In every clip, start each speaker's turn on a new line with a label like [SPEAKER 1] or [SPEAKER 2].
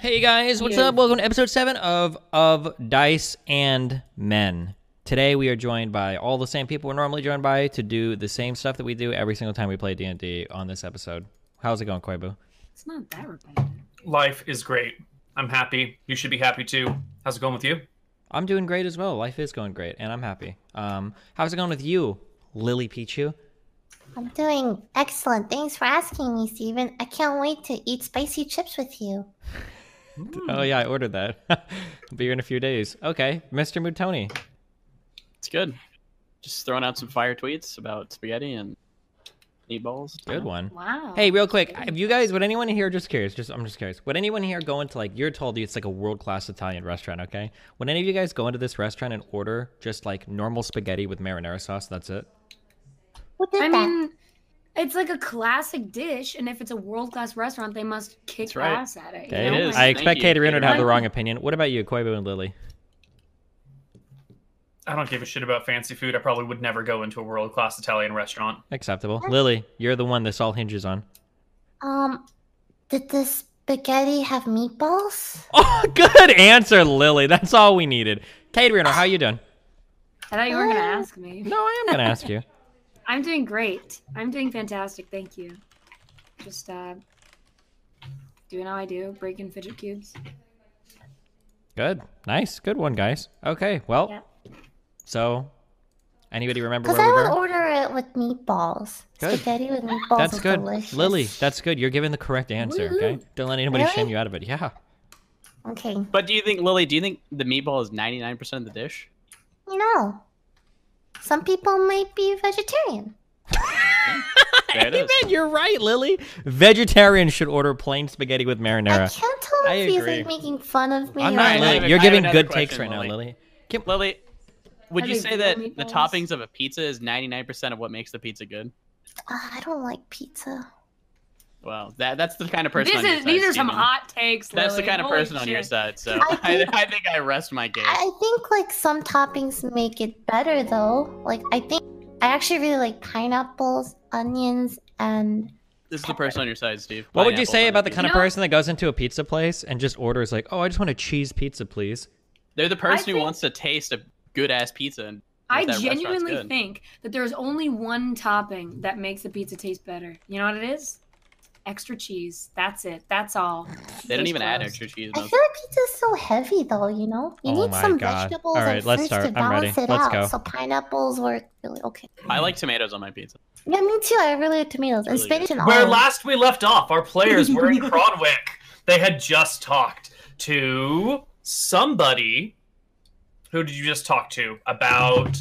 [SPEAKER 1] Hey guys, what's up? Welcome to episode seven of of Dice and Men. Today we are joined by all the same people we're normally joined by to do the same stuff that we do every single time we play D and D on this episode. How's it going, Koibu?
[SPEAKER 2] It's not that repetitive.
[SPEAKER 3] Life is great. I'm happy. You should be happy too. How's it going with you?
[SPEAKER 1] I'm doing great as well. Life is going great, and I'm happy. Um, how's it going with you, Lily Pichu?
[SPEAKER 4] I'm doing excellent. Thanks for asking me, Steven. I can't wait to eat spicy chips with you.
[SPEAKER 1] Oh yeah, I ordered that. Be here in a few days. Okay, Mr. Mutoni.
[SPEAKER 5] It's good. Just throwing out some fire tweets about spaghetti and meatballs.
[SPEAKER 1] Good one.
[SPEAKER 2] Wow.
[SPEAKER 1] Hey, real quick, if you guys, would anyone here just curious? Just I'm just curious. Would anyone here go into like you're told it's like a world class Italian restaurant? Okay, would any of you guys go into this restaurant and order just like normal spaghetti with marinara sauce? That's it.
[SPEAKER 4] What did
[SPEAKER 2] I
[SPEAKER 4] that?
[SPEAKER 2] mean, it's like a classic dish, and if it's a world class restaurant, they must kick
[SPEAKER 5] That's right.
[SPEAKER 2] ass at it. you
[SPEAKER 5] It
[SPEAKER 2] know?
[SPEAKER 5] is.
[SPEAKER 1] I
[SPEAKER 2] Like,
[SPEAKER 5] Thank
[SPEAKER 1] expect
[SPEAKER 5] you,
[SPEAKER 1] Katerina to have the
[SPEAKER 2] Katerina.
[SPEAKER 1] wrong opinion. What about you, Koibu and Lily?
[SPEAKER 3] I don't give a shit about fancy food. I probably would never go into a world class Italian restaurant.
[SPEAKER 1] Acceptable. Lily, you're the one this all hinges on.
[SPEAKER 4] Um, did the spaghetti have meatballs?
[SPEAKER 1] Oh, good answer, Lily. That's all we needed. Katerina, how you doing?
[SPEAKER 2] I thought you were gonna ask me.
[SPEAKER 1] No, I am gonna ask you.
[SPEAKER 2] I'm doing great. I'm doing fantastic. Thank you. Just uh, doing how I do, breaking fidget cubes.
[SPEAKER 1] Good. Nice. Good one, guys. Okay. Well,
[SPEAKER 2] Yep.
[SPEAKER 1] so anybody remember
[SPEAKER 4] Because
[SPEAKER 1] where
[SPEAKER 4] I
[SPEAKER 1] we
[SPEAKER 4] would
[SPEAKER 1] were?
[SPEAKER 4] order it with meatballs.
[SPEAKER 1] Good.
[SPEAKER 4] Spaghetti with meatballs
[SPEAKER 1] That's
[SPEAKER 4] is
[SPEAKER 1] good.
[SPEAKER 4] delicious.
[SPEAKER 1] Lily, that's good. You're giving the correct answer, okay? Don't let anybody
[SPEAKER 4] Really?
[SPEAKER 1] shame you out of it. Yeah.
[SPEAKER 4] Okay.
[SPEAKER 5] But do you think, Lily, do you think the meatball is 99% of the dish?
[SPEAKER 4] You know, some people might be vegetarian.
[SPEAKER 5] There it is.
[SPEAKER 1] Amen. You're right, Lily. Vegetarians should order plain spaghetti with
[SPEAKER 4] I
[SPEAKER 1] marinara.
[SPEAKER 4] can't tell
[SPEAKER 1] I
[SPEAKER 4] if he's
[SPEAKER 1] agree.
[SPEAKER 4] like making fun of me
[SPEAKER 1] I'm
[SPEAKER 4] or
[SPEAKER 1] not
[SPEAKER 5] Alright, I have
[SPEAKER 1] Lily.
[SPEAKER 5] a-
[SPEAKER 1] You're
[SPEAKER 5] I have
[SPEAKER 1] giving
[SPEAKER 5] another
[SPEAKER 1] good takes right
[SPEAKER 5] question,
[SPEAKER 1] now,
[SPEAKER 5] Lily.
[SPEAKER 1] Lily. Kim-
[SPEAKER 5] Lily, would
[SPEAKER 2] Are
[SPEAKER 5] you
[SPEAKER 2] they
[SPEAKER 5] say that
[SPEAKER 2] real
[SPEAKER 5] the
[SPEAKER 2] meatballs?
[SPEAKER 5] toppings of a pizza is 99% of what makes the pizza good?
[SPEAKER 4] Ah, I don't like pizza.
[SPEAKER 5] Well, that that's the kind of person
[SPEAKER 2] This
[SPEAKER 5] on your
[SPEAKER 2] is
[SPEAKER 5] side,
[SPEAKER 2] these are some
[SPEAKER 5] Steven.
[SPEAKER 2] hot takes.
[SPEAKER 5] That's the
[SPEAKER 2] Lily.
[SPEAKER 5] kind of
[SPEAKER 2] Holy
[SPEAKER 5] person on your
[SPEAKER 2] shit.
[SPEAKER 5] side, so
[SPEAKER 4] I
[SPEAKER 5] I,
[SPEAKER 4] think-
[SPEAKER 5] I think I rest my case.
[SPEAKER 4] I think like some toppings make it better though. Like I think I actually really like pineapples, onions, and
[SPEAKER 5] This is the person on your side, Steve.
[SPEAKER 1] What would you
[SPEAKER 5] Pineapples
[SPEAKER 1] say
[SPEAKER 5] on
[SPEAKER 1] about the
[SPEAKER 5] pizza.
[SPEAKER 1] kind of
[SPEAKER 2] You know-
[SPEAKER 1] person that goes into a pizza place and just orders like, "Oh, I just want a cheese pizza, please."
[SPEAKER 5] They're the person who
[SPEAKER 2] think-
[SPEAKER 5] wants to taste a good ass pizza. And
[SPEAKER 2] I
[SPEAKER 5] that restaurant's
[SPEAKER 2] genuinely
[SPEAKER 5] good.
[SPEAKER 2] think that there's only one topping that makes a pizza taste better. You know what it is? Extra cheese. That's it. That's all.
[SPEAKER 5] they don't
[SPEAKER 2] Tastes
[SPEAKER 5] even add
[SPEAKER 2] gross.
[SPEAKER 5] extra cheese.
[SPEAKER 4] I
[SPEAKER 5] most-
[SPEAKER 4] feel like pizza's so heavy though, you know? You
[SPEAKER 1] Oh
[SPEAKER 4] need
[SPEAKER 1] my
[SPEAKER 4] some
[SPEAKER 1] God.
[SPEAKER 4] vegetables
[SPEAKER 1] All right,
[SPEAKER 4] and
[SPEAKER 1] let's
[SPEAKER 4] fruits
[SPEAKER 1] start.
[SPEAKER 4] to
[SPEAKER 1] I'm ready.
[SPEAKER 4] balance it
[SPEAKER 1] Let's
[SPEAKER 4] out.
[SPEAKER 1] go.
[SPEAKER 4] So pineapples work really okay.
[SPEAKER 5] I like tomatoes on my pizza.
[SPEAKER 4] Yeah, me too. I really like tomatoes and
[SPEAKER 5] Really good.
[SPEAKER 4] spinach and
[SPEAKER 3] Where
[SPEAKER 4] olives.
[SPEAKER 3] last we left off, our players were in Cronwick. They had just talked to somebody. Who did you just talk to about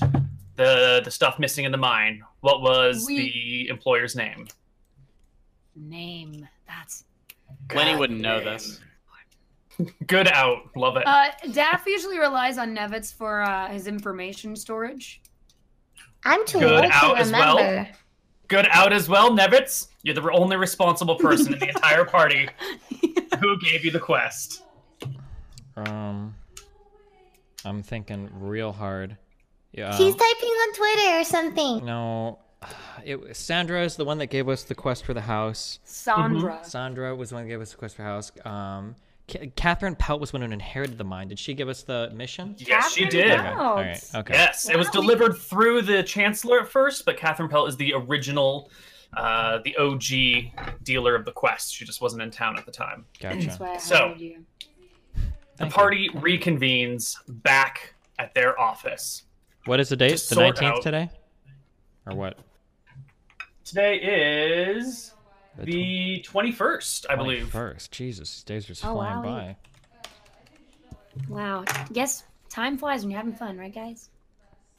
[SPEAKER 3] the the stuff missing in the mine? What was
[SPEAKER 2] We-
[SPEAKER 3] the employer's name?
[SPEAKER 2] Name. That's.
[SPEAKER 5] Lenny wouldn't know this.
[SPEAKER 3] Good out. Love it.
[SPEAKER 2] Uh, Daff usually relies on Nevitz for uh, his information storage.
[SPEAKER 4] I'm too
[SPEAKER 3] Good
[SPEAKER 4] old to
[SPEAKER 3] out as well.
[SPEAKER 4] remember.
[SPEAKER 3] Good out as well, Nevitz. You're the only responsible person in the entire party who gave you the quest.
[SPEAKER 1] Um, I'm thinking real hard. Yeah.
[SPEAKER 4] He's typing on Twitter or something.
[SPEAKER 1] No, it was- Sandra is the one that gave us the quest for the house.
[SPEAKER 2] Sandra.
[SPEAKER 1] Mm-hmm. Sandra was the one that gave us the quest for the house. Um, Ca- Catherine Pelt was the one who inherited the mine. Did she give us the mission?
[SPEAKER 3] Yes, she
[SPEAKER 2] Catherine
[SPEAKER 3] did.
[SPEAKER 2] Pelt.
[SPEAKER 1] All right. Okay.
[SPEAKER 3] Yes, it was
[SPEAKER 2] Wow.
[SPEAKER 3] delivered through the Chancellor at first, but Catherine Pell is the original, uh, the OG dealer of the quest. She just wasn't in town at the time.
[SPEAKER 2] That's
[SPEAKER 1] Gotcha.
[SPEAKER 2] why I
[SPEAKER 3] So-
[SPEAKER 2] hired you.
[SPEAKER 3] The
[SPEAKER 1] Thank you.
[SPEAKER 3] party reconvenes back at their office.
[SPEAKER 1] What is the date?
[SPEAKER 3] Just
[SPEAKER 1] The
[SPEAKER 3] sort
[SPEAKER 1] 19th
[SPEAKER 3] out.
[SPEAKER 1] today, or what?
[SPEAKER 3] Today is the 21st, I believe.
[SPEAKER 1] First. Jesus, these days are just
[SPEAKER 2] Oh,
[SPEAKER 1] flying
[SPEAKER 2] wow, yeah.
[SPEAKER 1] by.
[SPEAKER 2] Wow. Yes, time flies when you're having fun, right, guys?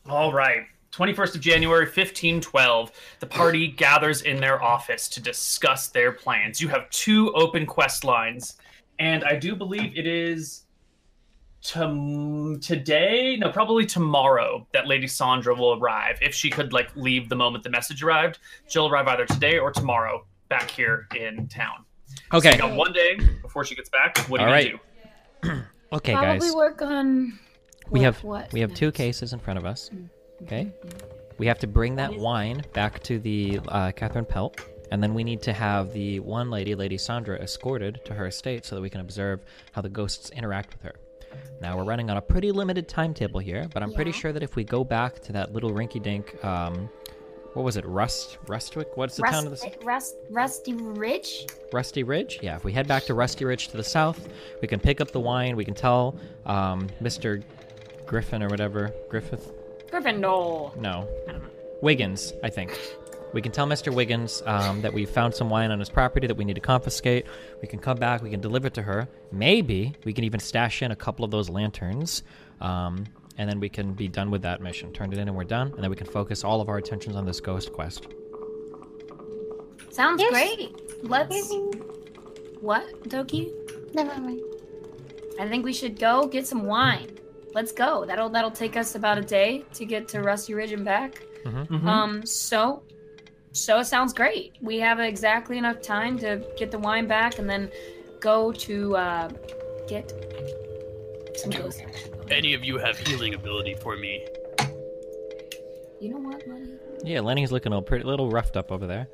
[SPEAKER 3] All right. 21st of January, 1512. The party gathers in their office to discuss their plans. You have two open quest lines, and I do believe it is tom- today, no, probably tomorrow, that Lady Sandra will arrive. If she could, like, leave the moment the message arrived, she'll arrive either today or tomorrow back here in town.
[SPEAKER 1] Okay.
[SPEAKER 3] You got one day before she gets back. What are
[SPEAKER 1] All
[SPEAKER 3] you
[SPEAKER 1] right.
[SPEAKER 3] going to do?
[SPEAKER 1] Okay,
[SPEAKER 2] Probably
[SPEAKER 1] guys.
[SPEAKER 2] work on.
[SPEAKER 1] We
[SPEAKER 2] what-
[SPEAKER 1] have
[SPEAKER 2] what
[SPEAKER 1] we have two
[SPEAKER 2] next? Mm-hmm.
[SPEAKER 1] cases in front of us. Okay. We have to bring that wine back to the uh, Catherine Pelt. And then we need to have the one lady, Lady Sandra, escorted to her estate so that we can observe how the ghosts interact with her. Now, we're running on a pretty limited timetable here, but I'm pretty
[SPEAKER 4] Yeah.
[SPEAKER 1] sure that if we go back to that little rinky dink, um, what was it, Rust? Rustwick? What's the town of the.
[SPEAKER 2] Rust, rust, rusty rich.
[SPEAKER 1] Rusty Ridge. Yeah, if we head back to Rusty Ridge to the south, we can pick up the wine. We can tell um, Mr. Griffin or whatever Griffith.
[SPEAKER 2] Gryffindor.
[SPEAKER 1] No, Wiggins. I think we can tell Mr. Wiggins um, that we found some wine on his property that we need to confiscate. We can come back. We can deliver it to her. Maybe we can even stash in a couple of those lanterns. Um, and then we can be done with that mission. Turn it in and we're done. And then we can focus all of our attentions on this ghost quest.
[SPEAKER 2] Sounds
[SPEAKER 4] Yes.
[SPEAKER 2] great. Let's. What, Doki?
[SPEAKER 4] Never mind.
[SPEAKER 2] I think we should go get some wine. Let's go. That'll that'll take us about a day to get to Rusty Ridge and back.
[SPEAKER 3] Mm-hmm.
[SPEAKER 1] Mm-hmm.
[SPEAKER 2] Um, so, so it sounds great. We have exactly enough time to get the wine back and then go to uh, get some ghost. action going.
[SPEAKER 5] Any of you have healing ability for me?
[SPEAKER 2] You know what, Lenny?
[SPEAKER 1] Yeah, Lenny's looking a pretty little roughed up over there.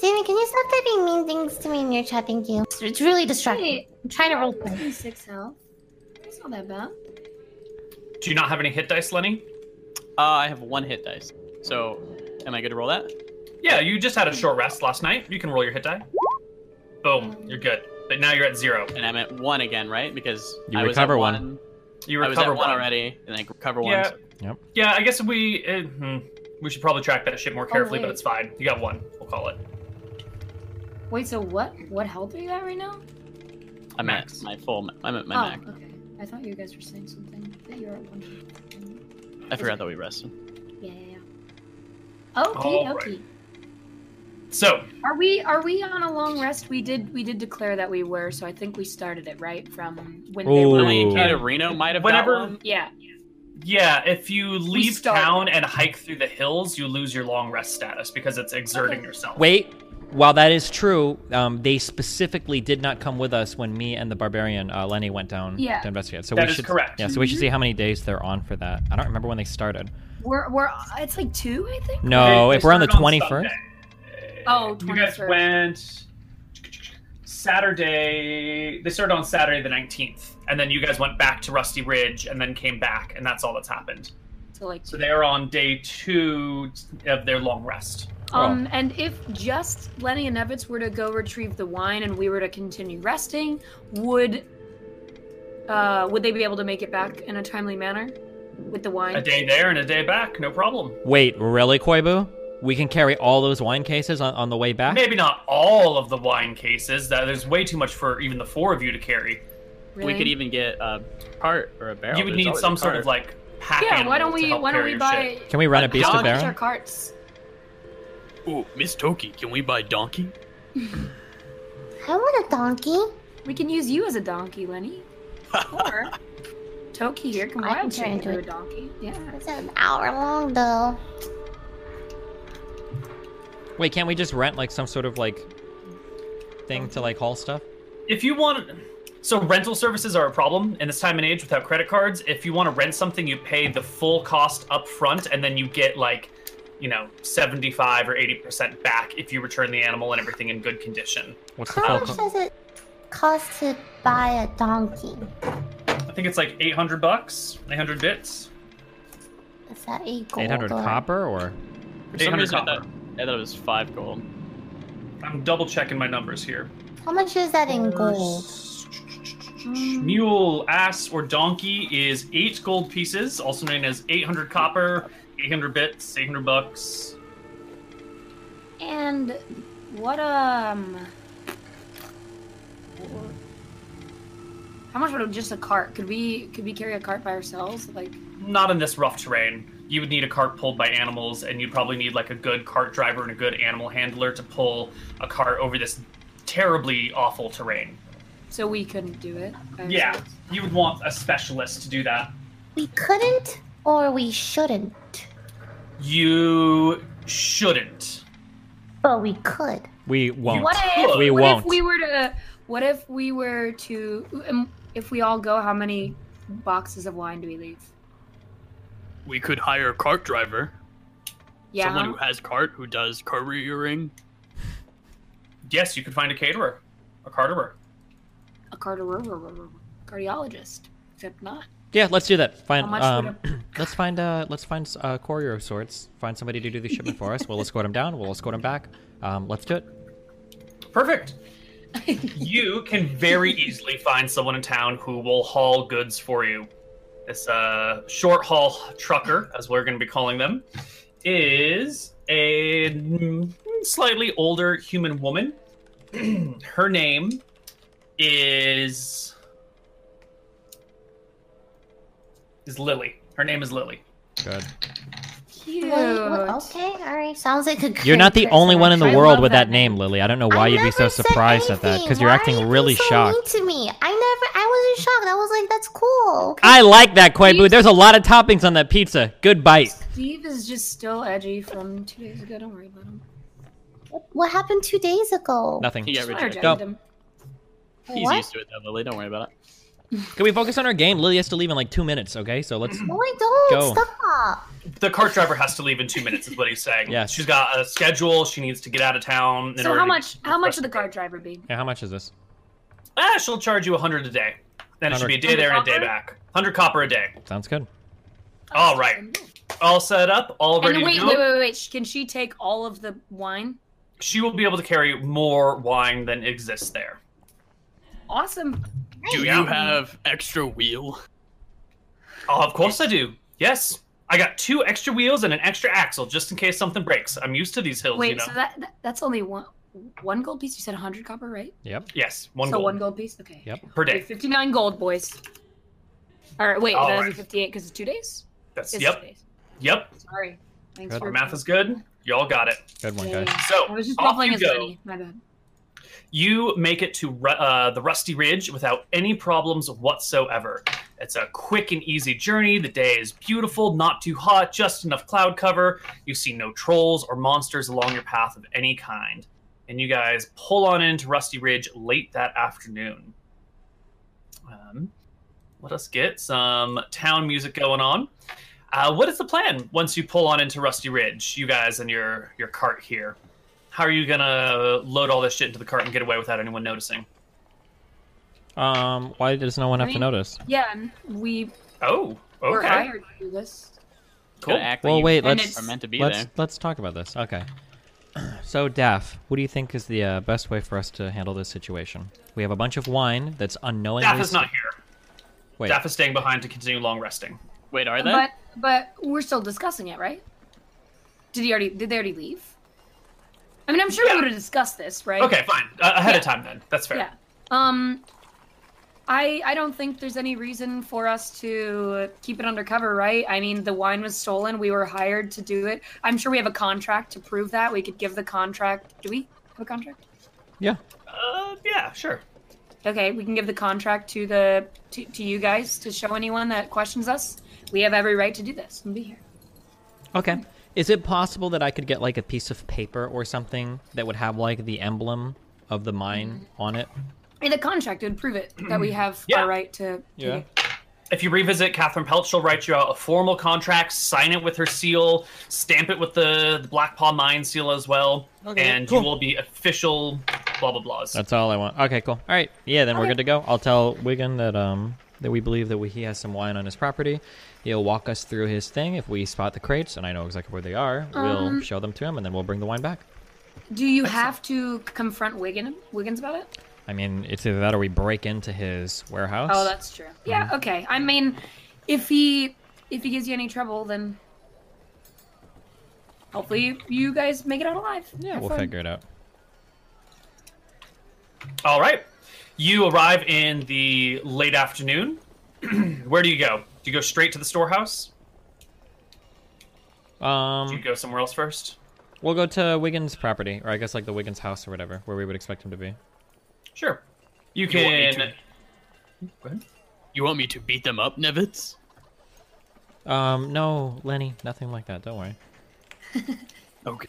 [SPEAKER 4] Jamie, can you stop typing mean things to me in your chat? Thank you. It's- It's really distracting.
[SPEAKER 2] Hey.
[SPEAKER 4] I'm trying to roll quick.
[SPEAKER 2] Only Six health. That's not that bad.
[SPEAKER 3] Do you not have any hit dice, Lenny?
[SPEAKER 5] Uh, I have one hit dice. So, am I good to roll that?
[SPEAKER 3] Yeah, you just had a short rest last night. You can roll your hit die. Boom, you're good. But now you're at zero.
[SPEAKER 5] And I'm at one again, right? Because
[SPEAKER 1] You
[SPEAKER 5] I was
[SPEAKER 1] recover
[SPEAKER 5] at
[SPEAKER 1] one.
[SPEAKER 3] You
[SPEAKER 5] I was
[SPEAKER 3] recover
[SPEAKER 5] at one, already, and I recover one.
[SPEAKER 3] Yeah.
[SPEAKER 5] so-
[SPEAKER 3] Yeah, I guess we uh, hmm, we should probably track that shit more carefully, but
[SPEAKER 2] Oh, wait.
[SPEAKER 3] it's fine. You got one. We'll call it.
[SPEAKER 2] Wait, so what? What health are you at right now?
[SPEAKER 5] I'm
[SPEAKER 3] Max.
[SPEAKER 5] at my full. I'm at my
[SPEAKER 2] oh,
[SPEAKER 5] max.
[SPEAKER 2] okay. I thought you guys were saying something. I thought you were at one. health.
[SPEAKER 5] I forgot that we rested.
[SPEAKER 2] Yeah, yeah, yeah. Okay,
[SPEAKER 3] All
[SPEAKER 2] okay.
[SPEAKER 3] So
[SPEAKER 2] Are we are we on a long rest? We did we did declare that we were, so I think we started it right from when they
[SPEAKER 1] Ooh.
[SPEAKER 5] I
[SPEAKER 2] were.
[SPEAKER 5] think
[SPEAKER 1] Ooh.
[SPEAKER 5] Katerino might have
[SPEAKER 3] Whenever-
[SPEAKER 5] got one.
[SPEAKER 2] Yeah.
[SPEAKER 3] yeah, if you leave
[SPEAKER 2] start.
[SPEAKER 3] town and hike through the hills, you lose your long rest status because it's exerting
[SPEAKER 2] Okay.
[SPEAKER 3] yourself.
[SPEAKER 1] Wait, while that is true, um, they specifically did not come with us when me and the barbarian uh, Lenny went down
[SPEAKER 2] Yeah.
[SPEAKER 1] to investigate. So
[SPEAKER 3] That
[SPEAKER 1] we
[SPEAKER 3] is
[SPEAKER 1] should,
[SPEAKER 3] correct.
[SPEAKER 1] Yeah, so we should see how many days they're on for that. I don't remember when they started.
[SPEAKER 2] We're we're it's like two, I think.
[SPEAKER 1] No,
[SPEAKER 3] They-
[SPEAKER 1] if
[SPEAKER 3] they
[SPEAKER 1] we're on the
[SPEAKER 3] started
[SPEAKER 1] twenty first,
[SPEAKER 3] Sunday.
[SPEAKER 2] Oh,
[SPEAKER 3] You guys
[SPEAKER 2] 21st.
[SPEAKER 3] went Saturday. They started on Saturday the nineteenth, and then you guys went back to Rusty Ridge, and then came back, and that's all that's happened.
[SPEAKER 2] So like
[SPEAKER 3] So they are on day two of their long rest.
[SPEAKER 2] um and if just Lenny and Evans were to go retrieve the wine and we were to continue resting, would uh would they be able to make it back in a timely manner with the wine?
[SPEAKER 3] A day there and a day back, no problem.
[SPEAKER 1] wait, really, Koibu? We can carry all those wine cases on, on the way back.
[SPEAKER 3] Maybe not all of the wine cases. That there's way too much for even the four of you to carry.
[SPEAKER 2] Really?
[SPEAKER 5] We could even get a cart or a barrel.
[SPEAKER 3] you would
[SPEAKER 5] There's
[SPEAKER 3] need
[SPEAKER 5] always a
[SPEAKER 3] some sort of
[SPEAKER 5] cart.
[SPEAKER 3] like pack
[SPEAKER 2] Yeah,
[SPEAKER 3] animal
[SPEAKER 2] why don't
[SPEAKER 3] to
[SPEAKER 2] we
[SPEAKER 3] help
[SPEAKER 2] why don't
[SPEAKER 3] carry
[SPEAKER 2] we
[SPEAKER 3] your
[SPEAKER 2] buy
[SPEAKER 3] shit.
[SPEAKER 1] can we run a
[SPEAKER 5] But
[SPEAKER 1] beast of
[SPEAKER 5] how-
[SPEAKER 2] donkeys or
[SPEAKER 1] baron?
[SPEAKER 2] carts?
[SPEAKER 5] Ooh, Miss Toki, can we buy donkey?
[SPEAKER 4] I want a donkey.
[SPEAKER 2] We can use you as a donkey, Lenny. Or Toki here can
[SPEAKER 4] I can
[SPEAKER 2] wild
[SPEAKER 4] turn
[SPEAKER 2] turn
[SPEAKER 4] into
[SPEAKER 2] into a
[SPEAKER 4] a-
[SPEAKER 2] donkey. Yeah.
[SPEAKER 4] It's an hour long though.
[SPEAKER 1] Wait, can't we just rent like some sort of like thing to like haul stuff?
[SPEAKER 3] If you want, so rental services are a problem in this time and age without credit cards. If you want to rent something, you pay the full cost up front, and then you get like, you know, seventy-five or eighty percent back if you return the animal and everything in good condition.
[SPEAKER 1] What's the
[SPEAKER 4] How
[SPEAKER 1] full
[SPEAKER 4] much
[SPEAKER 1] co-
[SPEAKER 4] does it cost to buy a donkey?
[SPEAKER 3] I think it's like eight hundred bucks, eight hundred bits.
[SPEAKER 4] Is that a gold?
[SPEAKER 1] eight hundred
[SPEAKER 4] or-
[SPEAKER 1] copper or?
[SPEAKER 5] For some
[SPEAKER 3] 800
[SPEAKER 5] reason, I
[SPEAKER 3] copper.
[SPEAKER 5] thought, I thought it was five gold.
[SPEAKER 3] I'm double checking my numbers here.
[SPEAKER 4] How much is that in gold?
[SPEAKER 3] Mule, ass, or donkey is eight gold pieces, also known as 800 copper, 800 bits, 800 bucks.
[SPEAKER 2] And what um how much would just a cart? Could we could we carry a cart by ourselves? Like
[SPEAKER 3] Not in this rough terrain. You would need a cart pulled by animals, and you'd probably need like a good cart driver and a good animal handler to pull a cart over this terribly awful terrain.
[SPEAKER 2] so we couldn't do it. by
[SPEAKER 3] Yeah,
[SPEAKER 2] ourselves?
[SPEAKER 3] you would want a specialist to do that.
[SPEAKER 4] We couldn't or we shouldn't.
[SPEAKER 3] You shouldn't.
[SPEAKER 4] But we could.
[SPEAKER 1] We won't.
[SPEAKER 2] What if
[SPEAKER 1] We
[SPEAKER 2] what
[SPEAKER 1] won't.
[SPEAKER 2] if we were to what if we were to um, if we all go how many boxes of wine do we leave?
[SPEAKER 5] We could hire a cart driver.
[SPEAKER 2] Yeah.
[SPEAKER 5] Someone who has cart who does couriering.
[SPEAKER 3] Yes, you could find a caterer, a carterer.
[SPEAKER 2] a cardi- cardiologist, except not.
[SPEAKER 1] Yeah, let's do that. Find
[SPEAKER 2] How much
[SPEAKER 1] um, let's find uh let's find uh courier of sorts. Find somebody to do the shipment for us. We'll escort him down. We'll escort him back. Um, let's do it.
[SPEAKER 3] Perfect. you can very easily find someone in town who will haul goods for you. This uh, short haul trucker, as we're going to be calling them, is a mm, slightly older human woman. Her name is is Lily. Her name is Lily.
[SPEAKER 1] Good.
[SPEAKER 2] Cute.
[SPEAKER 4] Lily- what- okay, all right. Sounds like a.
[SPEAKER 1] You're
[SPEAKER 4] great
[SPEAKER 1] not the only
[SPEAKER 4] person.
[SPEAKER 1] one in the
[SPEAKER 2] I
[SPEAKER 1] world
[SPEAKER 2] love
[SPEAKER 1] with
[SPEAKER 2] that
[SPEAKER 1] that name, Lily. I don't know why
[SPEAKER 4] I
[SPEAKER 1] you'd be so
[SPEAKER 4] never said
[SPEAKER 1] surprised at that
[SPEAKER 4] anything.
[SPEAKER 1] because you're
[SPEAKER 4] Why
[SPEAKER 1] acting
[SPEAKER 4] are you
[SPEAKER 1] really
[SPEAKER 4] being so
[SPEAKER 1] shocked.
[SPEAKER 4] Mean to me, I never. I wasn't shocked. I was like, that's cool. Okay.
[SPEAKER 1] I like that Quaabu.
[SPEAKER 2] You-
[SPEAKER 1] There's a lot of toppings on that pizza. Good bite.
[SPEAKER 2] Steve is just still edgy from two days ago. Don't worry about him.
[SPEAKER 4] What happened two days ago?
[SPEAKER 1] Nothing.
[SPEAKER 5] He got
[SPEAKER 2] I
[SPEAKER 5] rejected.
[SPEAKER 2] rejected
[SPEAKER 1] Don't-
[SPEAKER 2] him.
[SPEAKER 5] He's
[SPEAKER 4] What?
[SPEAKER 5] used to it though, Lily. Don't worry about it.
[SPEAKER 1] Can we focus on our game? Lily has to leave in like two minutes. Okay, so let's.
[SPEAKER 4] No, I don't.
[SPEAKER 1] Go.
[SPEAKER 4] Oh Stop.
[SPEAKER 3] The cart driver has to leave in two minutes, is what he's saying.
[SPEAKER 1] Yes.
[SPEAKER 3] she's got a schedule. She needs to get out of town. in
[SPEAKER 2] So
[SPEAKER 3] order
[SPEAKER 2] how
[SPEAKER 3] to-
[SPEAKER 2] much? How much would the car driver be?
[SPEAKER 1] Yeah, how much is this?
[SPEAKER 3] Ah, she'll charge you a hundred a day. Then it should be a day
[SPEAKER 2] 100
[SPEAKER 3] there and a day
[SPEAKER 2] copper?
[SPEAKER 3] back. Hundred copper a day.
[SPEAKER 1] Sounds good.
[SPEAKER 3] All right. All set up, all ready
[SPEAKER 2] And wait,
[SPEAKER 3] to go.
[SPEAKER 2] wait, wait, wait. Can she take all of the wine?
[SPEAKER 3] She will be able to carry more wine than exists there.
[SPEAKER 2] Awesome.
[SPEAKER 5] Do
[SPEAKER 3] Yeah.
[SPEAKER 5] you have extra wheel?
[SPEAKER 3] Oh, of course I do. Yes. I got two extra wheels and an extra axle just in case something breaks. I'm used to these hills,
[SPEAKER 2] Wait,
[SPEAKER 3] you know.
[SPEAKER 2] so that, that that's only one one gold piece. You said 100 copper, right?
[SPEAKER 1] Yep.
[SPEAKER 3] yes, one
[SPEAKER 2] so
[SPEAKER 3] gold
[SPEAKER 2] one gold piece. Okay.
[SPEAKER 1] Yep.
[SPEAKER 3] per
[SPEAKER 2] Okay,
[SPEAKER 3] day.
[SPEAKER 2] 59 gold, boys. All right. Wait,
[SPEAKER 3] All
[SPEAKER 2] that would be
[SPEAKER 3] right.
[SPEAKER 2] 58 because it's two days.
[SPEAKER 3] That's
[SPEAKER 2] It's
[SPEAKER 3] yep,
[SPEAKER 2] Two days.
[SPEAKER 3] yep.
[SPEAKER 2] Sorry. Thanks
[SPEAKER 1] Good.
[SPEAKER 2] for
[SPEAKER 3] Our math is good. Y'all got it.
[SPEAKER 1] Good one,
[SPEAKER 2] Yeah,
[SPEAKER 1] guys.
[SPEAKER 2] yeah.
[SPEAKER 3] So
[SPEAKER 2] I was just
[SPEAKER 3] off
[SPEAKER 2] buffling
[SPEAKER 3] you
[SPEAKER 2] as
[SPEAKER 3] go.
[SPEAKER 2] ready. My bad.
[SPEAKER 3] You make it to Ru- uh, the Rusty Ridge without any problems whatsoever. It's a quick and easy journey. The day is beautiful, not too hot, just enough cloud cover. You see no trolls or monsters along your path of any kind. And you guys pull on into Rusty Ridge late that afternoon. Um, let us get some town music going on. Uh, what is the plan once you pull on into Rusty Ridge, you guys and your your cart here? How are you gonna load all this shit into the cart and get away without anyone noticing?
[SPEAKER 1] Um, why does no one have to
[SPEAKER 2] Three.
[SPEAKER 1] notice?
[SPEAKER 2] Yeah, and we
[SPEAKER 3] Oh,
[SPEAKER 2] were
[SPEAKER 3] okay,
[SPEAKER 2] hired to do this.
[SPEAKER 5] Gotta
[SPEAKER 3] cool.
[SPEAKER 5] Act like
[SPEAKER 1] Well,
[SPEAKER 5] you
[SPEAKER 1] wait.
[SPEAKER 2] And
[SPEAKER 1] Let's
[SPEAKER 2] it's-
[SPEAKER 5] Are meant to be
[SPEAKER 1] let's
[SPEAKER 5] there.
[SPEAKER 1] let's talk about this. Okay. So, Daff, what do you think is the uh, best way for us to handle this situation? We have a bunch of wine that's unknowingly.
[SPEAKER 3] Daff is not here.
[SPEAKER 1] Wait.
[SPEAKER 3] Daff is staying behind to continue long resting.
[SPEAKER 5] Wait, are they?
[SPEAKER 2] But but we're still discussing it, right? Did he already? Did they already leave? I mean, I'm sure
[SPEAKER 3] Yeah.
[SPEAKER 2] we would have discussed this, right?
[SPEAKER 3] Okay, fine. Uh, ahead of
[SPEAKER 2] Yeah.
[SPEAKER 3] time then. That's fair.
[SPEAKER 2] Yeah. Um, I I don't think there's any reason for us to keep it undercover, right? I mean, the wine was stolen. We were hired to do it. I'm sure we have a contract to prove that. We could give the contract. Do we have a contract?
[SPEAKER 1] Yeah.
[SPEAKER 3] Uh, yeah, sure.
[SPEAKER 2] Okay, we can give the contract to the to, to you guys to show anyone that questions us. We have every right to do this and be here.
[SPEAKER 1] Okay. Is it possible that I could get like a piece of paper or something that would have like the emblem of the mine on it?
[SPEAKER 2] In the contract, it would prove it that we have
[SPEAKER 3] Yeah.
[SPEAKER 2] our right to. to
[SPEAKER 1] Yeah.
[SPEAKER 3] If you revisit Catherine Pelt, she'll write you out a formal contract, sign it with her seal, stamp it with the, the Black Paw Mine seal as well, and you will be official blah blah blahs.
[SPEAKER 1] That's all I want. Okay, cool. All right. Yeah, then we're good to go. I'll tell Wigan that um that we believe that we, he has some wine on his property. He'll walk us through his thing. If we spot the crates, and I know exactly where they are, we'll
[SPEAKER 2] Um,
[SPEAKER 1] show them to him, and then we'll bring the wine back.
[SPEAKER 2] Do you have to confront Wiggin Wiggins about it?
[SPEAKER 1] I mean, it's either that or we break into his warehouse.
[SPEAKER 2] Oh, that's true. Yeah.
[SPEAKER 3] Mm-hmm.
[SPEAKER 2] Okay. I mean, if he if he gives you any trouble, then hopefully you guys make it out alive.
[SPEAKER 1] yeah,
[SPEAKER 2] Have
[SPEAKER 1] we'll
[SPEAKER 2] fun.
[SPEAKER 1] figure it out.
[SPEAKER 3] All right. You arrive in the late afternoon. Where do you go? Do you go straight to the storehouse? Do you
[SPEAKER 1] Um,
[SPEAKER 3] go somewhere else first?
[SPEAKER 1] we'll go to Wigan's property, or I guess like the Wigan's house or whatever, where we would expect him to be.
[SPEAKER 3] Sure. You
[SPEAKER 5] You want me
[SPEAKER 3] can.
[SPEAKER 5] to- You want me to beat them up, Nevitz?
[SPEAKER 1] Um, no, Lenny, nothing like that. Don't worry.
[SPEAKER 5] Okay.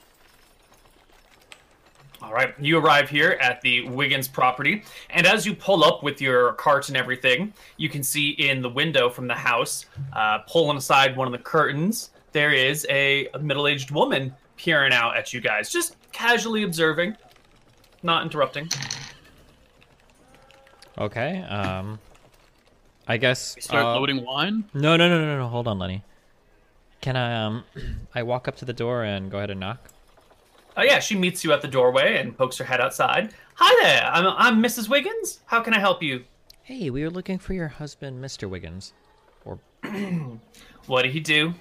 [SPEAKER 3] All right, you arrive here at the Wiggins property, and as you pull up with your cart and everything, you can see in the window from the house, uh, pulling aside one of the curtains, there is a, a middle-aged woman peering out at you guys, just casually observing, not interrupting.
[SPEAKER 1] Okay. Um, I guess.
[SPEAKER 5] We start
[SPEAKER 1] uh,
[SPEAKER 5] loading wine.
[SPEAKER 1] No, no, no, no, no. Hold on, Lenny. Can I um, I walk up to the door and go ahead and knock?
[SPEAKER 3] Oh yeah, she meets you at the doorway and pokes her head outside. Hi there, I'm, I'm Mrs. Wiggins. How can I help you?
[SPEAKER 1] Hey, we were looking for your husband, Mr. Wiggins. Or
[SPEAKER 3] What did he do?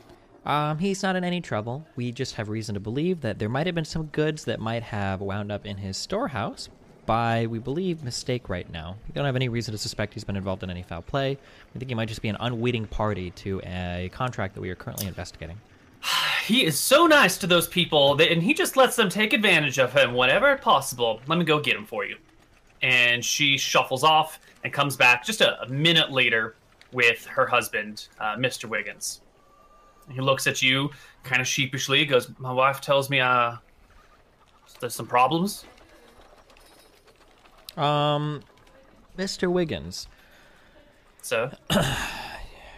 [SPEAKER 1] Um, he's not in any trouble. We just have reason to believe that there might have been some goods that might have wound up in his storehouse by, we believe, mistake right now. We don't have any reason to suspect he's been involved in any foul play. We think he might just be an unwitting party to a contract that we are currently investigating.
[SPEAKER 3] He is so nice to those people, that, and he just lets them take advantage of him whenever possible. Let me go get him for you. And she shuffles off and comes back just a, a minute later with her husband, uh, Mr. Wiggins. He looks at you kind of sheepishly, goes, My wife tells me uh, there's some problems.
[SPEAKER 1] Um, Mr. Wiggins,
[SPEAKER 3] So,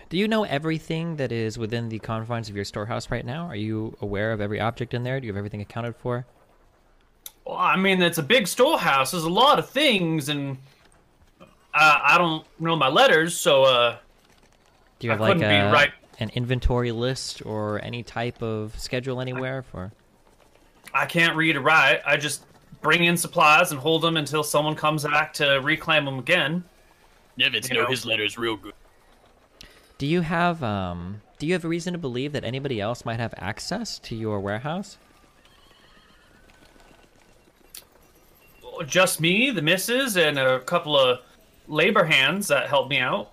[SPEAKER 1] do you know everything that is within the confines of your storehouse right now? Are you aware of every object in there? Do you have everything accounted for?
[SPEAKER 3] well, I mean, it's a big storehouse. There's a lot of things, and uh, I don't know my letters, so uh,
[SPEAKER 1] Do you
[SPEAKER 3] I
[SPEAKER 1] have like
[SPEAKER 3] couldn't be
[SPEAKER 1] a,
[SPEAKER 3] right.
[SPEAKER 1] an inventory list or any type of schedule anywhere for?
[SPEAKER 3] I can't read or write. I just bring in supplies and hold them until someone comes back to reclaim them again.
[SPEAKER 5] Nevitz
[SPEAKER 3] You know.
[SPEAKER 5] know his letters real good.
[SPEAKER 1] Do you have um do you have a reason to believe that anybody else might have access to your warehouse?
[SPEAKER 3] Just me, the missus, and a couple of labor hands that help me out.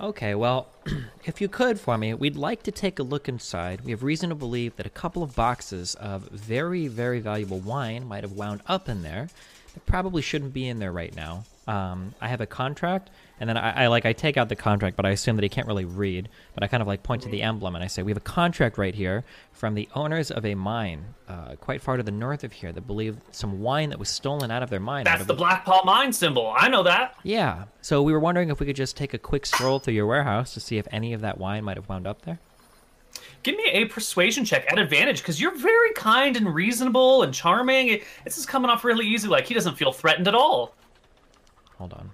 [SPEAKER 1] Okay, well, if you could for me, we'd like to take a look inside. We have reason to believe that a couple of boxes of very, very valuable wine might have wound up in there. That probably shouldn't be in there right now. Um, I have a contract, and then I, I like I take out the contract, but I assume that he can't really read. But I kind of like point to the emblem and I say, "We have a contract right here from the owners of a mine, uh, quite far to the north of here, that believe some wine that was stolen out of their mine." out
[SPEAKER 3] That's
[SPEAKER 1] of
[SPEAKER 3] the Black Paw Mine symbol. I know that.
[SPEAKER 1] yeah. So we were wondering if we could just take a quick stroll through your warehouse to see if any of that wine might have wound up there.
[SPEAKER 3] Give me a persuasion check at advantage because you're very kind and reasonable and charming. It- This is coming off really easy. Like he doesn't feel threatened at all.
[SPEAKER 1] Hold on.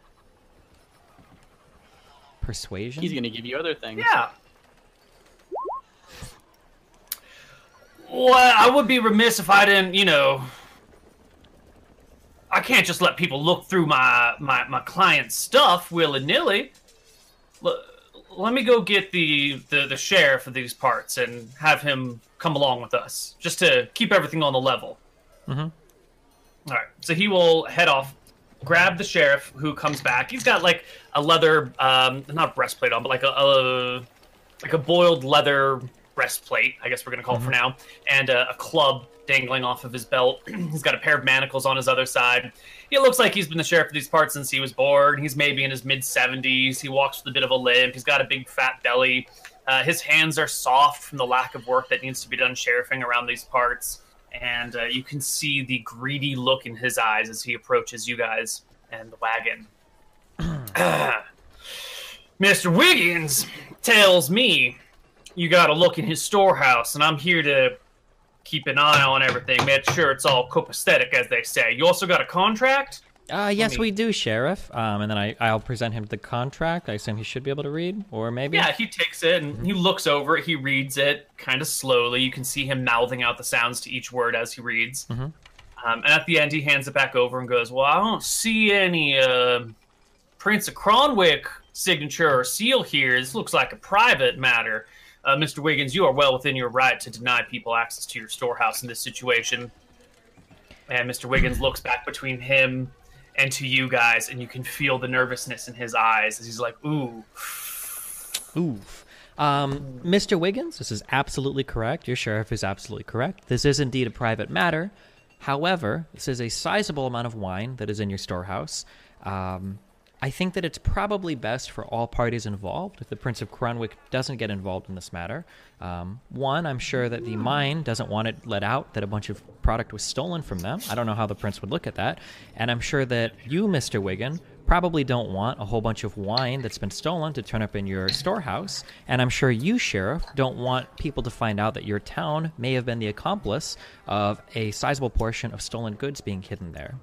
[SPEAKER 1] Persuasion.
[SPEAKER 5] He's gonna give you other things.
[SPEAKER 3] Yeah. Well, I would be remiss if I didn't, you know. I can't just let people look through my my my client's stuff willy nilly. let me go get the, the the sheriff of these parts and have him come along with us, just to keep everything on the level.
[SPEAKER 1] Mhm.
[SPEAKER 3] All right, so he will head off grab the sheriff who comes back. He's got like a leather, um, not breastplate on, but like a, a like a boiled leather breastplate, I guess we're gonna call it for now, and a, a club dangling off of his belt. he's got a pair of manacles on his other side. He looks like he's been the sheriff of these parts since he was born. He's maybe in his mid seventies. He walks with a bit of a limp. He's got a big fat belly. Uh, his hands are soft from the lack of work that needs to be done sheriffing around these parts and uh, you can see the greedy look in his eyes as he approaches you guys and the wagon. Mr. Wiggins tells me you got to look in his storehouse, and I'm here to keep an eye on everything, make sure it's all copacetic, as they say. You also got a contract?
[SPEAKER 1] Uh, yes,
[SPEAKER 3] me-
[SPEAKER 1] we do, Sheriff. Um, and then I, I'll present him the contract. I assume he should be able to read, or maybe.
[SPEAKER 3] Yeah, he takes it and he looks over it. He reads it kind of slowly. You can see him mouthing out the sounds to each word as he reads.
[SPEAKER 1] Mhm.
[SPEAKER 3] Um, and at the end, he hands it back over and goes, "Well, I don't see any uh, Prince of Cronwick signature or seal here. This looks like a private matter." Uh, Mr. Wiggins, you are well within your right to deny people access to your storehouse in this situation. And Mr. Wiggins looks back between him and to you guys, and you can feel the nervousness in his eyes as he's like, "Ooh."
[SPEAKER 1] Oof. Um, Mr. Wiggins, this is absolutely correct. Your sheriff is absolutely correct. This is indeed a private matter. However, this is a sizable amount of wine that is in your storehouse. Um, I think that it's probably best for all parties involved if the Prince of Cronwick doesn't get involved in this matter. Um, one, I'm sure that the mine doesn't want it let out that a bunch of product was stolen from them. I don't know how the Prince would look at that. And I'm sure that you, Mr. Wiggin, probably don't want a whole bunch of wine that's been stolen to turn up in your storehouse. And I'm sure you, Sheriff, don't want people to find out that your town may have been the accomplice of a sizable portion of stolen goods being hidden there.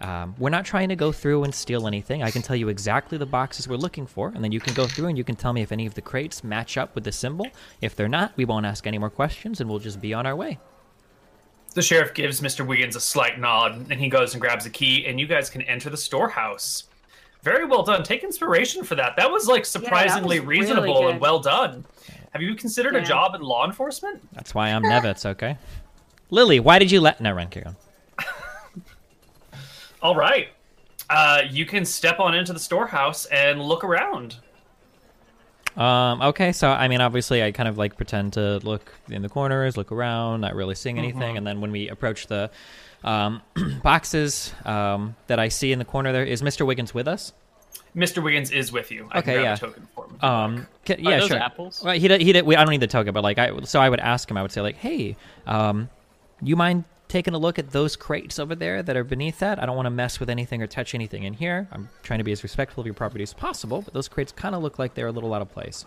[SPEAKER 1] Um, we're not trying to go through and steal anything. I can tell you exactly the boxes we're looking for, and then you can go through and you can tell me if any of the crates match up with the symbol. If they're not, we won't ask any more questions and we'll just be on our way.
[SPEAKER 3] The sheriff gives Mr. Wiggins a slight nod, and he goes and grabs a key, and you guys can enter the storehouse. Very well done. Take inspiration for that. That was like surprisingly
[SPEAKER 2] really
[SPEAKER 3] reasonable
[SPEAKER 2] good.
[SPEAKER 3] and well done. Have you considered a
[SPEAKER 2] Yeah.
[SPEAKER 3] job in law enforcement?
[SPEAKER 1] That's why I'm Nevitz, okay? Lily, why did you let. No, run, carry on.
[SPEAKER 3] All right. Uh, you can step on into the storehouse and look around.
[SPEAKER 1] Um, okay, so I mean, obviously, I kind of like pretend to look in the corners, look around, not really seeing anything,
[SPEAKER 5] Mm-hmm.
[SPEAKER 1] and then when we approach the um, boxes um, that I see in the corner, there is Mr. Wiggins with us.
[SPEAKER 3] Mr. Wiggins is with you. I
[SPEAKER 1] Okay,
[SPEAKER 3] can grab
[SPEAKER 1] yeah.
[SPEAKER 3] a token for him.
[SPEAKER 1] Um, ca- yeah,
[SPEAKER 5] those
[SPEAKER 1] sure.
[SPEAKER 5] apples?
[SPEAKER 1] Well, he did, he did, we, I don't need the token, but like I so I would ask him. I would say like, hey, um, you mind taking a look at those crates over there that are beneath that? I don't want to mess with anything or touch anything in here. I'm trying to be as respectful of your property as possible, but those crates kind of look like they're a little out of place.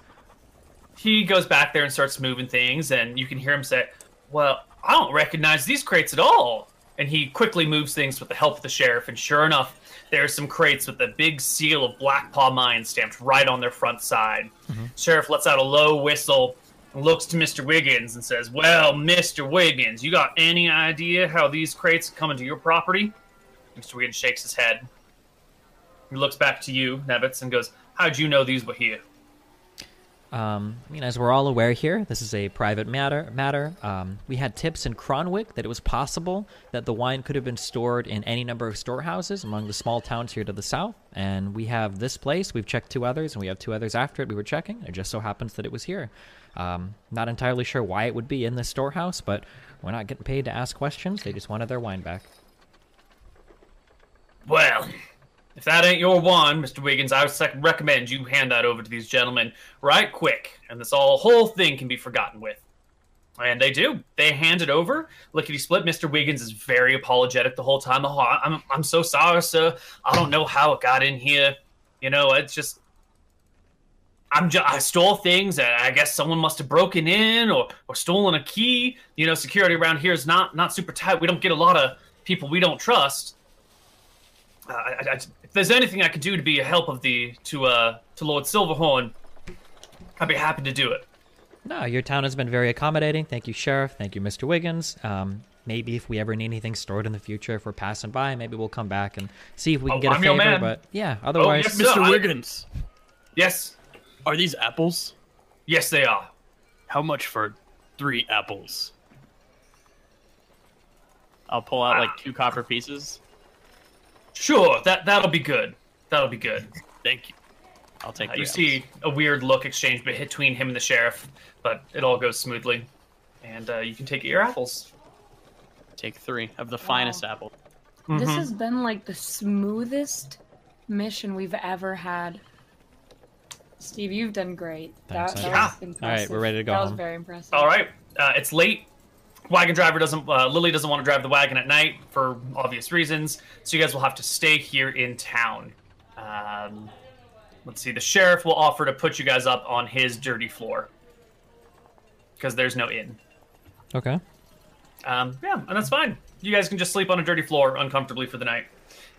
[SPEAKER 3] he goes back there and starts moving things, and you can hear him say, Well, I don't recognize these crates at all. And he quickly moves things with the help of the sheriff, and sure enough, there are some crates with the big seal of Black Paw Mine stamped right on their front side. Sheriff lets out a low whistle and looks to Mr. Wiggins and says, Well, Mr. Wiggins, you got any idea how these crates come into your property? Mr. Wiggins shakes his head. He looks back to you, Nevitz, and goes, How'd you know these were here?
[SPEAKER 1] Um, I mean, as we're all aware here, this is a private matter. Matter. Um, we had tips in Cronwick that it was possible that the wine could have been stored in any number of storehouses among the small towns here to the south. And we have this place. We've checked two others, and we have two others after it. We were checking. It just so happens that it was here. Um, not entirely sure why it would be in this storehouse, but we're not getting paid to ask questions. They just wanted their wine back.
[SPEAKER 3] Well, if that ain't your wand, Mr. Wiggins, I would sec- recommend you hand that over to these gentlemen right quick, and this all whole thing can be forgotten with. And they do. They hand it over. Lickety split. Mr. Wiggins is very apologetic the whole time. Oh, I- I'm, I'm so sorry, sir. I don't know how it got in here. You know, it's just. I'm ju- I stole things. and I guess someone must have broken in or, or stolen a key. You know, security around here is not, not super tight. We don't get a lot of people we don't trust. Uh, I, I- I- if there's anything I could do to be a help of the to uh to Lord Silverhorn, I'd be happy to do it.
[SPEAKER 1] No, your town has been very accommodating. Thank you, Sheriff. Thank you, Mr. Wiggins. Um, maybe if we ever need anything stored in the future, if we're passing by, maybe we'll come back and see if we can
[SPEAKER 3] Oh,
[SPEAKER 1] get a
[SPEAKER 3] I'm your
[SPEAKER 1] favor.
[SPEAKER 3] man. Oh,
[SPEAKER 1] But Oh, yeah, otherwise,
[SPEAKER 3] yes,
[SPEAKER 5] Mr.
[SPEAKER 3] I-
[SPEAKER 5] Wiggins,
[SPEAKER 3] Yes,
[SPEAKER 5] Oh, are these apples?
[SPEAKER 3] yes, they are.
[SPEAKER 5] How much for three apples? I'll pull out like two copper pieces.
[SPEAKER 3] Sure, that that'll be good. That'll be good.
[SPEAKER 5] Thank you. I'll take.
[SPEAKER 3] Uh,
[SPEAKER 5] three
[SPEAKER 3] you
[SPEAKER 5] apples.
[SPEAKER 3] see a weird look exchange be- between him and the sheriff, but it all goes smoothly, and uh, you can take your apples.
[SPEAKER 5] Take three of the finest apple.
[SPEAKER 2] This
[SPEAKER 3] Mhm.
[SPEAKER 2] has been like the smoothest mission we've ever had. Steve, you've done great.
[SPEAKER 1] Thanks,
[SPEAKER 2] that
[SPEAKER 1] I-
[SPEAKER 2] that
[SPEAKER 3] Yeah.
[SPEAKER 2] was impressive.
[SPEAKER 1] All right, we're ready to go
[SPEAKER 2] That
[SPEAKER 1] home.
[SPEAKER 2] was very impressive.
[SPEAKER 3] All right, uh, it's late. Wagon driver doesn't. Uh, Lily doesn't want to drive the wagon at night for obvious reasons. So you guys will have to stay here in town. Um, let's see. The sheriff will offer to put you guys up on his dirty floor because there's no inn.
[SPEAKER 1] okay.
[SPEAKER 3] Um, yeah, and that's fine. You guys can just sleep on a dirty floor uncomfortably for the night,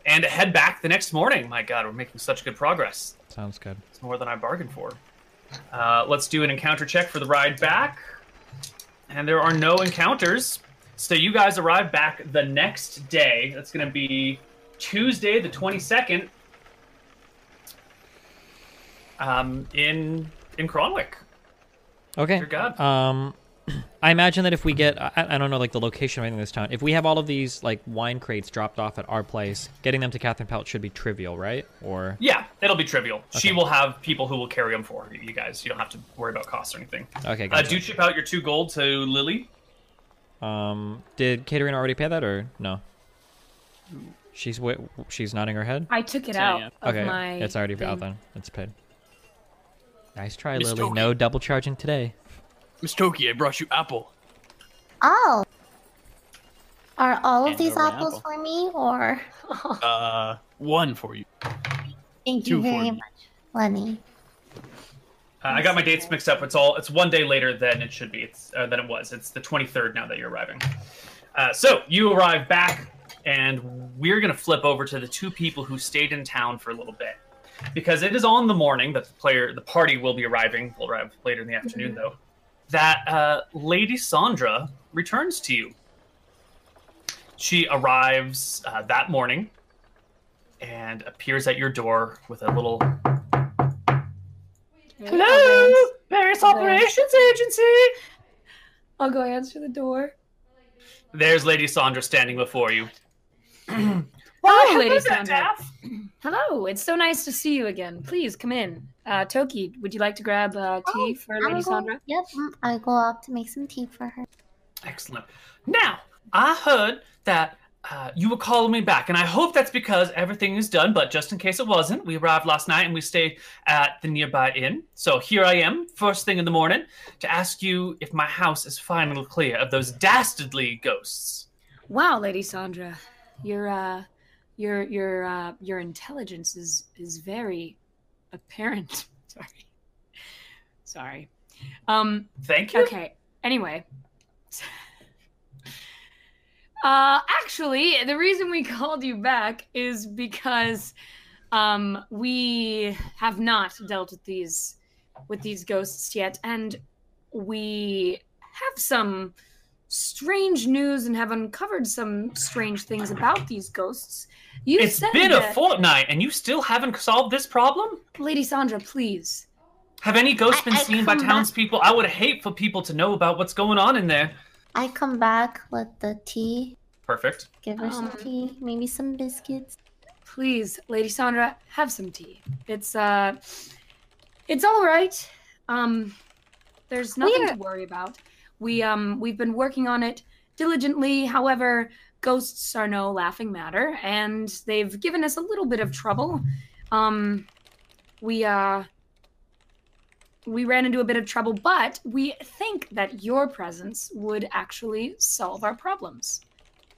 [SPEAKER 3] and head back the next morning. My God, we're making such good progress.
[SPEAKER 1] Sounds good.
[SPEAKER 3] It's more than I bargained for. Uh, let's do an encounter check for the ride back. And there are no encounters. So you guys arrive back the next day. That's going to be Tuesday, the 22nd, um, in in Cronwick.
[SPEAKER 1] Okay.
[SPEAKER 3] Dear God.
[SPEAKER 1] Um, I imagine that if we get, I, I don't know, like the location or anything in this town, if we have all of these like wine crates dropped off at our place, getting them to Catherine Pelt should be trivial, right? Or
[SPEAKER 3] Yeah, it'll be trivial. She
[SPEAKER 1] Okay.
[SPEAKER 3] will have people who will carry them for you you guys. You don't have to worry about costs or anything.
[SPEAKER 1] okay,
[SPEAKER 3] Uh,
[SPEAKER 1] gotcha.
[SPEAKER 3] do chip out your two gold to Lily.
[SPEAKER 1] um, did Katerina already pay that or no? She's w- she's nodding her head.
[SPEAKER 2] I took it
[SPEAKER 5] So,
[SPEAKER 2] out
[SPEAKER 5] yeah.
[SPEAKER 2] of
[SPEAKER 1] okay,
[SPEAKER 2] my.
[SPEAKER 1] it's already out
[SPEAKER 2] thing.
[SPEAKER 1] then. It's paid. Nice try,
[SPEAKER 5] Miss
[SPEAKER 1] Lily.
[SPEAKER 5] Toki.
[SPEAKER 1] No double charging today.
[SPEAKER 5] Miss Toki, I brought you apple.
[SPEAKER 4] Oh. Are all of
[SPEAKER 5] And
[SPEAKER 4] these
[SPEAKER 5] over
[SPEAKER 4] apples
[SPEAKER 5] apple.
[SPEAKER 4] for me, or
[SPEAKER 5] Uh, one for you.
[SPEAKER 4] Thank you
[SPEAKER 5] Two for
[SPEAKER 4] very
[SPEAKER 5] me.
[SPEAKER 4] much, Lenny.
[SPEAKER 3] Uh, I got my dates mixed up. It's all it's one day later than it should be. It's uh, than it was. It's the 23rd now that you're arriving. Uh, so you arrive back, and we're gonna flip over to the two people who stayed in town for a little bit, because it is on the morning that the player, the party will be arriving. Will arrive later in the afternoon though. That uh, Lady Sandra returns to you. She arrives uh, that morning and appears at your door with a little
[SPEAKER 2] I'll go ans-
[SPEAKER 3] Paris
[SPEAKER 2] Operations
[SPEAKER 3] Agency.
[SPEAKER 2] I'll go answer the door.
[SPEAKER 3] There's Lady Sandra standing before you.
[SPEAKER 2] Hello, Lady Sandra.
[SPEAKER 3] Daff.
[SPEAKER 2] Hello, it's so nice to see you again. Please come in. Uh, Toki, would you like to grab uh, tea
[SPEAKER 4] Oh,
[SPEAKER 2] for Lady
[SPEAKER 4] I'm
[SPEAKER 2] Sandra?
[SPEAKER 4] Going, yep, mm, I go up to make some tea for her.
[SPEAKER 3] Excellent. Now, I heard that uh, you were calling me back, and I hope that's because everything is done, but just in case it wasn't, we arrived last night and we stayed at the nearby inn. So here I am, first thing in the morning, to ask you if my house is finally clear of those dastardly ghosts.
[SPEAKER 2] Wow, Lady Sandra, your uh, your your uh, your intelligence is is very apparent. Sorry, sorry. Um.
[SPEAKER 3] Thank you.
[SPEAKER 2] Okay. Anyway. Uh, actually, the reason we called you back is because um, we have not dealt with these with these ghosts yet, and we have some strange news and have uncovered some strange things about these ghosts. You
[SPEAKER 3] It's
[SPEAKER 2] said
[SPEAKER 3] been a
[SPEAKER 2] that,
[SPEAKER 3] fortnight, and you still haven't solved this problem?
[SPEAKER 2] Lady Sandra, please.
[SPEAKER 3] Have any ghosts
[SPEAKER 4] I-
[SPEAKER 3] been
[SPEAKER 4] I
[SPEAKER 3] seen by
[SPEAKER 4] come back-
[SPEAKER 3] townspeople? I would hate for people to know about what's going on in there.
[SPEAKER 4] I come back with the tea.
[SPEAKER 3] Perfect.
[SPEAKER 4] Give her some
[SPEAKER 2] Um.
[SPEAKER 4] tea, maybe some biscuits.
[SPEAKER 2] please lady sandra have some tea it's uh it's all right um there's nothing to worry about we um we've been working on it diligently however ghosts are no laughing matter and they've given us a little bit of trouble um we uh we ran into a bit of trouble but we think that your presence would actually solve our problems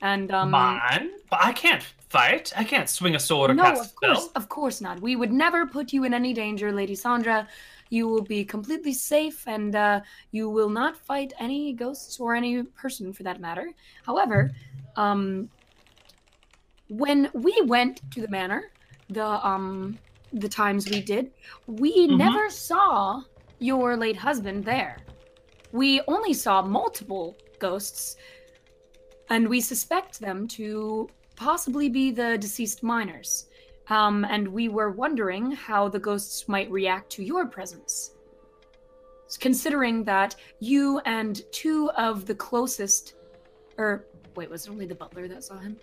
[SPEAKER 2] and um
[SPEAKER 3] Mine? But I can't fight. I can't swing a sword or
[SPEAKER 2] no,
[SPEAKER 3] cast a
[SPEAKER 2] of course,
[SPEAKER 3] spell.
[SPEAKER 2] of course not. We would never put you in any danger, Lady Sandra. You will be completely safe, and uh, you will not fight any ghosts or any person for that matter. However, um, when we went to the manor, the um, the times we did, we
[SPEAKER 3] Mhm.
[SPEAKER 2] never saw your late husband there. We only saw multiple ghosts, and we suspect them to possibly be the deceased miners. Um, and we were wondering how the ghosts might react to your presence. Considering that you and two of the closest, or wait, was it only the butler that saw him?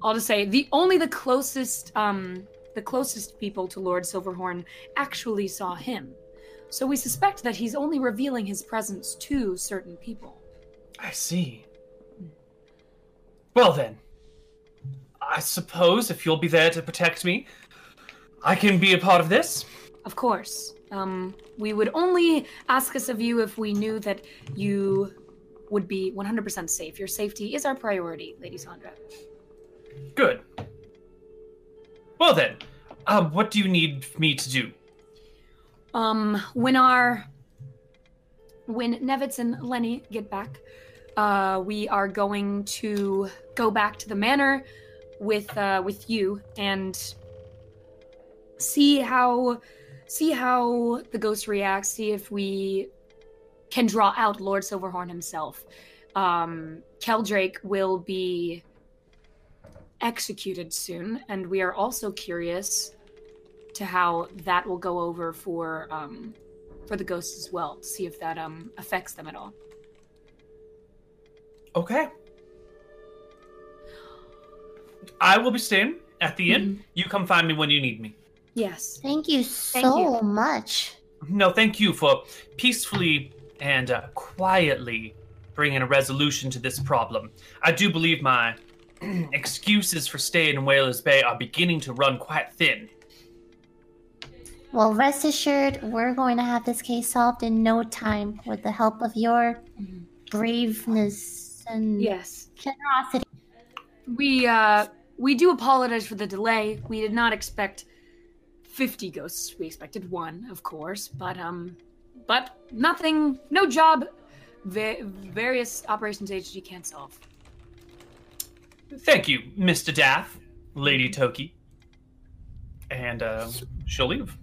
[SPEAKER 2] I'll just say the only the closest, um, the closest people to Lord Silverhorn actually saw him. So we suspect that he's only revealing his presence to certain people.
[SPEAKER 3] I see. Well then, I suppose if you'll be there to protect me, I can be a part of this.
[SPEAKER 2] Of course. Um, we would only ask us of you if we knew that you would be 100% safe. Your safety is our priority, Lady Sandra.
[SPEAKER 3] Good. Well then, um, what do you need me to do?
[SPEAKER 2] Um, when our when Nevitz and Lenny get back, uh, we are going to go back to the manor with uh, with you and see how see how the ghost reacts. See if we can draw out Lord Silverhorn himself. Um, Keldrake will be executed soon, and we are also curious to how that will go over for um for the ghosts as well to see if that um affects them at all
[SPEAKER 3] Okay. I will be staying at the
[SPEAKER 2] Mm-hmm.
[SPEAKER 3] inn. You come find me when you need me.
[SPEAKER 2] yes
[SPEAKER 4] Thank you
[SPEAKER 2] Thank
[SPEAKER 4] so
[SPEAKER 2] you.
[SPEAKER 4] much.
[SPEAKER 3] No, thank you for peacefully and uh, quietly bringing a resolution to this problem. I do believe my excuses for staying in Whalers Bay are beginning to run quite thin.
[SPEAKER 4] Well, rest assured, we're going to have this case solved in no time with the help of your
[SPEAKER 2] Mhm.
[SPEAKER 4] braveness and
[SPEAKER 2] yes
[SPEAKER 4] generosity.
[SPEAKER 2] we uh we do apologize for the delay we did not expect 50 ghosts. We expected one, of course, but um, but nothing, no job. Va- various operations agency can't solve.
[SPEAKER 3] Thank you, Mr. Daff, Lady Toki. And uh, she'll leave.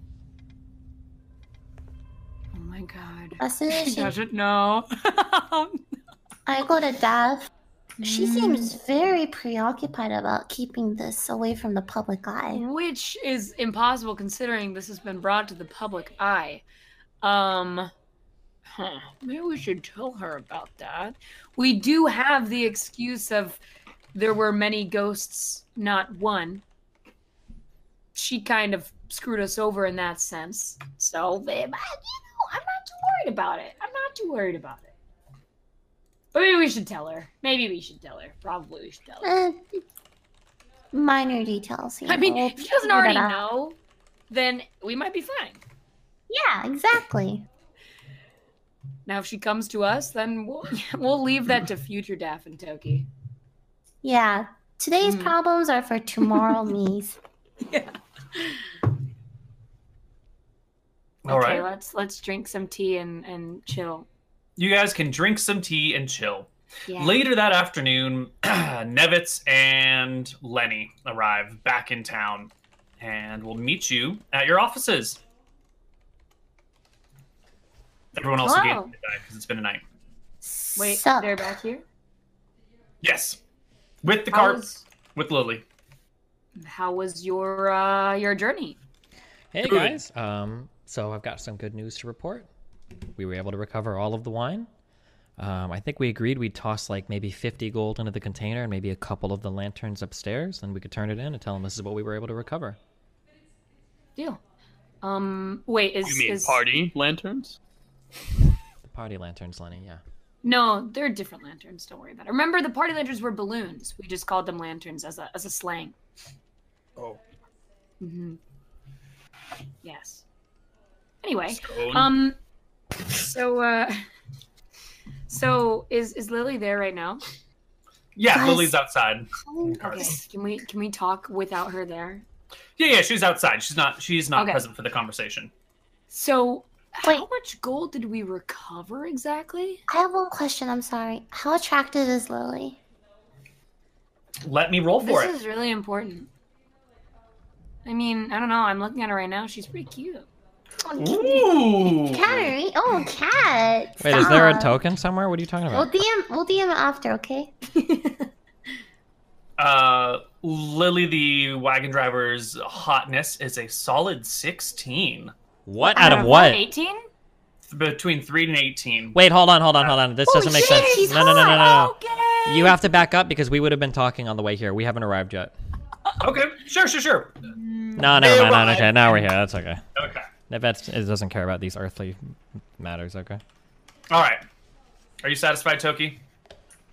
[SPEAKER 2] Oh my god.
[SPEAKER 4] As soon as
[SPEAKER 2] She
[SPEAKER 4] she,
[SPEAKER 2] doesn't know.
[SPEAKER 4] I go to Dav, she seems
[SPEAKER 2] Mm.
[SPEAKER 4] very preoccupied about keeping this away from the public eye.
[SPEAKER 2] Which is impossible considering this has been brought to the public eye. Um, huh. Maybe we should tell her about that. We do have the excuse of there were many ghosts, not one. She kind of screwed us over in that sense. So, they- but, you know, I'm not too worried about it. I'm not too worried about it. But maybe we should tell her. Maybe we should tell her. Probably we should tell her.
[SPEAKER 4] Eh, minor details. you
[SPEAKER 2] I mean,
[SPEAKER 4] know,
[SPEAKER 2] if she doesn't
[SPEAKER 4] figure
[SPEAKER 2] already
[SPEAKER 4] it out.
[SPEAKER 2] know, then we might be fine.
[SPEAKER 4] Yeah, exactly.
[SPEAKER 2] Now, if she comes to us, then we'll, we'll leave that to future Daff and Toki.
[SPEAKER 4] Yeah. Today's
[SPEAKER 2] Mm.
[SPEAKER 4] problems are for tomorrow me's.
[SPEAKER 2] Yeah.
[SPEAKER 3] All
[SPEAKER 2] okay,
[SPEAKER 3] right.
[SPEAKER 2] let's let's drink some tea and and chill.
[SPEAKER 3] You guys can drink some tea and chill.
[SPEAKER 2] Yeah.
[SPEAKER 3] Later that afternoon, Nevitz and Lenny arrive back in town and will meet you at your offices. Everyone else again
[SPEAKER 2] Hello.
[SPEAKER 3] because it's been a night.
[SPEAKER 2] Wait,
[SPEAKER 4] Sup?
[SPEAKER 2] they're back here.
[SPEAKER 3] Yes. With the
[SPEAKER 2] How
[SPEAKER 3] cart,
[SPEAKER 2] was,
[SPEAKER 3] with Lily.
[SPEAKER 2] how was your uh your journey?
[SPEAKER 1] Hey
[SPEAKER 3] Good.
[SPEAKER 1] guys. Um, so I've got some good news to report. We were able to recover all of the wine. Um, I think we agreed we'd toss like maybe 50 gold into the container and maybe a couple of the lanterns upstairs, and we could turn it in and tell them this is what we were able to recover.
[SPEAKER 2] Deal. Um, wait, is
[SPEAKER 5] You mean
[SPEAKER 2] is
[SPEAKER 5] party lanterns?
[SPEAKER 1] The party lanterns, Lenny. Yeah.
[SPEAKER 2] no? They're different lanterns. Don't worry about it. Remember, the party lanterns were balloons. We just called them lanterns as a as a slang.
[SPEAKER 5] Oh,
[SPEAKER 2] hmm Yes. Anyway,
[SPEAKER 5] stone.
[SPEAKER 2] um, so uh, so is is Lily there right now?
[SPEAKER 3] Yeah,
[SPEAKER 4] Guys.
[SPEAKER 3] Lily's outside.
[SPEAKER 4] Calling
[SPEAKER 2] Okay,
[SPEAKER 3] Yes.
[SPEAKER 2] can we can we talk without her there?
[SPEAKER 3] Yeah, yeah, she's outside. She's not she's not
[SPEAKER 2] Okay.
[SPEAKER 3] present for the conversation.
[SPEAKER 2] So, how
[SPEAKER 4] Wait.
[SPEAKER 2] much gold did we recover exactly?
[SPEAKER 4] I have one question. I'm sorry. How attractive is Lily?
[SPEAKER 3] Let me roll for
[SPEAKER 2] this
[SPEAKER 3] it.
[SPEAKER 2] is really important. I mean, I don't know. I'm looking at her right now. She's pretty cute.
[SPEAKER 3] Ooh.
[SPEAKER 4] Cattery? Oh, cat.
[SPEAKER 1] Wait, is there a
[SPEAKER 4] stop.
[SPEAKER 1] token somewhere? What are you talking
[SPEAKER 4] We'll
[SPEAKER 1] about?
[SPEAKER 4] DM. We'll DM after, okay?
[SPEAKER 3] Uh Lily the wagon driver's hotness is a solid 16.
[SPEAKER 1] What out of what?
[SPEAKER 2] 18?
[SPEAKER 3] Between 3 and 18.
[SPEAKER 1] Wait, hold on, hold on, hold on.
[SPEAKER 2] Oh,
[SPEAKER 1] This doesn't make sense.
[SPEAKER 4] she's
[SPEAKER 1] No, no, no, no, no,
[SPEAKER 2] Okay.
[SPEAKER 1] no. You have to back up because we would have been talking on the way here. We haven't arrived yet.
[SPEAKER 3] Okay, sure, sure, sure.
[SPEAKER 1] No,
[SPEAKER 3] They
[SPEAKER 1] never mind.
[SPEAKER 3] arrived.
[SPEAKER 1] Okay, now we're here. That's okay.
[SPEAKER 3] Okay.
[SPEAKER 1] Nevets is- doesn't care about these earthly matters. Okay.
[SPEAKER 3] All right. Are you satisfied, Toki?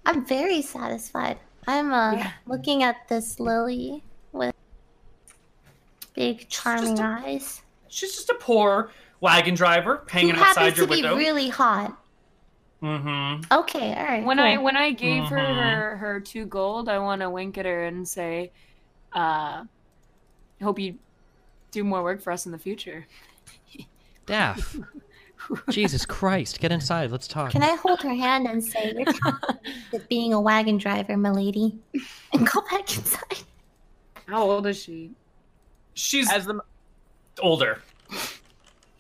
[SPEAKER 4] I'm very satisfied. I'm uh,
[SPEAKER 2] Yeah.
[SPEAKER 4] looking at this Lily with big, charming
[SPEAKER 3] a-
[SPEAKER 4] eyes.
[SPEAKER 3] She's just a poor wagon driver
[SPEAKER 4] Who
[SPEAKER 3] hanging outside
[SPEAKER 4] happens
[SPEAKER 3] your
[SPEAKER 4] to be
[SPEAKER 3] window.
[SPEAKER 4] really hot.
[SPEAKER 3] mm-hmm.
[SPEAKER 4] Okay, all right.
[SPEAKER 2] When
[SPEAKER 4] cool.
[SPEAKER 2] I when I gave
[SPEAKER 3] Mhm.
[SPEAKER 1] Mm-hmm.
[SPEAKER 2] her, her her two gold, I want to wink at her and say, uh, "Hope you do more work for us in the future."
[SPEAKER 1] Daff. Jesus Christ. Get inside. Let's talk.
[SPEAKER 4] Can I hold her hand and say, "You're talented at being a wagon driver, milady," and go back inside?
[SPEAKER 2] How old is she?
[SPEAKER 3] She's
[SPEAKER 5] As the
[SPEAKER 3] older.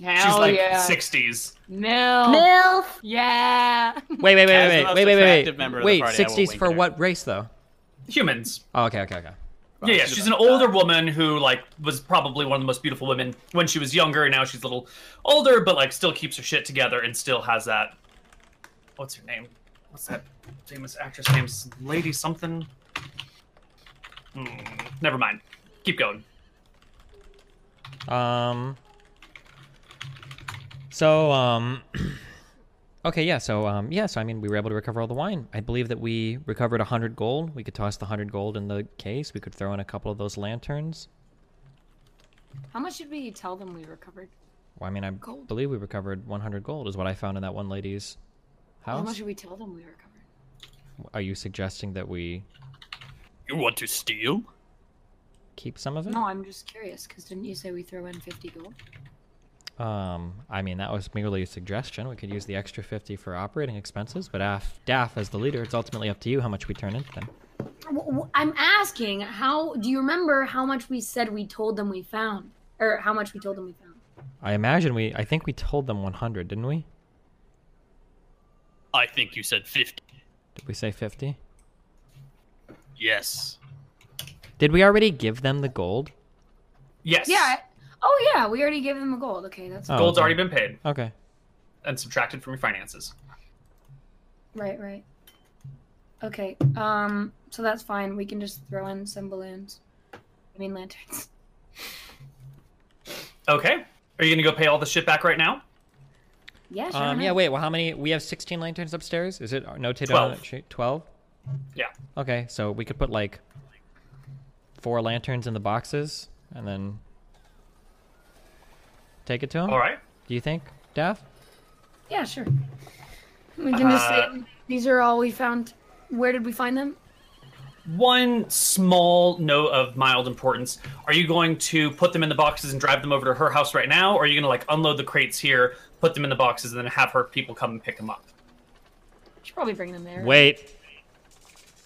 [SPEAKER 2] Hell
[SPEAKER 3] She's like
[SPEAKER 2] yeah.
[SPEAKER 3] 60s. Oh.
[SPEAKER 2] Mil.
[SPEAKER 4] Milf.
[SPEAKER 2] Yeah.
[SPEAKER 1] Wait, wait, wait,
[SPEAKER 5] As the
[SPEAKER 1] wait,
[SPEAKER 5] most
[SPEAKER 1] wait, wait, wait,
[SPEAKER 5] attractive
[SPEAKER 1] wait.
[SPEAKER 5] member of the
[SPEAKER 1] Wait,
[SPEAKER 5] party, I will
[SPEAKER 1] 60s
[SPEAKER 5] wink
[SPEAKER 1] for
[SPEAKER 5] at her.
[SPEAKER 1] what race though?
[SPEAKER 3] Humans.
[SPEAKER 1] Oh, okay, okay, okay.
[SPEAKER 5] Wow,
[SPEAKER 3] Yeah, yeah,
[SPEAKER 5] she's
[SPEAKER 3] she's an
[SPEAKER 5] about
[SPEAKER 3] older
[SPEAKER 5] that.
[SPEAKER 3] woman who like was probably one of the most beautiful women when she was younger, and now she's a little older, but like still keeps her shit together and still has that. What's her name? What's that famous actress name? S- Lady something. Hmm, never mind. Keep going.
[SPEAKER 1] Um. So, um. Okay, yeah. So, um, yeah. So, I mean, we were able to recover all the wine. I believe that we recovered hundred gold. We could toss the hundred gold in the case. We could throw in a couple of those lanterns.
[SPEAKER 2] How much did we tell them we recovered?
[SPEAKER 1] Well, I mean, I
[SPEAKER 2] Gold.
[SPEAKER 1] believe we recovered one hundred gold. Is what I found in that one lady's
[SPEAKER 2] How much
[SPEAKER 1] house.
[SPEAKER 2] did we tell them we recovered?
[SPEAKER 1] Are you suggesting that we?
[SPEAKER 5] You want to steal?
[SPEAKER 1] keep some of it.
[SPEAKER 2] No, I'm just curious because didn't you say we throw in 50 gold?
[SPEAKER 1] Um, I mean, that was merely a suggestion. We could use the extra 50 for operating expenses, but af- Daff, as the leader, it's ultimately up to you how much we turn into them.
[SPEAKER 2] W- w- I'm asking, how do you remember how much we said we told them we found, or how much we told them we found?
[SPEAKER 1] I imagine we, I think we told them 100, didn't we?
[SPEAKER 5] I think you said 50.
[SPEAKER 1] Did we say 50?
[SPEAKER 5] Yes.
[SPEAKER 1] Did we already give them the gold?
[SPEAKER 3] Yes.
[SPEAKER 2] Yeah. Oh yeah, we already gave them a gold. Okay, that's
[SPEAKER 1] Oh,
[SPEAKER 3] Gold's
[SPEAKER 1] okay.
[SPEAKER 3] already been paid
[SPEAKER 1] Okay.
[SPEAKER 3] and subtracted from your finances.
[SPEAKER 2] right, right. Okay. Um. So that's fine. We can just throw in some balloons. I mean lanterns.
[SPEAKER 3] Okay. Are you gonna go pay all the shit back right now?
[SPEAKER 2] Yeah. Sure.
[SPEAKER 1] Um,
[SPEAKER 2] why
[SPEAKER 1] yeah,
[SPEAKER 2] not?
[SPEAKER 1] wait, well, how many? We have 16 lanterns upstairs? Is it notated on
[SPEAKER 3] Twelve.
[SPEAKER 1] the sheet? 12?
[SPEAKER 3] Yeah.
[SPEAKER 1] Okay, so we could put like four lanterns in the boxes and then take it to them?
[SPEAKER 3] All right.
[SPEAKER 1] Do you think, Daff?
[SPEAKER 2] Yeah. Sure. We can just say these are all we found. Where did we find them?
[SPEAKER 3] One small note of mild importance. Are you going to put them in the boxes and drive them over to her house right now, or are you gonna like unload the crates here, put them in the boxes, and then have her people come and pick them up?
[SPEAKER 2] Should probably bring them there.
[SPEAKER 1] Wait.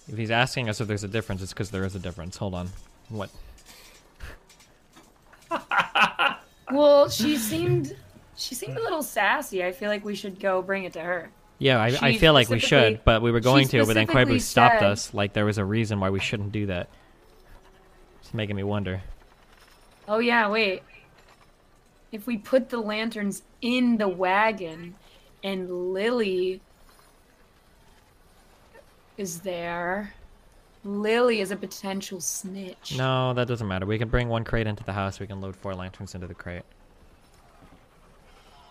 [SPEAKER 1] If he's asking us if there's a difference, it's because there is a difference. Hold on. What?
[SPEAKER 2] Well, she seemed she seemed a little sassy. I feel like we should go bring it to her.
[SPEAKER 1] Yeah, I, I
[SPEAKER 2] She
[SPEAKER 1] feel like we
[SPEAKER 2] specifically-
[SPEAKER 1] should, but we were
[SPEAKER 2] she
[SPEAKER 1] going to, but then
[SPEAKER 2] specifically
[SPEAKER 1] Koibu stopped
[SPEAKER 2] said-
[SPEAKER 1] us. Like there was a reason why we shouldn't do that. It's making me wonder.
[SPEAKER 2] Oh yeah, wait. If we put the lanterns in the wagon and Lily is there, Lily is a potential snitch.
[SPEAKER 1] No, that doesn't matter. We can bring one crate into the house. We can load four lanterns into the crate.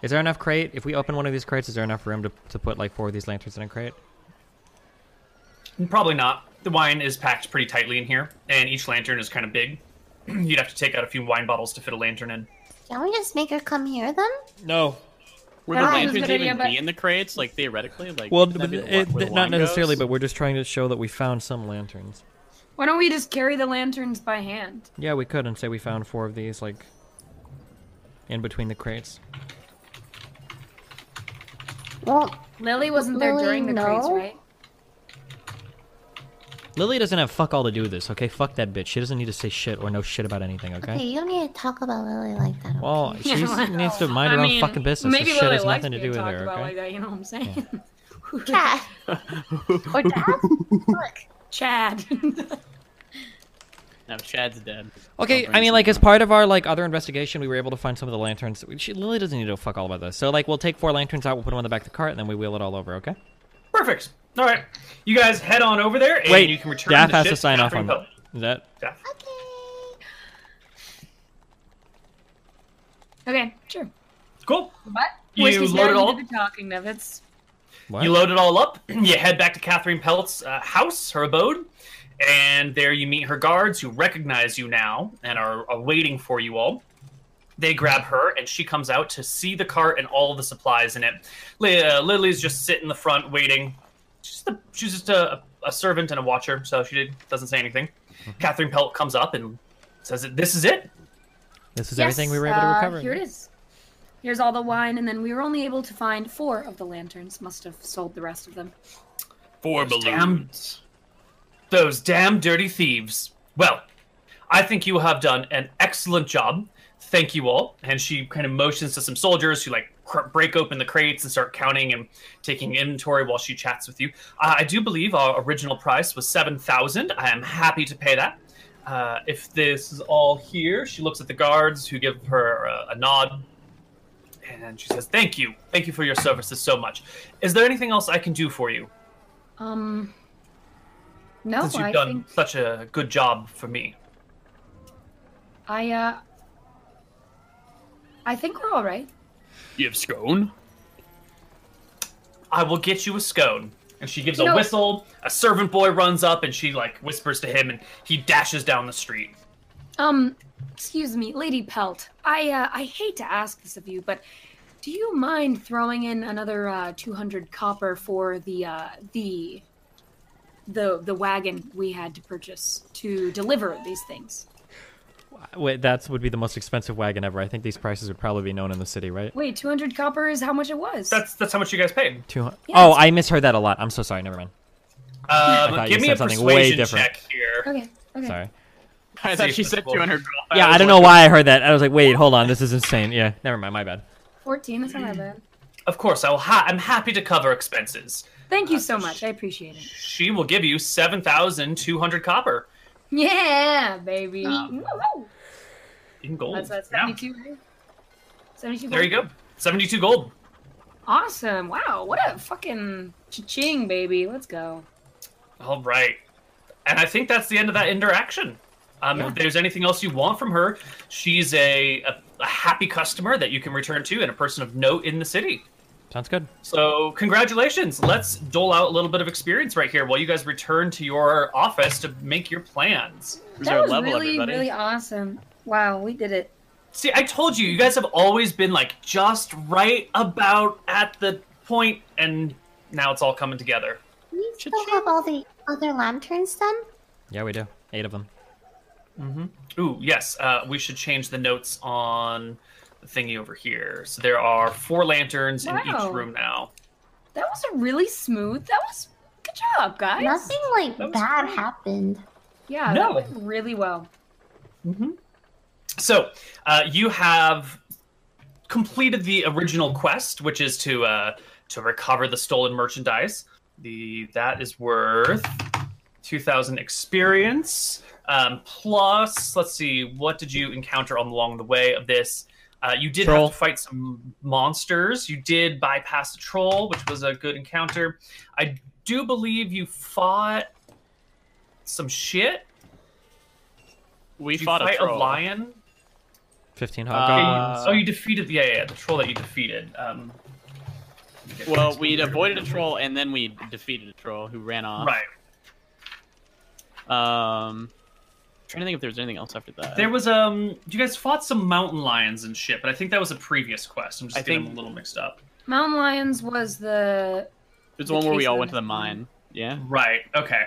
[SPEAKER 1] Is there enough crate? If we open one of these crates, is there enough room to, to put like four of these lanterns in a crate?
[SPEAKER 3] Probably not. The wine is packed pretty tightly in here, and each lantern is kind of big. You'd have to take out a few wine bottles to fit a lantern in.
[SPEAKER 4] Can we just make her come here then?
[SPEAKER 1] No.
[SPEAKER 5] Were
[SPEAKER 2] I
[SPEAKER 5] the
[SPEAKER 2] don't think it's a
[SPEAKER 5] lanterns
[SPEAKER 2] good idea,
[SPEAKER 5] even
[SPEAKER 2] but-
[SPEAKER 5] be in the crates, like theoretically? Like,
[SPEAKER 1] Well,
[SPEAKER 5] wouldn't that
[SPEAKER 1] but
[SPEAKER 5] be the
[SPEAKER 1] it,
[SPEAKER 5] wa- where the
[SPEAKER 1] not
[SPEAKER 5] wine
[SPEAKER 1] necessarily,
[SPEAKER 5] goes?
[SPEAKER 1] but we're just trying to show that we found some lanterns.
[SPEAKER 2] Why don't we just carry the lanterns by hand?
[SPEAKER 1] Yeah, we could and say we found four of these, like, in between the crates.
[SPEAKER 4] Well,
[SPEAKER 2] Lily wasn't there
[SPEAKER 4] Lily,
[SPEAKER 2] during the crates,
[SPEAKER 4] no.
[SPEAKER 2] right?
[SPEAKER 1] Lily doesn't have fuck all to do with this, okay? Fuck that bitch. She doesn't need to say shit or know shit about anything, okay?
[SPEAKER 4] okay, you don't need to talk about Lily like that.
[SPEAKER 1] Well,
[SPEAKER 2] Yeah,
[SPEAKER 1] she
[SPEAKER 2] well,
[SPEAKER 1] needs to mind her
[SPEAKER 2] I
[SPEAKER 1] own
[SPEAKER 2] mean,
[SPEAKER 1] fucking business.
[SPEAKER 2] Maybe
[SPEAKER 1] this shit
[SPEAKER 2] Lily
[SPEAKER 1] has
[SPEAKER 2] likes
[SPEAKER 1] nothing to do
[SPEAKER 2] being
[SPEAKER 1] with
[SPEAKER 2] talked
[SPEAKER 1] her,
[SPEAKER 2] about
[SPEAKER 1] okay?
[SPEAKER 2] like that, you know what I'm saying?
[SPEAKER 4] Chad. or Dad. Look,
[SPEAKER 2] Chad.
[SPEAKER 5] No, Chad's dead.
[SPEAKER 1] Okay,
[SPEAKER 5] Don't
[SPEAKER 1] I
[SPEAKER 5] bring
[SPEAKER 1] mean,
[SPEAKER 5] some
[SPEAKER 1] like as
[SPEAKER 5] wine.
[SPEAKER 1] part of our like other investigation, we were able to find some of the lanterns. She, Lily doesn't need to fuck all about this. So like, we'll take four lanterns out, we'll put them on the back of the cart, and then we wheel it all over. Okay.
[SPEAKER 3] Perfect. All right. You guys head on over there, and
[SPEAKER 1] Wait,
[SPEAKER 3] you can return
[SPEAKER 1] Daff
[SPEAKER 3] the
[SPEAKER 1] has
[SPEAKER 3] shit
[SPEAKER 1] to sign off
[SPEAKER 3] after
[SPEAKER 1] on
[SPEAKER 3] you help.
[SPEAKER 1] that. Is that
[SPEAKER 3] Daff.
[SPEAKER 4] okay.
[SPEAKER 2] okay, sure.
[SPEAKER 3] Cool.
[SPEAKER 2] But
[SPEAKER 3] You
[SPEAKER 2] Whiskey's
[SPEAKER 3] load it
[SPEAKER 2] not
[SPEAKER 3] all?
[SPEAKER 2] into the talking nuggets.
[SPEAKER 1] what?
[SPEAKER 3] You load it all up. You head back to Catherine Pelt's uh, house, her abode, and there you meet her guards, who recognize you now and are, are waiting for you all. They grab her, and she comes out to see the cart and all the supplies in it. Li- uh, Lily's just sitting in the front waiting. She's just a, she's just a, a servant and a watcher, so she did, doesn't say anything. Catherine Pelt comes up and says, "This is it.
[SPEAKER 1] this is
[SPEAKER 2] Yes,
[SPEAKER 1] everything we were able to
[SPEAKER 2] uh,
[SPEAKER 1] recover.
[SPEAKER 2] Here it is. Here's all the wine, and then we were only able to find four of the lanterns. Must have sold the rest of them.
[SPEAKER 5] Four
[SPEAKER 3] balloons. Those damn dirty thieves. Well, I think you have done an excellent job. Thank you all. And she kind of motions to some soldiers who like cr- break open the crates and start counting and taking inventory while she chats with you. Uh, I do believe our original price was 7,000. I am happy to pay that. Uh, if this is all here, she looks at the guards who give her uh, a nod. And she says, Thank you. Thank you for your services so much. Is there anything else I can do for you?
[SPEAKER 2] Um. No,
[SPEAKER 3] since you've
[SPEAKER 2] Oh, I
[SPEAKER 3] done
[SPEAKER 2] think
[SPEAKER 3] such a good job for me.
[SPEAKER 2] I. uh... I think we're all right.
[SPEAKER 5] You have scone?
[SPEAKER 3] I will get you a scone. And she gives a
[SPEAKER 2] No.
[SPEAKER 3] whistle. A servant boy runs up and she like whispers to him, and he dashes down the street.
[SPEAKER 2] Um, excuse me, Lady Pelt. I uh, I hate to ask this of you, but do you mind throwing in another uh, 200 copper for the uh, the the the wagon we had to purchase to deliver these things?
[SPEAKER 1] Wait, that would be the most expensive wagon ever. I think these prices would probably be known in the city, right?
[SPEAKER 2] Wait, 200 copper is how much it was.
[SPEAKER 3] That's that's how much you guys paid.
[SPEAKER 1] Two hundred.
[SPEAKER 2] Yeah,
[SPEAKER 1] Oh,
[SPEAKER 2] that's-
[SPEAKER 1] I misheard that a lot. I'm so sorry. Never mind.
[SPEAKER 3] Um,
[SPEAKER 1] thought
[SPEAKER 3] give
[SPEAKER 1] you
[SPEAKER 3] me
[SPEAKER 1] said
[SPEAKER 3] a
[SPEAKER 1] something way
[SPEAKER 3] persuasion
[SPEAKER 1] different.
[SPEAKER 3] check here.
[SPEAKER 2] okay. Okay.
[SPEAKER 1] Sorry.
[SPEAKER 5] I thought she said
[SPEAKER 3] Feasible.
[SPEAKER 5] 200.
[SPEAKER 1] Yeah, I don't know why I heard that. I was like, wait, hold on, this is insane. Yeah, never mind. My bad.
[SPEAKER 2] 14. That's not that bad.
[SPEAKER 3] Of course, I will. Ha- I'm happy to cover expenses.
[SPEAKER 2] Thank you so much. I appreciate it.
[SPEAKER 3] She will give you seven thousand two hundred copper
[SPEAKER 2] Yeah, baby.
[SPEAKER 5] Um,
[SPEAKER 2] Woo-hoo.
[SPEAKER 3] in gold.
[SPEAKER 2] That's that's
[SPEAKER 3] Yeah.
[SPEAKER 2] 72. right? 72.
[SPEAKER 3] There you go. Seventy-two gold.
[SPEAKER 2] Awesome. Wow. What a fucking cha-ching, baby. Let's go.
[SPEAKER 3] All right. And I think that's the end of that interaction. Um, If there's anything else you want from her, she's a, a, a happy customer that you can return to and a person of note in the city.
[SPEAKER 1] Sounds good.
[SPEAKER 3] So, congratulations. Let's dole out a little bit of experience right here while you guys return to your office to make your plans.
[SPEAKER 5] Who's
[SPEAKER 2] that
[SPEAKER 5] our
[SPEAKER 2] was
[SPEAKER 5] level,
[SPEAKER 2] really,
[SPEAKER 5] everybody?
[SPEAKER 2] really awesome. Wow, we did it.
[SPEAKER 3] See, I told you, you guys have always been like just right about at the point, and now it's all coming together.
[SPEAKER 4] We still have all the other lanterns then?
[SPEAKER 1] Yeah, we do. Eight of them.
[SPEAKER 3] Ooh, yes. Uh, we should change the notes on the thingy over here. So there are four lanterns in
[SPEAKER 2] Wow.
[SPEAKER 3] each room now.
[SPEAKER 2] That was a really smooth. That was good job, guys.
[SPEAKER 4] Nothing like
[SPEAKER 3] That was
[SPEAKER 4] bad
[SPEAKER 3] great.
[SPEAKER 4] happened.
[SPEAKER 2] Yeah,
[SPEAKER 3] No.
[SPEAKER 2] that went really well.
[SPEAKER 3] So uh, you have completed the original quest, which is to uh, to recover the stolen merchandise. The that is worth two thousand experience. Um, plus, let's see, what did you encounter on along the way of this? Uh, you did
[SPEAKER 1] Troll.
[SPEAKER 3] have to fight some monsters. You did bypass a troll, which was a good encounter. I do believe you fought some shit.
[SPEAKER 5] We
[SPEAKER 3] Did you
[SPEAKER 5] fought
[SPEAKER 3] fight
[SPEAKER 5] a troll.
[SPEAKER 3] lion.
[SPEAKER 1] Fifteen
[SPEAKER 3] Okay, you-
[SPEAKER 1] hobgoblins.
[SPEAKER 5] Uh,
[SPEAKER 3] oh, you defeated the yeah, yeah, yeah, the troll that you defeated. Um,
[SPEAKER 5] Well, we avoided a troll and then we defeated a troll who ran off.
[SPEAKER 3] right.
[SPEAKER 5] Um, trying to think if there was anything else after that.
[SPEAKER 3] There was um, you guys fought some mountain lions and shit, but I think that was a previous quest. I'm just
[SPEAKER 5] I
[SPEAKER 3] getting
[SPEAKER 5] think-
[SPEAKER 3] a little mixed up.
[SPEAKER 2] Mountain Lions was the
[SPEAKER 5] There's one where we
[SPEAKER 2] case
[SPEAKER 5] all
[SPEAKER 2] of
[SPEAKER 5] went to
[SPEAKER 2] the
[SPEAKER 5] the mine. Yeah.
[SPEAKER 3] Right. Okay.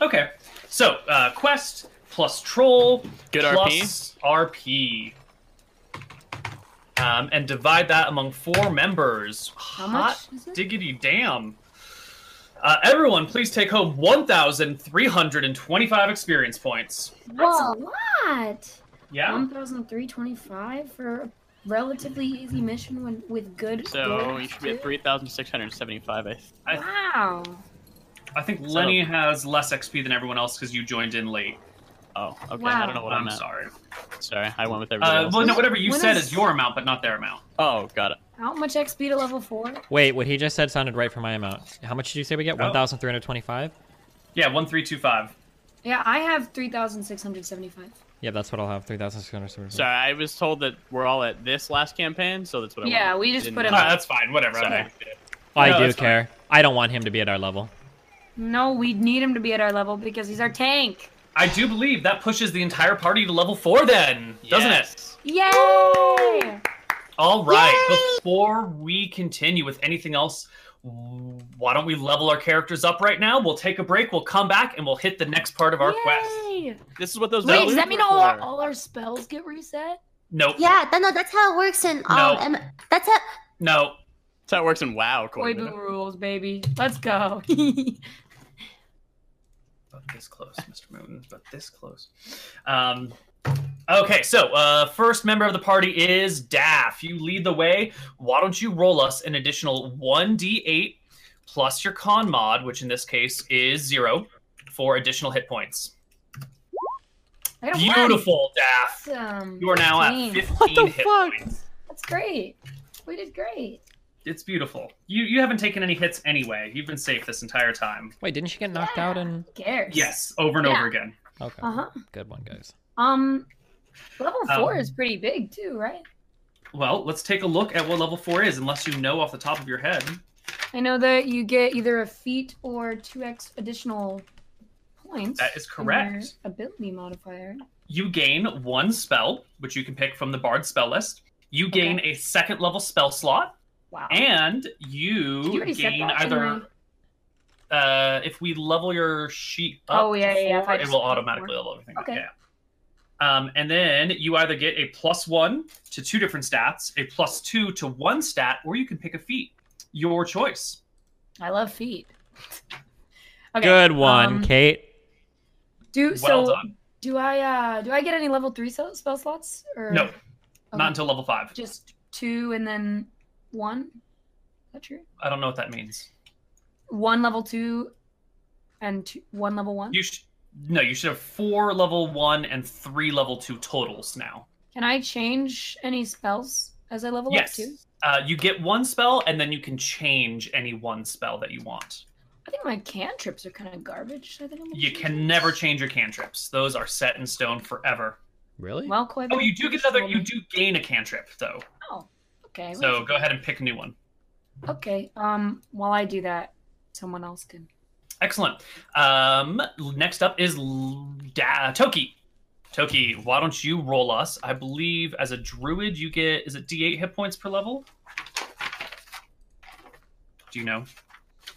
[SPEAKER 3] Okay. So uh, quest plus troll
[SPEAKER 5] Good
[SPEAKER 3] plus RP. Um, and divide that among four members.
[SPEAKER 2] how
[SPEAKER 3] Hot
[SPEAKER 2] much is it?
[SPEAKER 3] Diggity damn. Uh, everyone, please take home 1,325 experience points.
[SPEAKER 2] That's
[SPEAKER 4] Whoa.
[SPEAKER 2] a lot.
[SPEAKER 3] Yeah.
[SPEAKER 5] Hmm?
[SPEAKER 2] 1,325 for a relatively easy mission when, with good.
[SPEAKER 5] So
[SPEAKER 2] rolls,
[SPEAKER 5] you should be at
[SPEAKER 2] too?
[SPEAKER 5] 3,675. I th-
[SPEAKER 3] I-
[SPEAKER 2] Wow.
[SPEAKER 3] I think Lenny has less XP than everyone else because you joined in late.
[SPEAKER 5] oh, okay. I
[SPEAKER 2] Wow.
[SPEAKER 5] don't know what
[SPEAKER 3] I'm
[SPEAKER 5] I'm at.
[SPEAKER 3] sorry.
[SPEAKER 5] Sorry, I went with everybody
[SPEAKER 3] Uh,
[SPEAKER 5] else.
[SPEAKER 3] well, no, whatever you
[SPEAKER 2] When
[SPEAKER 3] said
[SPEAKER 2] is-
[SPEAKER 3] is your amount, but not their amount.
[SPEAKER 5] Oh, got it.
[SPEAKER 2] How much XP to level four?
[SPEAKER 1] Wait, what he just said sounded right for my amount. How much did you say we get?
[SPEAKER 3] Oh.
[SPEAKER 1] One thousand three hundred twenty-five.
[SPEAKER 3] Yeah, one three two five.
[SPEAKER 2] Yeah, I have 3,675.
[SPEAKER 1] Yeah, that's what I'll have. Three thousand six hundred.
[SPEAKER 5] Sorry, I was told that we're all at this last campaign, so that's what I
[SPEAKER 2] Yeah,
[SPEAKER 5] went with.
[SPEAKER 2] we just
[SPEAKER 5] Didn't
[SPEAKER 2] put
[SPEAKER 5] know.
[SPEAKER 2] it
[SPEAKER 3] Alright, that's fine. Whatever. I
[SPEAKER 5] Sorry.
[SPEAKER 3] don't give a shit.
[SPEAKER 1] I
[SPEAKER 3] No,
[SPEAKER 1] do
[SPEAKER 3] that's fine.
[SPEAKER 1] care. I don't want him to be at our level.
[SPEAKER 2] No, we need him to be at our level because he's our tank.
[SPEAKER 3] I do believe that pushes the entire party to level four, then,
[SPEAKER 6] Uh,
[SPEAKER 3] doesn't it?
[SPEAKER 5] Yes.
[SPEAKER 2] Yay!
[SPEAKER 3] All right. Before we continue with anything else, why don't we level our characters up right now? We'll take a break. We'll come back and we'll hit the next part of our quest.
[SPEAKER 2] Yay!
[SPEAKER 5] This is what those
[SPEAKER 2] Wait, does
[SPEAKER 5] values
[SPEAKER 2] that mean
[SPEAKER 5] were
[SPEAKER 2] all our,
[SPEAKER 5] for.
[SPEAKER 2] all our spells get reset?
[SPEAKER 3] Nope.
[SPEAKER 4] Yeah, that, no, that's how it works in um,
[SPEAKER 3] No.
[SPEAKER 4] M- that's how
[SPEAKER 3] No.
[SPEAKER 5] That's how it works in WoW, Corbin.
[SPEAKER 2] Koibu rules, baby. Let's go.
[SPEAKER 3] But this close, Mr. Moon. But this close. Um, okay, so uh, first member of the party is Daff. You lead the way. Why don't you roll us an additional 1d8 plus your con mod, which in this case is zero, for additional hit points.
[SPEAKER 2] I got a one.
[SPEAKER 3] Beautiful, Daff.
[SPEAKER 2] Awesome.
[SPEAKER 3] You are now at
[SPEAKER 2] Dang,
[SPEAKER 3] 15 hit points.
[SPEAKER 2] That's great. We did great.
[SPEAKER 3] It's beautiful. You you haven't taken any hits anyway. You've been safe this entire time.
[SPEAKER 1] Wait, didn't she get knocked out? And
[SPEAKER 2] Who cares?
[SPEAKER 3] Yes, over and
[SPEAKER 2] Yeah.
[SPEAKER 3] over again.
[SPEAKER 1] okay,
[SPEAKER 2] Uh huh.
[SPEAKER 1] good one, guys.
[SPEAKER 2] Um, level
[SPEAKER 3] Um,
[SPEAKER 2] four is pretty big too, right?
[SPEAKER 3] Well, let's take a look at what level 4 is unless you know off the top of your head.
[SPEAKER 2] I know that you get either a feat or two x additional points.
[SPEAKER 3] That is
[SPEAKER 2] in your
[SPEAKER 3] correct.
[SPEAKER 2] ability modifier.
[SPEAKER 3] You gain one spell, which you can pick from the Bard spell list. You gain a second level spell slot,
[SPEAKER 2] Wow.
[SPEAKER 3] and
[SPEAKER 2] You
[SPEAKER 3] you
[SPEAKER 2] already said
[SPEAKER 3] gain
[SPEAKER 2] that, didn't
[SPEAKER 3] either. Uh, if we level your sheet up,
[SPEAKER 2] Oh, yeah, yeah, yeah, if I
[SPEAKER 3] before, it
[SPEAKER 2] just
[SPEAKER 3] will
[SPEAKER 2] level
[SPEAKER 3] automatically level everything. up,
[SPEAKER 2] Okay.
[SPEAKER 3] Yeah. Um, and then you either get a plus one to two different stats, a plus two to one stat, or you can pick a feat. Your choice.
[SPEAKER 2] I love feet. Okay,
[SPEAKER 1] Good one,
[SPEAKER 2] um,
[SPEAKER 1] Kate.
[SPEAKER 2] Do so.
[SPEAKER 3] Well done.
[SPEAKER 2] Do I uh do I get any level three so- spell slots or
[SPEAKER 3] No,
[SPEAKER 2] Okay.
[SPEAKER 3] not until level five.
[SPEAKER 2] just two and then one. Is that true?
[SPEAKER 3] I don't know what that means.
[SPEAKER 2] One level two, and two, one level one.
[SPEAKER 3] You sh- no, you should have four level one and three level two totals now.
[SPEAKER 2] Can I change any spells as I level
[SPEAKER 3] yes,
[SPEAKER 2] up too?
[SPEAKER 3] uh, you get one spell, and then you can change any one spell that you want.
[SPEAKER 2] I think my cantrips are kind of garbage. I think I'm gonna
[SPEAKER 3] You
[SPEAKER 2] change
[SPEAKER 3] can
[SPEAKER 2] those.
[SPEAKER 3] never change your cantrips; those are set in stone forever.
[SPEAKER 1] Really?
[SPEAKER 2] Well, quite
[SPEAKER 3] Oh, you do get another. You do gain a cantrip though.
[SPEAKER 2] Okay.
[SPEAKER 3] So go ahead and pick a new one.
[SPEAKER 2] Okay. Um. While I do that, someone else can.
[SPEAKER 3] Excellent. Um, next up is L- da- Toki. Toki, why don't you roll us? I believe as a druid you get is it D8 hit points per level? Do you know?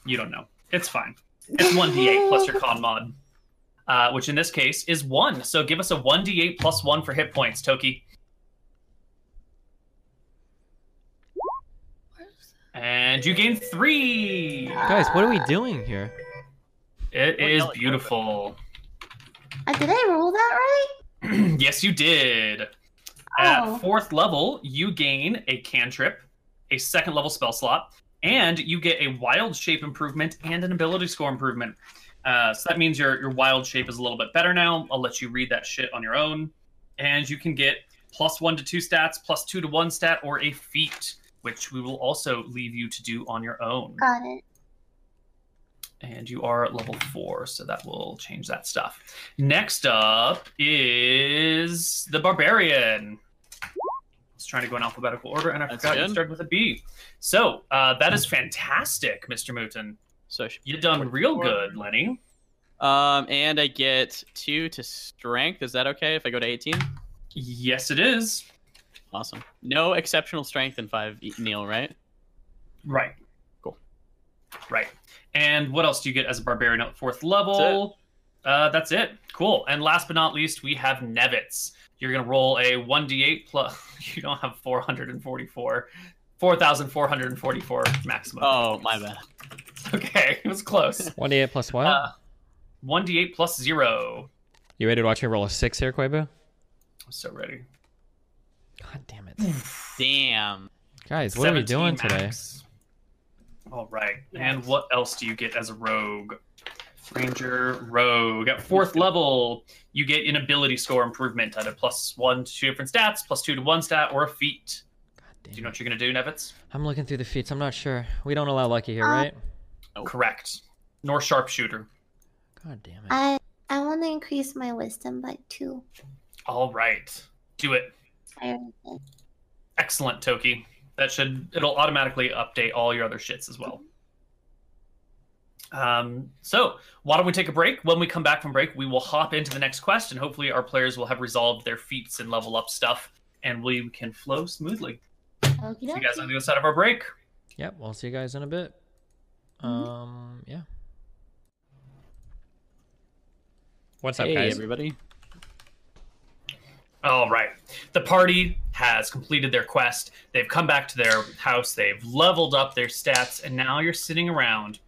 [SPEAKER 3] You don't know. It's fine. It's one D8 plus your con mod, uh, which in this case is one. So give us a one D8 plus one for hit points, Toki. And you gain three.
[SPEAKER 1] Guys, what are we doing here?
[SPEAKER 3] It
[SPEAKER 5] Well,
[SPEAKER 3] is
[SPEAKER 5] y'all are
[SPEAKER 3] beautiful.
[SPEAKER 4] Uh, did I roll that right?
[SPEAKER 3] yes, you did.
[SPEAKER 4] Oh.
[SPEAKER 3] At fourth level, you gain a cantrip, a second level spell slot, and you get a wild shape improvement and an ability score improvement. Uh, so that means your your wild shape is a little bit better now. I'll let you read that shit on your own, and you can get plus one to two stats, plus two to one stat, or a feat, which we will also leave you to do on your own.
[SPEAKER 4] Got it.
[SPEAKER 3] and you are at level four, so that will change that stuff. Next up is the barbarian. I was trying to go in alphabetical order, and I
[SPEAKER 5] That's
[SPEAKER 3] forgot you
[SPEAKER 5] good.
[SPEAKER 3] started with a B. So uh, that is fantastic, Mister Mooten.
[SPEAKER 5] So I should-
[SPEAKER 3] You done real
[SPEAKER 5] 44.
[SPEAKER 3] good, Lenny.
[SPEAKER 5] um, and I get two to strength. Is that okay if I go to 18?
[SPEAKER 3] Yes, it is.
[SPEAKER 5] Awesome. No exceptional strength in five, e- Neil. Right?
[SPEAKER 3] Right.
[SPEAKER 5] Cool.
[SPEAKER 3] Right. And what else do you get as a barbarian at fourth level? Uh, that's it. Cool. And last but not least, we have Nevitz. You're gonna roll a 1d8 plus. You don't have 444, 4,444 maximum.
[SPEAKER 5] Oh, my bad.
[SPEAKER 3] Okay, it was close.
[SPEAKER 1] One D eight plus what?
[SPEAKER 3] Uh, 1d8 plus zero.
[SPEAKER 1] you ready to watch me roll a six here, Quavo?
[SPEAKER 3] I'm so ready.
[SPEAKER 1] God damn it.
[SPEAKER 5] Damn.
[SPEAKER 1] Guys, what are we
[SPEAKER 3] 17
[SPEAKER 1] doing today?
[SPEAKER 3] max. All right. And what else do you get as a rogue? Ranger rogue. At fourth level, you get an ability score improvement at a plus one to two different stats, plus two to one stat, or a feat. Do you know what you're gonna do, Nevitz?
[SPEAKER 1] I'm looking through the feats. I'm not sure. We don't allow lucky here,
[SPEAKER 4] Uh,
[SPEAKER 1] right?
[SPEAKER 5] Nope.
[SPEAKER 3] Correct. Nor sharpshooter.
[SPEAKER 1] God damn it.
[SPEAKER 4] I I want to increase my wisdom by two.
[SPEAKER 3] All right. Do it.
[SPEAKER 4] I already did.
[SPEAKER 3] Excellent, Toki. That should it'll automatically update all your other shits as well. Um, so why don't we take a break? When we come back from break, we will hop into the next quest, and hopefully our players will have resolved their feats and level up stuff, and we can flow smoothly.
[SPEAKER 4] Okie
[SPEAKER 3] See you guys
[SPEAKER 4] dokie.
[SPEAKER 3] on the other side of our break.
[SPEAKER 1] Yep, we'll see you guys in a bit. Um, yeah. What's up,
[SPEAKER 5] hey,
[SPEAKER 1] guys?
[SPEAKER 5] everybody.
[SPEAKER 3] All right. The party has completed their quest. They've come back to their house. They've leveled up their stats. And now you're sitting around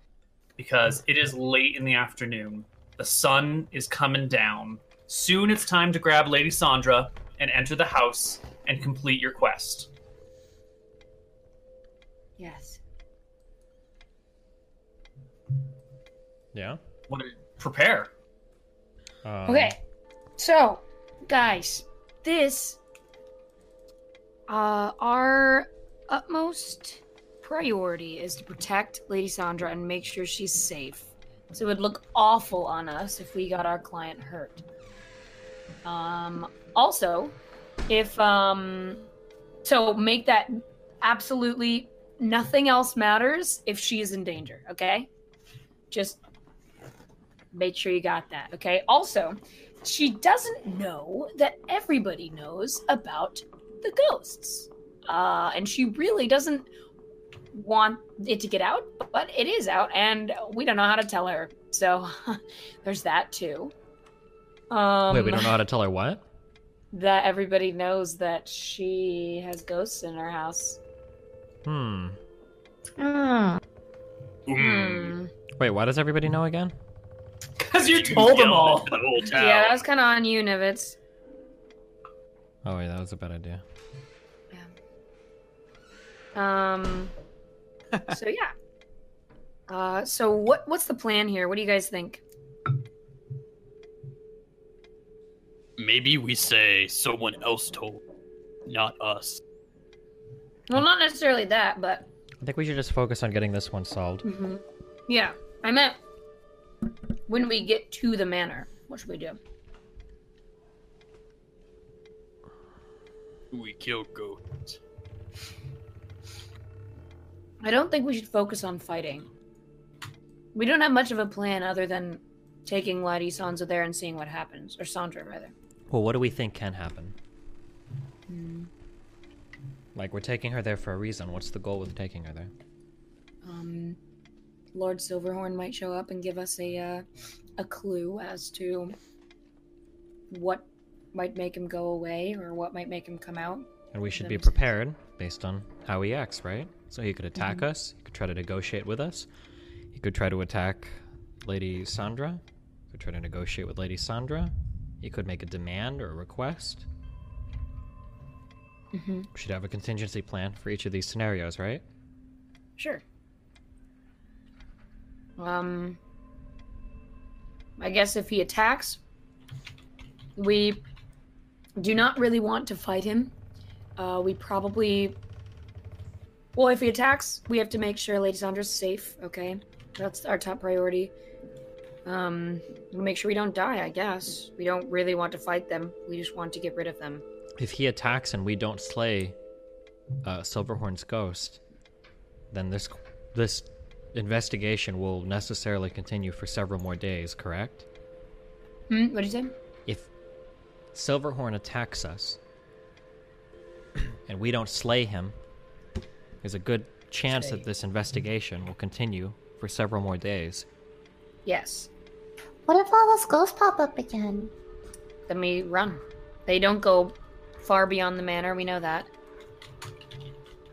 [SPEAKER 3] because it is late in the afternoon. The sun is coming down. Soon it's time to grab Lady Sandra and enter the house and complete your quest.
[SPEAKER 2] Yes.
[SPEAKER 1] Yeah.
[SPEAKER 3] What do you- prepare?
[SPEAKER 1] Um,
[SPEAKER 2] Okay. So, guys, this uh our utmost priority is to protect Lady Sandra and make sure she's safe. So it would look awful on us if we got our client hurt. Um also, if um so make that absolutely nothing else matters if she is in danger, okay? Just make sure you got that, okay? Also, she doesn't know that everybody knows about the ghosts. Uh, and she really doesn't want it to get out, but it is out, and we don't know how to tell her. So there's that too. Um,
[SPEAKER 1] Wait, we don't know how to tell her what?
[SPEAKER 2] that everybody knows that she has ghosts in her house.
[SPEAKER 1] Hmm.
[SPEAKER 4] Mm.
[SPEAKER 2] Hmm.
[SPEAKER 1] Wait, why does everybody know again?
[SPEAKER 3] Because you told them
[SPEAKER 6] yelled
[SPEAKER 3] all.
[SPEAKER 6] into The whole town.
[SPEAKER 2] Yeah, that was kind of on you, Nivitz.
[SPEAKER 1] Oh wait, that was a bad idea.
[SPEAKER 2] Um. so yeah. Uh, so what what's the plan here? What do you guys think?
[SPEAKER 6] Maybe we say someone else told, not us.
[SPEAKER 2] Well, not necessarily that, but
[SPEAKER 1] I think we should just focus on getting this one solved.
[SPEAKER 2] Mhm. yeah, I meant when we get to the manor, what should we do?
[SPEAKER 6] We killed goats.
[SPEAKER 2] I don't think we should focus on fighting. We don't have much of a plan other than taking Lady Sansa there and seeing what happens, or Sandra rather.
[SPEAKER 1] Well, what do we think can happen? Like we're taking her there for a reason. What's the goal with taking her there?
[SPEAKER 2] Um, Lord Silverhorn might show up and give us a uh, a clue as to what might make him go away or what might make him come out.
[SPEAKER 1] And we should be
[SPEAKER 2] That makes sense.
[SPEAKER 1] prepared based on how he acts, right? So he could attack
[SPEAKER 2] Mm-hmm.
[SPEAKER 1] us, he could try to negotiate with us, he could try to attack Lady Sandra, he could try to negotiate with Lady Sandra, he could make a demand or a request.
[SPEAKER 2] Mm-hmm.
[SPEAKER 1] We should have a contingency plan for each of these scenarios, right?
[SPEAKER 2] Sure. Um, I guess if he attacks, we do not really want to fight him. Uh, we probably. Well, if he attacks, we have to make sure Lady Sandra's safe, okay? That's our top priority. Um, we make sure we don't die, I guess. We don't really want to fight them. We just want to get rid of them.
[SPEAKER 1] If he attacks and we don't slay uh, Silverhorn's ghost, then this this investigation will necessarily continue for several more days, correct?
[SPEAKER 2] Hmm? What did you say?
[SPEAKER 1] if Silverhorn attacks us and we don't slay him, there's a good chance that this investigation will continue for several more days.
[SPEAKER 2] Yes.
[SPEAKER 4] What if all those ghosts pop up again?
[SPEAKER 2] Then we run. They don't go far beyond the manor, we know that.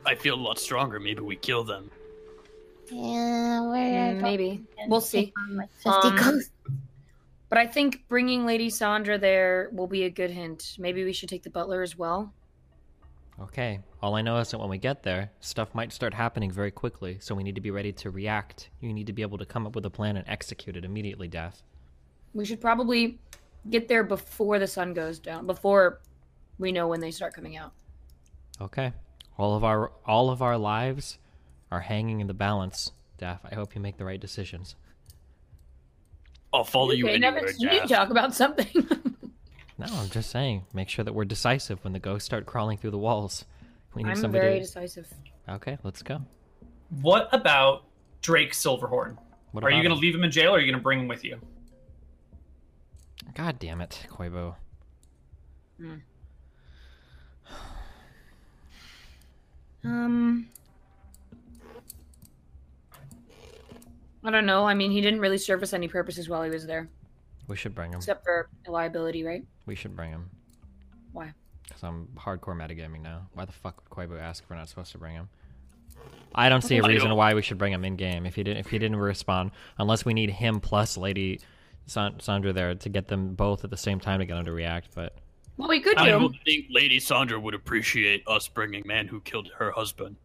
[SPEAKER 6] I feel a lot stronger. Maybe we kill them.
[SPEAKER 4] Yeah, we're
[SPEAKER 1] Hmm,
[SPEAKER 2] Mm,
[SPEAKER 4] going
[SPEAKER 2] Maybe.
[SPEAKER 4] to
[SPEAKER 2] We'll
[SPEAKER 4] take
[SPEAKER 2] see.
[SPEAKER 4] on, Like Fifty
[SPEAKER 2] Um,
[SPEAKER 4] ghosts.
[SPEAKER 2] But I think bringing Lady Sandra there will be a good hint. Maybe we should take the butler as well.
[SPEAKER 1] Okay, all I know is that when we get there, stuff might start happening very quickly, so we need to be ready to react. You need to be able to come up with a plan and execute it immediately, Death.
[SPEAKER 2] We should probably get there before the sun goes down, before we know when they start coming out.
[SPEAKER 1] Okay. All of our all of our lives are hanging in the balance, Daff. I hope you make the right decisions.
[SPEAKER 6] I'll follow you
[SPEAKER 2] Okay,
[SPEAKER 6] anywhere,
[SPEAKER 2] Nevin, you need to
[SPEAKER 6] Jeff.
[SPEAKER 2] talk about something.
[SPEAKER 1] No, I'm just saying, make sure that we're decisive when the ghosts start crawling through the walls. We need
[SPEAKER 2] I'm
[SPEAKER 1] somebody
[SPEAKER 2] very decisive.
[SPEAKER 1] Okay, let's go.
[SPEAKER 3] What about Drake Silverhorn?
[SPEAKER 1] What
[SPEAKER 3] Are you
[SPEAKER 1] about
[SPEAKER 3] going to
[SPEAKER 1] him?
[SPEAKER 3] leave him in jail or are you going to bring him with you?
[SPEAKER 1] God damn it, Koibo.
[SPEAKER 2] Um, I don't know. I mean, he didn't really serve us any purposes while he was there,
[SPEAKER 1] We should bring him.
[SPEAKER 2] except for liability, right?
[SPEAKER 1] We should bring him.
[SPEAKER 2] Why?
[SPEAKER 1] Because I'm hardcore metagaming now. Why the fuck would Koibo ask if we're not supposed to bring him? I don't see a
[SPEAKER 6] I
[SPEAKER 1] reason
[SPEAKER 6] don't-
[SPEAKER 1] why we should bring him in game if he didn't if he didn't respond unless we need him plus Lady San- Sandra there to get them both at the same time to get them to react. But
[SPEAKER 2] Well, we could
[SPEAKER 6] I
[SPEAKER 2] do.
[SPEAKER 6] don't think Lady Sandra would appreciate us bringing man who killed her husband.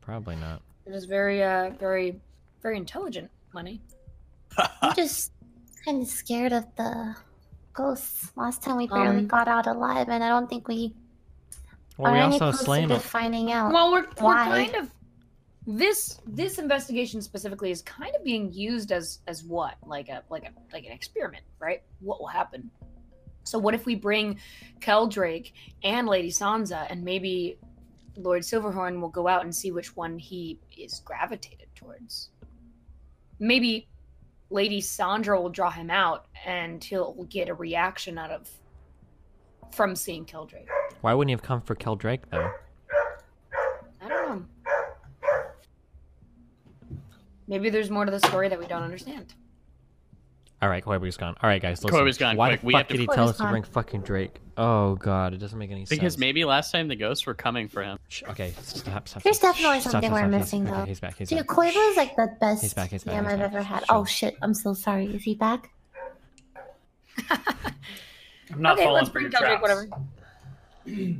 [SPEAKER 1] probably not.
[SPEAKER 2] It was very, uh, very, very intelligent money.
[SPEAKER 1] Um,
[SPEAKER 4] I'm just kind of scared of the ghosts. Last time we barely
[SPEAKER 2] Um,
[SPEAKER 4] got out alive, and I don't think we
[SPEAKER 1] Well,
[SPEAKER 4] are
[SPEAKER 1] we
[SPEAKER 4] any
[SPEAKER 1] also
[SPEAKER 4] closer
[SPEAKER 1] slain
[SPEAKER 4] to
[SPEAKER 1] him.
[SPEAKER 4] finding out.
[SPEAKER 2] Well, we're, we're
[SPEAKER 4] Why?
[SPEAKER 2] kind of this this investigation specifically is kind of being used as as what like a like a like an experiment, right? What will happen? So what if we bring Keldrake and Lady Sansa, and maybe Lord Silverhorn will go out and see which one he is gravitated towards. Maybe Lady Sandra will draw him out, and he'll get a reaction out of from seeing Keldrake.
[SPEAKER 1] Why wouldn't he have come for Keldrake though?
[SPEAKER 2] I don't know. Maybe there's more to the story that we don't understand.
[SPEAKER 1] All right, Koibu's gone. All right, guys, listen.
[SPEAKER 5] Koibu's gone,
[SPEAKER 1] Why
[SPEAKER 5] quick,
[SPEAKER 1] the
[SPEAKER 5] we
[SPEAKER 1] fuck
[SPEAKER 5] have to-
[SPEAKER 1] did he tell
[SPEAKER 4] Koibu's
[SPEAKER 1] us to
[SPEAKER 4] gone.
[SPEAKER 1] bring fucking Drake? Oh god, it doesn't make any sense.
[SPEAKER 5] Because maybe last time the ghosts were coming for him.
[SPEAKER 1] Shh, Okay, stop, stop.
[SPEAKER 4] There's
[SPEAKER 1] stop,
[SPEAKER 4] definitely
[SPEAKER 1] shh, stop,
[SPEAKER 4] something
[SPEAKER 1] stop,
[SPEAKER 4] we're
[SPEAKER 1] stop, stop.
[SPEAKER 4] missing,
[SPEAKER 1] Okay,
[SPEAKER 4] though.
[SPEAKER 1] He's back. He's
[SPEAKER 4] Dude,
[SPEAKER 1] back.
[SPEAKER 4] Quavo is like the best
[SPEAKER 1] He's back, he's back,
[SPEAKER 4] yam
[SPEAKER 1] he's
[SPEAKER 4] I've
[SPEAKER 1] back.
[SPEAKER 4] ever had.
[SPEAKER 1] Shh.
[SPEAKER 4] Oh shit, I'm so sorry. Is he back?
[SPEAKER 3] I'm not
[SPEAKER 2] okay,
[SPEAKER 3] falling
[SPEAKER 2] let's
[SPEAKER 3] for
[SPEAKER 2] bring
[SPEAKER 3] your
[SPEAKER 2] Keldrake,
[SPEAKER 3] traps.
[SPEAKER 2] whatever.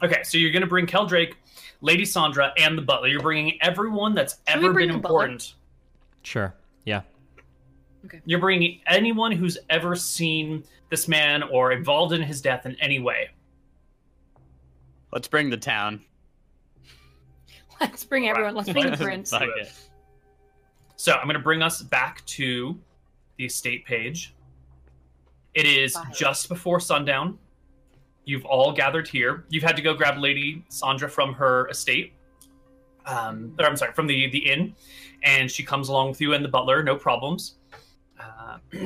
[SPEAKER 3] Okay, so you're gonna bring Keldrake, Lady Sandra, and the butler. You're bringing everyone that's
[SPEAKER 2] Can we
[SPEAKER 3] ever
[SPEAKER 2] bring
[SPEAKER 3] been
[SPEAKER 2] the butler?
[SPEAKER 3] important.
[SPEAKER 1] Sure. Yeah.
[SPEAKER 3] You're bringing anyone who's ever seen this man or involved in his death in any way.
[SPEAKER 5] Let's bring the town.
[SPEAKER 2] Let's bring everyone. Let's bring the prince.
[SPEAKER 5] Fuck
[SPEAKER 3] it.
[SPEAKER 5] it.
[SPEAKER 3] So I'm gonna bring us back to the estate page. It is
[SPEAKER 2] Fire.
[SPEAKER 3] just before sundown. You've all gathered here. You've had to go grab Lady Sandra from her estate. Um, or I'm sorry, from the the inn, and she comes along with you and the butler, no problems. Uh,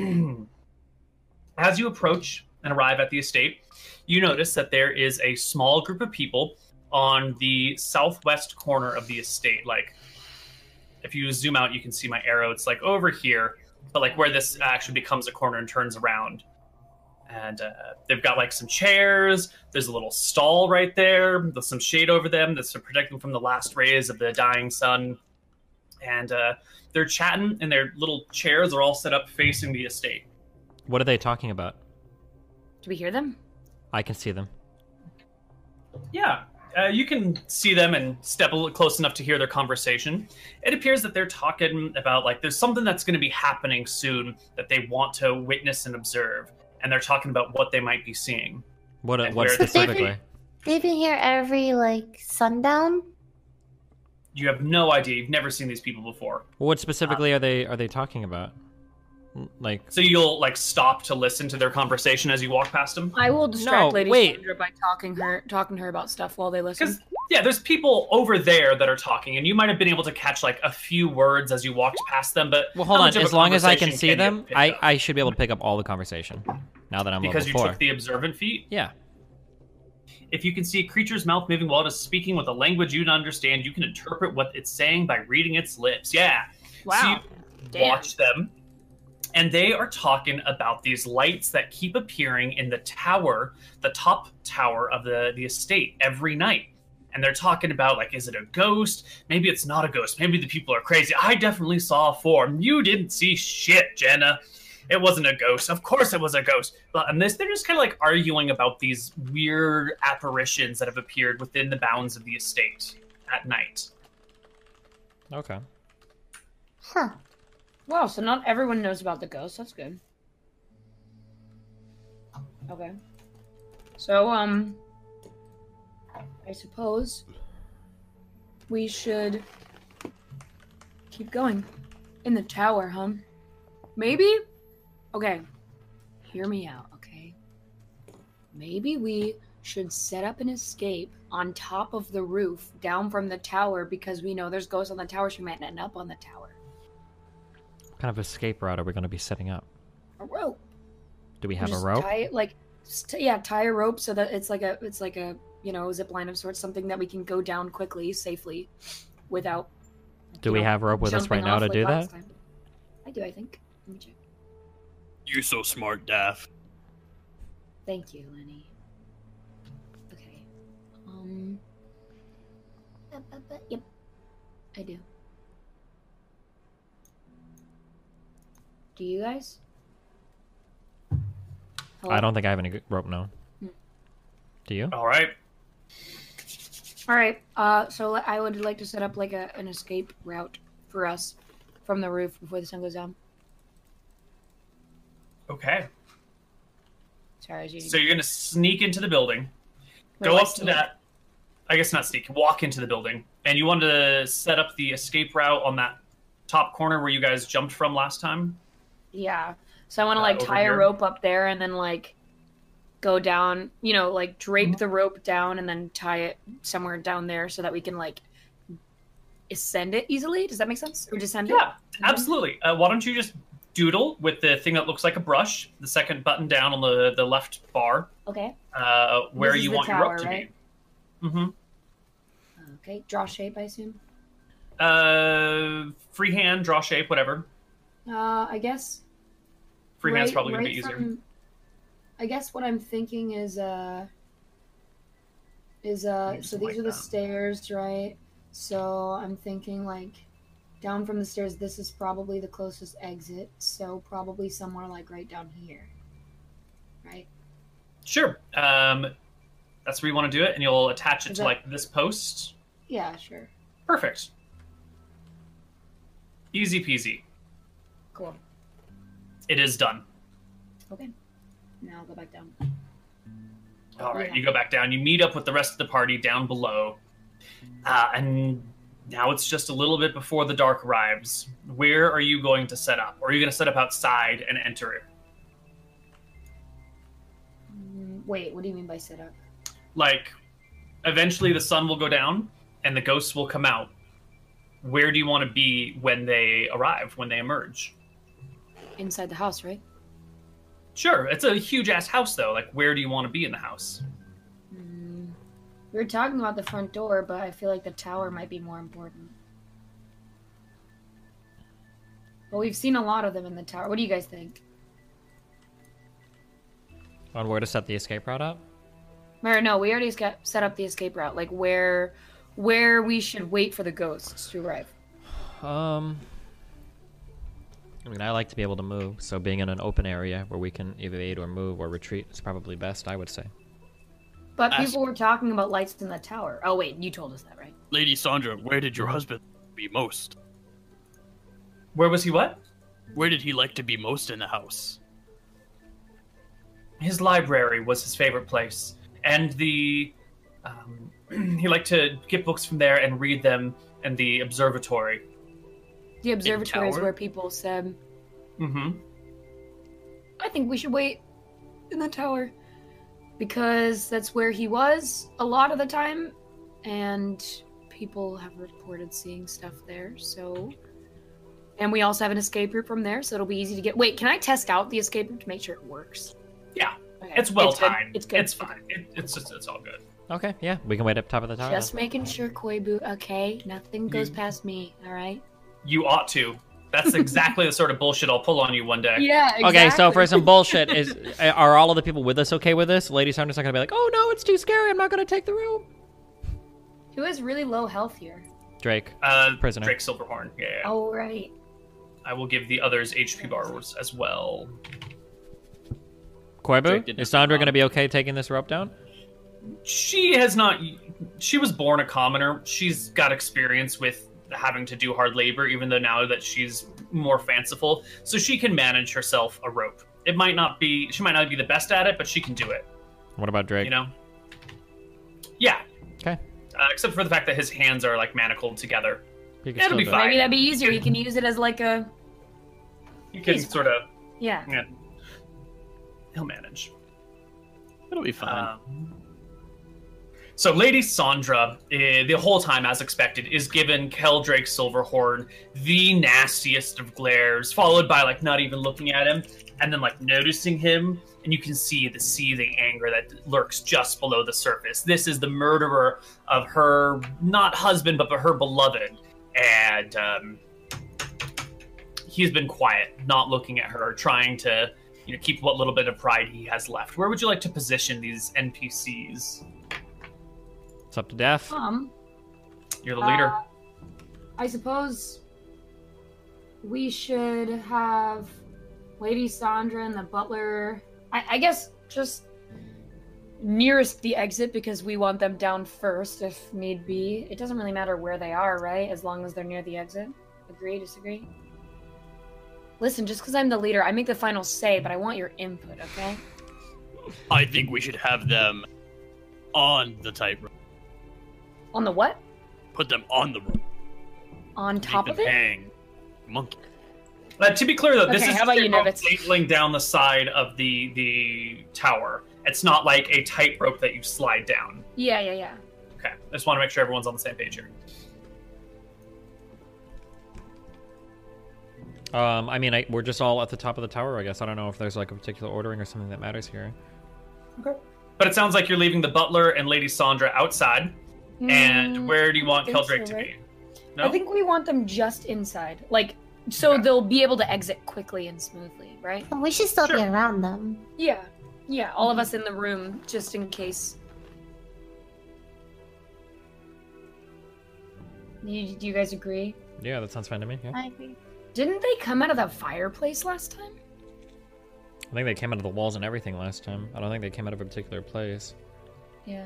[SPEAKER 3] as you approach and arrive at the estate, you notice that there is a small group of people on the southwest corner of the estate, like if you zoom out, you can see my arrow. It's like over here, but like where this uh, actually becomes a corner and turns around. And uh, they've got like some chairs. There's a little stall right there. There's some shade over them that's to protect them from the last rays of the dying sun. And uh, they're chatting, and their little chairs are all set up facing the estate.
[SPEAKER 1] What are they talking about?
[SPEAKER 2] Do we hear them?
[SPEAKER 1] I can see them.
[SPEAKER 3] Yeah, uh, you can see them and step a little close enough to hear their conversation. It appears that they're talking about like there's something that's going to be happening soon that they want to witness and observe, and they're talking about what they might be seeing.
[SPEAKER 1] What?
[SPEAKER 3] And
[SPEAKER 1] what
[SPEAKER 3] where they're
[SPEAKER 1] specifically?
[SPEAKER 3] located.
[SPEAKER 4] They've been here every like sundown.
[SPEAKER 3] You have no idea. You've never seen these people before,
[SPEAKER 1] What specifically are they are they talking about? N- Like.
[SPEAKER 3] so you'll like stop to listen to their conversation as you walk past them.
[SPEAKER 2] I will distract
[SPEAKER 1] No,
[SPEAKER 2] Lady
[SPEAKER 1] wait.
[SPEAKER 2] Sandra by talking her talking to her about stuff while they listen.
[SPEAKER 3] Because yeah, there's people over there that are talking, and you might have been able to catch like a few words as you walked past them. But
[SPEAKER 1] Well,
[SPEAKER 3] how
[SPEAKER 1] hold
[SPEAKER 3] much
[SPEAKER 1] on.
[SPEAKER 3] of a
[SPEAKER 1] As long as I can
[SPEAKER 3] conversation
[SPEAKER 1] see
[SPEAKER 3] you
[SPEAKER 1] them,
[SPEAKER 3] pick
[SPEAKER 1] I
[SPEAKER 3] up?
[SPEAKER 1] I should be able to pick up all the conversation. Now that I'm
[SPEAKER 3] because you
[SPEAKER 1] level four.
[SPEAKER 3] took the observant feat.
[SPEAKER 1] Yeah.
[SPEAKER 3] If you can see a creature's mouth moving while it is speaking with a language you don't understand, you can interpret what it's saying by reading its lips. Yeah.
[SPEAKER 2] wow.
[SPEAKER 3] So you
[SPEAKER 2] Damn.
[SPEAKER 3] watch them. And they are talking about these lights that keep appearing in the tower, the top tower of the, the estate every night. And they're talking about like, is it a ghost? Maybe it's not a ghost. Maybe the people are crazy. I definitely saw a form. You didn't see shit, Jenna. It wasn't a ghost. Of course it was a ghost. But and this they're just kind of like arguing about these weird apparitions that have appeared within the bounds of the estate at night.
[SPEAKER 1] Okay.
[SPEAKER 4] Huh.
[SPEAKER 2] Wow, so not everyone knows about the ghost. That's good. Okay. So, um, I suppose we should keep going in the tower, huh? Maybe? Okay. Hear me out, okay? Maybe we should set up an escape on top of the roof down from the tower because we know there's ghosts on the tower, so we might end up on the tower.
[SPEAKER 1] What kind of escape route are we going to be setting up?
[SPEAKER 2] A rope.
[SPEAKER 1] Do we have a
[SPEAKER 2] Just
[SPEAKER 1] rope?
[SPEAKER 2] Tie, it, like, just t- yeah, tie a rope so that it's like a it's like a you know zip line of sorts, something that we can go down quickly, safely, without.
[SPEAKER 1] Do
[SPEAKER 2] you
[SPEAKER 1] we
[SPEAKER 2] know,
[SPEAKER 1] have rope with us
[SPEAKER 2] jumping
[SPEAKER 1] right now
[SPEAKER 2] off
[SPEAKER 1] to
[SPEAKER 2] like
[SPEAKER 1] do that?
[SPEAKER 2] last time. I do. I think. Let me check.
[SPEAKER 6] You're so smart, Daff.
[SPEAKER 2] Thank you, Lenny. Okay. Um,
[SPEAKER 4] Yep, yep, yep, yep.
[SPEAKER 2] I do. Do you guys? Hello?
[SPEAKER 1] I don't think I have any g- rope. No.
[SPEAKER 2] Hmm.
[SPEAKER 1] Do you?
[SPEAKER 3] All right.
[SPEAKER 2] All right. Uh, so I would like to set up like a, an escape route for us from the roof before the sun goes down.
[SPEAKER 3] Okay.
[SPEAKER 2] Sorry, as you
[SPEAKER 3] So you're gonna sneak into the building.
[SPEAKER 2] Wait,
[SPEAKER 3] go
[SPEAKER 2] what's
[SPEAKER 3] up to
[SPEAKER 2] the-
[SPEAKER 3] that. I guess not sneak. Walk into the building, and you want to set up the escape route on that top corner where you guys jumped from last time.
[SPEAKER 2] Yeah. So I want to
[SPEAKER 3] Uh,
[SPEAKER 2] like
[SPEAKER 3] over
[SPEAKER 2] tie a
[SPEAKER 3] here?
[SPEAKER 2] rope up there and then like go down, you know, like drape the rope down and then tie it somewhere down there so that we can like ascend it easily. Does that make sense? Or descend it?
[SPEAKER 3] Yeah, absolutely. Uh, why don't you just doodle with the thing that looks like a brush, the second button down on the the left bar,
[SPEAKER 2] Okay.
[SPEAKER 3] uh, where
[SPEAKER 2] This is
[SPEAKER 3] you
[SPEAKER 2] the
[SPEAKER 3] want your
[SPEAKER 2] tower,
[SPEAKER 3] rope to
[SPEAKER 2] right?
[SPEAKER 3] be. Mm-hmm.
[SPEAKER 2] Okay. Draw shape, I assume.
[SPEAKER 3] Uh, freehand, draw shape, whatever.
[SPEAKER 2] Uh, I guess.
[SPEAKER 3] Freehand's
[SPEAKER 2] right-
[SPEAKER 3] probably gonna
[SPEAKER 2] right
[SPEAKER 3] be easier.
[SPEAKER 2] from- I I guess what I'm thinking is uh is uh
[SPEAKER 3] Maybe
[SPEAKER 2] so
[SPEAKER 3] something
[SPEAKER 2] these
[SPEAKER 3] like
[SPEAKER 2] are the
[SPEAKER 3] that.
[SPEAKER 2] stairs, right? So I'm thinking like down from the stairs this is probably the closest exit, so probably somewhere like right down here. Right?
[SPEAKER 3] Sure. Um, that's where you want to do it, and you'll attach it
[SPEAKER 2] Is
[SPEAKER 3] to
[SPEAKER 2] that-
[SPEAKER 3] like this post.
[SPEAKER 2] Yeah, sure.
[SPEAKER 3] Perfect. Easy peasy.
[SPEAKER 2] Cool.
[SPEAKER 3] It is done.
[SPEAKER 2] Okay. Now I'll go back down.
[SPEAKER 3] All right,
[SPEAKER 2] Yeah.
[SPEAKER 3] you go back down. You meet up with the rest of the party down below, uh, and now it's just a little bit before the dark arrives. Where are you going to set up? Or are you going to set up outside and enter it?
[SPEAKER 2] Mm, Wait, what do you mean by set up?
[SPEAKER 3] Like, eventually the sun will go down and the ghosts will come out. Where do you want to be when they arrive? When they emerge?
[SPEAKER 2] Inside the house, right?
[SPEAKER 3] Sure, it's a huge ass house though. Like, where do you want to be in the house?
[SPEAKER 2] Mm. We were talking about the front door, but I feel like the tower might be more important. But we've seen a lot of them in the tower. What do you guys think?
[SPEAKER 1] On where to set the escape route up?
[SPEAKER 2] Or no, we already sca- set up the escape route, like where where we should wait for the ghosts to arrive.
[SPEAKER 1] Um, I mean, I like to be able to move, so being in an open area where we can evade or move or retreat is probably best, I would say.
[SPEAKER 2] But
[SPEAKER 6] Ask-
[SPEAKER 2] people were talking about lights in the tower. Oh wait, you told us that, right?
[SPEAKER 6] Lady Sandra, where did your husband be most?
[SPEAKER 3] Where was he? What?
[SPEAKER 6] Where did he like to be most in the house?
[SPEAKER 3] his library was his favorite place, and the um, he liked to get books from there and read them in the observatory.
[SPEAKER 2] The observatory is
[SPEAKER 6] tower?
[SPEAKER 2] where people said,
[SPEAKER 3] Mm-hmm.
[SPEAKER 2] "I think we should wait in the tower because that's where he was a lot of the time, and people have reported seeing stuff there. So, and we also have an escape route from there, so it'll be easy to get. Wait, can I test out the escape route to make sure it works?
[SPEAKER 3] Yeah,
[SPEAKER 2] Okay.
[SPEAKER 3] It's well
[SPEAKER 2] good.
[SPEAKER 3] timed.
[SPEAKER 2] It's good.
[SPEAKER 3] It's fine. It, it's just it's all good.
[SPEAKER 1] Okay, yeah, we can wait up top of the tower.
[SPEAKER 2] Just making sure, Koibu. Okay, nothing goes
[SPEAKER 3] You-
[SPEAKER 2] past me. All right.
[SPEAKER 3] You ought to. That's exactly the sort of bullshit I'll pull on you one day.
[SPEAKER 2] Yeah.
[SPEAKER 1] then. Okay, so for some bullshit, is are all of the people with us okay with this? Lady Sandra's not gonna be like, oh no, it's too scary. I'm not gonna take the room.
[SPEAKER 2] who has really low health here?
[SPEAKER 1] Drake,
[SPEAKER 3] Uh,
[SPEAKER 1] Prisoner.
[SPEAKER 3] Drake Silverhorn. Yeah, yeah.
[SPEAKER 2] Oh right.
[SPEAKER 3] I will give the others HP bars as well.
[SPEAKER 1] Koibu,
[SPEAKER 5] Drake did
[SPEAKER 1] is
[SPEAKER 5] not
[SPEAKER 1] Sandra
[SPEAKER 5] respond.
[SPEAKER 1] gonna be okay taking this rope down?
[SPEAKER 3] She has not. She was born a commoner. She's got experience with having to do hard labor, even though now that she's more fanciful, so she can manage herself a rope. It might not be. She might not be the best at it, but she can do it.
[SPEAKER 1] What about Drake?
[SPEAKER 3] You know. Yeah.
[SPEAKER 1] Okay.
[SPEAKER 3] Uh, except for the fact that his hands are like manacled together.
[SPEAKER 1] He can
[SPEAKER 3] It'll
[SPEAKER 1] still
[SPEAKER 3] be
[SPEAKER 1] do it.
[SPEAKER 3] fine.
[SPEAKER 2] Maybe that'd be easier. You can use it as like a
[SPEAKER 3] You can
[SPEAKER 2] He's-
[SPEAKER 3] sort of.
[SPEAKER 2] yeah.
[SPEAKER 3] Yeah, he'll manage.
[SPEAKER 5] It'll be
[SPEAKER 6] Uh,
[SPEAKER 5] fine.
[SPEAKER 3] Um, so Lady Sandra, eh, the whole time as expected, is given Keldrake Silverhorn the nastiest of glares, followed by like not even looking at him, and then like noticing him, and you can see the seething anger that lurks just below the surface. This is the murderer of her not husband, but, but her beloved, and um, he's been quiet, not looking at her, trying to you know, keep what little bit of pride he has left. Where would you like to position these NPCs?
[SPEAKER 1] It's up to Def.
[SPEAKER 2] Um.
[SPEAKER 3] You're the leader.
[SPEAKER 2] Uh, I suppose we should have Lady Sandra and the butler. I, I guess just nearest the exit because we want them down first if need be. It doesn't really matter where they are, right? As long as they're near the exit. Agree, disagree? Listen, just because I'm the leader, I make the final say, but I want your input, okay?
[SPEAKER 6] I think we should have them on the tightrope.
[SPEAKER 2] On the what?
[SPEAKER 6] Put them on the rope.
[SPEAKER 2] On top
[SPEAKER 6] Make
[SPEAKER 2] of
[SPEAKER 6] them
[SPEAKER 2] it?
[SPEAKER 6] hang. Monkey.
[SPEAKER 3] Uh, to be clear, though, this
[SPEAKER 2] Okay,
[SPEAKER 3] is
[SPEAKER 2] how about
[SPEAKER 3] just a
[SPEAKER 2] you,
[SPEAKER 3] rope
[SPEAKER 2] Novitz?
[SPEAKER 3] dangling down the side of the the tower. It's not like a tightrope that you slide down.
[SPEAKER 2] Yeah, yeah, yeah.
[SPEAKER 3] Okay, I just want to make sure everyone's on the same page here.
[SPEAKER 1] Um, I mean, I, we're just all at the top of the tower, I guess. I don't know if there's like a particular ordering or something that matters here.
[SPEAKER 3] But it sounds like you're leaving the butler and Lady Sandra outside.
[SPEAKER 2] Mm,
[SPEAKER 3] and where do you
[SPEAKER 2] I
[SPEAKER 3] want
[SPEAKER 2] think so,
[SPEAKER 3] Keldrake to
[SPEAKER 2] right?
[SPEAKER 3] be? No.
[SPEAKER 2] I think we want them just inside. Like, so
[SPEAKER 3] Okay.
[SPEAKER 2] they'll be able to exit quickly and smoothly, right? Mm-hmm.
[SPEAKER 4] We should still be
[SPEAKER 3] Sure.
[SPEAKER 4] around them.
[SPEAKER 2] Yeah. Yeah, all of us in the room, just in case. You, do you guys agree?
[SPEAKER 1] Yeah, that sounds fine to me. Yeah.
[SPEAKER 4] I agree.
[SPEAKER 2] Didn't they come out of that fireplace last time?
[SPEAKER 1] I think they came out of the walls and everything last time. I don't think they came out of a particular place.
[SPEAKER 2] Yeah.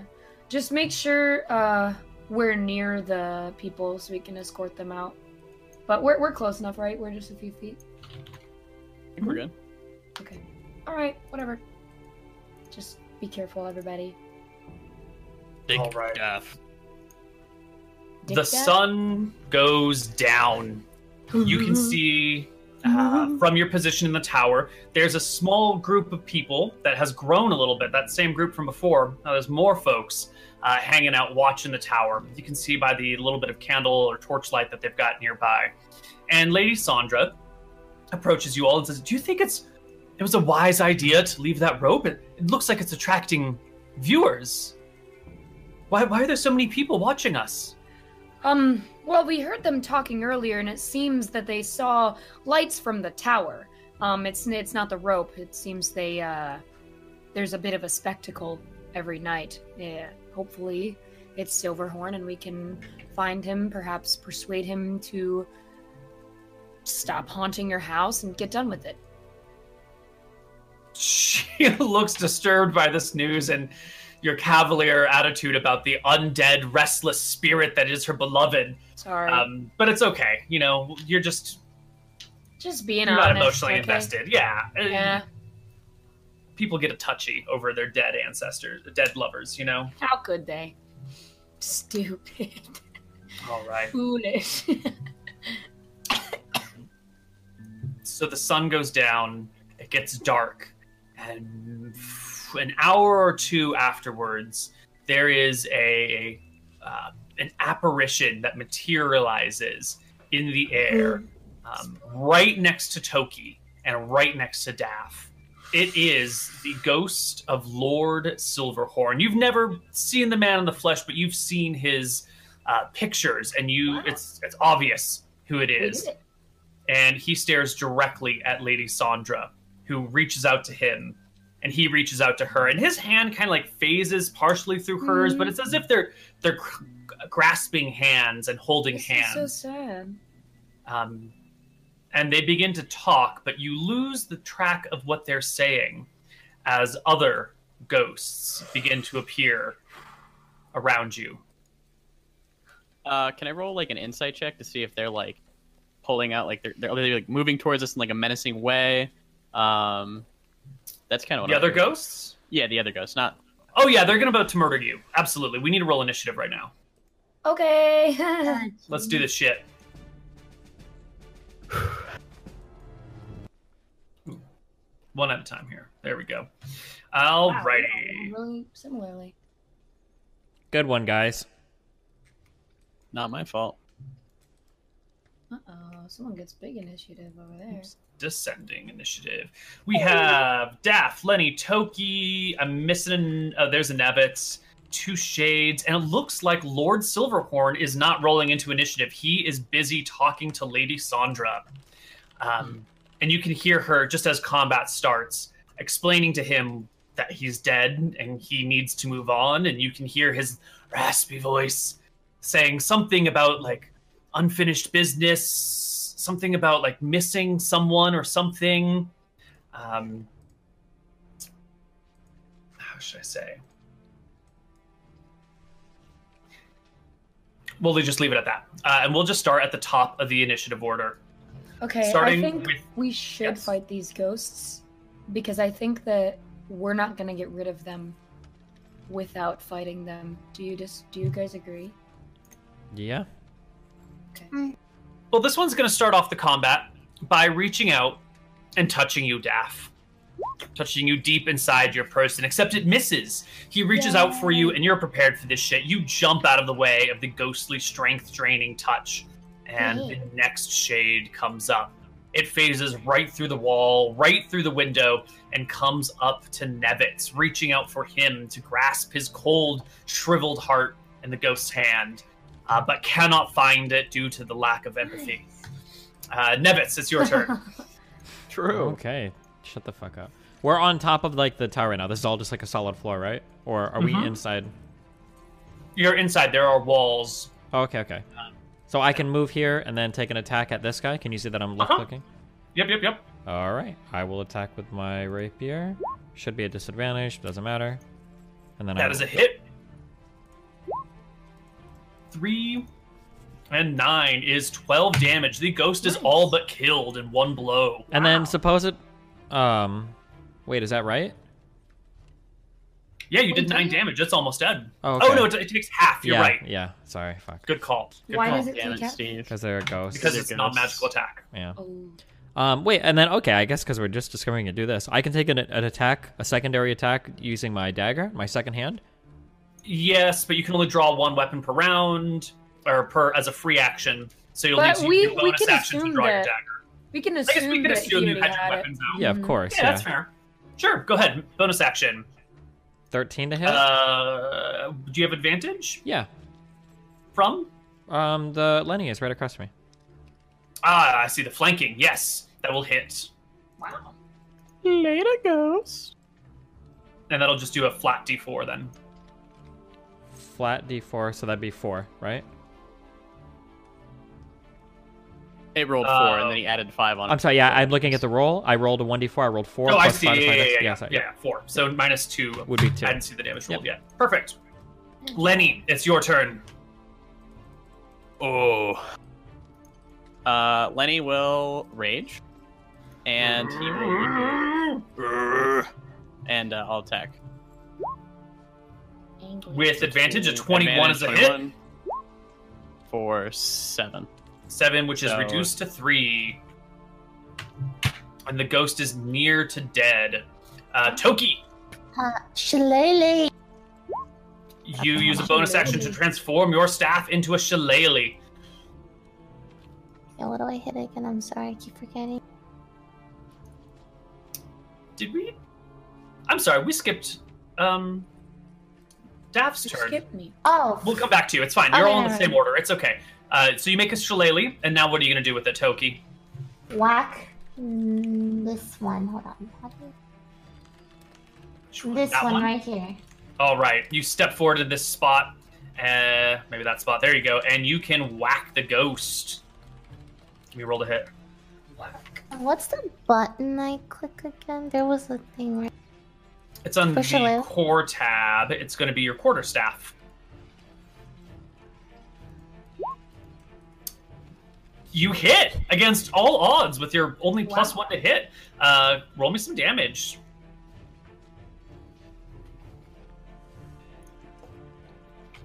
[SPEAKER 2] Just make sure uh, we're near the people so we can escort them out. But we're, we're close enough, right? We're just a few feet.
[SPEAKER 5] I think we're good.
[SPEAKER 2] Okay. All right, whatever. Just be careful, everybody.
[SPEAKER 6] Dick
[SPEAKER 3] All right.
[SPEAKER 6] Daff.
[SPEAKER 2] Dick
[SPEAKER 3] the
[SPEAKER 2] dad?
[SPEAKER 3] sun goes down. You can see uh, from your position in the tower, there's a small group of people that has grown a little bit. That same group from before. Now there's more folks uh, hanging out watching the tower. You can see by the little bit of candle or torchlight that they've got nearby. And Lady Sandra approaches you all and says, "Do you think it's it was a wise idea to leave that rope? It, it looks like it's attracting viewers. Why why are there so many people watching us?"
[SPEAKER 2] Um, well, we heard them talking earlier, and it seems that they saw lights from the tower. Um, it's it's not the rope. It seems they uh, there's a bit of a spectacle every night. Yeah, hopefully, it's Silverhorn, and we can find him. Perhaps persuade him to stop haunting your house and get done with it.
[SPEAKER 3] she looks disturbed by this news and your cavalier attitude about the undead, restless spirit that is her beloved.
[SPEAKER 2] Sorry,
[SPEAKER 3] Um, but it's okay. You know, you're just
[SPEAKER 2] just being
[SPEAKER 3] you're not
[SPEAKER 2] honest,
[SPEAKER 3] emotionally
[SPEAKER 2] okay?
[SPEAKER 3] invested. Yeah. Uh,
[SPEAKER 2] Yeah.
[SPEAKER 3] People get a touchy over their dead ancestors, dead lovers, you know?
[SPEAKER 2] How could they? Stupid.
[SPEAKER 3] All right.
[SPEAKER 2] Foolish.
[SPEAKER 3] So the sun goes down, it gets dark, and f- an hour or two afterwards, there is a uh, an apparition that materializes in the air, um, right next to Toki and right next to Daff. It is the ghost of Lord Silverhorn. You've never seen the man in the flesh, but you've seen his uh, pictures, and you
[SPEAKER 2] Wow.
[SPEAKER 3] it's it's obvious who it
[SPEAKER 2] We
[SPEAKER 3] is
[SPEAKER 2] did it.
[SPEAKER 3] and he stares directly at Lady Sandra, who reaches out to him, and he reaches out to her, and his hand kind of like phases partially through hers, but it's as if they're they're cr- grasping hands and holding
[SPEAKER 2] This is
[SPEAKER 3] hands
[SPEAKER 2] so sad.
[SPEAKER 3] um, and they begin to talk, but you lose the track of what they're saying as other ghosts begin to appear around you.
[SPEAKER 5] Uh, can I roll like an insight check to see if they're like pulling out, like they're, they're, are they, like moving towards us in like a menacing way? Um, that's kind of what
[SPEAKER 3] The
[SPEAKER 5] I'm
[SPEAKER 3] other
[SPEAKER 5] thinking.
[SPEAKER 3] ghosts?
[SPEAKER 5] Yeah, the other ghost. Not
[SPEAKER 3] Oh yeah, they're gonna about to murder you. Absolutely. We need to roll initiative right now.
[SPEAKER 4] Uh,
[SPEAKER 2] Okay.
[SPEAKER 3] Let's do this shit. One at a time here. There we go.
[SPEAKER 2] Wow,
[SPEAKER 3] Alrighty.
[SPEAKER 2] Really similarly.
[SPEAKER 1] Good one, guys.
[SPEAKER 5] not my fault.
[SPEAKER 2] Uh oh, someone gets big initiative over there.
[SPEAKER 3] Descending initiative. We have Daff, Lenny, Toki. I'm missing. Oh, there's a Nevitz. Two shades, and it looks like Lord Silverhorn is not rolling into initiative. He is busy talking to Lady Sandra. Um, and you can hear her just as combat starts, explaining to him that he's dead and he needs to move on. And you can hear his raspy voice saying something about like unfinished business, something about like missing someone or something. Um, how should I say? Well, we just leave it at that, uh, and we'll just start at the top of the initiative order.
[SPEAKER 2] Okay,
[SPEAKER 3] Starting
[SPEAKER 2] I think
[SPEAKER 3] with-
[SPEAKER 2] we should
[SPEAKER 3] yes.
[SPEAKER 2] fight these ghosts because I think that we're not gonna get rid of them without fighting them. Do you just? Do you guys agree?
[SPEAKER 1] Yeah.
[SPEAKER 3] Well, this one's going to start off the combat by reaching out and touching you, Daff. Touching you deep inside your person, except it misses. He reaches out for you, and you're prepared for this shit. You jump out of the way of the ghostly strength draining touch, and the next shade comes up. It phases right through the wall, right through the window, and comes up to Nevitz, reaching out for him to grasp his cold, shriveled heart in the ghost's hand, uh, but cannot find it due to the lack of empathy. Uh, Nevitz, it's your turn.
[SPEAKER 5] True.
[SPEAKER 1] Okay. Shut the fuck up. We're on top of like the tower right now. This is all just like a solid floor, right? Or are we
[SPEAKER 3] Mhm.
[SPEAKER 1] inside?
[SPEAKER 3] You're inside. There are walls.
[SPEAKER 1] Oh, okay, okay. So I can move here and then take an attack at this guy. Can you see that I'm
[SPEAKER 3] Uh-huh.
[SPEAKER 1] left clicking?
[SPEAKER 3] Yep, yep, yep.
[SPEAKER 1] All right. I will attack with my rapier. Should be a disadvantage. Doesn't matter. And then I
[SPEAKER 3] That
[SPEAKER 1] will-
[SPEAKER 3] is a hit. Three and nine is 12 damage. The ghost is all but killed in one blow.
[SPEAKER 1] And then suppose it. Um, wait, is that right?
[SPEAKER 3] Yeah, you did nine damage. That's almost dead.
[SPEAKER 1] Oh,
[SPEAKER 3] Oh,
[SPEAKER 1] okay.
[SPEAKER 3] no, it, it takes half. You're
[SPEAKER 1] yeah,
[SPEAKER 3] right.
[SPEAKER 1] Yeah. Sorry. Fuck.
[SPEAKER 3] Good call. Good
[SPEAKER 2] Why
[SPEAKER 3] call.
[SPEAKER 2] does it
[SPEAKER 5] Oh, Damn
[SPEAKER 2] take
[SPEAKER 5] it,
[SPEAKER 2] out?
[SPEAKER 5] Steve.
[SPEAKER 1] Because they're a ghost.
[SPEAKER 3] Because it's
[SPEAKER 5] Ridiculous.
[SPEAKER 3] not magical attack.
[SPEAKER 1] yeah.
[SPEAKER 2] Oh.
[SPEAKER 1] Um, wait, and then okay, I guess because we're just discovering to do this, I can take an, an attack, a secondary attack using my dagger, my second hand.
[SPEAKER 3] Yes, but you can only draw one weapon per round or per as a free action. So you'll
[SPEAKER 2] But
[SPEAKER 3] need to
[SPEAKER 2] we-
[SPEAKER 3] use your
[SPEAKER 2] we
[SPEAKER 3] bonus
[SPEAKER 2] can
[SPEAKER 3] action to
[SPEAKER 2] assume
[SPEAKER 3] draw your
[SPEAKER 2] that-
[SPEAKER 3] dagger.
[SPEAKER 2] We can
[SPEAKER 3] I guess
[SPEAKER 2] assume
[SPEAKER 3] we could
[SPEAKER 2] that
[SPEAKER 3] assume
[SPEAKER 2] he
[SPEAKER 3] you
[SPEAKER 2] already
[SPEAKER 3] had
[SPEAKER 2] had
[SPEAKER 3] your
[SPEAKER 2] it.
[SPEAKER 3] weapons out.
[SPEAKER 1] Yeah, of
[SPEAKER 2] Mhm.
[SPEAKER 1] course.
[SPEAKER 3] Yeah, that's fair. Sure, go ahead. Bonus action.
[SPEAKER 1] Thirteen to hit.
[SPEAKER 3] Uh, do you have advantage
[SPEAKER 1] yeah.
[SPEAKER 3] from?
[SPEAKER 1] Um, the Lenny is right across from me.
[SPEAKER 3] Ah, I see the flanking. Yes, that will hit.
[SPEAKER 2] Wow.
[SPEAKER 5] Later, ghost.
[SPEAKER 3] And that'll just do a flat d4 then.
[SPEAKER 1] Flat D4, so that'd be four, right?
[SPEAKER 5] It rolled four, and
[SPEAKER 6] Uh,
[SPEAKER 5] then he added five on.
[SPEAKER 1] I'm
[SPEAKER 5] it.
[SPEAKER 1] sorry. Yeah, I'm looking at the roll. I rolled a one D4. I rolled four.
[SPEAKER 3] oh, I
[SPEAKER 1] plus
[SPEAKER 3] see. Yeah,
[SPEAKER 1] five is my
[SPEAKER 3] yeah, yeah,
[SPEAKER 1] dex-
[SPEAKER 3] yeah,
[SPEAKER 1] sorry,
[SPEAKER 3] yeah, Four. So minus two.
[SPEAKER 1] Would be two.
[SPEAKER 3] I didn't see the damage rolled
[SPEAKER 1] Yep.
[SPEAKER 3] yet. Perfect. Lenny, it's your turn.
[SPEAKER 6] Oh,
[SPEAKER 5] Uh, Lenny will rage, and he
[SPEAKER 3] Mm-hmm.
[SPEAKER 5] will,
[SPEAKER 6] brr.
[SPEAKER 5] and uh, I'll attack.
[SPEAKER 3] With advantage, a 21 is a
[SPEAKER 5] Advantage,
[SPEAKER 3] hit.
[SPEAKER 5] 21 For seven.
[SPEAKER 3] Seven, which is
[SPEAKER 5] So-
[SPEAKER 3] reduced to three. And the ghost is near to dead. Uh, Toki,
[SPEAKER 4] Uh, shillelagh.
[SPEAKER 3] you
[SPEAKER 4] Uh,
[SPEAKER 3] use a bonus action to transform your staff into a shillelagh.
[SPEAKER 4] Yeah, what do I hit again? I'm sorry, I keep forgetting.
[SPEAKER 3] Did we? I'm sorry, we skipped. Um, Daph's turn.
[SPEAKER 2] Skip me.
[SPEAKER 4] Oh,
[SPEAKER 3] We'll come back to you. It's fine. You're
[SPEAKER 4] Okay,
[SPEAKER 3] all in the
[SPEAKER 4] alright.
[SPEAKER 3] same order. It's okay. Uh, so you make a shillelagh, and now what are you gonna do with it, Toki?
[SPEAKER 4] whack mm, this one. Hold on. How do you- This
[SPEAKER 3] That
[SPEAKER 4] one, right here.
[SPEAKER 3] All right. You step forward to this spot. Uh, maybe that spot. There you go. And you can whack the ghost. Give me a roll to hit.
[SPEAKER 4] And What's the button I click again? There was a thing right.
[SPEAKER 3] It's on
[SPEAKER 4] For
[SPEAKER 3] the
[SPEAKER 4] shillelagh.
[SPEAKER 3] core tab. It's gonna be your quarter staff. You hit against all odds with your only plus one to hit. Uh, roll me some damage.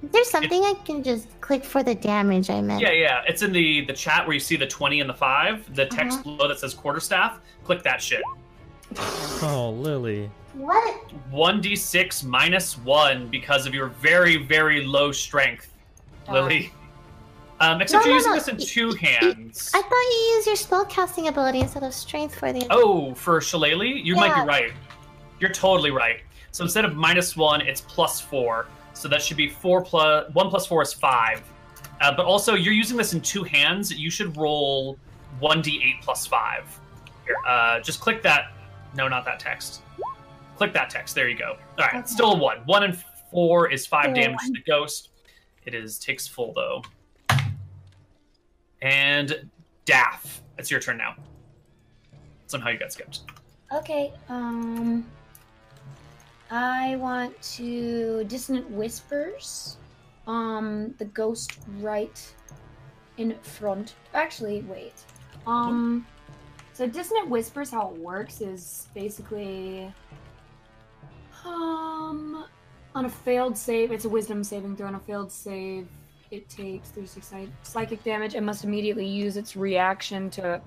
[SPEAKER 4] Is there something I can just click for the damage I meant?
[SPEAKER 3] Yeah, yeah. It's in the the chat where you see the twenty and the five. The text below that says quarterstaff. Click that shit.
[SPEAKER 1] Oh, Lily.
[SPEAKER 4] What?
[SPEAKER 3] One d six minus one because of your very very low strength, Lily. Um, except
[SPEAKER 4] No,
[SPEAKER 3] you're
[SPEAKER 4] no,
[SPEAKER 3] using
[SPEAKER 4] no.
[SPEAKER 3] this in
[SPEAKER 4] Y-
[SPEAKER 3] two
[SPEAKER 4] y-
[SPEAKER 3] hands.
[SPEAKER 4] I thought you used your spellcasting ability instead of strength for the.
[SPEAKER 3] Oh, for shillelagh, you might
[SPEAKER 4] Yeah.
[SPEAKER 3] be right. You're totally right. So instead of minus one, it's plus four. So that should be four plus one plus four is five. Uh, but also, you're using this in two hands. You should roll one d8 plus five. Here, uh, just click that. No, not that text. Click that text. There you go. All right,
[SPEAKER 4] Okay.
[SPEAKER 3] still a one. One and four is five
[SPEAKER 4] Still a
[SPEAKER 3] damage to the ghost. It is takes full though. And Daff, it's your turn now. Somehow you got skipped.
[SPEAKER 2] Okay. Um. I want to dissonant whispers. Um, the ghost right in front. Actually, wait. Um. So dissonant whispers, how it works is basically, um, on a failed save, it's a wisdom saving throw. On a failed save, it takes 36 psy- psychic damage and must immediately use its reaction to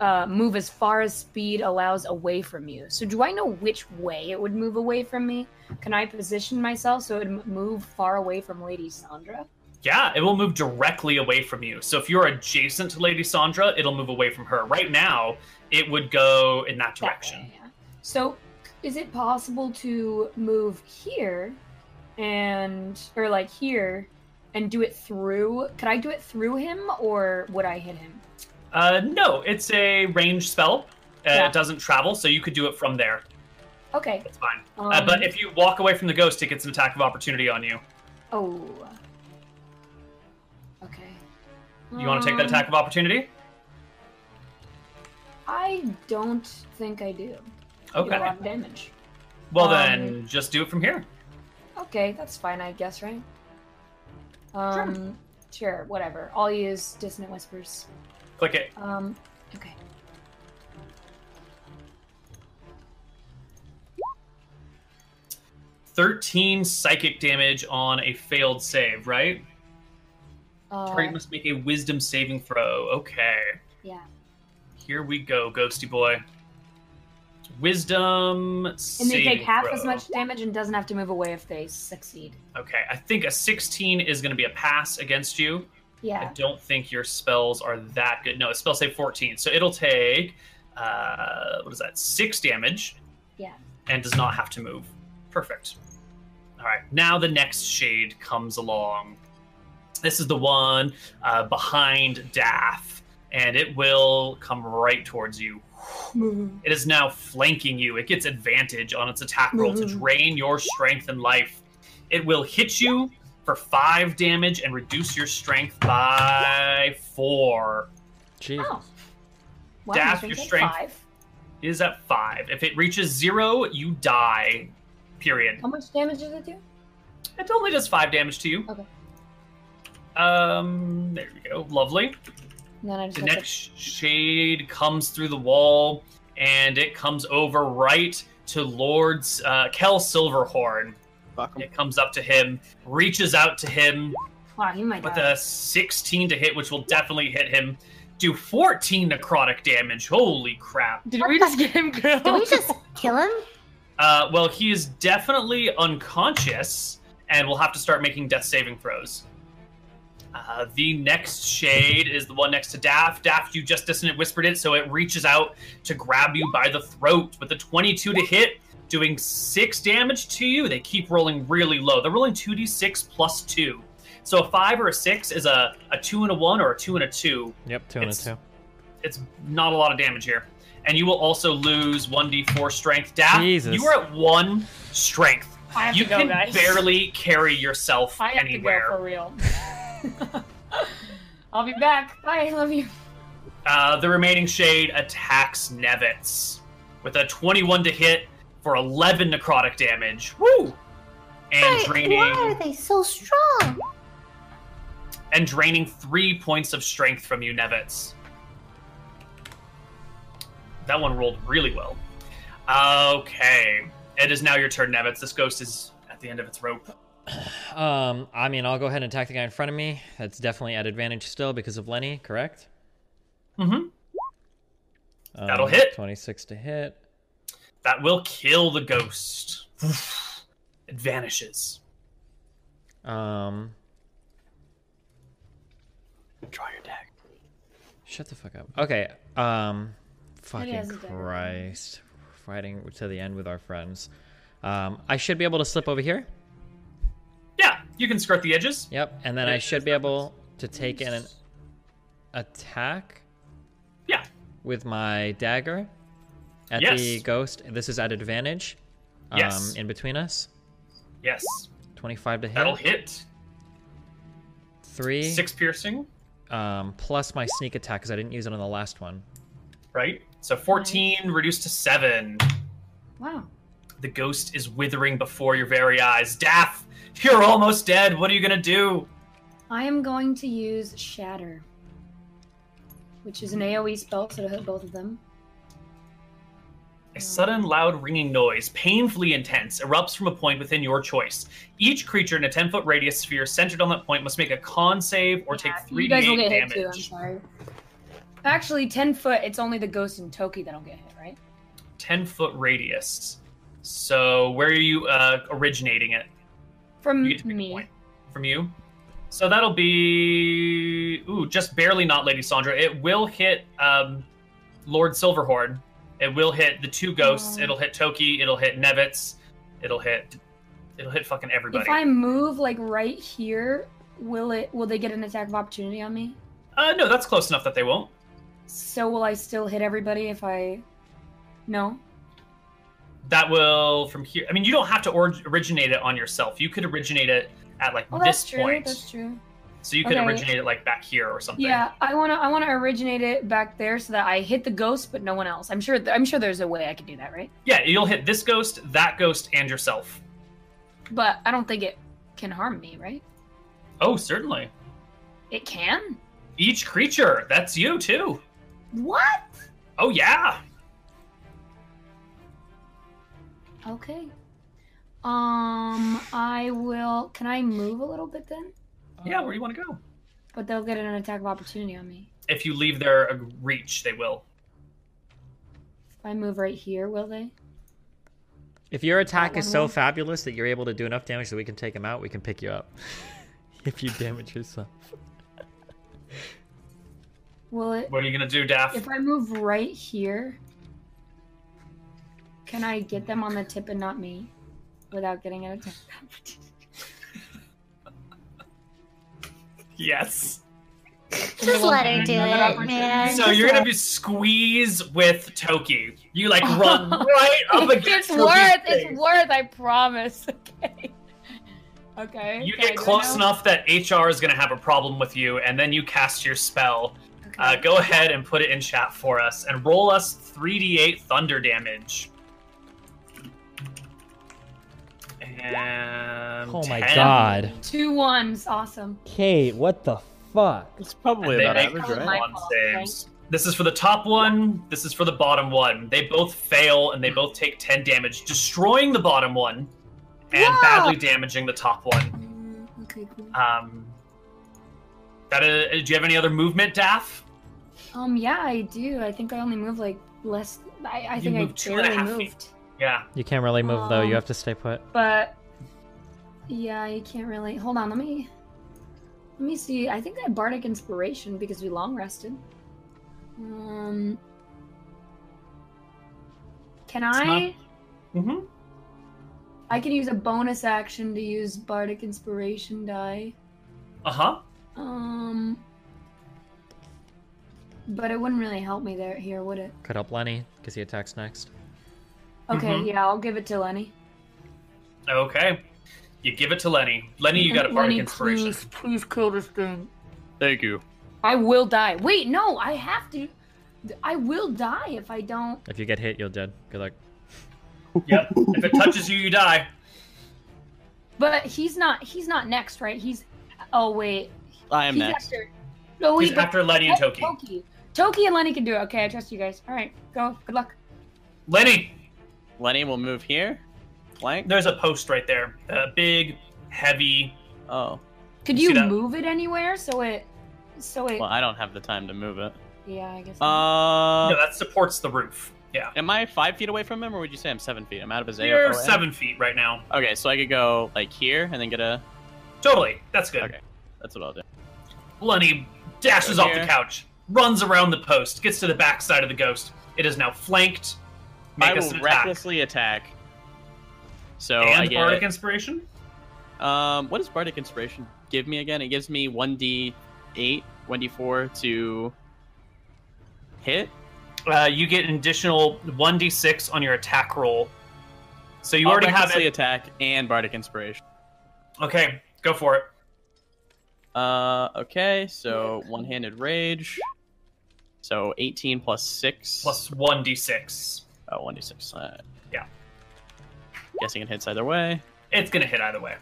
[SPEAKER 2] uh, move as far as speed allows away from you. So, do I know which way it would move away from me? Can I position myself so it would m- move far away from Lady Sandra?
[SPEAKER 3] Yeah, it will move directly away from you. So if you're adjacent to Lady Sandra, it'll move away from her. Right now, it would go in
[SPEAKER 2] That
[SPEAKER 3] that direction.
[SPEAKER 2] way, yeah. So, is it possible to move here and, or like here, and do it through? Could I do it through him or would I hit him?
[SPEAKER 3] Uh, no, it's a range spell. Uh,
[SPEAKER 2] Yeah.
[SPEAKER 3] It doesn't travel, so you could do it from there.
[SPEAKER 2] Okay.
[SPEAKER 3] That's fine.
[SPEAKER 2] Um,
[SPEAKER 3] uh, but if you walk away from the ghost, it gets an attack of opportunity on you.
[SPEAKER 2] oh. Okay.
[SPEAKER 3] You want to take that
[SPEAKER 2] Um,
[SPEAKER 3] attack of opportunity?
[SPEAKER 2] I don't think I do. I did a
[SPEAKER 3] Okay.
[SPEAKER 2] lot of damage.
[SPEAKER 3] Well
[SPEAKER 2] um,
[SPEAKER 3] then, just do it from here.
[SPEAKER 2] Okay, that's fine, I guess, right? Um, sure. whatever. I'll use Dissonant Whispers.
[SPEAKER 3] Click it.
[SPEAKER 2] Um, okay.
[SPEAKER 3] Thirteen psychic damage on a failed save, right?
[SPEAKER 2] Uh,
[SPEAKER 3] Target must make a Wisdom saving throw. Okay.
[SPEAKER 2] yeah.
[SPEAKER 3] Here we go, Ghosty boy. Wisdom.
[SPEAKER 2] And they take half as much damage and doesn't have to move away if they succeed.
[SPEAKER 3] Okay, I think a 16 is going to be a pass against you. I
[SPEAKER 2] Yeah.
[SPEAKER 3] don't think your spells are that good. No, a spell save 14. So it'll take, uh, what is that, six damage.
[SPEAKER 2] Yeah.
[SPEAKER 3] And does not have to move. Perfect. All right, now the next shade comes along. This is the one uh, behind Daff, and it will come right towards you.
[SPEAKER 2] Mm-hmm.
[SPEAKER 3] It is now flanking you. It gets advantage on its attack roll
[SPEAKER 2] Mm-hmm.
[SPEAKER 3] to drain your strength and life. It will hit you for five damage and reduce your strength by four.
[SPEAKER 1] Jesus.
[SPEAKER 2] Oh. Wow,
[SPEAKER 3] Dash,
[SPEAKER 2] my
[SPEAKER 3] your
[SPEAKER 2] is
[SPEAKER 3] strength.
[SPEAKER 2] Five.
[SPEAKER 3] It is at five. If it reaches zero, you die. Period.
[SPEAKER 2] How much damage does it do?
[SPEAKER 3] It only does five damage to you.
[SPEAKER 2] Okay.
[SPEAKER 3] Um, there you go. Lovely.
[SPEAKER 2] And then I just
[SPEAKER 3] The
[SPEAKER 2] have to-
[SPEAKER 3] next shade comes through the wall, and it comes over right to Lord's uh, Kel Silverhorn.
[SPEAKER 5] Fuck 'em.
[SPEAKER 3] It comes up to him, reaches out to him,
[SPEAKER 2] Wow, you might
[SPEAKER 3] with
[SPEAKER 2] die.
[SPEAKER 3] a 16 to hit, which will definitely hit him. Do 14 necrotic damage. Holy crap.
[SPEAKER 5] Did we just get him killed?
[SPEAKER 4] Did we just kill him?
[SPEAKER 3] Uh, well, he is definitely unconscious and will have to start making death saving throws. Uh, the next shade is the one next to Daft. Daft, you just dissonant whispered it, so it reaches out to grab you by the throat with a 22 to hit, doing 6 damage to you. They keep rolling really low. They're rolling 2d6 plus 2. So a 5 or a 6 is a, a 2 and a 1 or a 2 and a 2
[SPEAKER 1] Yep, two and a
[SPEAKER 3] It's-
[SPEAKER 1] two.
[SPEAKER 3] it's not a lot of damage here. And you will also lose 1d4 strength. Daph,
[SPEAKER 1] Jesus.
[SPEAKER 3] you are at one strength.
[SPEAKER 2] I have
[SPEAKER 3] you
[SPEAKER 2] to go,
[SPEAKER 3] can
[SPEAKER 2] guys.
[SPEAKER 3] barely carry yourself
[SPEAKER 2] I have
[SPEAKER 3] anywhere.
[SPEAKER 2] to go for real. I'll be back. Bye. Love you.
[SPEAKER 3] Uh, the remaining shade attacks Nevitz with a 21 to hit for 11 necrotic damage. Woo! And
[SPEAKER 4] Why-
[SPEAKER 3] draining
[SPEAKER 4] Why are they so strong?
[SPEAKER 3] and draining three points of strength from you, Nevitz. That one rolled really well. Okay. It is now your turn, Nevitz. This ghost is at the end of its rope.
[SPEAKER 1] Um, I mean, I'll go ahead and attack the guy in front of me. That's definitely at advantage still because of Lenny, correct?
[SPEAKER 3] Mm-hmm.
[SPEAKER 1] Um,
[SPEAKER 3] That'll hit.
[SPEAKER 1] 26 to hit.
[SPEAKER 3] That will kill the ghost. It vanishes.
[SPEAKER 1] Um,
[SPEAKER 6] Draw your deck.
[SPEAKER 1] shut the fuck up. Okay. Um, fucking
[SPEAKER 2] has a dagger.
[SPEAKER 1] Christ. Fighting to the end with our friends. Um, I should be able to slip over here.
[SPEAKER 3] Yeah, you can skirt the edges.
[SPEAKER 1] Yep. And then I should be able to take in an attack
[SPEAKER 3] Yeah.
[SPEAKER 1] with my dagger at the
[SPEAKER 3] Yes.
[SPEAKER 1] ghost. This is at advantage. Um,
[SPEAKER 3] Yes.
[SPEAKER 1] In between us.
[SPEAKER 3] Yes.
[SPEAKER 1] 25 to hit.
[SPEAKER 3] That'll hit.
[SPEAKER 1] Three.
[SPEAKER 3] Six piercing,
[SPEAKER 1] um, plus my sneak attack because I didn't use it on the last one.
[SPEAKER 3] right? So 14 reduced to seven.
[SPEAKER 2] Wow.
[SPEAKER 3] The ghost is withering before your very eyes. Daff, you're almost dead. What are you gonna do?
[SPEAKER 2] I am going to use Shatter, which
[SPEAKER 3] Hmm.
[SPEAKER 2] is an AoE spell, so to hit both of them.
[SPEAKER 3] A sudden, loud, ringing noise, painfully intense, erupts from a point within your choice. Each creature in a 10 foot radius sphere centered on that point must make a con save or take 3d8
[SPEAKER 2] you guys will get
[SPEAKER 3] damage.
[SPEAKER 2] hit too. I'm sorry. Actually, ten foot. It's only the ghost and Toki that'll get hit, right?
[SPEAKER 3] 10 foot radius. So, where are you uh, originating it?
[SPEAKER 2] From
[SPEAKER 3] You get to pick a
[SPEAKER 2] me.
[SPEAKER 3] point. From you? So, that'll be. Ooh, just barely not Lady Sandra. It will hit um, Lord Silverhorn. It will hit the two ghosts.
[SPEAKER 2] Aw.
[SPEAKER 3] It'll hit Toki. It'll hit Nevitz. It'll hit. It'll hit fucking everybody.
[SPEAKER 2] If I move like right here, will it? Will they get an attack of opportunity on me?
[SPEAKER 3] Uh, no, that's close enough that they won't.
[SPEAKER 2] So will I still hit everybody if I? No.
[SPEAKER 3] that will from here. I mean, you don't have to or- originate it on yourself. You could originate it at like
[SPEAKER 2] Oh,
[SPEAKER 3] this
[SPEAKER 2] that's true.
[SPEAKER 3] point.
[SPEAKER 2] That's true.
[SPEAKER 3] So you could
[SPEAKER 2] Okay.
[SPEAKER 3] originate it like back here or something.
[SPEAKER 2] Yeah, I wanna I wanna originate it back there so that I hit the ghost, but no one else. I'm sure th- I'm sure there's a way I could do that, right?
[SPEAKER 3] Yeah, you'll hit this ghost, that ghost, and yourself.
[SPEAKER 2] But I don't think it can harm me, right?
[SPEAKER 3] Oh, certainly.
[SPEAKER 2] It can.
[SPEAKER 3] Each creature. That's you too.
[SPEAKER 2] What?
[SPEAKER 3] Oh yeah.
[SPEAKER 2] Okay. Um, I will. Can I move a little bit then?
[SPEAKER 3] Yeah, where do you want to go?
[SPEAKER 2] But they'll get an attack of opportunity on me.
[SPEAKER 3] If you leave their uh, reach, they will.
[SPEAKER 2] If I move right here, will they?
[SPEAKER 1] If your attack is
[SPEAKER 2] One
[SPEAKER 1] so
[SPEAKER 2] more.
[SPEAKER 1] fabulous that you're able to do enough damage that we can take him out, we can pick you up. if you damage yourself.
[SPEAKER 2] Will it?
[SPEAKER 3] What are you gonna do, Daff?
[SPEAKER 2] If I move right here, can I get them on the tip and not me, without getting an attack? of opportunity?
[SPEAKER 3] Yes.
[SPEAKER 4] Just let her do it, man.
[SPEAKER 3] So
[SPEAKER 4] Just
[SPEAKER 3] you're
[SPEAKER 4] let-
[SPEAKER 3] gonna be squeeze with Toki. You like run right up against
[SPEAKER 2] it's worth.
[SPEAKER 3] Toki's face.
[SPEAKER 2] It's worth. I promise. Okay. Okay.
[SPEAKER 3] You
[SPEAKER 2] can I
[SPEAKER 3] get
[SPEAKER 2] go
[SPEAKER 3] close
[SPEAKER 2] now?
[SPEAKER 3] enough that HR is gonna have a problem with you, and then you cast your spell.
[SPEAKER 2] Okay.
[SPEAKER 3] Uh, go ahead and put it in chat for us, and roll us 3d8 thunder damage. And
[SPEAKER 1] Oh my
[SPEAKER 3] 10.
[SPEAKER 1] god.
[SPEAKER 2] Two ones. Awesome.
[SPEAKER 1] Kate, what the fuck?
[SPEAKER 5] It's probably
[SPEAKER 3] They
[SPEAKER 5] about
[SPEAKER 3] make
[SPEAKER 5] average,
[SPEAKER 2] all of
[SPEAKER 5] right?
[SPEAKER 2] my-
[SPEAKER 3] con
[SPEAKER 2] fault,
[SPEAKER 3] saves. This is for the top one. This is for the bottom one. They both fail, and they both take 10 damage, destroying the bottom one, and
[SPEAKER 2] Wow.
[SPEAKER 3] badly damaging the top one.
[SPEAKER 2] Mm, Okay. Cool.
[SPEAKER 3] Um, that uh, do you have any other movement, Daff?
[SPEAKER 2] Um, yeah, I do. I think I only moved like less. I, I
[SPEAKER 3] You
[SPEAKER 2] think I
[SPEAKER 3] moved two and a
[SPEAKER 2] barely
[SPEAKER 3] half feet.
[SPEAKER 2] moved.
[SPEAKER 3] Yeah.
[SPEAKER 1] You can't really move though, you
[SPEAKER 2] Um,
[SPEAKER 1] have to stay put.
[SPEAKER 2] But yeah, you can't really. Hold on, let me. Let me see. I think I had bardic inspiration because we long rested. Um, can
[SPEAKER 3] It's
[SPEAKER 2] I?
[SPEAKER 3] Mm-hmm.
[SPEAKER 2] I can use a bonus action to use bardic inspiration die.
[SPEAKER 3] Uh huh.
[SPEAKER 2] Um, but it wouldn't really help me there here, would it?
[SPEAKER 1] Cut up Lenny, because he attacks next.
[SPEAKER 2] Okay,
[SPEAKER 3] Mhm.
[SPEAKER 2] yeah, I'll give it to Lenny.
[SPEAKER 3] Okay. You give it to Lenny. Lenny, you got a bardic
[SPEAKER 2] Lenny,
[SPEAKER 3] inspiration.
[SPEAKER 2] Please, please kill this thing.
[SPEAKER 5] Thank you.
[SPEAKER 2] I will die. Wait, no, I have to. I will die if I don't.
[SPEAKER 1] If you get hit, you'll dead. Good luck.
[SPEAKER 3] Yep. If it touches you, you die.
[SPEAKER 2] But he's not. He's not next, right? He's. Oh wait.
[SPEAKER 5] I am
[SPEAKER 2] he's
[SPEAKER 5] next.
[SPEAKER 2] After, no
[SPEAKER 3] He's
[SPEAKER 2] wait. but- Oh,
[SPEAKER 3] after Lenny and Toki.
[SPEAKER 2] Toki. Toki and Lenny can do it. Okay, I trust you guys. All right, go. Good luck.
[SPEAKER 3] Lenny,
[SPEAKER 5] Lenny will move here. Blank.
[SPEAKER 3] there's a post right there. A big, heavy.
[SPEAKER 5] Oh,
[SPEAKER 2] Could
[SPEAKER 3] You
[SPEAKER 2] you,
[SPEAKER 3] see that?
[SPEAKER 2] move it anywhere so it? So it.
[SPEAKER 5] well, I don't have the time to move it.
[SPEAKER 2] yeah, I guess.
[SPEAKER 5] Uh,
[SPEAKER 3] no, that supports the roof. Yeah.
[SPEAKER 5] am I five feet away from him, or would you say I'm seven feet? I'm out of his AO.
[SPEAKER 3] You're seven feet right now.
[SPEAKER 5] Okay, so I could go like here and then get a.
[SPEAKER 3] Totally. That's good.
[SPEAKER 5] Okay, that's what I'll do.
[SPEAKER 3] Lenny dashes
[SPEAKER 5] Right
[SPEAKER 3] off the
[SPEAKER 5] here.
[SPEAKER 3] couch, runs around the post, gets to the back side of the ghost. It is now flanked. Make
[SPEAKER 5] I
[SPEAKER 3] us
[SPEAKER 5] will
[SPEAKER 3] an attack.
[SPEAKER 5] recklessly attack. So I
[SPEAKER 3] and
[SPEAKER 5] get
[SPEAKER 3] bardic inspiration.
[SPEAKER 5] Um, what does Bardic Inspiration give me again? It gives me 1d8, 1d4 to hit.
[SPEAKER 3] Uh, you get an additional 1d6 on your attack roll. So you
[SPEAKER 5] I'll
[SPEAKER 3] already have
[SPEAKER 5] recklessly
[SPEAKER 3] it.
[SPEAKER 5] attack and Bardic Inspiration.
[SPEAKER 3] Okay, go for it.
[SPEAKER 5] Uh, okay, so one-handed rage. So 18 plus 6.
[SPEAKER 3] Plus 1d6.
[SPEAKER 5] Oh, 1d6. Uh,
[SPEAKER 3] Yeah.
[SPEAKER 5] Guessing it hits either way.
[SPEAKER 3] It's going to hit either way.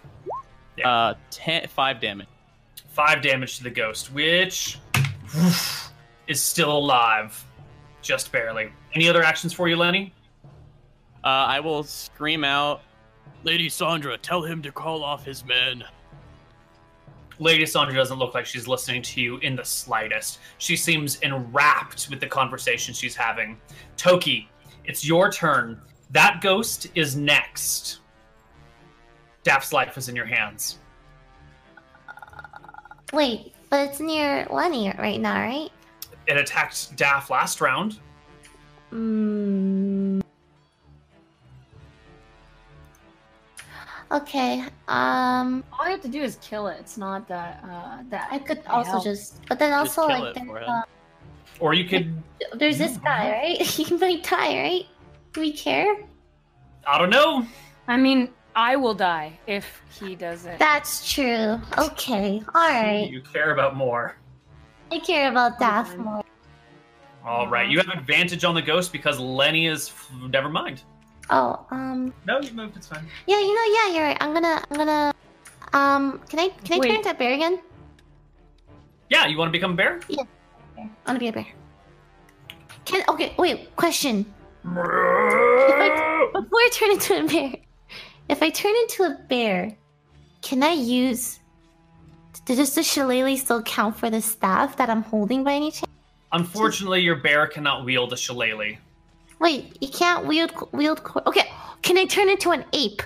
[SPEAKER 3] Yeah.
[SPEAKER 5] Uh, 10, 5 damage.
[SPEAKER 3] Five damage to the ghost, which woof, is still alive. Just barely. Any other actions for you, Lenny?
[SPEAKER 5] Uh, I will scream out.
[SPEAKER 6] Lady Sandra, tell him to call off his men.
[SPEAKER 3] Lady Sandra doesn't look like she's listening to you in the slightest. She seems enwrapped with the conversation she's having. Toki, it's your turn. That ghost is next. Daft's life is in your hands.
[SPEAKER 4] Wait, but it's near Lenny right now, right?
[SPEAKER 3] It attacked Daft last round.
[SPEAKER 4] Mm. Okay. Um,
[SPEAKER 2] all you have to do is kill it. It's not that. Uh, that
[SPEAKER 4] I could
[SPEAKER 2] Yeah.
[SPEAKER 4] also just, but then
[SPEAKER 5] Just
[SPEAKER 4] also
[SPEAKER 5] kill
[SPEAKER 4] like
[SPEAKER 5] it for Mm-hmm.
[SPEAKER 4] there's,
[SPEAKER 5] him.
[SPEAKER 4] uh,
[SPEAKER 3] Or you could
[SPEAKER 4] there's this
[SPEAKER 3] Yeah.
[SPEAKER 4] guy, right? he might die, right? Do we care?
[SPEAKER 3] I don't know.
[SPEAKER 2] I mean, I will die if he doesn't.
[SPEAKER 4] That's true. Okay. All right.
[SPEAKER 3] You care about more.
[SPEAKER 4] I care about death more.
[SPEAKER 3] All right, you have advantage on the ghost because Lenny is. F- never mind.
[SPEAKER 4] Oh, um.
[SPEAKER 3] No, you moved. It's fine.
[SPEAKER 4] Yeah, you know, yeah, you're right. I'm gonna, I'm gonna. Um, can I, can I
[SPEAKER 2] Wait.
[SPEAKER 4] turn into a bear again?
[SPEAKER 3] Yeah, you want to become a bear?
[SPEAKER 4] I wanna be a bear. Can okay. Wait. Question. If I, before I turn into a bear, if I turn into a bear, can I use? Does the shillelagh still count for the staff that I'm holding by any chance?
[SPEAKER 3] Unfortunately, your bear cannot wield a shillelagh.
[SPEAKER 4] Wait, you can't wield wield. cor- Okay, can I turn into an ape?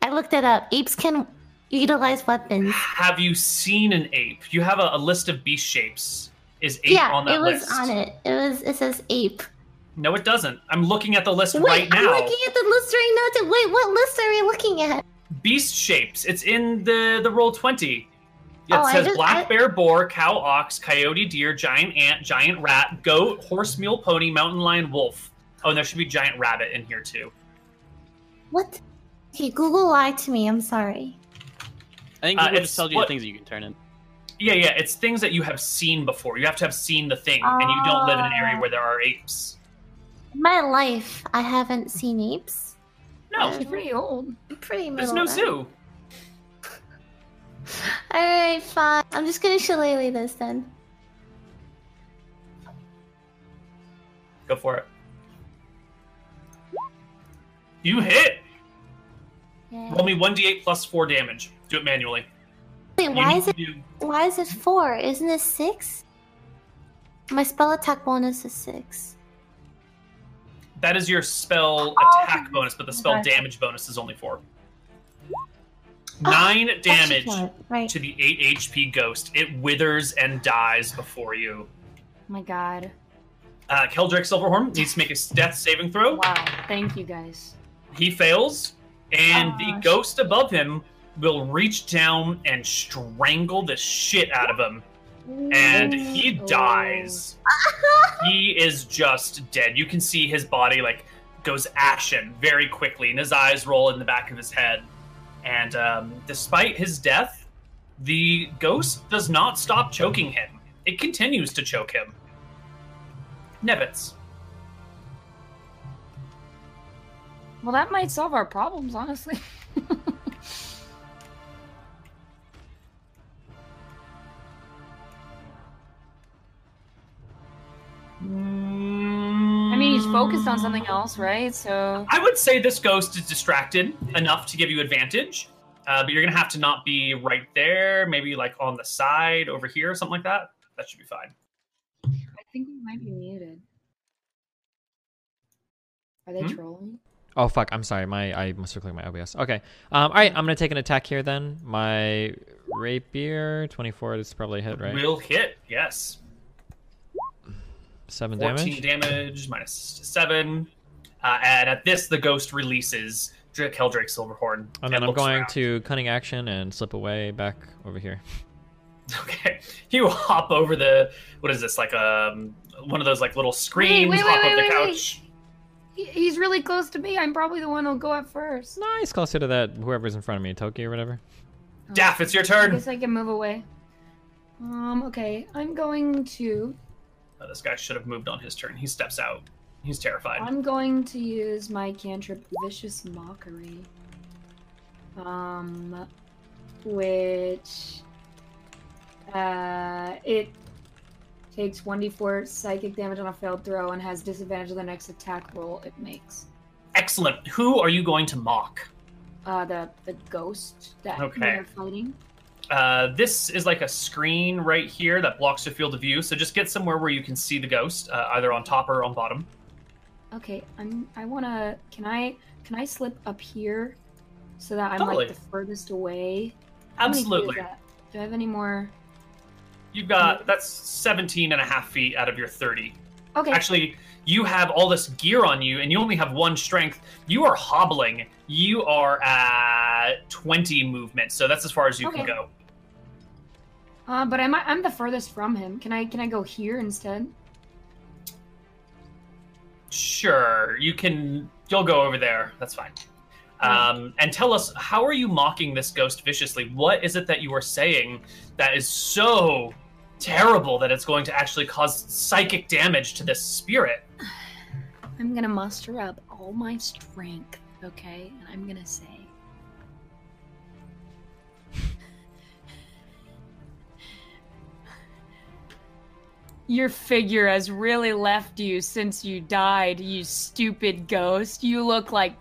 [SPEAKER 4] I looked it up. Apes can utilize weapons.
[SPEAKER 3] Have you seen an ape? You have a, a list of beast shapes. Is ape
[SPEAKER 4] yeah,
[SPEAKER 3] on that
[SPEAKER 4] it was
[SPEAKER 3] list?
[SPEAKER 4] on it. It was. It says ape.
[SPEAKER 3] No, it doesn't. I'm looking at the list
[SPEAKER 4] Wait,
[SPEAKER 3] right
[SPEAKER 4] I'm
[SPEAKER 3] now.
[SPEAKER 4] looking at the list right now. To, wait, what list are we looking at?
[SPEAKER 3] Beast shapes. It's in the the roll twenty. It
[SPEAKER 4] Oh, I
[SPEAKER 3] says
[SPEAKER 4] just-
[SPEAKER 3] black
[SPEAKER 4] I-
[SPEAKER 3] bear, boar, cow, ox, coyote, deer, giant ant, giant rat, goat, horse, mule, pony, mountain lion, wolf. Oh, and there should be giant rabbit in here too.
[SPEAKER 4] What? Okay, Google lied to me. I'm sorry.
[SPEAKER 5] I think
[SPEAKER 3] Uh,
[SPEAKER 5] Google
[SPEAKER 3] it's
[SPEAKER 5] just tells you
[SPEAKER 3] what-
[SPEAKER 5] the things that you can turn in.
[SPEAKER 3] Yeah, yeah. It's things that you have seen before. You have to have seen the thing, and you don't live in an area
[SPEAKER 4] Ah.
[SPEAKER 3] where there are apes.
[SPEAKER 4] In my life, I haven't seen apes.
[SPEAKER 3] No,
[SPEAKER 2] She's pretty old. Oh
[SPEAKER 4] I'm pretty
[SPEAKER 3] there's
[SPEAKER 4] middle
[SPEAKER 3] no
[SPEAKER 4] of that.
[SPEAKER 3] zoo.
[SPEAKER 4] All right, fine. I'm just gonna shillelagh this then.
[SPEAKER 3] Go for it. You hit.
[SPEAKER 4] Yeah.
[SPEAKER 3] Roll me one d8 plus four damage. Do it manually.
[SPEAKER 4] Wait,
[SPEAKER 3] You
[SPEAKER 4] why
[SPEAKER 3] need
[SPEAKER 4] is it?
[SPEAKER 3] to do-
[SPEAKER 4] Why is it four? Isn't it six? My spell attack bonus is six.
[SPEAKER 3] That is your spell
[SPEAKER 4] Oh,
[SPEAKER 3] attack bonus, but the spell
[SPEAKER 2] gotcha.
[SPEAKER 3] damage bonus is only four. Nine
[SPEAKER 4] Actually,
[SPEAKER 3] damage
[SPEAKER 4] can't, Right.
[SPEAKER 3] to the 8 HP ghost. It withers and dies before you.
[SPEAKER 2] Oh my god.
[SPEAKER 3] Uh, Keldrick Silverhorn needs to make a death saving throw.
[SPEAKER 2] Wow. Thank you guys.
[SPEAKER 3] He fails, and the
[SPEAKER 4] Oh, sh-
[SPEAKER 3] ghost above him will reach down and strangle the shit out of him, and he
[SPEAKER 2] Ooh.
[SPEAKER 3] dies. he is just dead. You can see his body like goes ashen very quickly, and his eyes roll in the back of his head. And um, despite his death, the ghost does not stop choking him. It continues to choke him. Nevitz.
[SPEAKER 2] Well, that might solve our problems, honestly. I mean, he's focused on something else, right? So
[SPEAKER 3] I would say this ghost is distracted enough to give you advantage, uh, but you're gonna have to not be right there. Maybe like on the side over here, something like that. That should be fine.
[SPEAKER 2] I think we might be muted. Are they
[SPEAKER 3] Hmm?
[SPEAKER 2] trolling?
[SPEAKER 1] Oh fuck! I'm sorry. My I must have clicked my OBS. Okay. Um. All right. I'm gonna take an attack here then. My rapier, 24. This is probably a hit, right?
[SPEAKER 3] Will hit. Yes.
[SPEAKER 1] Seven damage.
[SPEAKER 3] 14 damage minus seven. Uh, and at this, the ghost releases Dra- Keldrake Silverhorn.
[SPEAKER 1] And then Oh, I'm
[SPEAKER 3] looks
[SPEAKER 1] going
[SPEAKER 3] around.
[SPEAKER 1] to cunning action and slip away back over here.
[SPEAKER 3] Okay, you hop over the what is this like um one of those like little screens?
[SPEAKER 2] wait,
[SPEAKER 3] hop
[SPEAKER 2] wait,
[SPEAKER 3] over the
[SPEAKER 2] wait, wait,
[SPEAKER 3] couch.
[SPEAKER 2] He, he's really close to me. I'm probably the one who'll go up first.
[SPEAKER 1] Nice, closer to that whoever's in front of me, Toki or whatever.
[SPEAKER 3] Daff, it's your
[SPEAKER 2] I
[SPEAKER 3] turn.
[SPEAKER 2] guess I can move away. Um. Okay. I'm going to.
[SPEAKER 3] Oh, this guy should have moved on his turn. He steps out. He's terrified.
[SPEAKER 2] I'm going to use my cantrip, vicious mockery. Um, which uh, it takes 1d4 psychic damage on a failed throw and has disadvantage on the next attack roll it makes.
[SPEAKER 3] Excellent. Who are you going to mock?
[SPEAKER 2] Uh, the the ghost that
[SPEAKER 3] Okay.
[SPEAKER 2] they're fighting.
[SPEAKER 3] Uh, this is like a screen right here that blocks your field of view. So just get somewhere where you can see the ghost, uh, either on top or on bottom.
[SPEAKER 2] Okay, I'm. I wanna. Can I? Can I slip up here, so that I'm
[SPEAKER 3] Totally.
[SPEAKER 2] like the furthest away? How many feet is
[SPEAKER 3] Absolutely.
[SPEAKER 2] that? Do I have any more?
[SPEAKER 3] You've got that's 17 and a half feet out of your 30.
[SPEAKER 2] Okay.
[SPEAKER 3] Actually, you have all this gear on you and you only have one strength. You are hobbling. You are at 20 movement. So that's as far as you can
[SPEAKER 2] Okay.
[SPEAKER 3] go.
[SPEAKER 2] Uh, but I'm I'm the furthest from him. Can I can I go here instead?
[SPEAKER 3] Sure, you can. You'll go over there. That's fine. Um, and tell us how are you mocking this ghost viciously? What is it that you are saying that is so terrible that it's going to actually cause psychic damage to this spirit?
[SPEAKER 2] I'm gonna muster up all my strength, okay? And I'm gonna say. Your figure has really left you since you died, you stupid ghost. You look like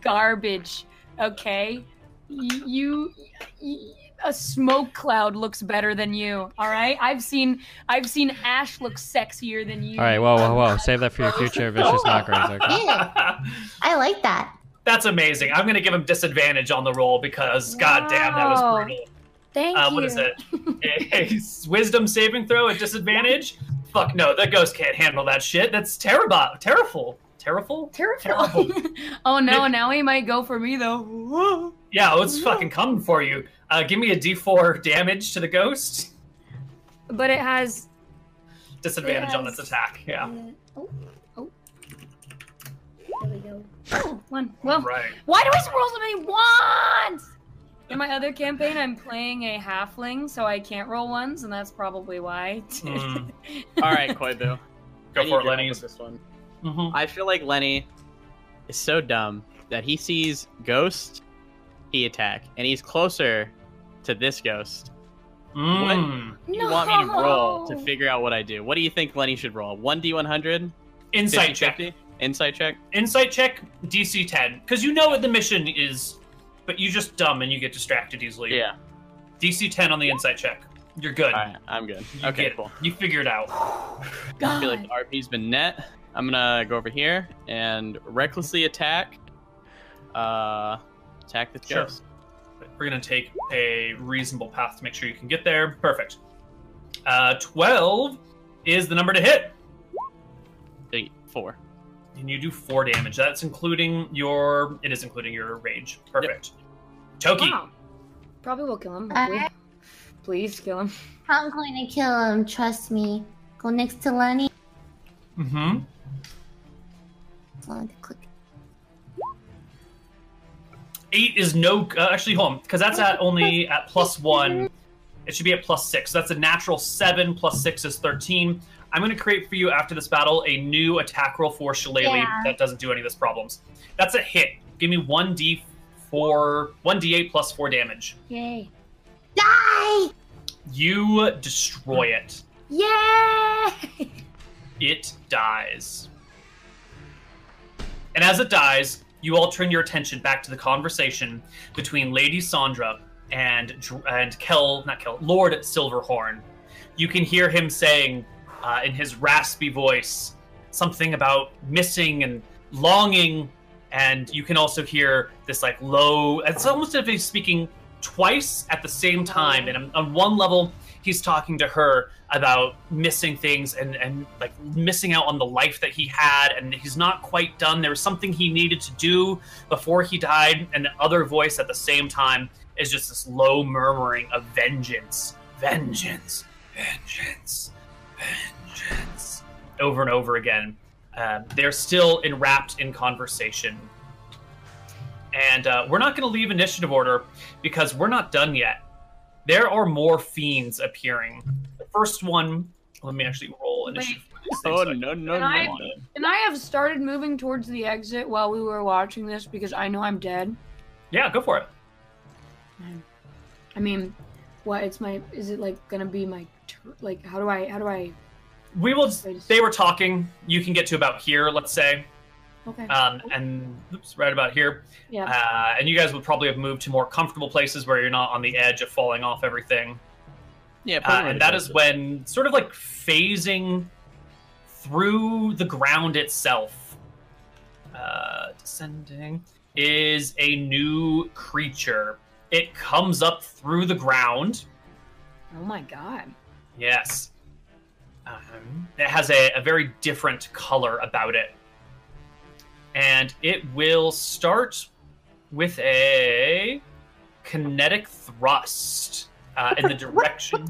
[SPEAKER 2] garbage, okay? You, you, you a smoke cloud looks better than you, all right? I've seen I've seen ash look sexier than you.
[SPEAKER 1] All right, whoa, whoa, whoa. Save that for your future vicious knockers. Okay.
[SPEAKER 4] I like that.
[SPEAKER 3] That's amazing. I'm going to give him disadvantage on the roll because, goddamn, that was
[SPEAKER 2] Wow.
[SPEAKER 3] brutal.
[SPEAKER 2] Thank
[SPEAKER 3] Uh,
[SPEAKER 2] you.
[SPEAKER 3] what is it? A, a wisdom saving throw at disadvantage? Fuck no, that ghost can't handle that shit. That's terrible. Terrible. Terrible?
[SPEAKER 2] Terrible. oh no, now he might go for me though.
[SPEAKER 3] Yeah, it's fucking coming for you. Uh, give me a d4 damage to the ghost.
[SPEAKER 2] But it has
[SPEAKER 3] Disadvantage on
[SPEAKER 2] Yes.
[SPEAKER 3] its attack. Yeah.
[SPEAKER 4] Oh, oh. There we go.
[SPEAKER 2] one. Well,
[SPEAKER 3] Right.
[SPEAKER 2] Why do I roll so many ones? In my other campaign, I'm playing a halfling, so I can't roll ones, and that's probably why.
[SPEAKER 3] Mm.
[SPEAKER 5] All right, Koibu. I
[SPEAKER 3] Go for
[SPEAKER 5] need your
[SPEAKER 3] it,
[SPEAKER 5] help
[SPEAKER 3] Lenny.
[SPEAKER 5] with This one.
[SPEAKER 3] Mhm.
[SPEAKER 5] I feel like Lenny is so dumb that he sees ghost, he attack, and he's closer to this ghost.
[SPEAKER 3] Mm.
[SPEAKER 5] You want me to roll to figure out what I do? What do you think Lenny should roll? One d one hundred.
[SPEAKER 3] Insight check.
[SPEAKER 5] Insight check.
[SPEAKER 3] Insight check, DC 10. Because you know what the mission is, but you just dumb and you get distracted easily.
[SPEAKER 5] Yeah.
[SPEAKER 3] DC 10 on the insight check. You're good.
[SPEAKER 5] All right, I'm good.
[SPEAKER 3] You
[SPEAKER 5] Okay,
[SPEAKER 3] get it.
[SPEAKER 5] cool.
[SPEAKER 3] You figure it out.
[SPEAKER 5] I feel like the RP's been net. I'm gonna go over here and recklessly attack. Uh, attack the
[SPEAKER 3] Sure.
[SPEAKER 5] ghost.
[SPEAKER 3] We're gonna take a reasonable path to make sure you can get there. Perfect. Uh, Twelve is the number to hit,
[SPEAKER 5] Eight, four.
[SPEAKER 3] and you do four damage. That's including your. It is including your rage. Perfect. Toki,
[SPEAKER 2] Wow. Probably will kill him.
[SPEAKER 4] Uh,
[SPEAKER 2] Please, please kill him.
[SPEAKER 4] I'm going to kill him. Trust me. Go next to Lenny.
[SPEAKER 3] mm-hmm.
[SPEAKER 4] Hold on, click.
[SPEAKER 3] eight is no. Uh, actually, hold on, because that's at only at plus one. It should be at plus six. That's a natural seven. Plus six is thirteen. I'm gonna create for you after this battle a new attack roll for Shillelagh
[SPEAKER 4] Yeah.
[SPEAKER 3] that doesn't do any of this problems. That's a hit. Give me one d four, one d eight plus four damage.
[SPEAKER 4] Yay. Die!
[SPEAKER 3] You destroy it.
[SPEAKER 4] Yay!
[SPEAKER 3] It dies. And as it dies, you all turn your attention back to the conversation between Lady Sandra and Dr- and Kel, not Kel, Lord Silverhorn. You can hear him saying uh, in his raspy voice something about missing and longing, and you can also hear this like low. It's almost as if he's speaking twice at the same time. And on- on one level, he's talking to her about missing things and, and like missing out on the life that he had and he's not quite done there was something he needed to do before he died and the other voice at the same time is just this low murmuring of vengeance vengeance vengeance vengeance over and over again um, they're still enwrapped in conversation and uh, we're not going to leave initiative order because we're not done yet there are more fiends appearing. The first one, let me actually roll initiative. for this thing
[SPEAKER 5] Oh
[SPEAKER 3] so I-
[SPEAKER 5] no no
[SPEAKER 2] Can
[SPEAKER 5] no!
[SPEAKER 2] I-
[SPEAKER 5] no.
[SPEAKER 2] And I have started moving towards the exit while we were watching this because I know I'm dead.
[SPEAKER 3] Yeah, go for it.
[SPEAKER 2] I mean, what? It's my. Is it like gonna be my? Tur- like, how do I? How do I?
[SPEAKER 3] We will. They were talking. You can get to about here, let's say,
[SPEAKER 2] Okay.
[SPEAKER 3] um, and oops, right about here.
[SPEAKER 2] yeah.
[SPEAKER 3] Uh, and you guys would probably have moved to more comfortable places where you're not on the edge of falling off everything.
[SPEAKER 5] Yeah,
[SPEAKER 3] Uh, and that is when, sort of like phasing through the ground itself, uh, descending, is a new creature. It comes up through the ground.
[SPEAKER 2] oh my god.
[SPEAKER 3] Yes. Um, it has a, a very different color about it. And it will start with a kinetic thrust uh, in the direction.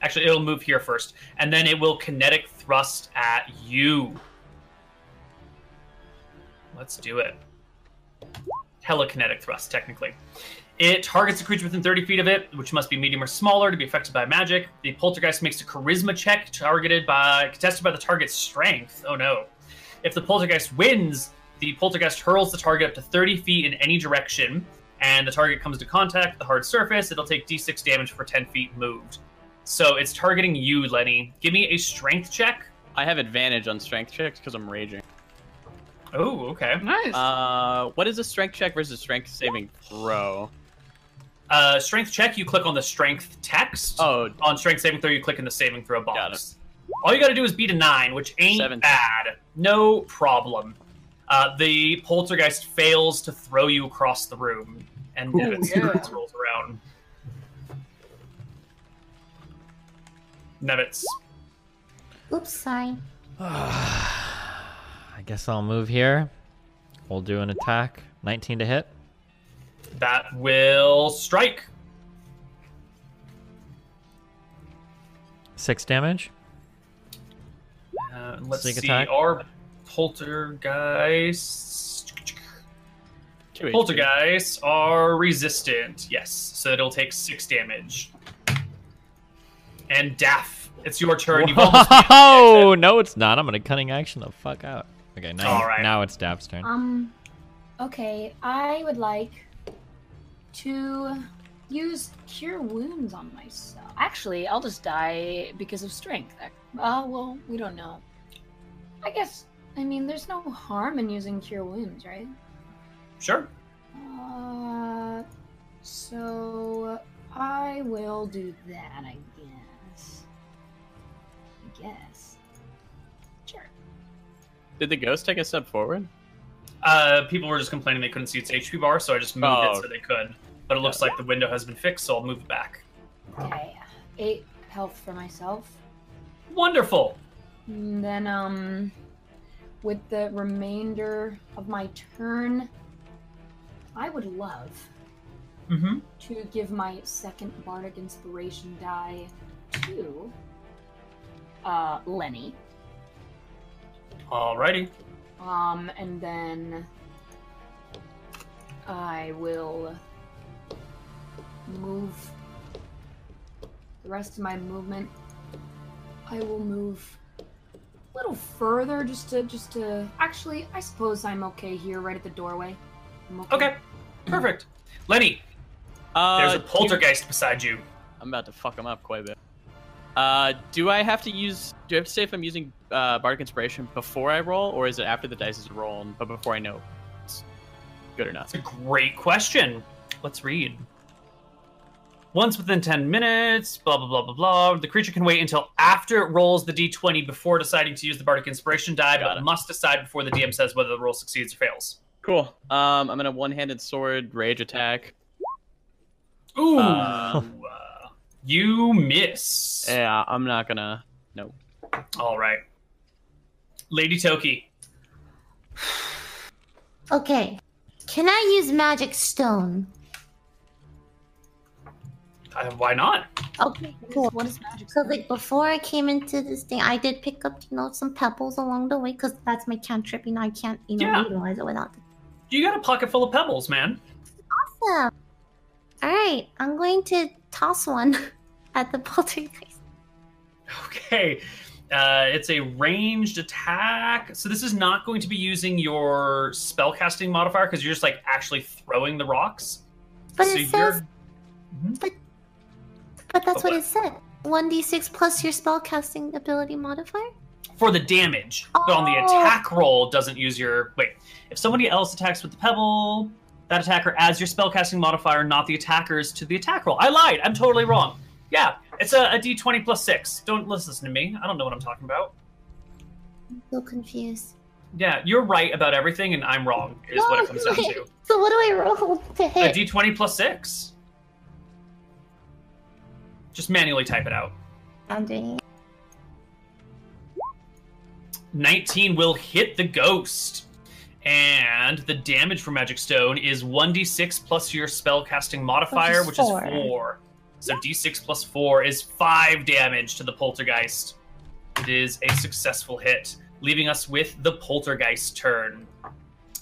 [SPEAKER 3] Actually, it'll move here first. And then it will kinetic thrust at you. Let's do it. Telekinetic thrust, technically. It targets a creature within 30 feet of it, which must be medium or smaller to be affected by magic. The poltergeist makes a charisma check targeted by contested by the target's strength. Oh no. If the poltergeist wins, the poltergeist hurls the target up to 30 feet in any direction, and the target comes to contact with the hard surface. It'll take d6 damage for 10 feet moved. So it's targeting you, Lenny. Give me a strength check.
[SPEAKER 5] I have advantage on strength checks because I'm raging.
[SPEAKER 3] Oh, okay.
[SPEAKER 7] Nice.
[SPEAKER 5] Uh, what is a strength check versus strength saving throw?
[SPEAKER 3] Uh, strength check, you click on the strength text.
[SPEAKER 5] Oh,
[SPEAKER 3] On strength saving throw, you click in the saving throw box. All you gotta do is beat a nine, which ain't
[SPEAKER 5] Seven.
[SPEAKER 3] bad. No problem. Uh, the poltergeist fails to throw you across the room, and then its
[SPEAKER 7] yeah.
[SPEAKER 3] turns rolls around. Nevitz.
[SPEAKER 4] Oops, sorry.
[SPEAKER 1] I guess I'll move here. We'll do an attack. 19 to hit.
[SPEAKER 3] That will strike.
[SPEAKER 1] Six damage.
[SPEAKER 3] Uh, let's
[SPEAKER 1] Sneak
[SPEAKER 3] see.
[SPEAKER 1] attack.
[SPEAKER 3] Our poltergeists.
[SPEAKER 5] two HP.
[SPEAKER 3] Poltergeists are resistant. Yes, so it'll take six damage. And Daff, it's your turn. You've almost beat
[SPEAKER 1] Oh no, it's not. I'm gonna cutting action the fuck out. Okay, now
[SPEAKER 3] All right.
[SPEAKER 1] now it's Daph's turn.
[SPEAKER 2] Um, okay, I would like to use Cure Wounds on myself. Actually, I'll just die because of strength. Uh, well, we don't know. I guess, I mean, there's no harm in using Cure Wounds, right?
[SPEAKER 3] Sure.
[SPEAKER 2] Uh, so I will do that, I guess. I guess. Sure.
[SPEAKER 5] Did the ghost take a step forward?
[SPEAKER 3] Uh, people were just complaining they couldn't see its HP bar, so I just moved
[SPEAKER 5] Oh.
[SPEAKER 3] it so they could. But it looks like the window has been fixed, so I'll move it back.
[SPEAKER 2] Okay. Eight health for myself.
[SPEAKER 3] Wonderful.
[SPEAKER 2] And then, um, with the remainder of my turn, I would love
[SPEAKER 3] Mm-hmm.
[SPEAKER 2] to give my second bardic inspiration die to uh, Lenny.
[SPEAKER 3] Alrighty.
[SPEAKER 2] Um, and then I will move the rest of my movement. I will move a little further just to just to actually I suppose I'm okay here right at the doorway. I'm
[SPEAKER 3] Okay. Perfect. Lenny,
[SPEAKER 5] Uh,
[SPEAKER 3] there's a
[SPEAKER 5] do-
[SPEAKER 3] poltergeist beside you.
[SPEAKER 5] I'm about to fuck him up quite a bit. Uh, do I have to use? Do I have to say if I'm using uh, bardic inspiration before I roll, or is it after the dice is rolled, but before I know it's good or not?
[SPEAKER 3] That's a great question. Let's read. Once within 10 minutes, blah, blah, blah, blah, blah. The creature can wait until after it rolls the d20 before deciding to use the Bardic Inspiration die,
[SPEAKER 5] Got
[SPEAKER 3] but
[SPEAKER 5] it.
[SPEAKER 3] must decide before the DM says whether the roll succeeds or fails.
[SPEAKER 5] Cool. Um, I'm gonna one-handed sword rage attack.
[SPEAKER 3] Ooh.
[SPEAKER 5] Uh.
[SPEAKER 3] uh, you miss.
[SPEAKER 5] Yeah, I'm not gonna.
[SPEAKER 3] All right. Lady Toki.
[SPEAKER 4] Okay. Can I use magic stone?
[SPEAKER 3] Uh, why not?
[SPEAKER 4] Okay, cool.
[SPEAKER 2] What is magic?
[SPEAKER 4] Oh, So like before I came into this thing, I did pick up you know some pebbles along the way because that's my cantrip. You know I can't you know
[SPEAKER 3] Yeah.
[SPEAKER 4] utilize it without the
[SPEAKER 3] You got a pocket full of pebbles, man.
[SPEAKER 4] awesome. All right, I'm going to toss one at the poltergeist.
[SPEAKER 3] Okay. Uh, it's a ranged attack. So this is not going to be using your spellcasting modifier because you're just like actually throwing the rocks.
[SPEAKER 4] But
[SPEAKER 3] so
[SPEAKER 4] it says,
[SPEAKER 3] you're
[SPEAKER 4] but that's
[SPEAKER 3] but
[SPEAKER 4] what it said. One d six plus your spellcasting ability modifier.
[SPEAKER 3] for the damage, but on the
[SPEAKER 4] Oh.
[SPEAKER 3] attack roll doesn't use your wait. If somebody else attacks with the pebble, that attacker adds your spellcasting modifier, not the attacker's, to the attack roll. I lied. I'm totally wrong. Yeah, it's a, a d20 plus six. Don't listen to me. I don't know what I'm talking about.
[SPEAKER 4] I'm so confused.
[SPEAKER 3] Yeah, you're right about everything, and I'm wrong. Is what it comes down to.
[SPEAKER 4] So what do I roll to
[SPEAKER 3] A
[SPEAKER 4] hit?
[SPEAKER 3] d20 plus six. Just manually type it out.
[SPEAKER 4] I'm doing it.
[SPEAKER 3] 19 will hit the ghost. And the damage from Magic Stone is 1d6 plus your spellcasting modifier, which
[SPEAKER 4] Which is
[SPEAKER 3] is 4.
[SPEAKER 4] four.
[SPEAKER 3] So d6 plus 4 is 5 damage to the poltergeist. It is a successful hit, leaving us with the poltergeist turn.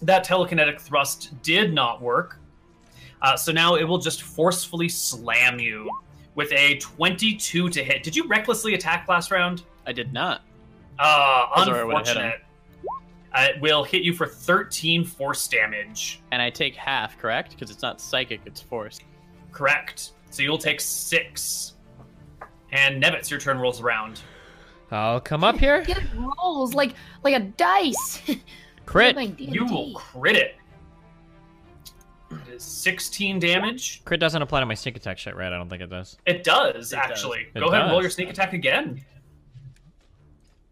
[SPEAKER 3] That telekinetic thrust did not work. Uh, so now it will just forcefully slam you with a 22 to hit. Did you recklessly attack last round?
[SPEAKER 5] I did not.
[SPEAKER 3] Uh,
[SPEAKER 5] That's where I would've hit him.
[SPEAKER 3] unfortunate. Uh, it will hit you for 13 force damage.
[SPEAKER 5] And I take half, correct? Because it's not psychic, it's force.
[SPEAKER 3] Correct. So you'll take six. And Nevitz, your turn rolls around.
[SPEAKER 1] I'll come up here.
[SPEAKER 2] Get rolls like like a dice.
[SPEAKER 1] Crit.
[SPEAKER 2] Like D&D.
[SPEAKER 3] You will crit it. It is 16 damage.
[SPEAKER 1] Crit doesn't apply to my sneak attack shit, right? I don't think it does.
[SPEAKER 3] It does,
[SPEAKER 5] It does.
[SPEAKER 3] actually.
[SPEAKER 1] It
[SPEAKER 3] Go ahead and roll
[SPEAKER 1] does.
[SPEAKER 3] your sneak attack again.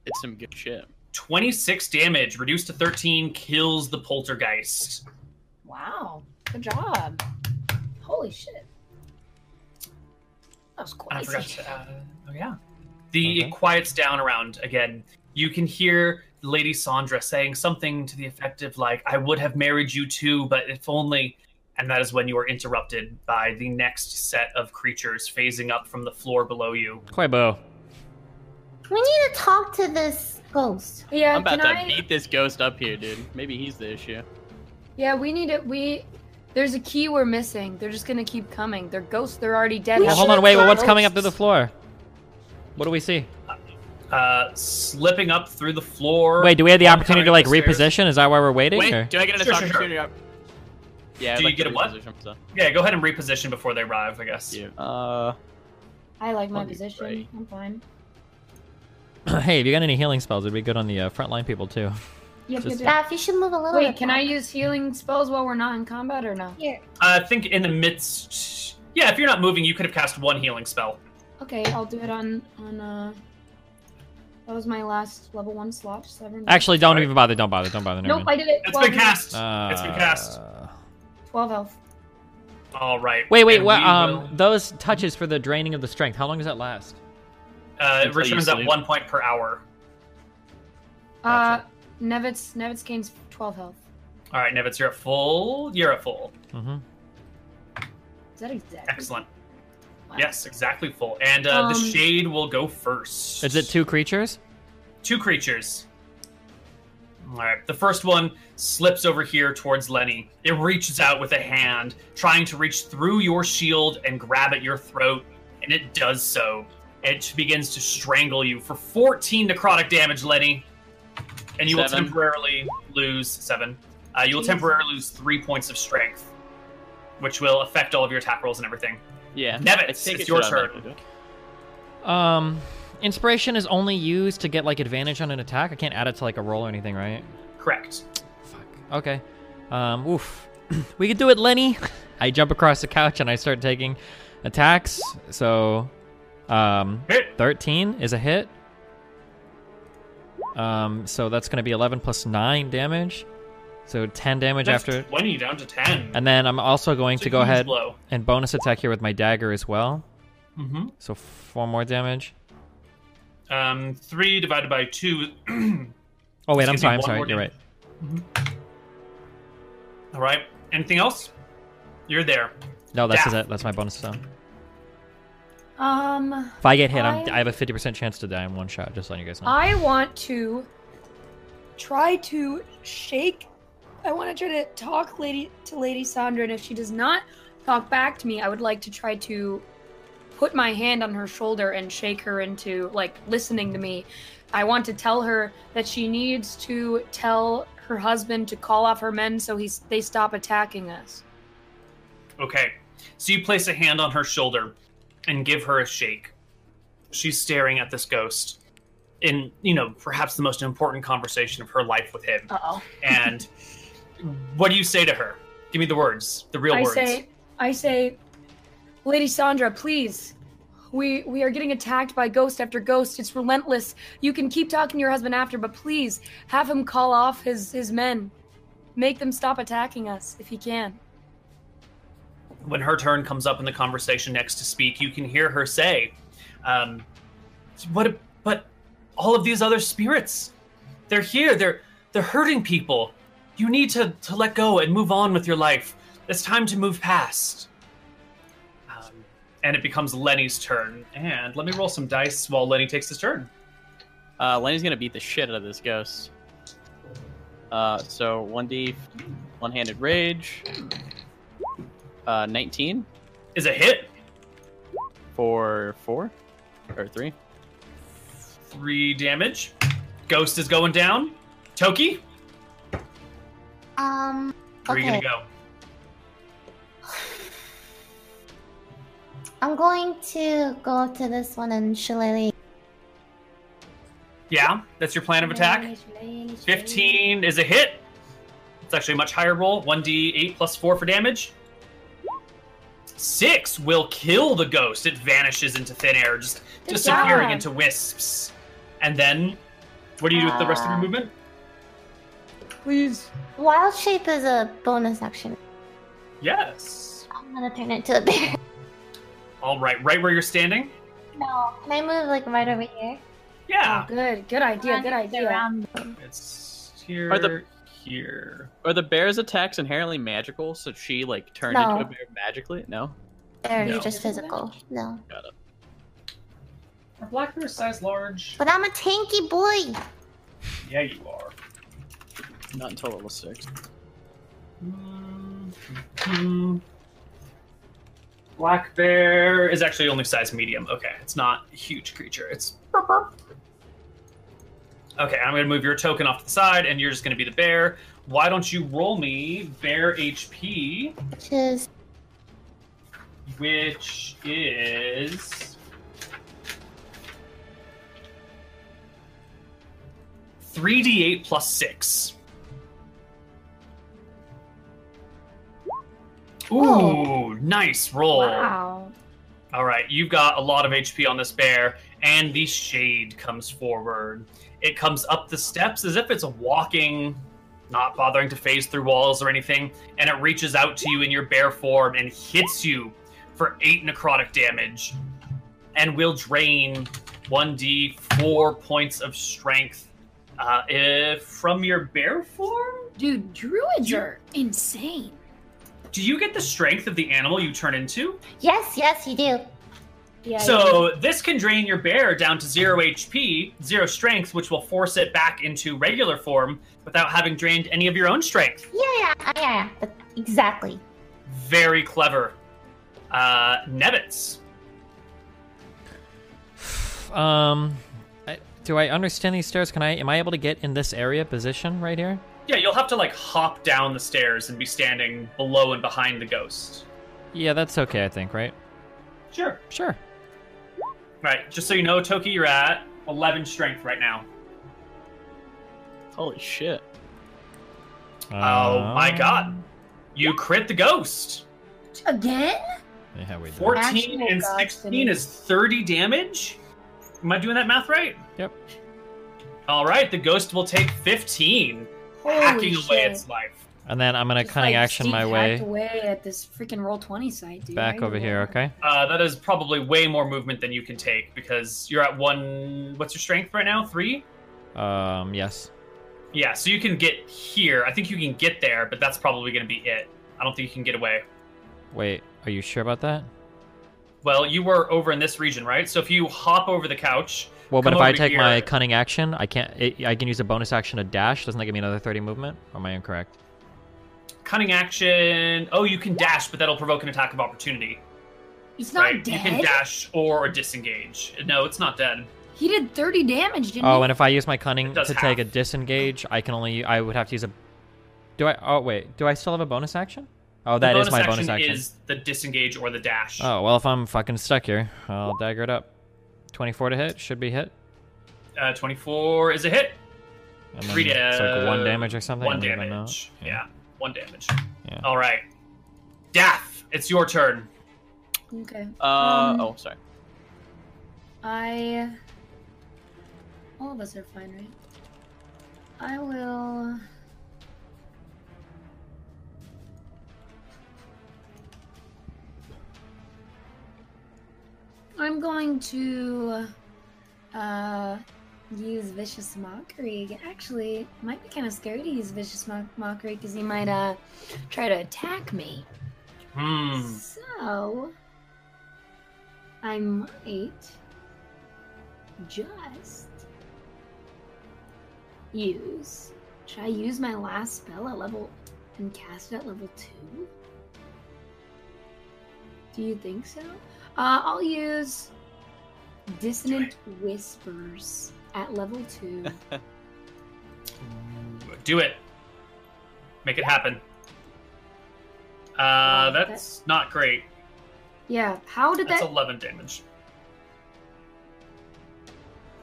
[SPEAKER 5] It's some good shit.
[SPEAKER 3] 26 damage, reduced to 13, kills the poltergeist.
[SPEAKER 2] Wow. Good job. Holy shit. That was
[SPEAKER 3] And I
[SPEAKER 2] crazy.
[SPEAKER 3] forgot to uh, Oh, yeah. The
[SPEAKER 1] Okay.
[SPEAKER 3] It quiets down around again. You can hear Lady Sandra saying something to the effect of, like, I would have married you too, but if only. And that is when you are interrupted by the next set of creatures phasing up from the floor below you.
[SPEAKER 1] Quaibo.
[SPEAKER 4] We need to talk to this ghost.
[SPEAKER 2] Yeah,
[SPEAKER 5] I'm about
[SPEAKER 2] can
[SPEAKER 5] to
[SPEAKER 2] I?
[SPEAKER 5] beat this ghost up here, dude. Maybe he's the issue.
[SPEAKER 2] Yeah, we need it. We there's a key we're missing. They're just gonna keep coming. They're ghosts. They're already dead.
[SPEAKER 4] We
[SPEAKER 1] Well, hold
[SPEAKER 4] should
[SPEAKER 1] on, wait. Well,
[SPEAKER 4] try
[SPEAKER 1] what's coming up through
[SPEAKER 4] ghosts.
[SPEAKER 1] the floor? What do we see?
[SPEAKER 3] Uh, slipping up through the floor.
[SPEAKER 1] Wait, do we have the
[SPEAKER 3] one
[SPEAKER 1] opportunity
[SPEAKER 3] coming
[SPEAKER 1] to like
[SPEAKER 3] up the stairs.
[SPEAKER 1] reposition? Is that why we're waiting? or-
[SPEAKER 5] Wait, do I get an
[SPEAKER 3] Sure, sure,
[SPEAKER 5] opportunity? Yeah, I'd
[SPEAKER 3] Do you
[SPEAKER 5] like to
[SPEAKER 3] get a what?
[SPEAKER 5] reposition myself.
[SPEAKER 3] Yeah, go ahead and reposition before they arrive, I guess.
[SPEAKER 5] Yeah. Uh,
[SPEAKER 2] I like my
[SPEAKER 5] Fucking
[SPEAKER 2] position.
[SPEAKER 5] great.
[SPEAKER 2] I'm fine.
[SPEAKER 1] hey, if you got any healing spells, it'd be good on the uh, frontline people too.
[SPEAKER 2] Yep,
[SPEAKER 1] Just-
[SPEAKER 2] yep, yep.
[SPEAKER 4] Raph, you should move a little
[SPEAKER 2] Wait,
[SPEAKER 4] bit
[SPEAKER 2] can
[SPEAKER 4] back.
[SPEAKER 2] I use healing spells while we're not in combat or no?
[SPEAKER 4] Here.
[SPEAKER 3] I think in the midst. Yeah, if you're not moving, you could have cast one healing spell.
[SPEAKER 2] Okay, I'll do it on on uh. That was my last level one slot. Seven.
[SPEAKER 1] Actually, don't even bother. Don't bother. Don't bother. never
[SPEAKER 2] nope, I
[SPEAKER 1] mind.
[SPEAKER 2] did it.
[SPEAKER 3] It's
[SPEAKER 2] 12
[SPEAKER 3] been cast.
[SPEAKER 1] Uh,
[SPEAKER 3] It's been cast.
[SPEAKER 2] Twelve health.
[SPEAKER 3] All right.
[SPEAKER 1] Wait, wait.
[SPEAKER 3] and
[SPEAKER 1] What?
[SPEAKER 3] we
[SPEAKER 1] Um,
[SPEAKER 3] will-
[SPEAKER 1] those touches for the draining of the strength. How long does that last?
[SPEAKER 3] uh, it
[SPEAKER 5] Until you
[SPEAKER 3] returns at
[SPEAKER 5] sleep.
[SPEAKER 3] one point per hour.
[SPEAKER 2] Uh, Nevitz Nevitz gains twelve health.
[SPEAKER 3] All right, Nevitz, you're at full. You're at full.
[SPEAKER 1] Mm-hmm.
[SPEAKER 2] Is that exactly?
[SPEAKER 3] Excellent.
[SPEAKER 2] Wow.
[SPEAKER 3] Yes, exactly full. And uh, the
[SPEAKER 2] Um,
[SPEAKER 3] shade will go first.
[SPEAKER 1] Is it two creatures?
[SPEAKER 3] two creatures. All right, the first one slips over here towards Lenny. It reaches out with a hand, trying to reach through your shield and grab at your throat, and it does so. It begins to strangle you for 14 necrotic damage, Lenny. And you will
[SPEAKER 5] Seven.
[SPEAKER 3] temporarily lose seven. Uh, you will
[SPEAKER 2] Jeez.
[SPEAKER 3] temporarily lose three points of strength, which will affect all of your attack rolls and everything.
[SPEAKER 5] yeah.
[SPEAKER 3] Nevitz,
[SPEAKER 5] I think
[SPEAKER 3] it's your
[SPEAKER 5] what I'd like
[SPEAKER 3] turn.
[SPEAKER 5] to do.
[SPEAKER 1] Um, inspiration is only used to get like advantage on an attack. I can't add it to like a roll or anything, right?
[SPEAKER 3] Correct.
[SPEAKER 1] Fuck. Okay. Um, oof. we could do it, Lenny. I jump across the couch and I start taking attacks. So, um,
[SPEAKER 3] Hit.
[SPEAKER 1] 13 is a hit. Um, so that's going to be 11 plus 9 damage. So 10 damage
[SPEAKER 3] That's
[SPEAKER 1] after.
[SPEAKER 3] 20 down to 10.
[SPEAKER 1] And then I'm also going
[SPEAKER 3] It's a
[SPEAKER 1] to go
[SPEAKER 3] huge
[SPEAKER 1] ahead
[SPEAKER 3] Blow.
[SPEAKER 1] and bonus attack here with my dagger as well.
[SPEAKER 3] Mm-hmm.
[SPEAKER 1] So 4 more damage.
[SPEAKER 3] Um, three divided by two.
[SPEAKER 1] Oh, wait, I'm
[SPEAKER 3] Excuse me,
[SPEAKER 1] sorry. I'm
[SPEAKER 3] one
[SPEAKER 1] sorry.
[SPEAKER 3] more
[SPEAKER 1] You're right.
[SPEAKER 3] All right. Anything else? You're there.
[SPEAKER 1] No, that's
[SPEAKER 3] Yeah.
[SPEAKER 1] it. That's my bonus stone.
[SPEAKER 2] Um,
[SPEAKER 1] If I get hit, I'm,
[SPEAKER 2] I-
[SPEAKER 1] I have a 50% chance to die in one shot, just letting you guys know.
[SPEAKER 2] I want to try to shake. I want to try to talk lady to Lady Sandra, and if she does not talk back to me, I would like to try to put my hand on her shoulder and shake her into like listening to me. I want to tell her that she needs to tell her husband to call off her men so he's they stop attacking us.
[SPEAKER 3] Okay. So you place a hand on her shoulder and give her a shake. She's staring at this ghost in, you know, perhaps the most important conversation of her life with him.
[SPEAKER 2] Uh oh.
[SPEAKER 3] And what do you say to her? Give me the words, the real
[SPEAKER 2] I
[SPEAKER 3] words.
[SPEAKER 2] say, I say, Lady Sandra, please. We we are getting attacked by ghost after ghost. It's relentless. You can keep talking to your husband after, but please have him call off his his men. Make them stop attacking us if he can.
[SPEAKER 3] when her turn comes up in the conversation next to speak, you can hear her say, um, "What? But all of these other spirits—they're here. They're they're hurting people. You need to to let go and move on with your life. It's time to move past." Um, and it becomes Lenny's turn. And let me roll some dice while Lenny takes his turn.
[SPEAKER 5] Uh, Lenny's gonna beat the shit out of this ghost. Uh, so one D, one-handed rage. Uh, nineteen
[SPEAKER 3] Is a hit
[SPEAKER 5] for four or three.
[SPEAKER 3] three damage. Ghost is going down. Toki,
[SPEAKER 4] Um.
[SPEAKER 3] where are you gonna
[SPEAKER 4] Okay.
[SPEAKER 3] go?
[SPEAKER 4] I'm going to go up to this one and shillelagh.
[SPEAKER 3] Yeah, that's your plan of attack.
[SPEAKER 4] Shillelagh, shillelagh.
[SPEAKER 3] Fifteen is a hit. It's actually a much higher roll. One D eight plus four for damage. Six will kill the ghost. It vanishes into thin air, just
[SPEAKER 2] Good
[SPEAKER 3] disappearing
[SPEAKER 2] job.
[SPEAKER 3] into wisps. And then, what do you do with the rest of
[SPEAKER 5] Uh.
[SPEAKER 3] your
[SPEAKER 4] Ah.
[SPEAKER 3] movement?
[SPEAKER 4] Wild shape is a bonus action.
[SPEAKER 3] Yes.
[SPEAKER 4] I'm gonna turn it to a bear.
[SPEAKER 3] All right, right where you're standing.
[SPEAKER 4] No. Can I move like right over here?
[SPEAKER 3] Yeah.
[SPEAKER 2] Good, good idea, good idea.
[SPEAKER 4] Around.
[SPEAKER 3] It's here.
[SPEAKER 5] Are the-
[SPEAKER 3] here.
[SPEAKER 5] Are the bear's attacks inherently magical? So she like turned
[SPEAKER 4] No.
[SPEAKER 5] into a bear magically? No.
[SPEAKER 4] There,
[SPEAKER 3] No.
[SPEAKER 4] you're just physical. No.
[SPEAKER 3] Are black bears size large?
[SPEAKER 4] But I'm a tanky boy.
[SPEAKER 3] Yeah, you are.
[SPEAKER 5] Not until level six.
[SPEAKER 3] Mhm. Black bear is actually only size medium. Okay, it's not a huge creature. It's. Okay, I'm gonna move your token off to the side, and you're just gonna be the bear. Why don't you roll me bear HP,
[SPEAKER 4] Which is
[SPEAKER 3] which is three d eight plus six. Ooh,
[SPEAKER 4] Oh.
[SPEAKER 3] nice roll!
[SPEAKER 2] Wow.
[SPEAKER 3] All right, you've got a lot of HP on this bear, and the shade comes forward. It comes up the steps as if it's walking, not bothering to phase through walls or anything, and it reaches out to you in your bear form and hits you for eight necrotic damage, and will drain 1d four points of strength uh, if from your bear form.
[SPEAKER 2] Dude, druids are insane.
[SPEAKER 3] Do you get the strength of the animal you turn into?
[SPEAKER 4] yes, yes, you do.
[SPEAKER 2] Yeah.
[SPEAKER 3] So this can drain your bear down to zero HP, zero strength, which will force it back into regular form without having drained any of your own strength.
[SPEAKER 4] Yeah, yeah, oh, yeah, yeah. But exactly.
[SPEAKER 3] Very clever. Uh, Nevitz.
[SPEAKER 1] Um, I, do I understand these stairs? Can I? Am I able to get in this area position right here?
[SPEAKER 3] Yeah, you'll have to like hop down the stairs and be standing below and behind the ghost.
[SPEAKER 1] Yeah, that's okay. I think. Right.
[SPEAKER 3] Sure.
[SPEAKER 1] Sure.
[SPEAKER 3] Right. Just so you know, Toki, you're at 11 strength right now.
[SPEAKER 5] Holy shit.
[SPEAKER 1] Um,
[SPEAKER 3] oh my god. You crit the ghost.
[SPEAKER 2] again?
[SPEAKER 1] Yeah, we did.
[SPEAKER 3] 14
[SPEAKER 2] Actual
[SPEAKER 3] and
[SPEAKER 2] ghost,
[SPEAKER 3] 16 is 30 damage. Am I doing that math right?
[SPEAKER 1] Yep.
[SPEAKER 3] All right, the ghost will take 15, hacking away its life.
[SPEAKER 1] And then I'm gonna
[SPEAKER 2] Just,
[SPEAKER 1] cunning
[SPEAKER 2] like,
[SPEAKER 1] action my
[SPEAKER 2] sneak
[SPEAKER 1] way
[SPEAKER 2] hacked away at this freaking roll twenty site, dude.
[SPEAKER 1] back
[SPEAKER 2] I
[SPEAKER 1] over
[SPEAKER 2] know.
[SPEAKER 1] here. Okay.
[SPEAKER 3] Uh, that is probably way more movement than you can take because you're at one. What's your strength right now? Three?
[SPEAKER 1] Um. Yes.
[SPEAKER 3] Yeah, so you can get here. I think you can get there, but that's probably going to be it. I don't think you can get away.
[SPEAKER 1] Wait. Are you sure about that?
[SPEAKER 3] Well, you were over in this region, right? So if you hop over the couch,
[SPEAKER 1] Well, but
[SPEAKER 3] Come
[SPEAKER 1] if I
[SPEAKER 3] over
[SPEAKER 1] take my
[SPEAKER 3] here.
[SPEAKER 1] cunning action, I can't. It, I can use a bonus action to dash. Doesn't that give me another 30 movement? Or am I incorrect?
[SPEAKER 3] cunning action. Oh, you can dash, but that'll provoke an attack of opportunity.
[SPEAKER 2] He's not
[SPEAKER 3] right? You
[SPEAKER 2] dead.
[SPEAKER 3] can dash or disengage. No, it's not dead.
[SPEAKER 2] He did thirty damage, didn't
[SPEAKER 1] Oh,
[SPEAKER 2] he?
[SPEAKER 1] and if I use my cunning
[SPEAKER 3] It
[SPEAKER 1] to
[SPEAKER 3] does
[SPEAKER 1] take a
[SPEAKER 3] half.
[SPEAKER 1] disengage, I can only. I would have to use a. Do I? Oh wait. Do I still have a bonus action? Oh, that
[SPEAKER 3] the
[SPEAKER 1] is my
[SPEAKER 3] bonus
[SPEAKER 1] bonus action.
[SPEAKER 3] Is the disengage or the dash?
[SPEAKER 1] Oh well, if I'm fucking stuck here, I'll dagger it up. 24 to hit should be hit.
[SPEAKER 3] Uh, 24 is a hit.
[SPEAKER 1] And
[SPEAKER 3] Three
[SPEAKER 1] then It's like one
[SPEAKER 3] da-
[SPEAKER 1] damage or something.
[SPEAKER 3] one
[SPEAKER 1] I don't even know.
[SPEAKER 3] damage. Yeah. one damage.
[SPEAKER 1] Yeah.
[SPEAKER 3] All right. Death, it's your turn.
[SPEAKER 2] Okay.
[SPEAKER 5] Uh
[SPEAKER 2] Um,
[SPEAKER 5] oh, sorry.
[SPEAKER 2] I. All of us are fine, right? I will. I'm going to uh, use Vicious Mockery. Actually, it might be kind of scary to use Vicious Mo- Mockery because he might uh, try to attack me.
[SPEAKER 3] Hmm.
[SPEAKER 2] So, I might just use Should I use my last spell at level and cast it at level two? Do you think so? Uh, I'll use dissonant whispers at level two.
[SPEAKER 3] Do it. Make it happen. Uh,
[SPEAKER 2] Wow,
[SPEAKER 3] that's not great.
[SPEAKER 2] yeah. How did
[SPEAKER 3] That's
[SPEAKER 2] that?
[SPEAKER 3] 11 damage.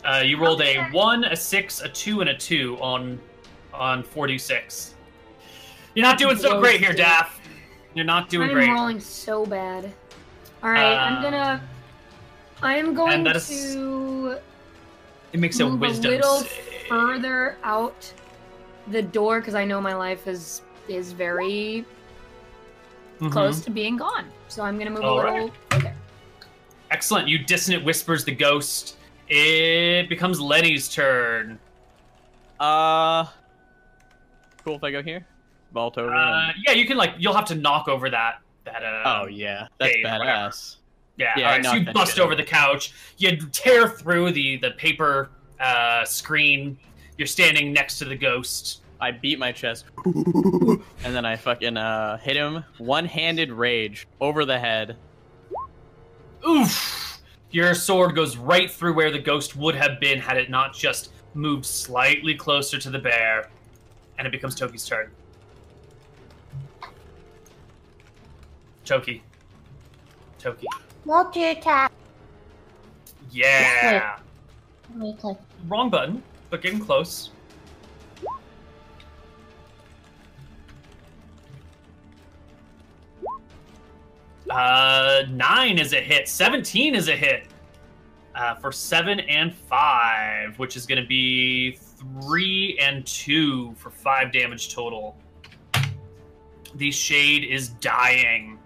[SPEAKER 3] Uh, you rolled a one, a six, a two, and a two on on 46. You're not doing so
[SPEAKER 2] Blows
[SPEAKER 3] great here,
[SPEAKER 2] through.
[SPEAKER 3] Daff. You're not doing
[SPEAKER 2] I'm
[SPEAKER 3] great. Um,
[SPEAKER 2] rolling so bad. All right, I'm gonna. I am going
[SPEAKER 3] and that
[SPEAKER 2] to
[SPEAKER 3] is- It makes a
[SPEAKER 2] move
[SPEAKER 3] wisdom
[SPEAKER 2] a little
[SPEAKER 3] save.
[SPEAKER 2] further out the door because I know my life is is very
[SPEAKER 3] Mhm.
[SPEAKER 2] close to being gone. So I'm gonna move
[SPEAKER 3] All
[SPEAKER 2] a
[SPEAKER 3] right.
[SPEAKER 2] little. Okay.
[SPEAKER 3] Excellent. You dissonant whispers the ghost. It becomes Lenny's turn.
[SPEAKER 5] Uh, cool if I go here. Vault over.
[SPEAKER 3] Uh,
[SPEAKER 5] and-
[SPEAKER 3] yeah, you can like you'll have to knock over that that uh
[SPEAKER 5] oh yeah, that's
[SPEAKER 3] yeah, whatever.
[SPEAKER 5] badass.
[SPEAKER 3] Yeah,
[SPEAKER 5] Yeah,
[SPEAKER 3] all right.
[SPEAKER 5] no,
[SPEAKER 3] So you
[SPEAKER 5] that's
[SPEAKER 3] bust
[SPEAKER 5] good.
[SPEAKER 3] over the couch. You tear through the the paper uh, screen. You're standing next to the ghost.
[SPEAKER 5] I beat my chest, and then I fucking uh hit him one-handed rage over the head.
[SPEAKER 3] Oof! Your sword goes right through where the ghost would have been had it not just moved slightly closer to the bear, and it becomes Toki's turn. Toki. Toki.
[SPEAKER 4] Multi-attack.
[SPEAKER 3] Yeah.
[SPEAKER 4] Okay.
[SPEAKER 3] Wrong button, but getting close. Uh, nine is a hit. Seventeen is a hit. Uh, for seven and five, which is going to be three and two for five damage total. The shade is dying.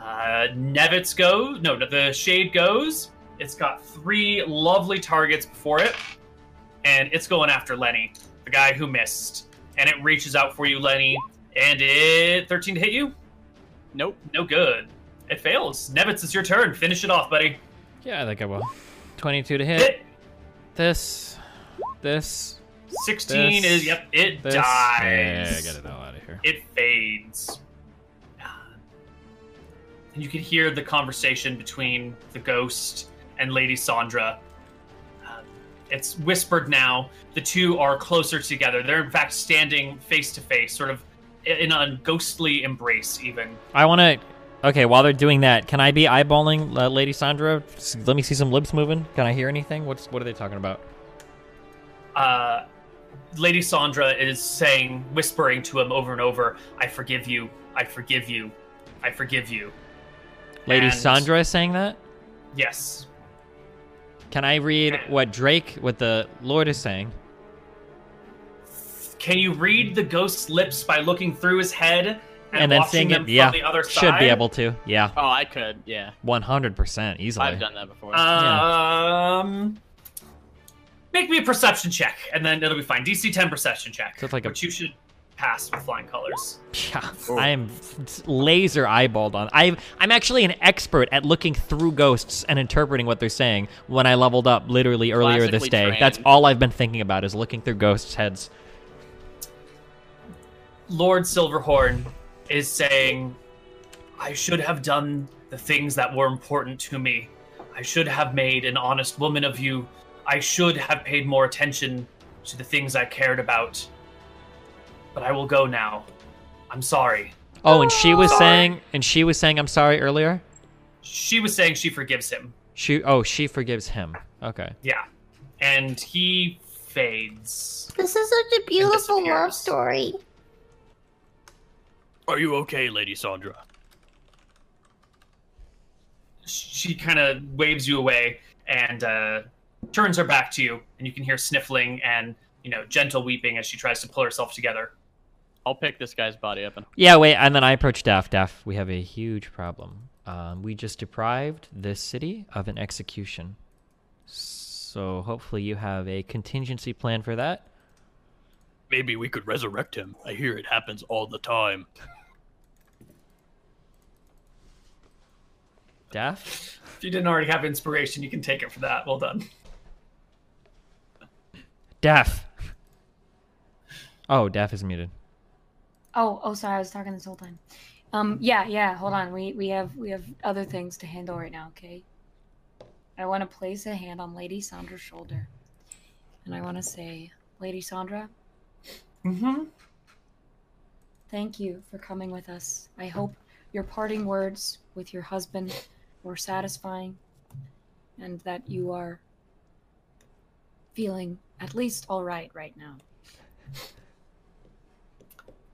[SPEAKER 3] Uh, Nevitz goes. No, no, the shade goes. It's got three lovely targets before it, and it's going after Lenny, the guy who missed. And it reaches out for you, Lenny, and it 13 to hit you.
[SPEAKER 5] Nope.
[SPEAKER 3] No good. It fails. Nevitz, it's your turn. Finish it off, buddy.
[SPEAKER 1] Yeah, I think I will. 22 to hit.
[SPEAKER 3] Hit.
[SPEAKER 1] This. This.
[SPEAKER 3] 16
[SPEAKER 1] This-
[SPEAKER 3] is yep. It
[SPEAKER 1] This. Yeah, I
[SPEAKER 3] dies.
[SPEAKER 1] got it all out of here.
[SPEAKER 3] It fades. And you can hear the conversation between the ghost and Lady Sandra. Uh, It's whispered now. The two are closer together. They're, in fact, standing face to face, sort of in a ghostly embrace, even.
[SPEAKER 1] I want to. Okay, while they're doing that, can I be eyeballing uh, Lady Sandra? S- Let me see some lips moving. Can I hear anything? What's what are they talking about?
[SPEAKER 3] Uh, Lady Sandra is saying, whispering to him over and over, I forgive you. I forgive you. I forgive you.
[SPEAKER 1] Lady
[SPEAKER 3] And-
[SPEAKER 1] Sandra is saying that.
[SPEAKER 3] Yes.
[SPEAKER 1] Can I read what Drake, what the Lord is saying?
[SPEAKER 3] Can you read the ghost's lips by looking through his head and,
[SPEAKER 1] And then
[SPEAKER 3] watching
[SPEAKER 1] seeing
[SPEAKER 3] them
[SPEAKER 1] it? Yeah,
[SPEAKER 3] from the other side?
[SPEAKER 1] Should be able to. Yeah,
[SPEAKER 5] Oh, I could. Yeah,
[SPEAKER 1] 100% easily.
[SPEAKER 5] I've done that before.
[SPEAKER 3] Uh, Um, make me a perception check, and then it'll be fine. DC 10 perception check,
[SPEAKER 1] So it's like a-
[SPEAKER 3] which you should pass with flying colors.
[SPEAKER 1] Yeah, I am f- laser eyeballed on. I I'm actually an expert at looking through ghosts and interpreting what they're saying. When I leveled up literally earlier this
[SPEAKER 5] Classically
[SPEAKER 1] day, that's
[SPEAKER 5] trained.
[SPEAKER 1] all I've been thinking about is looking through ghosts' heads.
[SPEAKER 3] Lord Silverhorn is saying, I should have done the things that were important to me. I should have made an honest woman of you. I should have paid more attention to the things I cared about. But I will go now. I'm sorry.
[SPEAKER 1] Oh, and she was
[SPEAKER 3] Sorry.
[SPEAKER 1] saying, and she was saying, I'm sorry earlier.
[SPEAKER 3] She was saying she forgives him.
[SPEAKER 1] She oh she forgives him. Okay.
[SPEAKER 3] Yeah. And he fades.
[SPEAKER 4] This is such a beautiful love
[SPEAKER 3] disappears.
[SPEAKER 4] story.
[SPEAKER 6] Are you okay, Lady Sandra?
[SPEAKER 3] She kind of waves you away and uh, turns her back to you. And you can hear sniffling and, you know, gentle weeping as she tries to pull herself together.
[SPEAKER 5] I'll pick this guy's body up and
[SPEAKER 1] Yeah. Wait. And then I approach Daff. Daff, we have a huge problem. Um, we just deprived this city of an execution. So hopefully you have a contingency plan for that.
[SPEAKER 6] Maybe we could resurrect him. I hear it happens all the time.
[SPEAKER 1] Daff.
[SPEAKER 3] If you didn't already have inspiration, you can take it for that. Well done.
[SPEAKER 1] Deaf. Oh, Daph is muted.
[SPEAKER 2] Oh, oh, sorry, I was talking this whole time. Um, yeah, yeah. Hold on, we we have we have other things to handle right now. Okay. I want to place a hand on Lady Sandra's shoulder, and I want to say, Lady Sandra,
[SPEAKER 3] Mm-hmm.
[SPEAKER 2] thank you for coming with us. I hope your parting words with your husband were satisfying, and that you are feeling at least all right right now.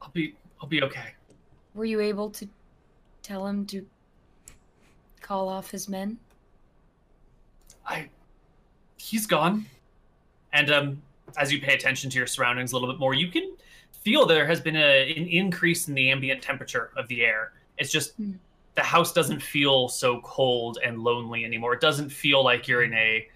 [SPEAKER 3] I'll be I'll be okay.
[SPEAKER 2] Were you able to tell him to call off his men?
[SPEAKER 3] I he's gone. And um as you pay attention to your surroundings a little bit more, you can feel there has been a, an increase in the ambient temperature of the air. It's just
[SPEAKER 2] Hmm.
[SPEAKER 3] the house doesn't feel so cold and lonely anymore. It doesn't feel like you're in a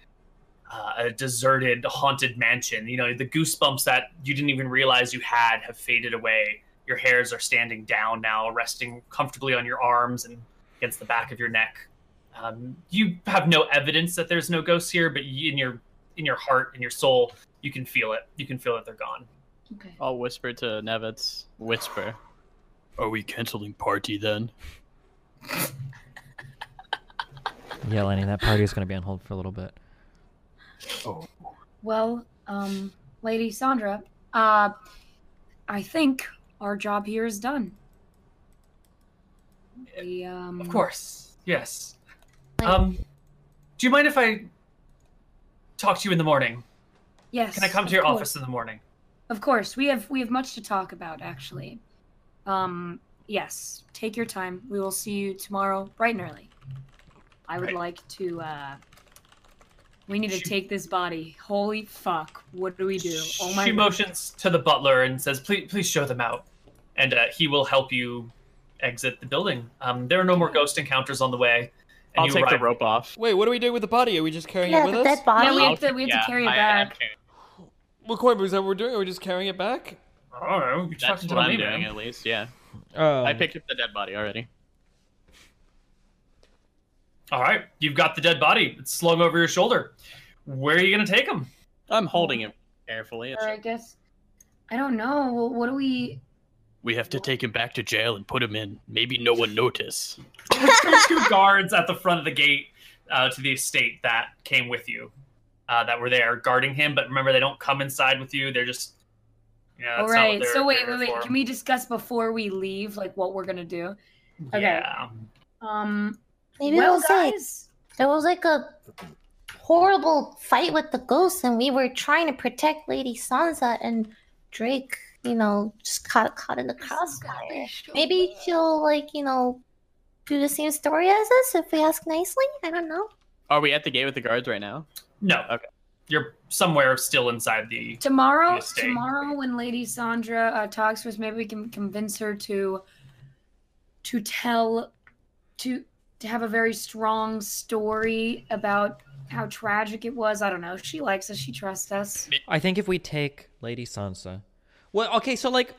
[SPEAKER 3] uh, a deserted, haunted mansion. You know, the goosebumps that you didn't even realize you had have faded away. Your hairs are standing down now, resting comfortably on your arms and against the back of your neck. Um, you have no evidence that there's no ghosts here, but y in your in your heart, in your soul, you can feel it. You can feel that they're gone.
[SPEAKER 2] Okay.
[SPEAKER 5] I'll whisper to Nevitz. Whisper.
[SPEAKER 6] Are we canceling party then?
[SPEAKER 1] Yeah, Lenny, that party is going to be on hold for a little bit.
[SPEAKER 6] Oh,
[SPEAKER 2] Well, um, Lady Sandra, uh, I think our job here is done. We, um,
[SPEAKER 3] Of course, yes.
[SPEAKER 4] Like-
[SPEAKER 3] Um, do you mind if I talk to you in the morning?
[SPEAKER 2] Yes.
[SPEAKER 3] Can I come
[SPEAKER 2] of
[SPEAKER 3] to your
[SPEAKER 2] course.
[SPEAKER 3] office in the morning?
[SPEAKER 2] Of course. We have we have much to talk about, actually. Um, yes. Take your time. We will see you tomorrow, bright and early. I would
[SPEAKER 3] Right.
[SPEAKER 2] like to. uh We need to
[SPEAKER 3] She-
[SPEAKER 2] take this body. Holy fuck! What do we do? Oh my.
[SPEAKER 3] she
[SPEAKER 2] God.
[SPEAKER 3] motions to the butler and says, "Please, please show them out," and uh, he will help you exit the building. Um, there are no more ghost encounters on the way. And
[SPEAKER 5] I'll
[SPEAKER 3] you
[SPEAKER 5] take the
[SPEAKER 3] arrive-
[SPEAKER 5] rope off.
[SPEAKER 7] Wait, what do we do with the body? Are we just carrying
[SPEAKER 4] Yeah,
[SPEAKER 7] it with
[SPEAKER 4] the
[SPEAKER 7] us?
[SPEAKER 4] dead body.
[SPEAKER 2] Yeah, we
[SPEAKER 5] I'll
[SPEAKER 2] have to. We have
[SPEAKER 5] yeah,
[SPEAKER 2] to carry it
[SPEAKER 5] I- I
[SPEAKER 2] back.
[SPEAKER 5] carry-
[SPEAKER 7] Well, Corbin, is that what we're doing? Are we just carrying it back?
[SPEAKER 3] I don't know. You're
[SPEAKER 5] That's
[SPEAKER 3] talking to
[SPEAKER 5] what I'm
[SPEAKER 3] me, man.
[SPEAKER 5] doing, at least. Yeah.
[SPEAKER 1] Um,
[SPEAKER 5] I picked up the dead body already.
[SPEAKER 3] All right, you've got the dead body. It's slung over your shoulder. Where are you going to take him?
[SPEAKER 5] I'm holding
[SPEAKER 2] Oh.
[SPEAKER 5] him carefully. It's-
[SPEAKER 2] Or I guess. I don't know. Well, what do we?
[SPEAKER 6] we have to take him back to jail and put him in. Maybe no one notice.
[SPEAKER 3] There's two guards at the front of the gate uh, to the estate that came with you, uh, that were there guarding him. But remember, they don't come inside with you. They're just, you know, that's
[SPEAKER 2] All
[SPEAKER 3] not what
[SPEAKER 2] right.
[SPEAKER 3] they're-
[SPEAKER 2] So wait,
[SPEAKER 3] they're
[SPEAKER 2] wait, wait.
[SPEAKER 3] for.
[SPEAKER 2] Can we discuss before we leave, like what we're gonna do? okay.
[SPEAKER 3] Yeah.
[SPEAKER 2] Um.
[SPEAKER 4] Maybe
[SPEAKER 2] well,
[SPEAKER 4] we'll say
[SPEAKER 2] guys.
[SPEAKER 4] There was like a horrible fight with the ghosts, and we were trying to protect Lady Sansa, and Drake, you know, just caught caught in the crossfire. Maybe she'll like, you know, do the same story as us if we ask nicely. I don't know.
[SPEAKER 5] Are we at the gate with the guards right now?
[SPEAKER 3] No.
[SPEAKER 5] Okay.
[SPEAKER 3] You're somewhere still inside the.
[SPEAKER 2] Tomorrow,
[SPEAKER 3] Yes, Dave.
[SPEAKER 2] tomorrow, when Lady Sandra uh, talks with, us, maybe we can convince her to to tell to to have a very strong story about how tragic it was. I don't know. She likes us. She trusts us.
[SPEAKER 1] I think if we take Lady Sansa, well, okay, so like,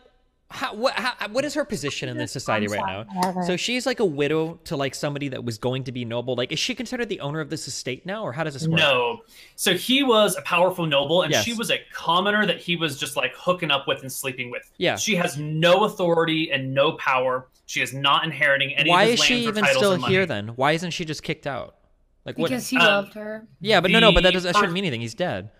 [SPEAKER 1] how, what, how, what is her position in this society right now? So she's like a widow to like somebody that was going to be noble. Like, is she considered the owner of this estate now, or how does this work?
[SPEAKER 3] No. So he was a powerful noble, and
[SPEAKER 1] Yes.
[SPEAKER 3] she was a commoner that he was just like hooking up with and sleeping with.
[SPEAKER 1] Yeah.
[SPEAKER 3] She has no authority and no power. She is not inheriting any
[SPEAKER 1] Why
[SPEAKER 3] of
[SPEAKER 1] is
[SPEAKER 3] his
[SPEAKER 1] she
[SPEAKER 3] lands or
[SPEAKER 1] even
[SPEAKER 3] titles
[SPEAKER 1] still
[SPEAKER 3] and money.
[SPEAKER 1] here then? Why isn't she just kicked out? Like what?
[SPEAKER 2] Because he
[SPEAKER 3] um,
[SPEAKER 2] loved her.
[SPEAKER 1] yeah, but no, no, but that
[SPEAKER 3] the
[SPEAKER 1] doesn't that shouldn't
[SPEAKER 3] first-
[SPEAKER 1] mean anything. He's dead.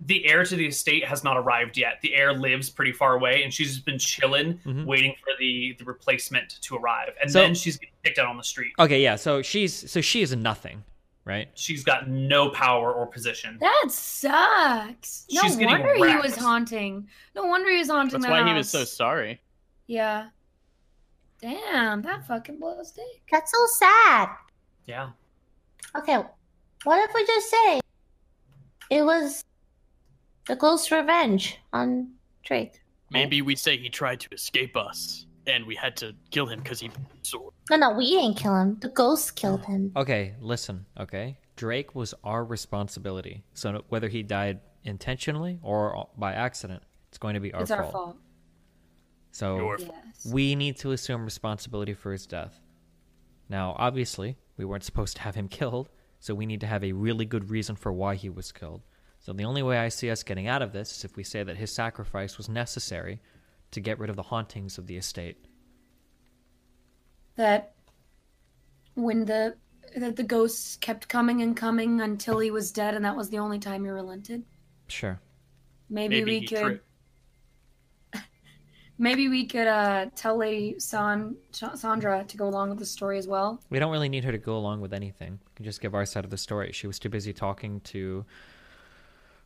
[SPEAKER 3] the heir to the estate has not arrived yet. The heir lives pretty far away, and she's just been chilling,
[SPEAKER 1] Mhm.
[SPEAKER 3] waiting for the the replacement to arrive. And
[SPEAKER 1] So-
[SPEAKER 3] then she's getting kicked out on the street.
[SPEAKER 1] Okay, yeah. So she's so she is nothing, right?
[SPEAKER 3] She's got no power or position.
[SPEAKER 2] That sucks. No
[SPEAKER 3] She's getting
[SPEAKER 2] wonder he was
[SPEAKER 3] wrecked.
[SPEAKER 2] haunting. No wonder he was haunting.
[SPEAKER 5] That's
[SPEAKER 2] that
[SPEAKER 5] why he was so
[SPEAKER 2] house.
[SPEAKER 5] sorry.
[SPEAKER 2] Yeah. Damn, that fucking blows dick.
[SPEAKER 4] That's so sad.
[SPEAKER 3] Yeah.
[SPEAKER 4] Okay, what if we just say it was the ghost revenge on Drake?
[SPEAKER 6] Maybe we say he tried to escape us and we had to kill him because he sword.
[SPEAKER 4] No, no, we didn't kill him. The ghost killed him.
[SPEAKER 1] Okay, listen. Okay, Drake was our responsibility. So whether he died intentionally or by accident, it's going to be our,
[SPEAKER 2] it's
[SPEAKER 1] fault.
[SPEAKER 2] our fault.
[SPEAKER 1] So
[SPEAKER 6] Your
[SPEAKER 2] Yes.
[SPEAKER 1] we need to assume responsibility for his death. Now, obviously, we weren't supposed to have him killed, so we need to have a really good reason for why he was killed. So the only way I see us getting out of this is if we say that his sacrifice was necessary to get rid of the hauntings of the estate.
[SPEAKER 2] that when the that the ghosts kept coming and coming until he was dead, and that was the only time he relented.
[SPEAKER 1] Sure.
[SPEAKER 2] Maybe,
[SPEAKER 6] Maybe
[SPEAKER 2] we
[SPEAKER 6] he
[SPEAKER 2] could.
[SPEAKER 6] tri-
[SPEAKER 2] Maybe we could uh, tell Lady San- Sa- Sandra to go along with the story as well.
[SPEAKER 1] We don't really need her to go along with anything. We can just give our side of the story. She was too busy talking to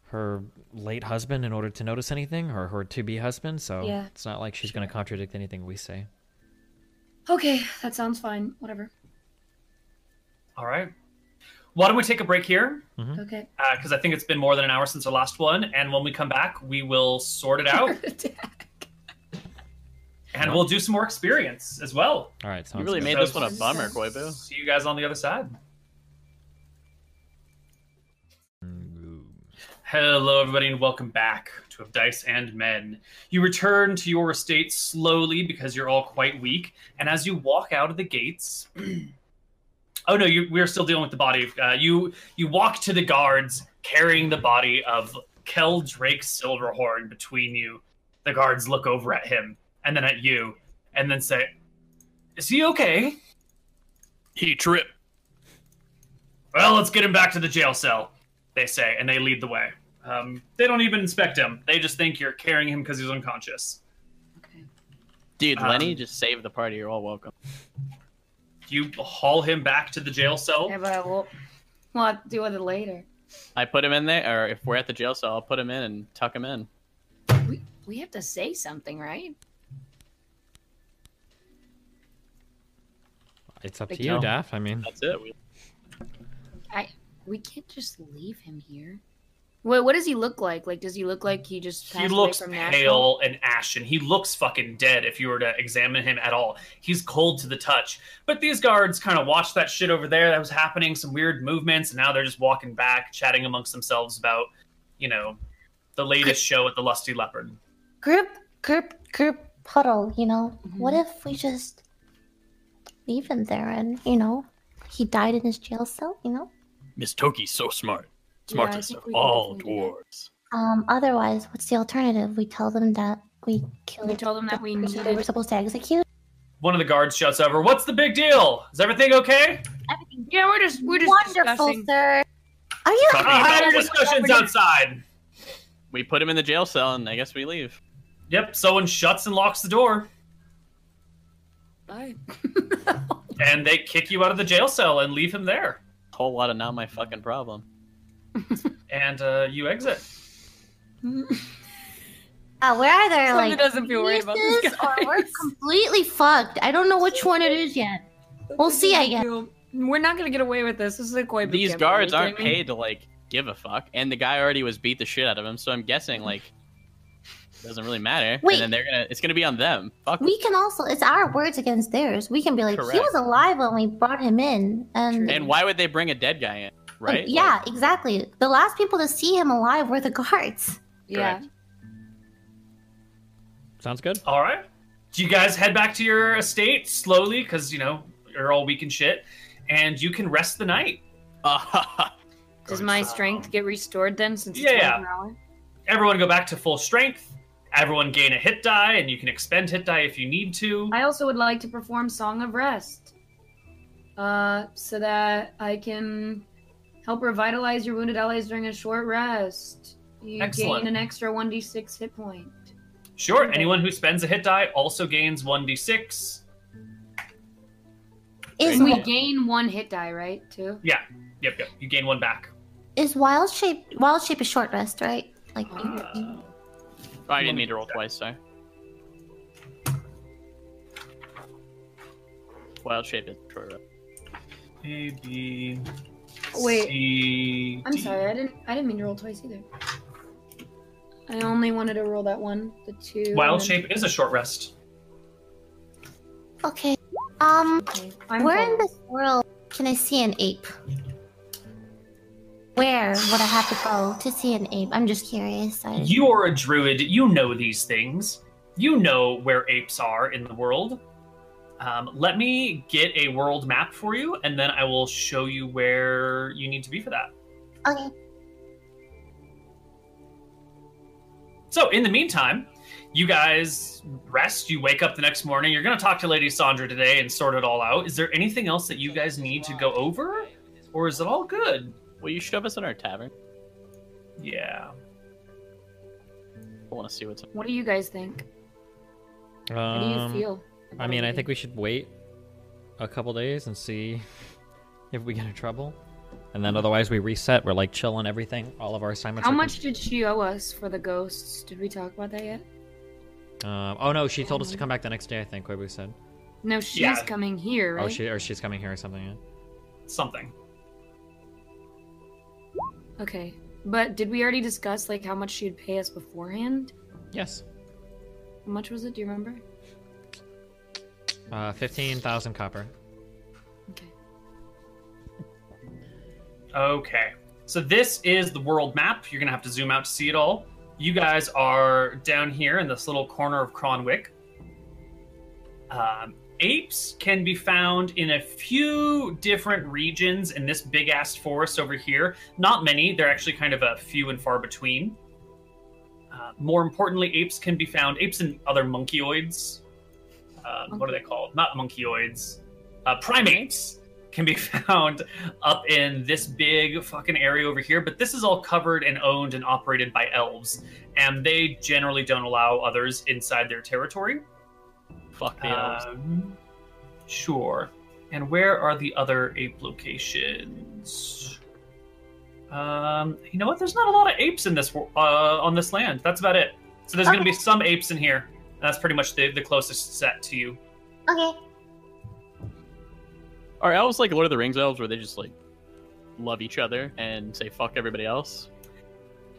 [SPEAKER 1] her late husband in order to notice anything, or her to be husband, so
[SPEAKER 2] Yeah.
[SPEAKER 1] it's not like she's going to contradict anything we say.
[SPEAKER 2] Okay, that sounds fine. Whatever.
[SPEAKER 3] All right. Why don't we take a break here?
[SPEAKER 2] Okay.
[SPEAKER 3] Because I think it's been more than an hour since our last one. And when we come back, we will sort it out and we'll do some more experience as well.
[SPEAKER 1] All right, sounds
[SPEAKER 5] You really
[SPEAKER 1] good.
[SPEAKER 5] made
[SPEAKER 3] So-
[SPEAKER 5] this one a bummer, Koibu.
[SPEAKER 3] See you guys on the other side. Hello, everybody, and welcome back to Of Dice and Men. You return to your estate slowly because you're all quite weak, and as you walk out of the gates, oh no, you, we're still dealing with the body. of- Uh, you you walk to the guards carrying the body of Kel Drake Silverhorn between you. The guards look over at him and then at you, and then say, "Is he okay?"
[SPEAKER 6] He tripped.
[SPEAKER 3] Well, let's get him back to the jail cell, they say, and they lead the way. Um, they don't even inspect him. They just think you're carrying him because he's unconscious.
[SPEAKER 5] Dude,
[SPEAKER 3] Um,
[SPEAKER 5] Lenny just saved the party. You're all welcome.
[SPEAKER 3] You haul him back to the jail cell.
[SPEAKER 2] Yeah, but we'll, we'll have to deal with it later.
[SPEAKER 5] I put him in there, or if we're at the jail cell, I'll put him in and tuck him in.
[SPEAKER 2] We, we have to say something, right?
[SPEAKER 1] It's up to
[SPEAKER 2] Like,
[SPEAKER 1] you,
[SPEAKER 5] no.
[SPEAKER 1] Daff. I mean,
[SPEAKER 5] That's it. We-
[SPEAKER 2] We can't just leave him here. Wait, what does he look like? Like, does he look like he just passed
[SPEAKER 3] He looks
[SPEAKER 2] away from Nashville?
[SPEAKER 3] pale and ashen. He looks fucking dead if you were to examine him at all. He's cold to the touch. But these guards kind of watched that shit over there that was happening, some weird movements, and now they're just walking back, chatting amongst themselves about, you know, the latest show at the Lusty Leopard.
[SPEAKER 4] Group, group, group huddle, you know?
[SPEAKER 2] Mm-hmm.
[SPEAKER 4] What if we just leave him there and, you know, he died in his jail cell, you know?
[SPEAKER 6] Miss Toki's so smart.
[SPEAKER 2] Yeah, I
[SPEAKER 6] Smartest
[SPEAKER 2] think
[SPEAKER 6] of
[SPEAKER 2] we can
[SPEAKER 6] all
[SPEAKER 2] definitely do
[SPEAKER 6] dwarves.
[SPEAKER 4] Um, otherwise, what's the alternative? We tell them that we killed
[SPEAKER 2] We told them
[SPEAKER 4] the
[SPEAKER 2] that we
[SPEAKER 4] person they were
[SPEAKER 2] needed.
[SPEAKER 4] supposed to execute?
[SPEAKER 3] One of the guards shouts over, What's the big deal? Is everything okay?
[SPEAKER 4] Everything's
[SPEAKER 2] Yeah, we're just we're just
[SPEAKER 4] wonderful,
[SPEAKER 2] discussing.
[SPEAKER 4] sir. Are you
[SPEAKER 6] Talking
[SPEAKER 3] Uh,
[SPEAKER 6] about
[SPEAKER 3] have your
[SPEAKER 6] what-
[SPEAKER 3] discussions outside.
[SPEAKER 5] We put him in the jail cell, and I guess we leave.
[SPEAKER 3] Yep, someone shuts and locks the door,
[SPEAKER 2] Bye.
[SPEAKER 3] and they kick you out of the jail cell and leave him there.
[SPEAKER 5] Whole lot of not my fucking problem.
[SPEAKER 3] And uh, you exit.
[SPEAKER 4] Uh, we're either
[SPEAKER 2] Someone
[SPEAKER 4] like
[SPEAKER 2] doesn't feel worried about this
[SPEAKER 4] geniuses
[SPEAKER 2] guy.
[SPEAKER 4] or we're completely fucked. I don't know which one it is yet. We'll see, I guess.
[SPEAKER 2] We're not gonna get away with this. This is a koi
[SPEAKER 5] These guards aren't paid to like give a fuck, and the guy already was beat the shit out of him. So I'm guessing like it doesn't really matter.
[SPEAKER 4] Wait.
[SPEAKER 5] And then they're gonna it's gonna be on them. Fuck.
[SPEAKER 4] We can also, it's our words against theirs. We can be like, he
[SPEAKER 5] Correct.
[SPEAKER 4] was alive when we brought him in. And,
[SPEAKER 5] and why would they bring a dead guy in? Right?
[SPEAKER 4] Like, yeah, exactly. The last people to see him alive were the guards.
[SPEAKER 2] Yeah.
[SPEAKER 1] sounds good.
[SPEAKER 3] All right. Do you guys head back to your estate slowly? Because, you know, you're all weak and shit. And you can rest the night.
[SPEAKER 5] Like,
[SPEAKER 2] Does my strength get restored then? Since it's
[SPEAKER 3] Yeah, yeah.
[SPEAKER 2] 12 an hour?
[SPEAKER 3] Everyone go back to full strength. Everyone gain a hit die, and you can expend hit die if you need to.
[SPEAKER 2] I also would like to perform Song of Rest, uh, so that I can help revitalize your wounded allies during a short rest. You
[SPEAKER 3] Excellent.
[SPEAKER 2] gain an extra one d six hit point.
[SPEAKER 3] Sure, anyone who spends a hit die also gains 1d6.
[SPEAKER 4] Is
[SPEAKER 5] Great.
[SPEAKER 2] We
[SPEAKER 4] wi-
[SPEAKER 5] Yeah.
[SPEAKER 2] gain one hit die, right? Too.
[SPEAKER 3] Yeah, yep, yep. You gain one back.
[SPEAKER 4] is wild shape wild shape a short rest, right? Like
[SPEAKER 3] Uh,
[SPEAKER 5] Oh, I didn't need to roll twice, sorry. Wild shape is short rest.
[SPEAKER 3] A, B,
[SPEAKER 2] Wait.
[SPEAKER 3] C,
[SPEAKER 2] I'm
[SPEAKER 3] D.
[SPEAKER 2] sorry, I didn't. I didn't mean to roll twice either. I only wanted to roll that one, the two.
[SPEAKER 3] Wild
[SPEAKER 2] and-
[SPEAKER 3] shape is a short rest.
[SPEAKER 4] okay. Um
[SPEAKER 2] Okay, I'm
[SPEAKER 4] where in
[SPEAKER 2] fine.
[SPEAKER 4] this world can I see an ape? Where would I have to go to see an ape? I'm just curious. I,
[SPEAKER 3] You are a druid. You know these things. You know where apes are in the world. Um, let me get a world map for you, and then I will show you where you need to be for that.
[SPEAKER 4] okay.
[SPEAKER 3] So, in the meantime, you guys rest. You wake up the next morning. You're going to talk to Lady Sandra today and sort it all out. Is there anything else that you guys need to go over? Or is it all good?
[SPEAKER 5] Will you shove us in our tavern?
[SPEAKER 3] Yeah.
[SPEAKER 5] I want to see what's.
[SPEAKER 2] What do you guys think?
[SPEAKER 1] Um,
[SPEAKER 2] How do you feel?
[SPEAKER 1] I mean, I think we should wait a couple days and see if we get in trouble, and then otherwise we reset. We're like chill on everything. All of our assignments.
[SPEAKER 2] How
[SPEAKER 1] are
[SPEAKER 2] much did she owe us for the ghosts? Did we talk about that yet?
[SPEAKER 1] com- Um, oh no, she told us to come back the next day. I think Koibu said.
[SPEAKER 2] No, she's
[SPEAKER 3] Yeah.
[SPEAKER 2] coming here, right?
[SPEAKER 1] Oh, she or she's coming here or something. Yeah.
[SPEAKER 3] Something.
[SPEAKER 2] Okay. But did we already discuss like how much she'd pay us beforehand?
[SPEAKER 1] Yes.
[SPEAKER 2] How much was it? Do you remember?
[SPEAKER 1] Uh, fifteen thousand copper.
[SPEAKER 2] Okay.
[SPEAKER 3] Okay. So this is the world map. You're gonna have to zoom out to see it all. You guys are down here in this little corner of Cronwick. Um, apes can be found in a few different regions in this big ass forest over here. Not many. They're actually kind of a few and far between. Uh, more importantly, apes can be found. Apes and other monkeyoids. Uh, what are they called? Not monkeyoids. Uh, primates can be found up in this big fucking area over here, but this is all covered and owned and operated by elves, and they generally don't allow others inside their territory.
[SPEAKER 5] Fuck the elves.
[SPEAKER 3] Um, sure. And where are the other ape locations? Um, you know what? There's not a lot of apes in this wor- uh, on this land. That's about it. So there's going to be some apes in here. and That's pretty much the, the closest set to you.
[SPEAKER 4] Okay.
[SPEAKER 5] Are elves like Lord of the Rings elves, where they just like love each other and say fuck everybody else?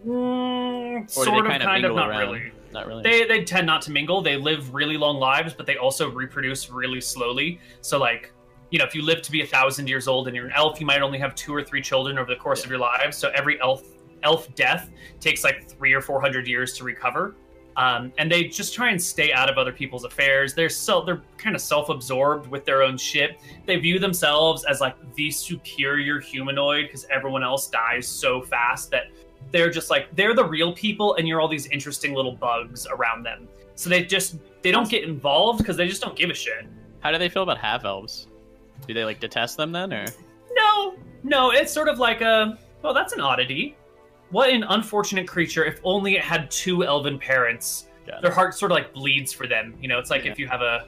[SPEAKER 5] Or do
[SPEAKER 3] sort
[SPEAKER 5] they
[SPEAKER 3] of,
[SPEAKER 5] kind of
[SPEAKER 3] kind of,
[SPEAKER 5] mingle
[SPEAKER 3] not
[SPEAKER 5] around?
[SPEAKER 3] really.
[SPEAKER 5] Not really.
[SPEAKER 3] they they tend not to mingle. They live really long lives, but they also reproduce really slowly. So like, you know, if you live to be a thousand years old and you're an elf, you might only have two or three children over the course of your lives. So every elf elf death takes like three or four hundred years to recover. Um, and they just try and stay out of other people's affairs. They're so they're kind of self-absorbed with their own shit. They view themselves as like the superior humanoid because everyone else dies so fast that they're just like they're the real people and you're all these interesting little bugs around them so they just they don't get involved because they just don't give a shit
[SPEAKER 5] How do they feel about half elves? Do they like detest them then, or
[SPEAKER 3] no no it's sort of like a well that's an oddity what an unfortunate creature if only it had two elven parents
[SPEAKER 5] Got
[SPEAKER 3] their heart sort of like bleeds for them you know it's like
[SPEAKER 5] Yeah.
[SPEAKER 3] if you have a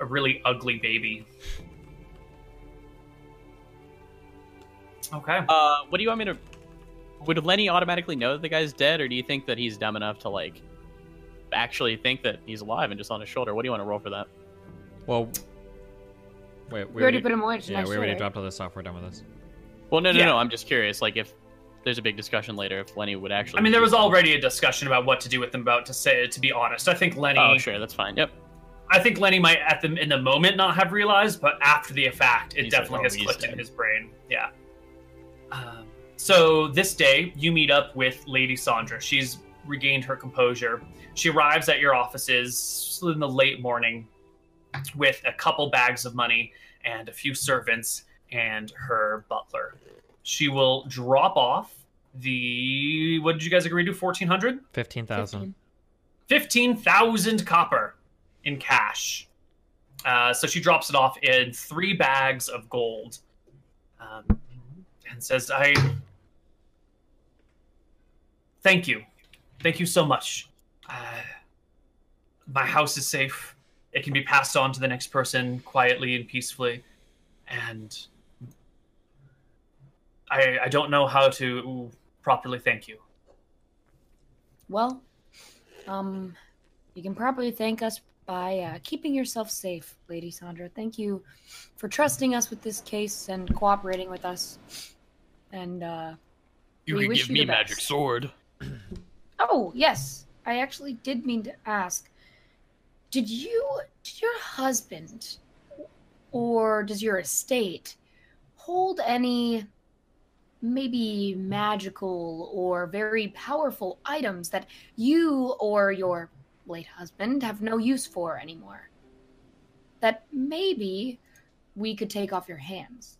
[SPEAKER 3] a really ugly baby okay
[SPEAKER 5] uh, what do you want me to? Would Lenny automatically know that the guy's dead, or do you think that he's dumb enough to like actually think that he's alive and just on his shoulder? What do you want to roll for that?
[SPEAKER 1] Well, wait.
[SPEAKER 2] We already put him away.
[SPEAKER 1] Yeah, we already dropped all this stuff. We're done with this.
[SPEAKER 5] Well, no, no,
[SPEAKER 3] Yeah.
[SPEAKER 5] no. I'm just curious. Like, if there's a big discussion later, if Lenny would actually.
[SPEAKER 3] i mean there was already a discussion about what to do with them about to say to be honest i think lenny
[SPEAKER 5] Oh, sure, that's fine. Yep.
[SPEAKER 3] I think Lenny might at the in the moment not have realized, but after the fact, it
[SPEAKER 5] He's like,
[SPEAKER 3] definitely
[SPEAKER 5] "Oh,
[SPEAKER 3] has
[SPEAKER 5] he's
[SPEAKER 3] clicked in
[SPEAKER 5] dead."
[SPEAKER 3] his brain. Yeah. Um, so this day, you meet up with Lady Sandra. She's regained her composure. She arrives at your offices in the late morning with a couple bags of money and a few servants and her butler. She will drop off the what did you guys agree to? Fourteen hundred.
[SPEAKER 1] Fifteen thousand.
[SPEAKER 3] 15,000 copper in cash. Uh, so she drops it off in three bags of gold um, and says, I thank you. Thank you so much. Uh, my house is safe. It can be passed on to the next person quietly and peacefully. And I, I don't know how to properly thank you.
[SPEAKER 2] Well, um, you can probably thank us by uh, keeping yourself safe, Lady Sandra. Thank you for trusting us with this case and cooperating with us. And uh,
[SPEAKER 6] You
[SPEAKER 2] We
[SPEAKER 6] can
[SPEAKER 2] wish
[SPEAKER 6] give
[SPEAKER 2] you
[SPEAKER 6] me
[SPEAKER 2] the
[SPEAKER 6] magic
[SPEAKER 2] best.
[SPEAKER 6] sword.
[SPEAKER 2] oh yes, I actually did mean to ask. Did you, did your husband, or does your estate hold any maybe magical or very powerful items that you or your late husband have no use for anymore? That maybe we could take off your hands.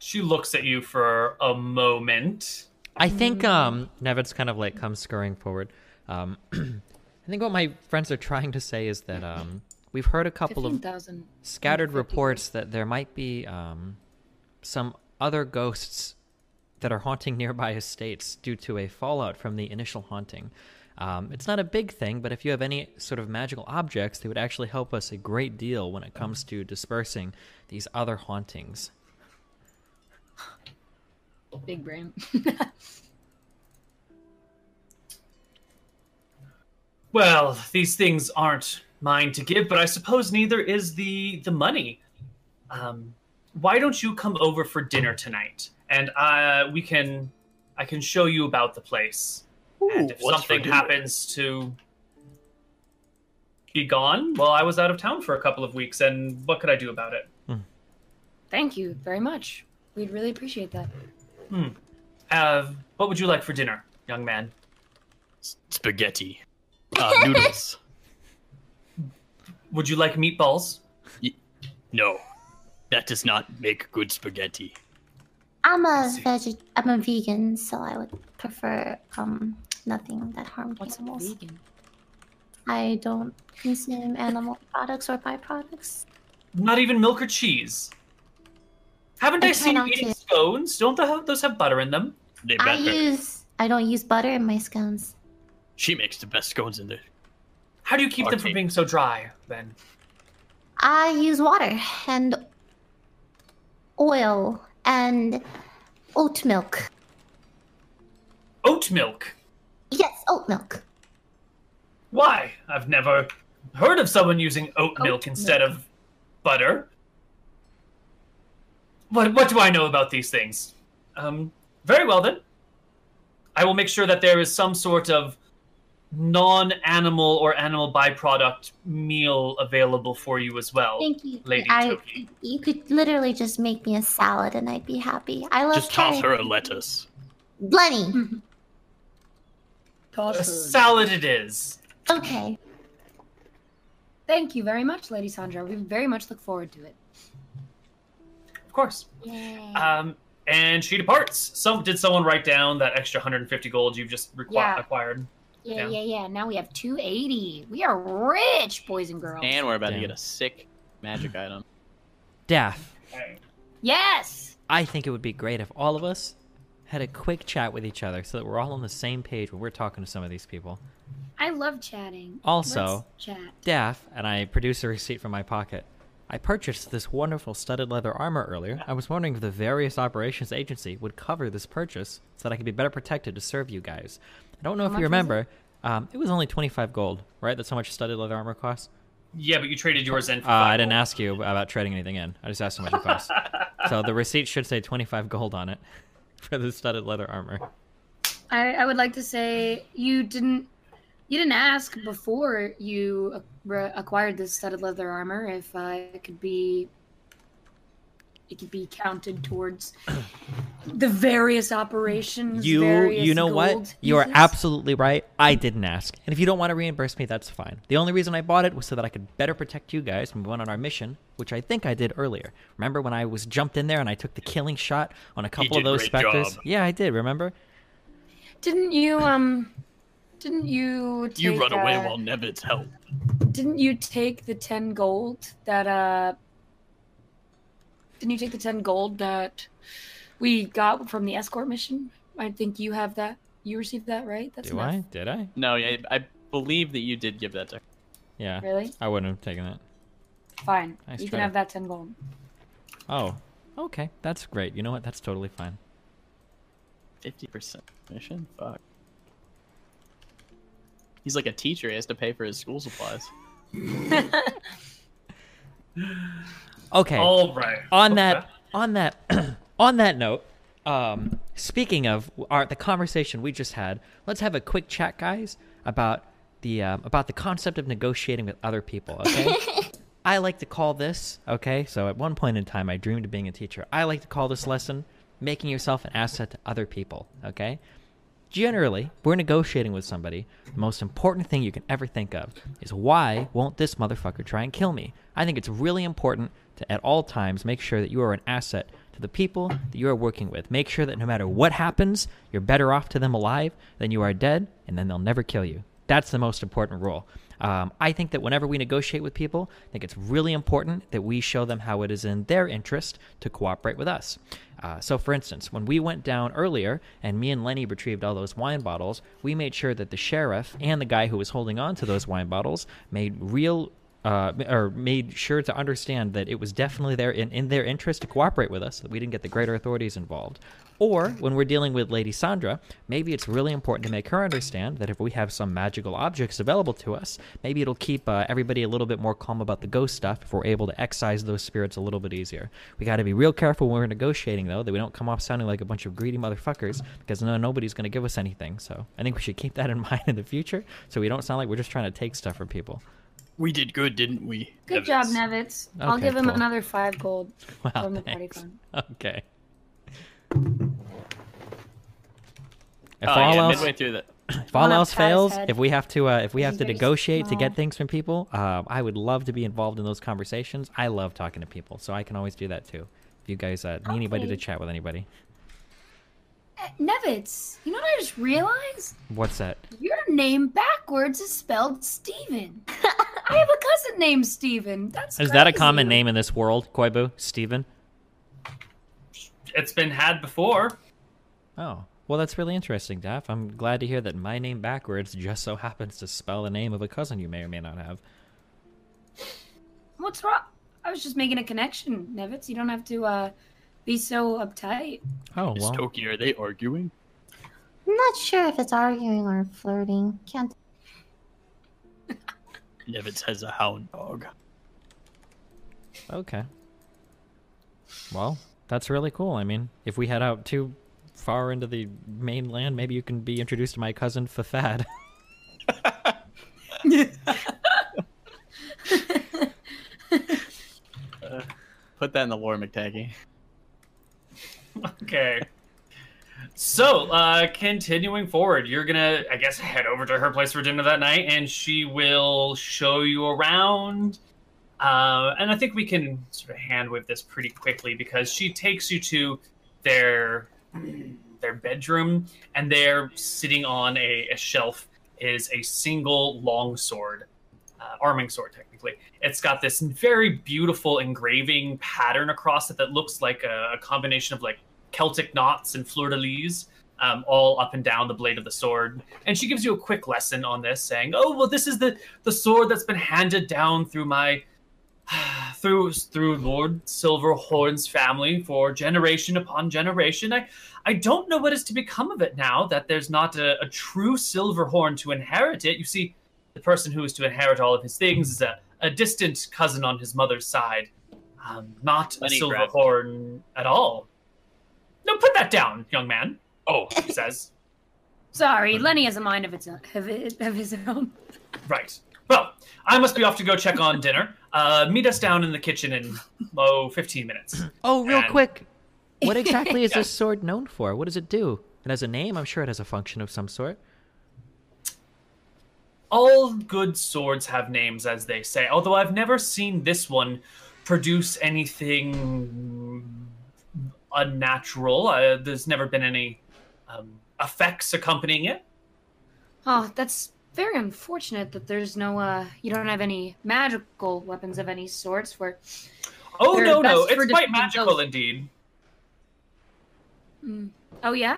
[SPEAKER 3] She looks at you for a moment.
[SPEAKER 1] I think um Nevitz kind of like comes scurrying forward. Um I think what my friends are trying to say is that um we've heard a couple of
[SPEAKER 2] 15,000.
[SPEAKER 1] scattered reports that there might be um some other ghosts that are haunting nearby estates due to a fallout from the initial haunting. Um, it's not a big thing, but if you have any sort of magical objects, they would actually help us a great deal when it comes to dispersing these other hauntings.
[SPEAKER 2] Big brain.
[SPEAKER 3] Well, these things aren't mine to give, but I suppose neither is the the money. Um, why don't you come over for dinner tonight, and uh, we can, I can show you about the place, and if
[SPEAKER 6] what's for
[SPEAKER 3] something
[SPEAKER 6] dinner?
[SPEAKER 3] happens to be gone, well, I was out of town for a couple of weeks, and what could I do about it?
[SPEAKER 2] Thank you very much. We'd really appreciate that.
[SPEAKER 3] Uh, what would you like for dinner, young man?
[SPEAKER 6] Spaghetti. Uh, noodles.
[SPEAKER 3] Would you like meatballs?
[SPEAKER 6] No. That does not make good spaghetti.
[SPEAKER 4] I'm a veg. I'm a vegan, so I would prefer um nothing that harmed
[SPEAKER 2] What's a
[SPEAKER 4] animals.
[SPEAKER 2] vegan?
[SPEAKER 4] I don't consume animal products or byproducts.
[SPEAKER 3] Not even milk or cheese. Haven't
[SPEAKER 4] I
[SPEAKER 3] I,
[SPEAKER 4] try
[SPEAKER 3] seen you
[SPEAKER 4] not
[SPEAKER 3] eating
[SPEAKER 4] to.
[SPEAKER 3] scones? Don't the, those have butter in them?
[SPEAKER 6] They
[SPEAKER 4] I
[SPEAKER 6] better.
[SPEAKER 4] use. I don't use butter in my scones.
[SPEAKER 6] She makes the best scones in there.
[SPEAKER 3] How do you keep them
[SPEAKER 6] Okay.
[SPEAKER 3] from being so dry then?
[SPEAKER 4] I use water and oil and oat milk.
[SPEAKER 3] Oat milk.
[SPEAKER 4] Yes, oat milk.
[SPEAKER 3] Why? I've never heard of someone using oat,
[SPEAKER 2] Oat
[SPEAKER 3] milk instead of butter. What what do I know about these things? Um very well then. I will make sure that there is some sort of non-animal or animal byproduct meal available for you as well.
[SPEAKER 4] Thank you.
[SPEAKER 3] Oh, Lady
[SPEAKER 4] I,
[SPEAKER 3] Toki.
[SPEAKER 4] you could literally just make me a salad and I'd be happy. I love
[SPEAKER 6] Just toss her
[SPEAKER 4] carrots.
[SPEAKER 6] a lettuce.
[SPEAKER 4] Lenny.
[SPEAKER 3] A salad it is.
[SPEAKER 4] Okay.
[SPEAKER 2] Thank you very much, Lady Sandra. We very much look forward to it.
[SPEAKER 3] Of course. Um, and she departs. Some did someone write down that extra 150 gold you've just requ-
[SPEAKER 2] Yeah.
[SPEAKER 3] acquired?
[SPEAKER 2] Yeah,
[SPEAKER 3] Yeah.
[SPEAKER 2] yeah, yeah. Now we have 280. We are rich, boys and girls.
[SPEAKER 5] And we're about
[SPEAKER 1] Damn.
[SPEAKER 5] to get a sick magic item.
[SPEAKER 1] Daff,
[SPEAKER 2] yes!
[SPEAKER 1] I think it would be great if all of us had a quick chat with each other so that we're all on the same page when we're talking to some of these people.
[SPEAKER 2] I love chatting.
[SPEAKER 1] Also-
[SPEAKER 2] Let's chat.
[SPEAKER 1] Daff, and I produce a receipt from my pocket. I purchased this wonderful studded leather armor earlier. I was wondering if the various operations agency would cover this purchase so that I could be better protected to serve you guys. I don't know if
[SPEAKER 2] much
[SPEAKER 1] you
[SPEAKER 2] was
[SPEAKER 1] remember, um, it was only 25 gold, right? That's how much studded leather armor costs?
[SPEAKER 3] Yeah, but you traded yours in. For
[SPEAKER 1] Uh, I didn't ask you about trading anything in. I just asked how much it costs. so the receipt should say 25 gold on it for the studded leather armor.
[SPEAKER 2] I, I would like to say you didn't you didn't ask before you ac- re- acquired this studded leather armor if uh, it could be it could be counted towards the various operations.
[SPEAKER 1] You
[SPEAKER 2] various
[SPEAKER 1] you know
[SPEAKER 2] gold
[SPEAKER 1] what? You are
[SPEAKER 2] pieces.
[SPEAKER 1] absolutely right. I didn't ask. And if you don't want to reimburse me, that's fine. The only reason I bought it was so that I could better protect you guys when we went on our mission, which I think I did earlier. Remember when I was jumped in there and I took the killing shot on a couple of
[SPEAKER 6] did
[SPEAKER 1] those
[SPEAKER 6] great
[SPEAKER 1] specters?
[SPEAKER 6] job.
[SPEAKER 1] Yeah, I did, remember?
[SPEAKER 2] Didn't you um? Didn't you? Take,
[SPEAKER 6] You run away
[SPEAKER 2] uh,
[SPEAKER 6] while Nevin's help.
[SPEAKER 2] Didn't you take the ten gold that uh? Didn't you take the ten gold that we got from the escort mission? I think you have that. You received that, right? That's
[SPEAKER 1] Do
[SPEAKER 2] enough.
[SPEAKER 1] I? Did I?
[SPEAKER 5] No, yeah, I believe that you did give that to her.
[SPEAKER 1] Yeah.
[SPEAKER 2] Really?
[SPEAKER 1] I wouldn't have taken it.
[SPEAKER 2] Fine.
[SPEAKER 1] Nice
[SPEAKER 2] you
[SPEAKER 1] try.
[SPEAKER 2] can have that ten gold.
[SPEAKER 1] Oh. Okay. That's great. You know what? That's totally fine.
[SPEAKER 5] Fifty percent commission. Fuck. He's like a teacher. He has to pay for his school supplies.
[SPEAKER 1] Okay.
[SPEAKER 3] All right.
[SPEAKER 1] on that on that on that note um speaking of our the conversation we just had let's have a quick chat guys about the um, about the concept of negotiating with other people okay i like to call this okay so at one point in time i dreamed of being a teacher i like to call this lesson making yourself an asset to other people okay generally we're negotiating with somebody the most important thing you can ever think of is why won't this motherfucker try and kill me i think it's really important to at all times make sure that you are an asset to to the people that you are working with. Make sure that no matter what happens, you're better off to them alive than you are dead, and then they'll never kill you. That's the most important rule. Um, I think that whenever we negotiate with people, I think it's really important that we show them how it is in their interest to cooperate with us. Uh, so, for instance, when we went down earlier and me and Lenny retrieved all those wine bottles, we made sure that the sheriff and the guy who was holding on to those wine bottles made real. Uh, m- or made sure to understand that it was definitely their in, in their interest to cooperate with us, so that we didn't get the greater authorities involved. Or when we're dealing with Lady Sandra, maybe it's really important to make her understand that if we have some magical objects available to us, maybe it'll keep uh, everybody a little bit more calm about the ghost stuff if we're able to excise those spirits a little bit easier. We got to be real careful when we're negotiating, though, that we don't come off sounding like a bunch of greedy motherfuckers because no, nobody's going to give us anything. So I think we should keep that in mind in the future so we don't sound like we're just trying to take stuff from people.
[SPEAKER 6] We did good, didn't we?
[SPEAKER 2] Good
[SPEAKER 6] Nevitz?
[SPEAKER 2] job, Nevitz. I'll
[SPEAKER 1] Okay,
[SPEAKER 2] give him
[SPEAKER 1] cool.
[SPEAKER 2] another five gold
[SPEAKER 1] Wow,
[SPEAKER 2] from the party
[SPEAKER 1] thanks.
[SPEAKER 2] fund.
[SPEAKER 1] Okay. If
[SPEAKER 5] Oh,
[SPEAKER 1] all
[SPEAKER 5] yeah,
[SPEAKER 1] else,
[SPEAKER 5] midway through that.
[SPEAKER 1] if all
[SPEAKER 2] One up
[SPEAKER 1] else
[SPEAKER 2] Ty's
[SPEAKER 1] fails,
[SPEAKER 2] head.
[SPEAKER 1] if we have to, uh, if we have to
[SPEAKER 2] very
[SPEAKER 1] negotiate to get
[SPEAKER 2] small.
[SPEAKER 1] things from people, um, I would love to be involved in those conversations. I love talking to people, so I can always do that too. If you guys uh, need anybody to
[SPEAKER 2] Okay.
[SPEAKER 1] chat with anybody,
[SPEAKER 2] Eh, Nevitz, you know what I just realized?
[SPEAKER 1] what's that?
[SPEAKER 2] Your name backwards is spelled Steven. I have a cousin named Steven. That's
[SPEAKER 1] Is that a
[SPEAKER 2] crazy.
[SPEAKER 1] common name in this world, Koibu? Steven?
[SPEAKER 3] It's been had before.
[SPEAKER 1] Oh, well, that's really interesting, Daph. I'm glad to hear that my name backwards just so happens to spell the name of a cousin you may or may not have.
[SPEAKER 2] What's wrong? I was just making a connection, Nevitz. You don't have to uh, be so uptight.
[SPEAKER 1] Oh
[SPEAKER 6] Miss
[SPEAKER 1] well.
[SPEAKER 6] Toki, are they arguing?
[SPEAKER 4] I'm not sure if it's arguing or flirting. Can't.
[SPEAKER 6] Nevitz has a hound dog.
[SPEAKER 1] Okay. Well, that's really cool. I mean, if we head out too far into the mainland, maybe you can be introduced to my cousin Fafad.
[SPEAKER 5] Put that in the lore, McTaggy.
[SPEAKER 3] Okay. So, uh, continuing forward, you're gonna, I guess, head over to her place for dinner that night, and she will show you around. Uh, and I think we can sort of hand wave this pretty quickly because she takes you to their their bedroom, and there, sitting on a, a shelf, is a single long sword, uh, arming sword technically. It's got this very beautiful engraving pattern across it that looks like a, a combination of like Celtic knots and fleur de lis um, all up and down the blade of the sword. And she gives you a quick lesson on this, saying, "Oh, well, this is the the sword that's been handed down through my." Through through Lord Silverhorn's family for generation upon generation, I I don't know what is to become of it now that there's not a, a true Silverhorn to inherit it. You see, the person who is to inherit all of his things is a, a distant cousin on his mother's side, um, not a
[SPEAKER 5] Lenny grabbed-
[SPEAKER 3] Silverhorn at all. No, put that down, young man.
[SPEAKER 6] Oh,
[SPEAKER 3] He says,
[SPEAKER 2] Sorry, Lenny has a mind of its own, of, it, of his own.
[SPEAKER 3] "Right. Well, I must be off to go check on dinner. Uh, meet us down in the kitchen in oh, 15 minutes."
[SPEAKER 1] Oh, real
[SPEAKER 3] And-
[SPEAKER 1] quick. What exactly is this sword known for? What does it do? It has a name. I'm sure it has a function of some sort.
[SPEAKER 3] All good swords have names, as they say. Although I've never seen this one produce anything unnatural. Uh, there's never been any um, effects accompanying it.
[SPEAKER 2] Oh, that's very unfortunate that there's no, uh, you don't have any magical weapons of any sorts for.
[SPEAKER 3] Oh
[SPEAKER 2] They're
[SPEAKER 3] no, no,
[SPEAKER 2] best for
[SPEAKER 3] it's quite
[SPEAKER 2] defeating
[SPEAKER 3] magical
[SPEAKER 2] ghosts.
[SPEAKER 3] indeed.
[SPEAKER 2] Oh, yeah.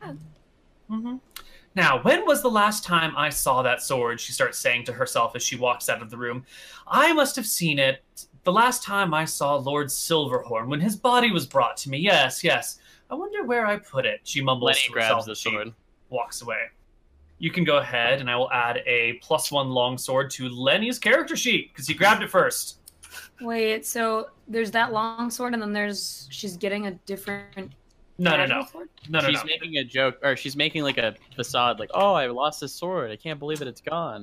[SPEAKER 3] Now, when was the last time I saw that sword? She starts saying to herself as she walks out of the room. I must have seen it the last time I saw Lord Silverhorn when his body was brought to me. Yes, yes. I wonder where I put it. She mumbles
[SPEAKER 5] Lenny
[SPEAKER 3] to herself
[SPEAKER 5] grabs the
[SPEAKER 3] as she
[SPEAKER 5] sword.
[SPEAKER 3] walks away. You can go ahead, and I will add a plus one longsword to Lenny's character sheet because he grabbed it first.
[SPEAKER 2] Wait, so there's that long sword, and then there's. She's getting a different.
[SPEAKER 3] No, no,
[SPEAKER 2] magical
[SPEAKER 3] no,
[SPEAKER 2] sword?
[SPEAKER 3] no, no,
[SPEAKER 5] she's
[SPEAKER 3] no.
[SPEAKER 5] making a joke, or she's making like a facade, like, "Oh, I lost this sword. I can't believe that it's gone."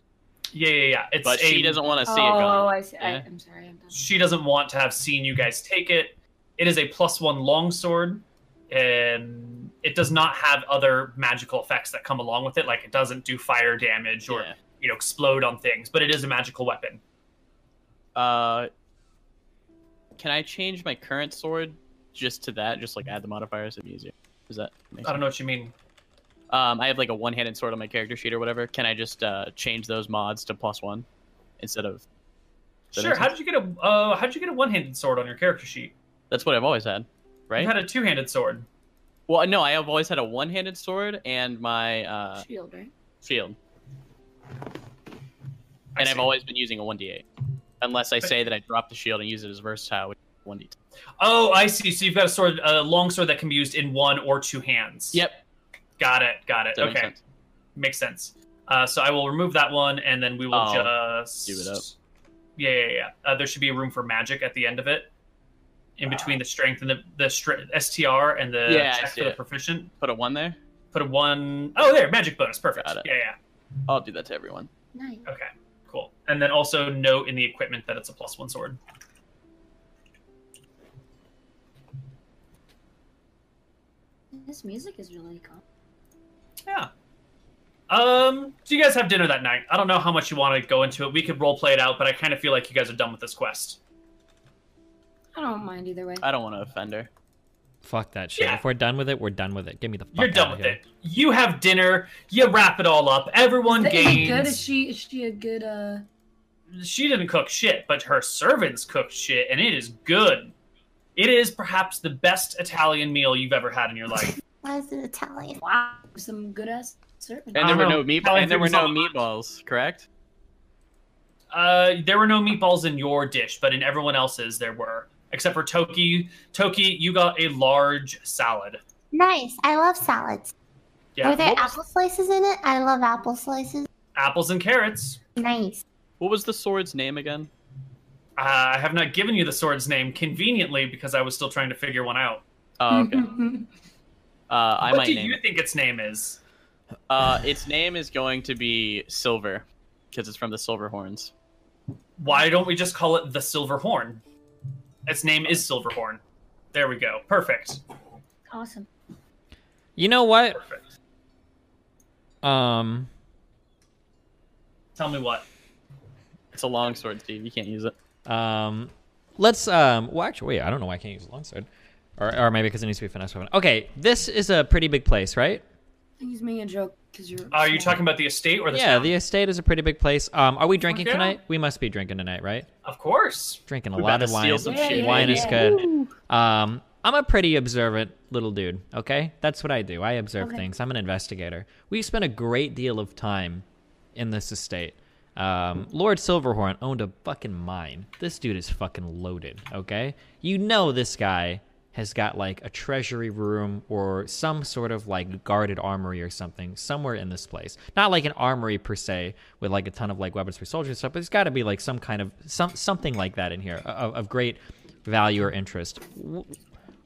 [SPEAKER 3] Yeah, yeah, yeah. It's
[SPEAKER 5] But
[SPEAKER 3] a
[SPEAKER 5] she doesn't want to see
[SPEAKER 2] oh,
[SPEAKER 5] it gone.
[SPEAKER 2] I see. I,
[SPEAKER 5] Yeah.
[SPEAKER 2] I'm sorry. I'm done.
[SPEAKER 3] she doesn't want to have seen you guys take it. It is a plus one longsword, and it does not have other magical effects that come along with it. Like it doesn't do fire damage or
[SPEAKER 5] Yeah.
[SPEAKER 3] you know explode on things, but it is a magical weapon.
[SPEAKER 5] Uh, can I change my current sword just to that, just like add the modifiers, it'd be easier. Does that
[SPEAKER 3] I
[SPEAKER 5] make sense?
[SPEAKER 3] don't know what you mean.
[SPEAKER 5] Um, I have like a one-handed sword on my character sheet or whatever. Can I just uh, change those mods to plus one instead of? That
[SPEAKER 3] Sure.
[SPEAKER 5] makes
[SPEAKER 3] How did you get a uh, How did you get a one-handed sword on your character sheet?
[SPEAKER 5] That's what I've always had, right?
[SPEAKER 3] You had a two-handed sword.
[SPEAKER 5] Well, no, I have always had a one-handed sword and my uh,
[SPEAKER 2] Shield, right?
[SPEAKER 5] shield,
[SPEAKER 3] I
[SPEAKER 5] and I've
[SPEAKER 3] see.
[SPEAKER 5] always been using a one d eight, unless I say that I drop the shield and use it as versatile, which one d.
[SPEAKER 3] Oh, I see. So you've got a sword, a long sword that can be used in one or two hands.
[SPEAKER 5] Yep.
[SPEAKER 3] Got it. Got it.
[SPEAKER 5] Does that
[SPEAKER 3] okay.
[SPEAKER 5] make sense?
[SPEAKER 3] Makes sense. Uh, so I will remove that one, and then we will
[SPEAKER 5] I'll
[SPEAKER 3] just
[SPEAKER 5] do Oh, it up.
[SPEAKER 3] Yeah, yeah, yeah. Uh, there should be a room for magic at the end of it, in between the strength and the the str- str and the
[SPEAKER 5] Ah. Yeah, I
[SPEAKER 3] check
[SPEAKER 5] see
[SPEAKER 3] for the
[SPEAKER 5] it.
[SPEAKER 3] proficient.
[SPEAKER 5] Put a one there.
[SPEAKER 3] Put a one oh there, magic bonus. Perfect.
[SPEAKER 5] Got it.
[SPEAKER 3] Yeah, yeah.
[SPEAKER 5] I'll do that to everyone.
[SPEAKER 4] Nice.
[SPEAKER 3] Okay, cool. And then also note in the equipment that it's a plus one sword.
[SPEAKER 2] This music is really cool.
[SPEAKER 3] Yeah. Um, so you guys have dinner that night. I don't know how much you want to go into it. We could role play it out, but I kind of feel like you guys are done with this quest.
[SPEAKER 2] I don't mind either way.
[SPEAKER 5] I don't want to offend her.
[SPEAKER 1] Fuck that shit.
[SPEAKER 3] Yeah.
[SPEAKER 1] If we're done with it, we're done with it. Give me the fuck
[SPEAKER 3] You're done
[SPEAKER 1] outta
[SPEAKER 3] with
[SPEAKER 1] here.
[SPEAKER 3] it. You have dinner. You wrap it all up. Everyone
[SPEAKER 2] Is it good? Is
[SPEAKER 3] gains.
[SPEAKER 2] she is she a good uh?
[SPEAKER 3] She didn't cook shit, but her servants cooked shit, and it is good. It is perhaps the best Italian meal you've ever had in your life.
[SPEAKER 4] Why is it Italian?
[SPEAKER 2] Wow, some good ass servant.
[SPEAKER 5] And
[SPEAKER 3] Oh, I
[SPEAKER 5] there were
[SPEAKER 3] don't
[SPEAKER 5] no
[SPEAKER 3] know.
[SPEAKER 5] meat.
[SPEAKER 3] Probably
[SPEAKER 5] And there
[SPEAKER 3] food
[SPEAKER 5] were
[SPEAKER 3] was
[SPEAKER 5] no
[SPEAKER 3] on the
[SPEAKER 5] meatballs, correct?
[SPEAKER 3] Uh, there were no meatballs in your dish, but in everyone else's there were, except for Toki. Toki, you got a large salad.
[SPEAKER 4] Nice. I love salads.
[SPEAKER 3] Yeah,
[SPEAKER 4] Were there
[SPEAKER 3] What was-
[SPEAKER 4] apple slices in it? I love apple slices.
[SPEAKER 3] apples and carrots.
[SPEAKER 4] Nice.
[SPEAKER 5] What was the sword's name again?
[SPEAKER 3] Uh, I have not given you the sword's name conveniently because I was still trying to figure one out.
[SPEAKER 5] Oh, okay. Uh, I
[SPEAKER 3] what
[SPEAKER 5] might
[SPEAKER 3] do
[SPEAKER 5] name
[SPEAKER 3] you
[SPEAKER 5] it.
[SPEAKER 3] think its name is?
[SPEAKER 5] Uh, its name is going to be Silver, because it's from the Silver Horns.
[SPEAKER 3] Why don't we just call it the Silver Horn? Its name is Silverhorn. There we go. Perfect.
[SPEAKER 2] awesome.
[SPEAKER 1] You know what?
[SPEAKER 3] Perfect.
[SPEAKER 1] Um,
[SPEAKER 3] Tell me what.
[SPEAKER 5] It's a long sword, Steve. You can't use it.
[SPEAKER 1] um, let's um. Well, actually, wait. I don't know why I can't use a long sword, or or maybe because it needs to be a finesse weapon. Okay, this is a pretty big place, right?
[SPEAKER 2] He's making a joke because you're.
[SPEAKER 3] Are you
[SPEAKER 2] small.
[SPEAKER 3] talking about the estate or the
[SPEAKER 1] yeah,
[SPEAKER 3] town?
[SPEAKER 1] the estate is a pretty big place. Um, are we drinking
[SPEAKER 3] yeah.
[SPEAKER 1] tonight? We must be drinking tonight, right?
[SPEAKER 3] Of course.
[SPEAKER 1] Drinking a
[SPEAKER 5] We
[SPEAKER 1] lot
[SPEAKER 5] about
[SPEAKER 1] of
[SPEAKER 5] to
[SPEAKER 1] wine.
[SPEAKER 5] steal some shit.
[SPEAKER 1] wine
[SPEAKER 5] baby.
[SPEAKER 1] is good. Um, I'm a pretty observant little dude. Okay, that's what I do. I observe things. I'm an investigator. We spent a great deal of time in this estate. Um, Lord Silverhorn owned a fucking mine. This dude is fucking loaded. Okay, you know this guy has got like a treasury room or some sort of like guarded armory or something somewhere in this place. Not like an armory per se with like a ton of like weapons for soldiers and stuff, but there's got to be like some kind of some something like that in here of, of great value or interest. Wh-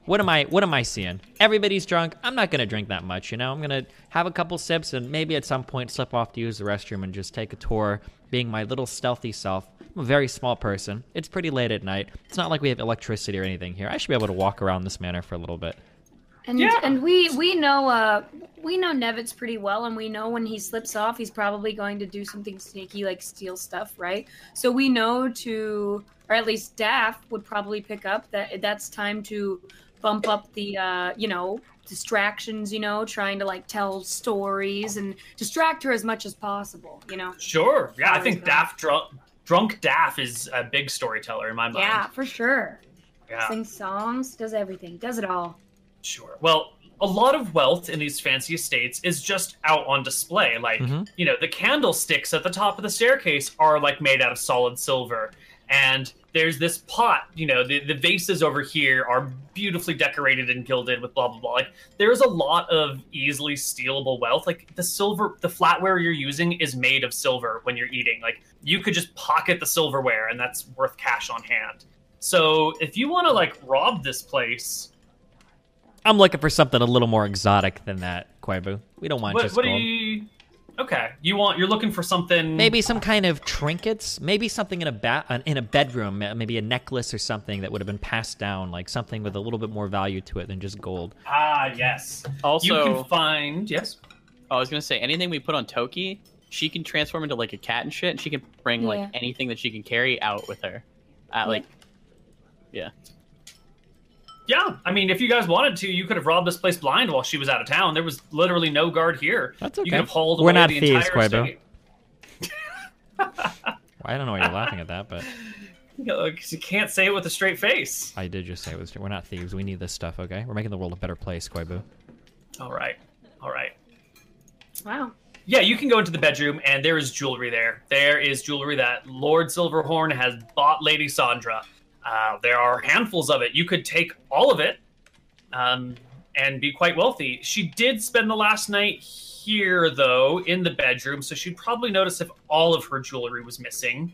[SPEAKER 1] What am I what am I seeing? Everybody's drunk. I'm not going to drink that much, you know. I'm going to have a couple sips and maybe at some point slip off to use the restroom and just take a tour being my little stealthy self. I'm a very small person. It's pretty late at night. It's not like we have electricity or anything here. I should be able to walk around this manor for a little bit.
[SPEAKER 2] And
[SPEAKER 3] Yeah.
[SPEAKER 2] and we we know uh we know Nevitz pretty well, and we know when he slips off, he's probably going to do something sneaky like steal stuff, right? So we know to, or at least Daff would probably pick up that that's time to bump up the uh you know distractions, you know, trying to like tell stories and distract her as much as possible, you know.
[SPEAKER 3] Sure. Yeah, I
[SPEAKER 2] Always
[SPEAKER 3] think
[SPEAKER 2] good.
[SPEAKER 3] Daff drunk. Drunk Daff is a big storyteller in my mind.
[SPEAKER 2] Yeah, for sure.
[SPEAKER 3] Yeah.
[SPEAKER 2] Sings songs, does everything, does it all.
[SPEAKER 3] Sure. Well, a lot of wealth in these fancy estates is just out on display. Like,
[SPEAKER 1] Mhm.
[SPEAKER 3] you know, the candlesticks at the top of the staircase are like made out of solid silver. And there's this pot, you know, the, the vases over here are beautifully decorated and gilded with blah, blah, blah. Like, there's a lot of easily stealable wealth. Like, the silver, the flatware you're using is made of silver when you're eating. Like, you could just pocket the silverware and that's worth cash on hand. So, if you want to, like, rob this place,
[SPEAKER 1] I'm looking for something a little more exotic than that, Quaibu. We don't want
[SPEAKER 3] What,
[SPEAKER 1] just
[SPEAKER 3] what do
[SPEAKER 1] gold.
[SPEAKER 3] you? Okay, you want you're looking for something.
[SPEAKER 1] Maybe some kind of trinkets. Maybe something in a ba- an- in a bedroom. ma- Maybe a necklace or something that would have been passed down, like something with a little bit more value to it than just gold.
[SPEAKER 3] Ah, yes.
[SPEAKER 5] Also,
[SPEAKER 3] you can find yes.
[SPEAKER 5] I was gonna say anything we put on Toki, she can transform into like a cat and shit, and she can bring
[SPEAKER 2] Yeah.
[SPEAKER 5] like Uh, anything that she can carry out with her. At, like, yeah,
[SPEAKER 3] Yeah, I mean, if you guys wanted to, you could have robbed this place blind while she was out of town. There was literally no guard here.
[SPEAKER 1] That's
[SPEAKER 3] You
[SPEAKER 1] okay.
[SPEAKER 3] could have hauled
[SPEAKER 1] We're
[SPEAKER 3] away
[SPEAKER 1] not
[SPEAKER 3] the
[SPEAKER 1] thieves,
[SPEAKER 3] entire
[SPEAKER 1] Quaibo.
[SPEAKER 3] estate.
[SPEAKER 1] Well, I don't know why you're laughing at that, but
[SPEAKER 3] You, know, 'cause you can't say it with a straight face.
[SPEAKER 1] I did just say it was. We're not thieves. We need this stuff, okay? We're making the world a better place, Koibu.
[SPEAKER 3] All right, all right.
[SPEAKER 2] Wow.
[SPEAKER 3] Yeah, you can go into the bedroom, and there is jewelry there. There is jewelry that Lord Silverhorn has bought Lady Sandra. Uh, there are handfuls of it. You could take all of it um, and be quite wealthy. She did spend the last night here, though, in the bedroom, so she'd probably notice if all of her jewelry was missing.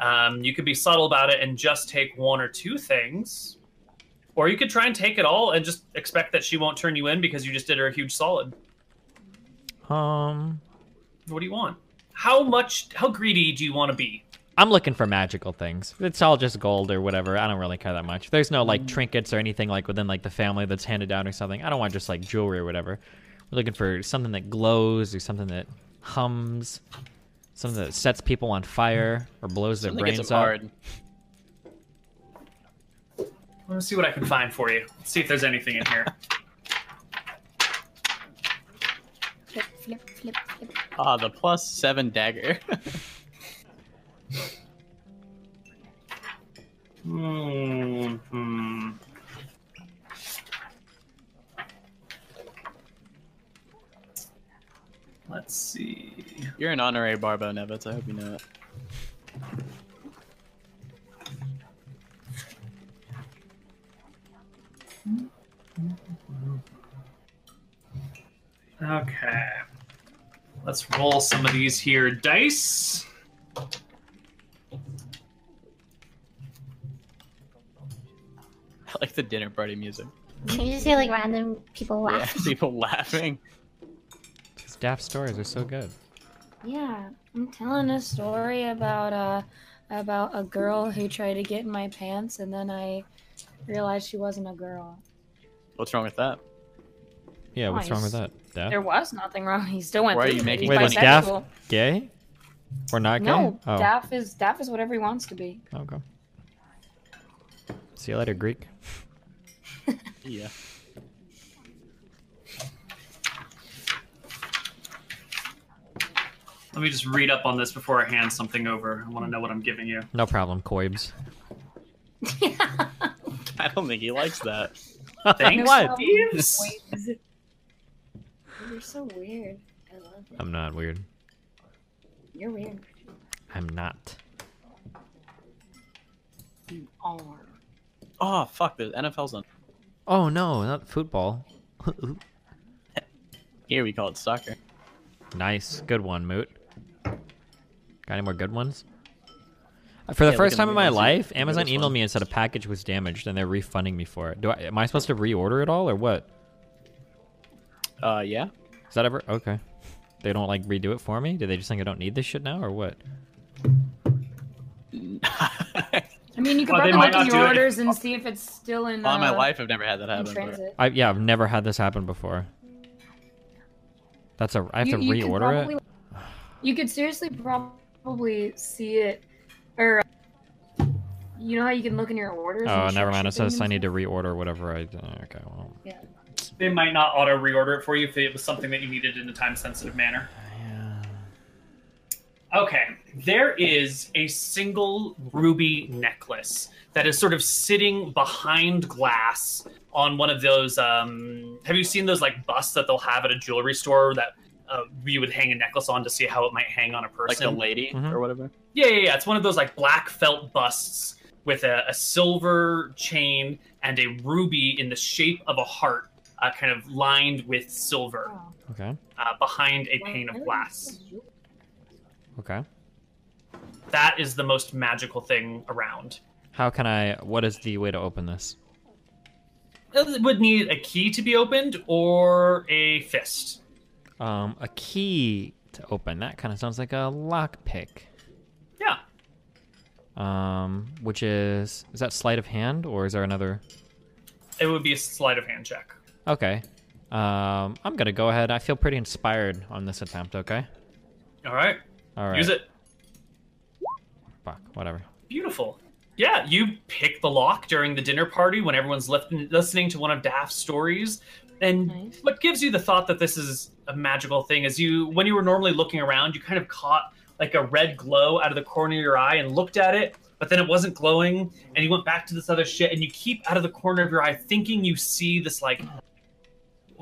[SPEAKER 3] Um, you could be subtle about it and just take one or two things. Or you could try and take it all and just expect that she won't turn you in because you just did her a huge solid.
[SPEAKER 1] Um,
[SPEAKER 3] What do you want? How much? How greedy do you want to be?
[SPEAKER 1] I'm looking for magical things. It's all just gold or whatever. I don't really care that much. There's no like trinkets or anything like within like the family that's handed down or something. I don't want just like jewelry or whatever. We're looking for something that glows or something that hums, something that sets people on fire or blows their
[SPEAKER 5] Something gets
[SPEAKER 1] brains
[SPEAKER 5] them
[SPEAKER 1] out.
[SPEAKER 5] hard.
[SPEAKER 3] Let me see what I can find for you. Let's see if there's anything in here.
[SPEAKER 4] Flip, flip, flip, flip.
[SPEAKER 5] Ah, the plus seven dagger.
[SPEAKER 3] hmm Let's see.
[SPEAKER 5] You're an honorary Barbo Nevitz. I hope you know it.
[SPEAKER 3] Okay. Let's roll some of these here dice.
[SPEAKER 5] I like the dinner party music.
[SPEAKER 4] Can you just hear like random people
[SPEAKER 5] Yeah,
[SPEAKER 4] laugh?
[SPEAKER 5] people laughing.
[SPEAKER 1] These daft stories are so good.
[SPEAKER 2] Yeah, I'm telling a story about uh about a girl who tried to get in my pants, and then I realized she wasn't a girl.
[SPEAKER 5] What's wrong with that?
[SPEAKER 1] Yeah, what's wrong with that?
[SPEAKER 2] Nice.
[SPEAKER 1] Daft?
[SPEAKER 2] There was nothing wrong. He still went
[SPEAKER 5] Why are
[SPEAKER 2] through
[SPEAKER 5] you
[SPEAKER 2] with it.
[SPEAKER 5] making
[SPEAKER 2] He's
[SPEAKER 1] Wait, was Daff
[SPEAKER 2] bisexual.
[SPEAKER 1] gay? Or not gay?
[SPEAKER 2] No,
[SPEAKER 1] oh.
[SPEAKER 2] Daff is Daff is whatever he wants to be.
[SPEAKER 1] Okay. See you later, Greek.
[SPEAKER 5] Yeah.
[SPEAKER 3] Let me just read up on this before I hand something over. I want to know what I'm giving you.
[SPEAKER 1] No problem, Koibs.
[SPEAKER 5] I don't think he likes that.
[SPEAKER 3] Thanks,
[SPEAKER 1] What?
[SPEAKER 3] thieves.
[SPEAKER 2] You're so weird. I love it.
[SPEAKER 1] I'm not weird.
[SPEAKER 2] You're weird.
[SPEAKER 1] I'm not.
[SPEAKER 2] You are.
[SPEAKER 5] Oh fuck, the NFL's on.
[SPEAKER 1] Oh no, not football.
[SPEAKER 5] Here we call it soccer.
[SPEAKER 1] nice, good one, Moot. Got any more good ones? Uh, For the
[SPEAKER 5] Yeah, look
[SPEAKER 1] first
[SPEAKER 5] at
[SPEAKER 1] time
[SPEAKER 5] the
[SPEAKER 1] in my
[SPEAKER 5] ones you-
[SPEAKER 1] life,
[SPEAKER 5] look at
[SPEAKER 1] Amazon
[SPEAKER 5] this
[SPEAKER 1] emailed
[SPEAKER 5] one.
[SPEAKER 1] me and said a package was damaged and they're refunding me for it. Do I? Am I supposed to reorder it all or what?
[SPEAKER 5] Uh, yeah.
[SPEAKER 1] Is that ever okay? They don't like redo it for me. Do they just think I don't need this shit now or what?
[SPEAKER 2] I mean, you could
[SPEAKER 3] Well, they
[SPEAKER 2] probably
[SPEAKER 3] might
[SPEAKER 2] look
[SPEAKER 3] not
[SPEAKER 2] in
[SPEAKER 3] do
[SPEAKER 2] your
[SPEAKER 3] it.
[SPEAKER 2] orders and see if it's still in.
[SPEAKER 5] All
[SPEAKER 2] uh,
[SPEAKER 5] my life, I've never had that
[SPEAKER 2] in
[SPEAKER 5] happen. but-
[SPEAKER 2] transit.
[SPEAKER 1] I yeah, I've never had this happen before. That's a. I have to
[SPEAKER 2] could
[SPEAKER 1] reorder
[SPEAKER 2] probably-
[SPEAKER 1] it.
[SPEAKER 2] You could seriously probably see it, or uh, you know how you can look in your orders.
[SPEAKER 1] Oh,
[SPEAKER 2] and
[SPEAKER 1] never
[SPEAKER 2] check
[SPEAKER 1] mind. It
[SPEAKER 2] shipping
[SPEAKER 1] says I
[SPEAKER 2] and
[SPEAKER 1] need to
[SPEAKER 2] stuff?
[SPEAKER 1] reorder whatever I. Okay, well,
[SPEAKER 3] They might not auto reorder it for you if it was something that you needed in a time sensitive manner. Okay, there is a single ruby necklace that is sort of sitting behind glass on one of those. Um, have you seen those like busts that they'll have at a jewelry store that uh, you would hang a necklace on to see how it might hang on a
[SPEAKER 5] Like
[SPEAKER 3] person? Mm-hmm.
[SPEAKER 5] the lady
[SPEAKER 1] Mhm.
[SPEAKER 5] or whatever.
[SPEAKER 3] Yeah, yeah, yeah. It's one of those like black felt busts with a, a silver chain and a ruby in the shape of a heart, uh, kind of lined with silver
[SPEAKER 2] Oh,
[SPEAKER 1] okay,
[SPEAKER 3] uh, behind a
[SPEAKER 2] well,
[SPEAKER 3] pane of
[SPEAKER 2] really?
[SPEAKER 3] glass.
[SPEAKER 1] okay.
[SPEAKER 3] That is the most magical thing around.
[SPEAKER 1] How can I? What is the way to open this?
[SPEAKER 3] It would need a key to be opened or a fist.
[SPEAKER 1] Um, a key to open. That kind of sounds like a lockpick.
[SPEAKER 3] Yeah.
[SPEAKER 1] Um, which is is that sleight of hand or is there another?
[SPEAKER 3] It would be a sleight of hand check.
[SPEAKER 1] Okay. Um, I'm gonna go ahead. I feel pretty inspired on this attempt. Okay.
[SPEAKER 3] All right.
[SPEAKER 1] All right.
[SPEAKER 3] Use it.
[SPEAKER 1] Fuck. Whatever.
[SPEAKER 3] Beautiful. Yeah, you pick the lock during the dinner party when everyone's lif- listening to one of Daft's stories. And
[SPEAKER 4] Nice.
[SPEAKER 3] what gives you the thought that this is a magical thing is you, when you were normally looking around, you kind of caught like a red glow out of the corner of your eye and looked at it, but then it wasn't glowing. And you went back to this other shit, and you keep out of the corner of your eye thinking you see this like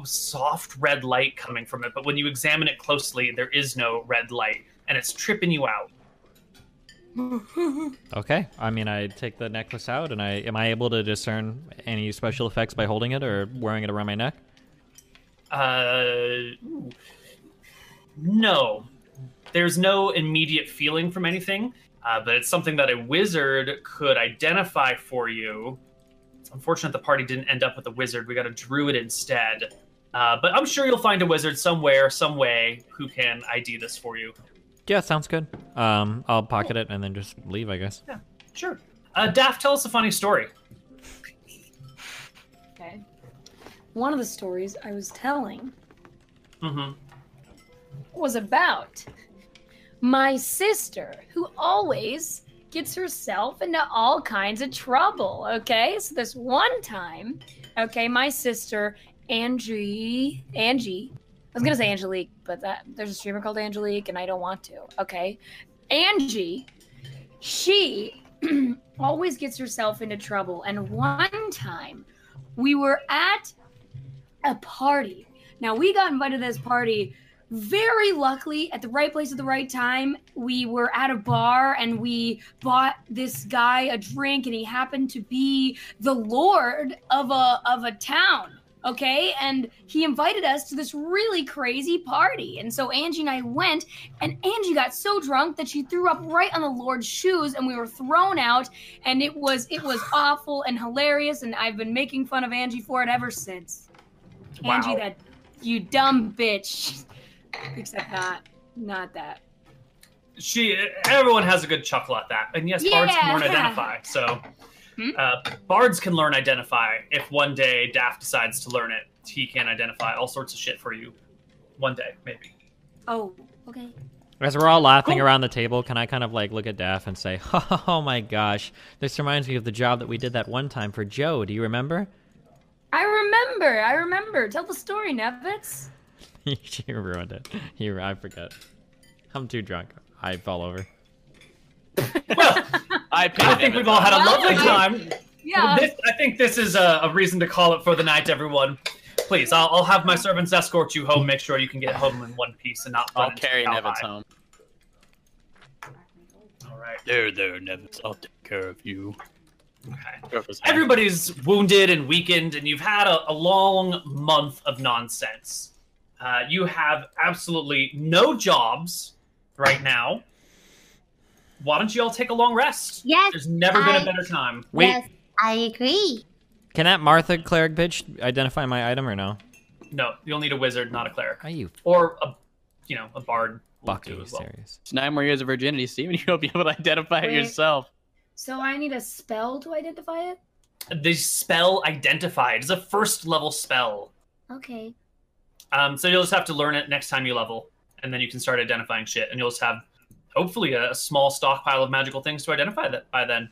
[SPEAKER 3] soft red light coming from it. But when you examine it closely, there is no red light, and it's tripping you out.
[SPEAKER 1] Okay. I mean, I take the necklace out, and I am I able to discern any special effects by holding it or wearing it around my neck?
[SPEAKER 3] Uh, ooh. no, there's no immediate feeling from anything, uh, but it's something that a wizard could identify for you. It's unfortunate the party didn't end up with a wizard. We got a druid instead. Uh, but I'm sure you'll find a wizard somewhere, some way, who can ID this for you.
[SPEAKER 1] Yeah, sounds good. Um, I'll pocket it and then just leave, I guess.
[SPEAKER 3] Sure. Uh, Daft, tell us a funny story.
[SPEAKER 2] Okay. One of the stories I was telling
[SPEAKER 3] Mm-hmm.
[SPEAKER 2] was about my sister who always gets herself into all kinds of trouble okay so this one time okay my sister angie angie i was gonna say angelique but that there's a streamer called angelique and i don't want to okay angie she always gets herself into trouble and one time we were at a party now we got invited to this party very luckily at the right place at the right time we were at a bar and we bought this guy a drink and he happened to be the lord of a of a town okay and he invited us to this really crazy party and so angie and i went and angie got so drunk that she threw up right on the lord's shoes and we were thrown out and it was it was awful and hilarious and i've been making fun of angie for it ever since angie
[SPEAKER 3] Wow.
[SPEAKER 2] that you dumb bitch except not not that
[SPEAKER 3] She, everyone has a good chuckle at that, and yes, bards can
[SPEAKER 2] Yeah.
[SPEAKER 3] learn identify. So,
[SPEAKER 2] Hmm?
[SPEAKER 3] uh, bards can learn identify. If one day Daft decides to learn it, he can identify all sorts of shit for you. One day, maybe.
[SPEAKER 2] oh okay
[SPEAKER 1] As we're all laughing around the table, can I kind of like look at Daff and say, "Oh my gosh, this reminds me of the job that we did that one time for Joe. Do you remember?"
[SPEAKER 2] i remember i remember tell the story nevitz
[SPEAKER 1] she ruined it. You, I forget. I'm too drunk. I fall over.
[SPEAKER 3] Well,
[SPEAKER 5] I,
[SPEAKER 3] I think we've all had a lovely
[SPEAKER 2] Well,
[SPEAKER 3] time.
[SPEAKER 2] yeah
[SPEAKER 3] This, I think this is a, a reason to call it for the night, everyone. Please, I'll, I'll have my servants escort you home. Make sure you can get home in one piece and not. run
[SPEAKER 5] I'll
[SPEAKER 3] into
[SPEAKER 5] carry
[SPEAKER 3] Calvi.
[SPEAKER 5] Nevitz home.
[SPEAKER 3] All right.
[SPEAKER 6] There, there, Nevis. I'll take care of you.
[SPEAKER 3] everybody's wounded and weakened, and you've had a, a long month of nonsense. Uh, you have absolutely no jobs right now. Why don't you all take a long rest?
[SPEAKER 4] Yes,
[SPEAKER 3] There's never been a
[SPEAKER 4] I-
[SPEAKER 3] better time.
[SPEAKER 1] Wait,
[SPEAKER 4] yes, I agree.
[SPEAKER 1] can that Martha cleric bitch identify my item or no?
[SPEAKER 3] No, you'll need a wizard, not a cleric,
[SPEAKER 1] Are you
[SPEAKER 3] or a, you know, a bard. will do
[SPEAKER 1] fucking
[SPEAKER 3] as well.
[SPEAKER 1] serious?
[SPEAKER 5] It's nine more years of virginity, Steven. You'll be able to identify it
[SPEAKER 2] Wait.
[SPEAKER 5] yourself.
[SPEAKER 2] so i need a spell to identify it
[SPEAKER 3] The spell identified is a first level spell.
[SPEAKER 4] Okay.
[SPEAKER 3] Um, so you'll just have to learn it next time you level, and then you can start identifying shit, and you'll just have hopefully a, a small stockpile of magical things to identify that by then.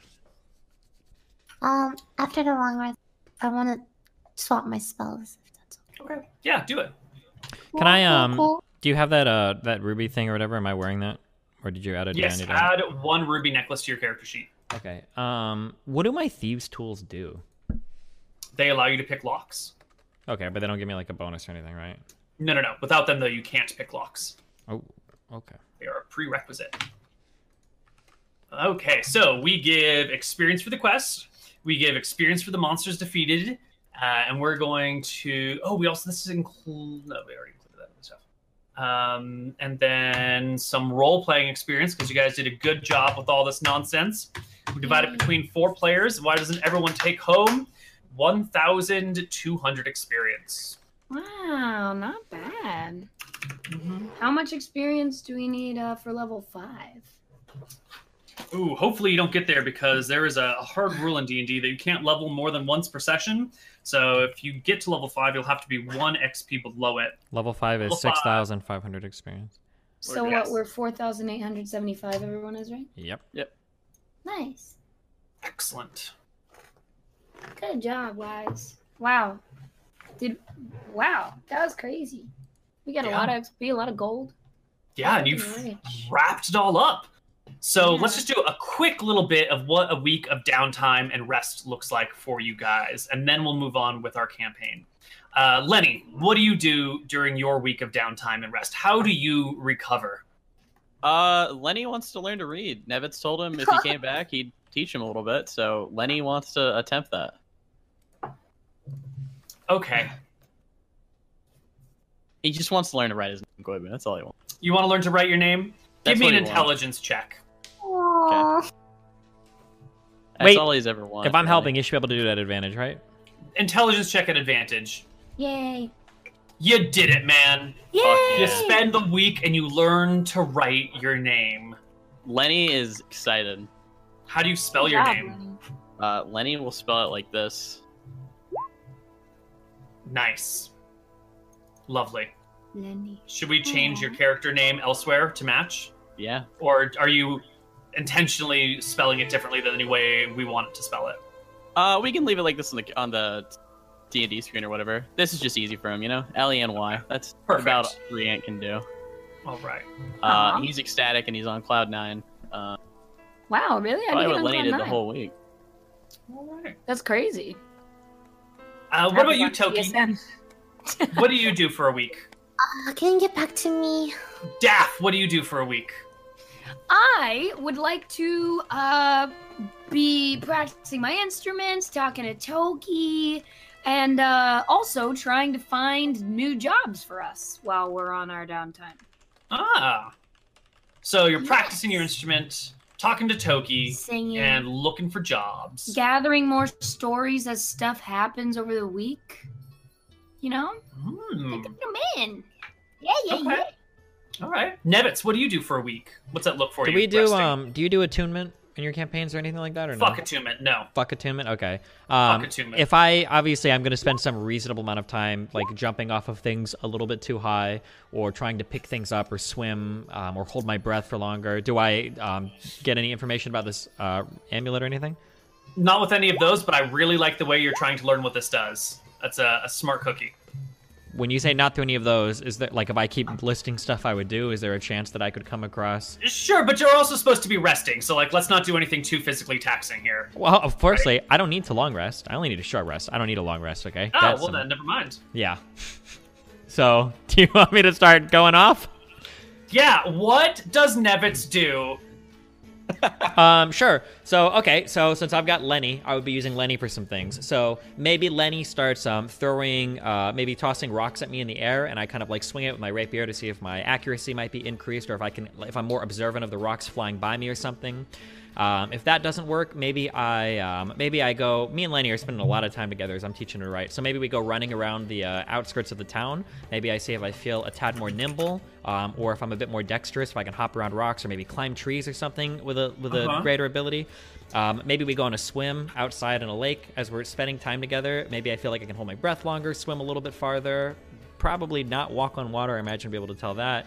[SPEAKER 4] Um, after the long rest, I want to swap my spells. If that's
[SPEAKER 3] Okay. Yeah, do it.
[SPEAKER 1] Can I,
[SPEAKER 4] Cool, cool,
[SPEAKER 1] um,
[SPEAKER 4] cool.
[SPEAKER 1] Do you have that uh that ruby thing or whatever? Am I wearing that, or did you add it?
[SPEAKER 3] yes,
[SPEAKER 1] down?
[SPEAKER 3] add one ruby necklace to your character sheet.
[SPEAKER 1] Okay. Um, what do my thieves' tools do?
[SPEAKER 3] They allow you to pick locks.
[SPEAKER 1] Okay, but they don't give me like a bonus or anything, right?
[SPEAKER 3] No, no, no. Without them, though, you can't pick locks.
[SPEAKER 1] Oh, okay.
[SPEAKER 3] They are a prerequisite. Okay, so we give experience for the quest. We give experience for the monsters defeated, uh, and we're going to. Oh, we also this is include. No, we already included that other stuff. Um, and then some role playing experience because you guys did a good job with all this nonsense. We divide it between four players. Why doesn't everyone take home one thousand two hundred experience?
[SPEAKER 2] wow not bad how much experience do we need uh, for level five
[SPEAKER 3] Ooh, hopefully you don't get there because there is a a hard rule in D&D that you can't level more than once per session. So if you get to level 5, you'll have to be 1 XP below it.
[SPEAKER 1] Level five
[SPEAKER 3] Level
[SPEAKER 1] is
[SPEAKER 3] five.
[SPEAKER 1] six thousand five hundred experience.
[SPEAKER 2] so
[SPEAKER 3] Yes.
[SPEAKER 2] what we're 4875 everyone is right
[SPEAKER 1] Yep.
[SPEAKER 4] Nice.
[SPEAKER 3] Excellent.
[SPEAKER 2] Good job, Wise. Wow. Did wow, that was crazy. We got a
[SPEAKER 3] Yeah.
[SPEAKER 2] lot of XP, a lot of gold.
[SPEAKER 3] Yeah, and
[SPEAKER 2] Fucking
[SPEAKER 3] you've
[SPEAKER 2] rich.
[SPEAKER 3] wrapped it all up. So
[SPEAKER 2] Yeah.
[SPEAKER 3] let's just do a quick little bit of what a week of downtime and rest looks like for you guys, and then we'll move on with our campaign. Uh, Lenny, what do you do during your week of downtime and rest? How do you recover?
[SPEAKER 5] Uh, Lenny wants to learn to read. Nevitz told him if he came back, he'd teach him a little bit. So Lenny wants to attempt that.
[SPEAKER 3] Okay,
[SPEAKER 5] He just wants to learn to write his name, Goibin. That's all he wants.
[SPEAKER 3] you want to learn to write your name?
[SPEAKER 5] That's
[SPEAKER 3] Give me
[SPEAKER 5] what
[SPEAKER 3] an
[SPEAKER 5] he wants.
[SPEAKER 3] intelligence check.
[SPEAKER 4] Aww.
[SPEAKER 5] That's
[SPEAKER 1] Wait,
[SPEAKER 5] all he's ever wanted.
[SPEAKER 1] If I'm
[SPEAKER 5] Lenny.
[SPEAKER 1] helping, you should be able to do that advantage, right?
[SPEAKER 3] Intelligence check at advantage.
[SPEAKER 4] Yay.
[SPEAKER 3] You did it, man.
[SPEAKER 4] Yay.
[SPEAKER 3] You spend the week and you learn to write your name.
[SPEAKER 5] Lenny is excited.
[SPEAKER 3] How do you spell
[SPEAKER 2] Good
[SPEAKER 3] your
[SPEAKER 2] job,
[SPEAKER 3] name?
[SPEAKER 2] Lenny.
[SPEAKER 5] Uh, Lenny will spell it like this.
[SPEAKER 3] Nice. Lovely.
[SPEAKER 4] Lenny.
[SPEAKER 3] Should we change your character name elsewhere to match?
[SPEAKER 5] Yeah.
[SPEAKER 3] Or are you intentionally spelling it differently than the way we want to spell it?
[SPEAKER 5] Uh, we can leave it like this on the on the D and D screen or whatever. This is just easy for him, you know. L E N Y. That's
[SPEAKER 3] Perfect.
[SPEAKER 5] about all Riant can do.
[SPEAKER 3] All right.
[SPEAKER 5] Uh,
[SPEAKER 2] Uh-huh.
[SPEAKER 5] He's ecstatic and he's on cloud nine. Uh,
[SPEAKER 2] Wow, really? I
[SPEAKER 5] probably
[SPEAKER 2] didn't
[SPEAKER 5] what Lenny
[SPEAKER 2] even
[SPEAKER 5] did
[SPEAKER 2] know
[SPEAKER 5] the
[SPEAKER 2] that.
[SPEAKER 5] whole week.
[SPEAKER 3] All right.
[SPEAKER 2] That's crazy.
[SPEAKER 3] Uh, what
[SPEAKER 2] I
[SPEAKER 3] about you,
[SPEAKER 2] have to watch
[SPEAKER 3] Toki?
[SPEAKER 2] TSN.
[SPEAKER 3] What do you do for a week?
[SPEAKER 4] Uh, can you get back to me?
[SPEAKER 3] Daff, what do you do for a week?
[SPEAKER 2] I would like to uh, be practicing my instruments, talking to Toki, and uh, also trying to find new jobs for us while we're on our downtime.
[SPEAKER 3] Ah. So you're
[SPEAKER 2] Yes.
[SPEAKER 3] practicing your instrument, talking to Toki,
[SPEAKER 4] Singing.
[SPEAKER 3] and looking for jobs.
[SPEAKER 2] Gathering more stories as stuff happens over the week. You know?
[SPEAKER 3] Hmm.
[SPEAKER 2] Pick up your men. Yeah, yeah,
[SPEAKER 3] Okay.
[SPEAKER 2] yeah.
[SPEAKER 3] All right. Nevitz, what do you do for a week? What's that look for
[SPEAKER 1] Do
[SPEAKER 3] you?
[SPEAKER 1] we do
[SPEAKER 3] Resting?
[SPEAKER 1] um? Do you do attunement in your campaigns or anything like that, or
[SPEAKER 3] fuck
[SPEAKER 1] no?
[SPEAKER 3] attunement? No.
[SPEAKER 1] Fuck attunement. Okay. Um,
[SPEAKER 3] attunement.
[SPEAKER 1] If I obviously I'm going to spend some reasonable amount of time like jumping off of things a little bit too high, or trying to pick things up, or swim, um, or hold my breath for longer. Do I um, get any information about this uh, amulet or anything?
[SPEAKER 3] Not with any of those, but I really like the way you're trying to learn what this does. That's a, a smart cookie.
[SPEAKER 1] When you say not through any of those, is there like if I keep listing stuff I would do, is there a chance that I could come across?
[SPEAKER 3] Sure, but you're also supposed to be resting, so like, let's not do anything too physically taxing here.
[SPEAKER 1] Well, firstly, I don't need to long rest. I only need a short rest. I don't need a long rest. Okay.
[SPEAKER 3] Oh,
[SPEAKER 1] That's
[SPEAKER 3] well
[SPEAKER 1] some-
[SPEAKER 3] then, never mind.
[SPEAKER 1] Yeah. So, do you want me to start going off?
[SPEAKER 3] Yeah, what does Nevitz do?
[SPEAKER 1] Um, sure. So, okay. So, since I've got Lenny, I would be using Lenny for some things. So, maybe Lenny starts um, throwing, uh, maybe tossing rocks at me in the air, and I kind of like swing it with my rapier to see if my accuracy might be increased or if I can, if I'm more observant of the rocks flying by me or something. Um, if that doesn't work, maybe I um, maybe I go. Me and Lenny are spending a lot of time together as I'm teaching her to write. So maybe we go running around the uh, outskirts of the town. Maybe I see if I feel a tad more nimble, um, or if I'm a bit more dexterous, if I can hop around rocks or maybe climb trees or something with a with
[SPEAKER 3] Uh-huh.
[SPEAKER 1] a greater ability. Um, maybe we go on a swim outside in a lake as we're spending time together. Maybe I feel like I can hold my breath longer, swim a little bit farther. Probably not walk on water. I imagine be able to tell that.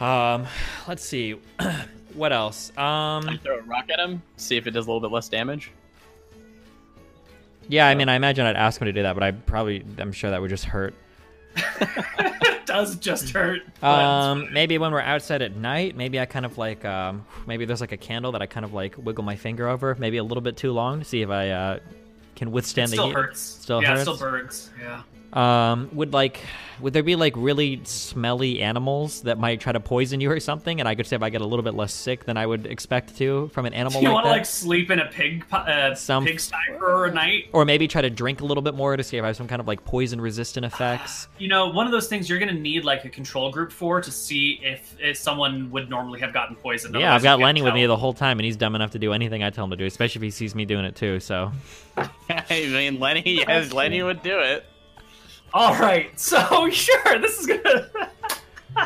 [SPEAKER 1] Um, let's see. what else? Um,
[SPEAKER 5] Throw a rock at him, see if it does a little bit less damage.
[SPEAKER 1] Yeah, I mean, I imagine I'd ask him to do that, but I probably, I'm sure that would just hurt.
[SPEAKER 3] It does just hurt.
[SPEAKER 1] Um, maybe when we're outside at night, maybe I kind of like, um, maybe there's like a candle that I kind of like wiggle my finger over, maybe a little bit too long to see if I uh, can withstand the
[SPEAKER 3] still
[SPEAKER 1] heat.
[SPEAKER 3] hurts.
[SPEAKER 1] Still
[SPEAKER 3] yeah,
[SPEAKER 1] hurts.
[SPEAKER 3] still burns. Yeah.
[SPEAKER 1] Um, would like, would there be like really smelly animals that might try to poison you or something? And I could say if I get a little bit less sick than I would expect to from an animal
[SPEAKER 3] Do you
[SPEAKER 1] like
[SPEAKER 3] want
[SPEAKER 1] that.
[SPEAKER 3] to like sleep in a pig pi- uh,
[SPEAKER 1] Some-
[SPEAKER 3] pigsty for a night?
[SPEAKER 1] or maybe try to drink a little bit more to see if I have some kind of like poison resistant effects.
[SPEAKER 3] You know, one of those things you're gonna need like a control group for to see if, if someone would normally have gotten poisoned.
[SPEAKER 1] Yeah, I've got Lenny with me
[SPEAKER 3] though.
[SPEAKER 1] the whole time, and he's dumb enough to do anything I tell him to do, especially if he sees me doing it too. So,
[SPEAKER 5] I mean, Lenny, yes, Lenny would do it.
[SPEAKER 3] All right, so sure, this is gonna.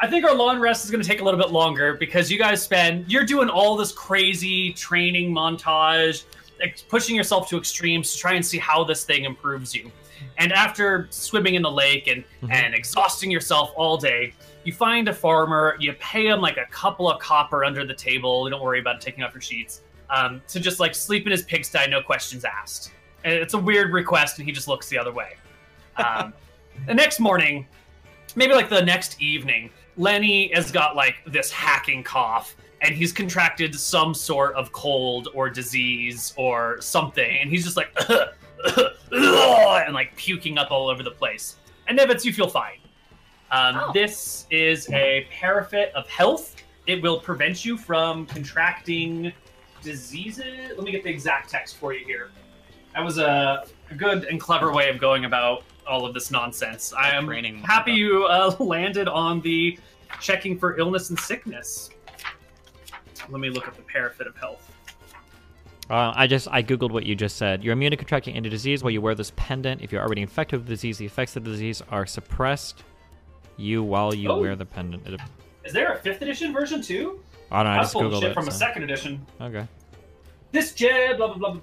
[SPEAKER 3] I think our long rest is gonna take a little bit longer because you guys spend you're doing all this crazy training montage, ex- pushing yourself to extremes to try and see how this thing improves you. And after swimming in the lake and
[SPEAKER 1] Mhm.
[SPEAKER 3] and exhausting yourself all day, you find a farmer. You pay him like a couple of copper under the table. Don't worry about taking off your sheets. Uh, um, to just like sleep in his pigsty, no questions asked. And it's a weird request, and he just looks the other way. Um, the next morning, maybe like the next evening, Lenny has got like this hacking cough and he's contracted some sort of cold or disease or something. And he's just like, and like puking up all over the place. And Nevitz, you feel fine. Um,
[SPEAKER 2] Oh.
[SPEAKER 3] This is a parafit of health. It will prevent you from contracting diseases. Let me get the exact text for you here. That was a a good and clever way of going about all of this nonsense. I am
[SPEAKER 5] Training.
[SPEAKER 3] happy you uh, landed on the checking for illness and sickness. Let me look up the parafit of health.
[SPEAKER 1] Uh, I just I googled what you just said. You're immune to contracting any disease while you wear this pendant. If you're already infected with the disease, the effects of the disease are suppressed you while you
[SPEAKER 3] Oh.
[SPEAKER 1] wear the pendant. It,
[SPEAKER 3] Is there a fifth edition version too?
[SPEAKER 1] I don't know. I,
[SPEAKER 3] I
[SPEAKER 1] just
[SPEAKER 3] pulled
[SPEAKER 1] googled
[SPEAKER 3] shit
[SPEAKER 1] it.
[SPEAKER 3] from a
[SPEAKER 1] so-
[SPEAKER 3] second edition.
[SPEAKER 1] Okay.
[SPEAKER 3] This jet, blah blah blah blah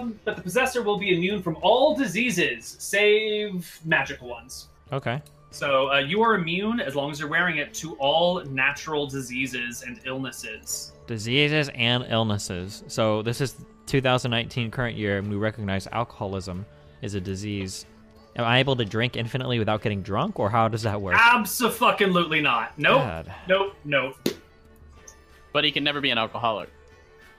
[SPEAKER 3] blah. But the possessor will be immune from all diseases, save magical ones.
[SPEAKER 1] Okay.
[SPEAKER 3] So uh, you are immune as long as you're wearing it to all natural diseases and illnesses.
[SPEAKER 1] Diseases and illnesses. So this is 2019 current year, and we recognize alcoholism is a disease. Am I able to drink infinitely without getting drunk, or how does that work?
[SPEAKER 3] Absolutely not. Nope.
[SPEAKER 1] God.
[SPEAKER 3] Nope. Nope.
[SPEAKER 5] But he can never be an alcoholic.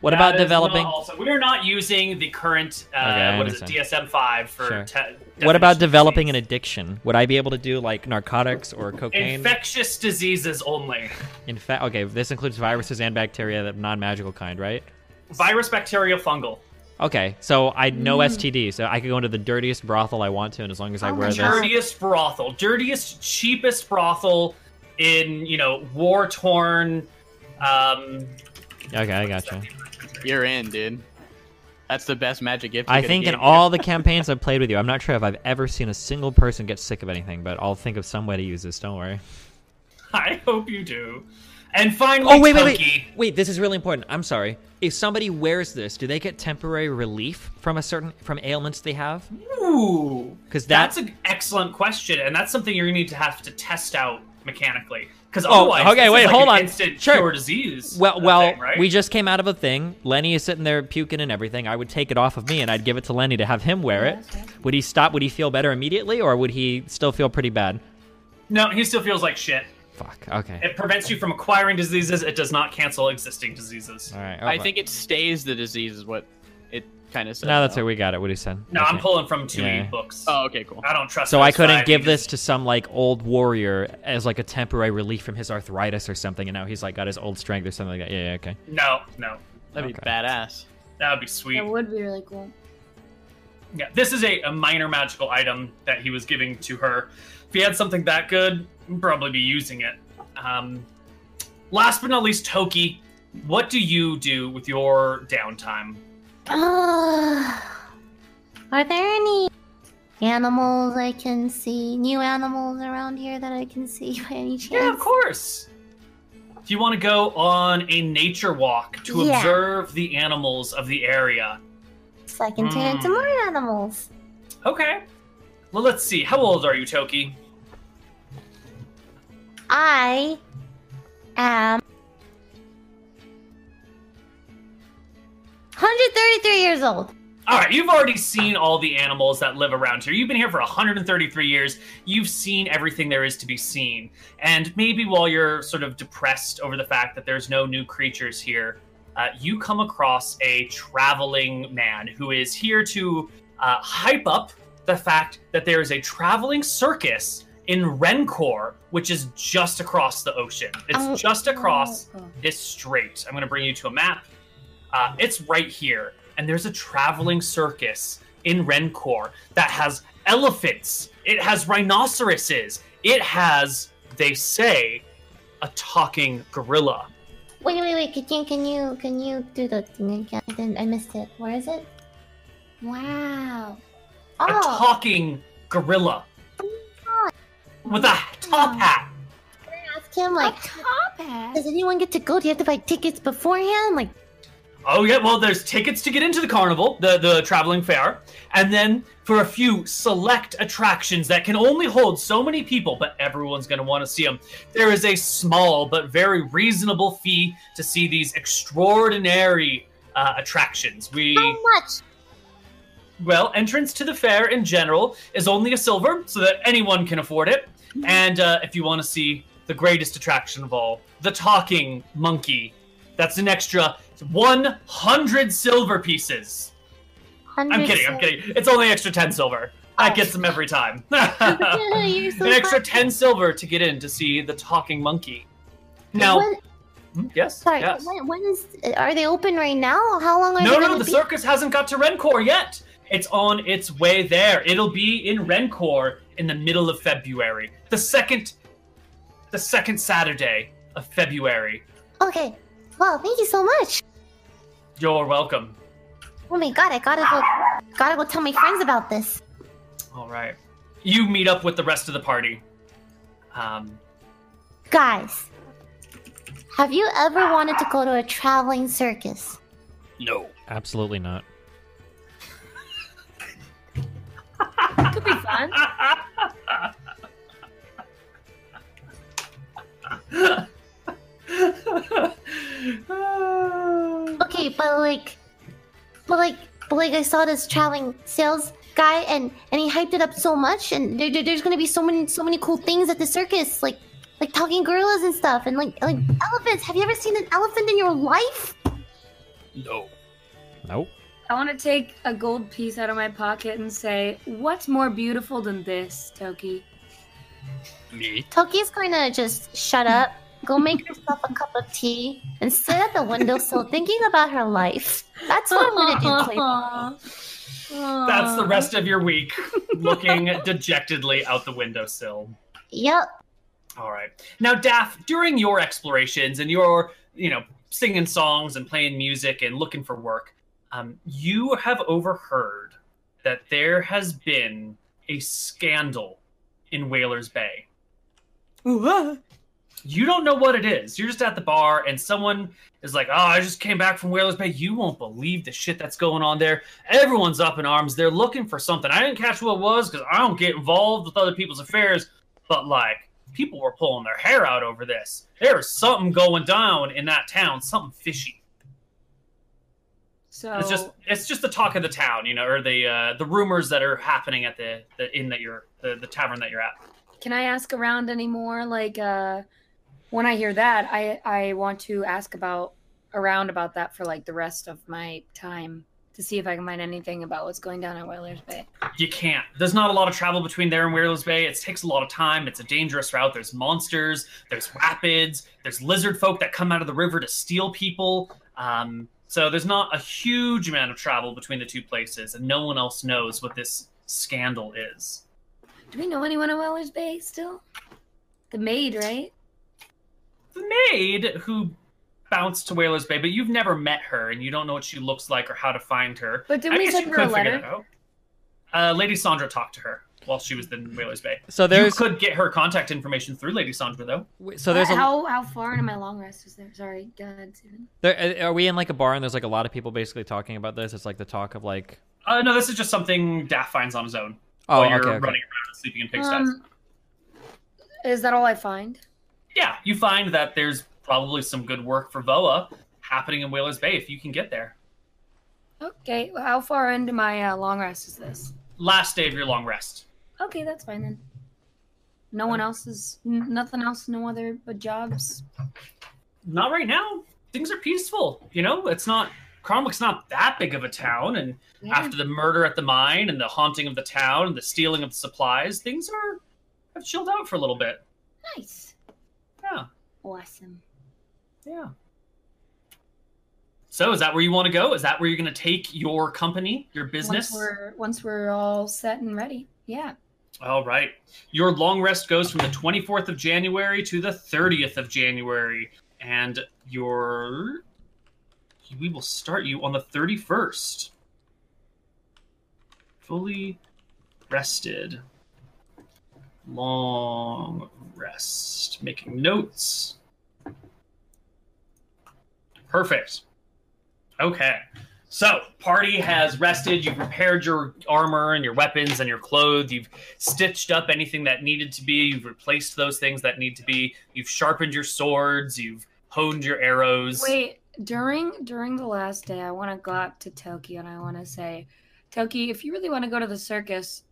[SPEAKER 1] What
[SPEAKER 3] That
[SPEAKER 1] about
[SPEAKER 3] is not
[SPEAKER 1] developing?
[SPEAKER 3] Also, we are not using the current. Uh,
[SPEAKER 1] Okay, I
[SPEAKER 3] what is it? DSM five for.
[SPEAKER 1] Sure. What
[SPEAKER 3] te- definition
[SPEAKER 1] about
[SPEAKER 3] of
[SPEAKER 1] developing an
[SPEAKER 3] disease.
[SPEAKER 1] addiction? Would I be able to do like narcotics or cocaine?
[SPEAKER 3] infectious diseases only?
[SPEAKER 1] In fact, okay, this includes viruses and bacteria, the non-magical kind, right?
[SPEAKER 3] Virus, bacteria, fungal.
[SPEAKER 1] Okay, so I no
[SPEAKER 3] Mm.
[SPEAKER 1] STD, so I could go into the dirtiest brothel I want to, and as long as I
[SPEAKER 4] Oh my
[SPEAKER 1] wear this,
[SPEAKER 4] God.
[SPEAKER 3] Dirtiest brothel, dirtiest, cheapest brothel in you know war torn. Um,
[SPEAKER 1] okay, I gotcha.
[SPEAKER 5] You're in, dude. That's the best magic gift. you
[SPEAKER 1] I
[SPEAKER 5] could've
[SPEAKER 1] think in
[SPEAKER 5] gave me.
[SPEAKER 1] all the campaigns I've played with you, I'm not sure if I've ever seen a single person get sick of anything, but I'll think of some way to use this. Don't worry.
[SPEAKER 3] I hope you do. And finally,
[SPEAKER 1] Oh wait, wait, wait,
[SPEAKER 3] Toki.
[SPEAKER 1] wait! This is really important. I'm sorry. If somebody wears this, do they get temporary relief from a certain from ailments they have?
[SPEAKER 3] Ooh,
[SPEAKER 1] 'Cause that-
[SPEAKER 3] that's an excellent question, and that's something you're going to need to have to test out mechanically. Because
[SPEAKER 1] Oh,
[SPEAKER 3] otherwise,
[SPEAKER 1] okay,
[SPEAKER 3] this is
[SPEAKER 1] wait,
[SPEAKER 3] like
[SPEAKER 1] hold
[SPEAKER 3] an
[SPEAKER 1] on.
[SPEAKER 3] Instant
[SPEAKER 1] Sure.
[SPEAKER 3] cure disease.
[SPEAKER 1] Well,
[SPEAKER 3] uh,
[SPEAKER 1] well,
[SPEAKER 3] thing, right?
[SPEAKER 1] we just came out of a thing. Lenny is sitting there puking and everything. I would take it off of me and I'd give it to Lenny to have him wear it. Would he stop? Would he feel better immediately, or would he still feel pretty bad?
[SPEAKER 3] no. He still feels like shit.
[SPEAKER 1] Fuck. Okay.
[SPEAKER 3] It prevents you from acquiring diseases. It does not cancel existing diseases.
[SPEAKER 1] All right.
[SPEAKER 5] I
[SPEAKER 1] oh,
[SPEAKER 5] think it stays the disease is what it kind of says.
[SPEAKER 1] now that's
[SPEAKER 5] though.
[SPEAKER 1] it. We got it. What he said.
[SPEAKER 3] No, I'm pulling from two
[SPEAKER 1] Yeah.
[SPEAKER 3] e books.
[SPEAKER 5] Oh, okay, cool.
[SPEAKER 3] I don't trust.
[SPEAKER 1] So I
[SPEAKER 3] those
[SPEAKER 1] couldn't
[SPEAKER 3] five
[SPEAKER 1] give
[SPEAKER 3] because-
[SPEAKER 1] this to some like old warrior as like a temporary relief from his arthritis or something, and now he's like got his old strength or something like that. Yeah. yeah okay.
[SPEAKER 3] No, no,
[SPEAKER 5] That'd be
[SPEAKER 1] okay.
[SPEAKER 5] badass.
[SPEAKER 3] that would be sweet.
[SPEAKER 2] That would be really cool.
[SPEAKER 3] Yeah, this is a, a minor magical item that he was giving to her. If he had something that good, he'd probably be using it. Um, last but not least, Toki, what do you do with your downtime?
[SPEAKER 4] Uh, are there any animals I can see? New animals around here that I can see by any chance?
[SPEAKER 3] Yeah, of course. If you want to go on a nature walk to
[SPEAKER 4] Yeah.
[SPEAKER 3] observe the animals of the area,
[SPEAKER 4] So I can turn into
[SPEAKER 3] Mm.
[SPEAKER 4] more animals.
[SPEAKER 3] okay. Well, let's see. How old are you, Toki?
[SPEAKER 4] I am 133 years old.
[SPEAKER 3] All right, you've already seen all the animals that live around here. You've been here for 133 years. You've seen everything there is to be seen. And maybe while you're sort of depressed over the fact that there's no new creatures here, uh, you come across a traveling man who is here to uh, hype up the fact that there is a traveling circus in Rencor, which is just across the ocean. It's
[SPEAKER 4] Oh.
[SPEAKER 3] just across this straight. I'm going to bring you to a map. Uh, it's right here, and there's a traveling circus in Rencor that has elephants. It has rhinoceroses. It has, they say, a talking gorilla.
[SPEAKER 4] Wait, wait, wait. Can you, can you, can you do the thing again? I, didn't, I missed it. Where is it? Wow.
[SPEAKER 3] A
[SPEAKER 4] Oh,
[SPEAKER 3] talking gorilla with a top
[SPEAKER 4] Oh.
[SPEAKER 3] hat.
[SPEAKER 4] ask him, like,
[SPEAKER 2] top hat.
[SPEAKER 4] does anyone get to go? Do you have to buy tickets beforehand? Like,
[SPEAKER 3] Oh yeah, well there's tickets to get into the carnival, the the traveling fair, and then for a few select attractions that can only hold so many people, but everyone's going to want to see them. There is a small but very reasonable fee to see these extraordinary uh, attractions. We
[SPEAKER 4] How much?
[SPEAKER 3] well, entrance to the fair in general is only a silver, so that anyone can afford it. And uh, if you want to see the greatest attraction of all, the talking monkey, that's an extra 100 silver pieces. I'm kidding, I'm kidding. It's only extra 10 silver. That gets them every time. an
[SPEAKER 4] You're so
[SPEAKER 3] extra
[SPEAKER 4] funny.
[SPEAKER 3] 10 silver to get in to see the talking monkey. Now,
[SPEAKER 4] When-
[SPEAKER 3] Hmm, yes,
[SPEAKER 4] sorry.
[SPEAKER 3] yes.
[SPEAKER 4] When, when is? Are they open right now? How long are
[SPEAKER 3] No,
[SPEAKER 4] they
[SPEAKER 3] no,
[SPEAKER 4] gonna
[SPEAKER 3] the
[SPEAKER 4] be?
[SPEAKER 3] circus hasn't got to Rencore yet. It's on its way there. It'll be in Rencore in the middle of February, the second, the second Saturday of February.
[SPEAKER 4] okay. Well, thank you so much.
[SPEAKER 3] You're welcome.
[SPEAKER 4] Oh my god, I gotta go. Gotta go tell my friends about this.
[SPEAKER 3] All right, you meet up with the rest of the party. Um,
[SPEAKER 4] Guys, have you ever wanted to go to a traveling circus?
[SPEAKER 6] No.
[SPEAKER 1] Absolutely not.
[SPEAKER 2] Could be fun.
[SPEAKER 4] Okay, but like, but like, but like, I saw this traveling sales guy, and and he hyped it up so much, and there, there- there's gonna be so many so many cool things at the circus, like like talking gorillas and stuff, and like like elephants. Have you ever seen an elephant in your life?
[SPEAKER 6] No.
[SPEAKER 1] Nope.
[SPEAKER 2] I want to take a gold piece out of my pocket and say, "What's more beautiful than this, Toki?"
[SPEAKER 6] Me?
[SPEAKER 4] Toki's gonna just shut up, go make herself a cup of tea, and sit at the windowsill thinking about her life. That's what I'm gonna do. Clayton.
[SPEAKER 2] Aw.
[SPEAKER 3] that's the rest of your week, looking dejectedly out the windowsill.
[SPEAKER 4] Yep.
[SPEAKER 3] All right. Now, Daff, during your explorations and your, you know, singing songs and playing music and looking for work, um, you have overheard that there has been a scandal in Whalers Bay. You don't know what it is. You're just at the bar and someone is like, oh, I just came back from Whalers Bay. You won't believe the shit that's going on there. Everyone's up in arms. They're looking for something. I didn't catch what it was because I don't get involved with other people's affairs, but like, people were pulling their hair out over this. There's something going down in that town, something fishy.
[SPEAKER 2] So
[SPEAKER 3] It's just it's just the talk of the town, you know, or the uh, the rumors that are happening at the, the inn that you're the, the tavern that you're at.
[SPEAKER 2] Can I ask around anymore? Like, uh, when I hear that, I I want to ask about around about that for like the rest of my time to see if I can find anything about what's going down at Whalers Bay.
[SPEAKER 3] You can't. There's not a lot of travel between there and Weirdos Bay. It takes a lot of time. It's a dangerous route. There's monsters. There's rapids. There's lizard folk that come out of the river to steal people. Um, so there's not a huge amount of travel between the two places, and no one else knows what this scandal is.
[SPEAKER 2] Do we know anyone at Whalers Bay still? The maid, right?
[SPEAKER 3] the maid who bounced to Whaler's Bay, but you've never met her and you don't know what she looks like or how to find her.
[SPEAKER 2] But did
[SPEAKER 3] I
[SPEAKER 2] we
[SPEAKER 3] guess
[SPEAKER 2] send
[SPEAKER 3] you
[SPEAKER 2] her a
[SPEAKER 3] could figure
[SPEAKER 2] letter?
[SPEAKER 3] that out. Uh, Lady Sandra talked to her while she was in Whaler's Bay.
[SPEAKER 1] So there's
[SPEAKER 3] You could get her contact information through Lady Sandra, though.
[SPEAKER 1] wait, so there's a,
[SPEAKER 2] how how far into my long rest is there? Sorry, go ahead, Steven.
[SPEAKER 1] there, uh, are we in like a bar and there's like a lot of people basically talking about this? It's like the talk of like
[SPEAKER 3] Uh, no, this is just something Daff finds on his own
[SPEAKER 1] oh
[SPEAKER 3] while you're
[SPEAKER 1] okay,
[SPEAKER 3] running
[SPEAKER 1] okay.
[SPEAKER 3] around and sleeping in pigsties.
[SPEAKER 2] Um, is that all I find?
[SPEAKER 3] yeah, you find that there's probably some good work for Voa happening in Whaler's Bay if you can get there.
[SPEAKER 2] Okay, well, how far into my uh, long rest is this?
[SPEAKER 3] Last day of your long rest.
[SPEAKER 2] Okay, that's fine then. No
[SPEAKER 3] Um,
[SPEAKER 2] one else is n- nothing else, no other but jobs.
[SPEAKER 3] not right now. Things are peaceful. You know, it's not Cromwick's not that big of a town, and
[SPEAKER 2] Yeah.
[SPEAKER 3] after the murder at the mine and the haunting of the town and the stealing of the supplies, things are have chilled out for a little bit.
[SPEAKER 2] Nice.
[SPEAKER 3] Yeah,
[SPEAKER 2] Awesome.
[SPEAKER 3] yeah. So is that where you want to go? Is that where you're going to take your company, your business?
[SPEAKER 2] Once we're once we're all set and ready. Yeah.
[SPEAKER 3] All right. Your long rest goes from the 24th of January to the 30th of January. And your. We will start you on the 31st. Fully rested. Long rest. Making notes. Perfect. Okay. So, party has rested. You've repaired your armor and your weapons and your clothes. You've stitched up anything that needed to be. You've replaced those things that need to be. You've sharpened your swords. You've honed your arrows.
[SPEAKER 2] Wait, during during the last day, I want to go up to Toki and I want to say, Toki, if you really want to go to the circus,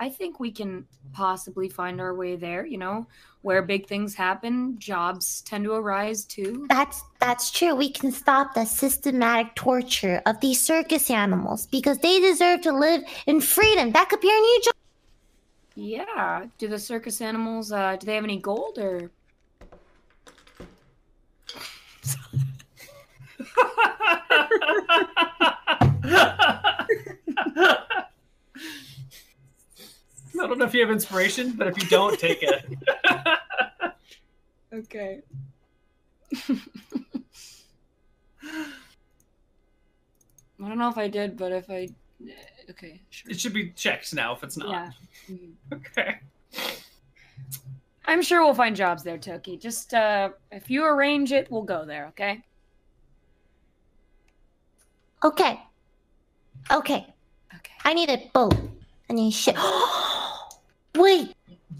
[SPEAKER 2] I think we can possibly find our way there. You know, where big things happen, jobs tend to arise too.
[SPEAKER 4] That's that's true. We can stop the systematic torture of these circus animals because they deserve to live in freedom. That could be our new job.
[SPEAKER 2] Yeah. Do the circus animals? Uh, do they have any gold or?
[SPEAKER 3] I don't know if you have inspiration, but if you don't, take it.
[SPEAKER 2] Okay. I don't know if I did, but if I, okay, sure.
[SPEAKER 3] it should be checked now if it's not.
[SPEAKER 2] Yeah.
[SPEAKER 3] Okay.
[SPEAKER 2] I'm sure we'll find jobs there, Toki. Just uh, if you arrange it, we'll go there. Okay.
[SPEAKER 4] Okay. Okay.
[SPEAKER 2] Okay.
[SPEAKER 4] I need a boat. I need shit. Wait.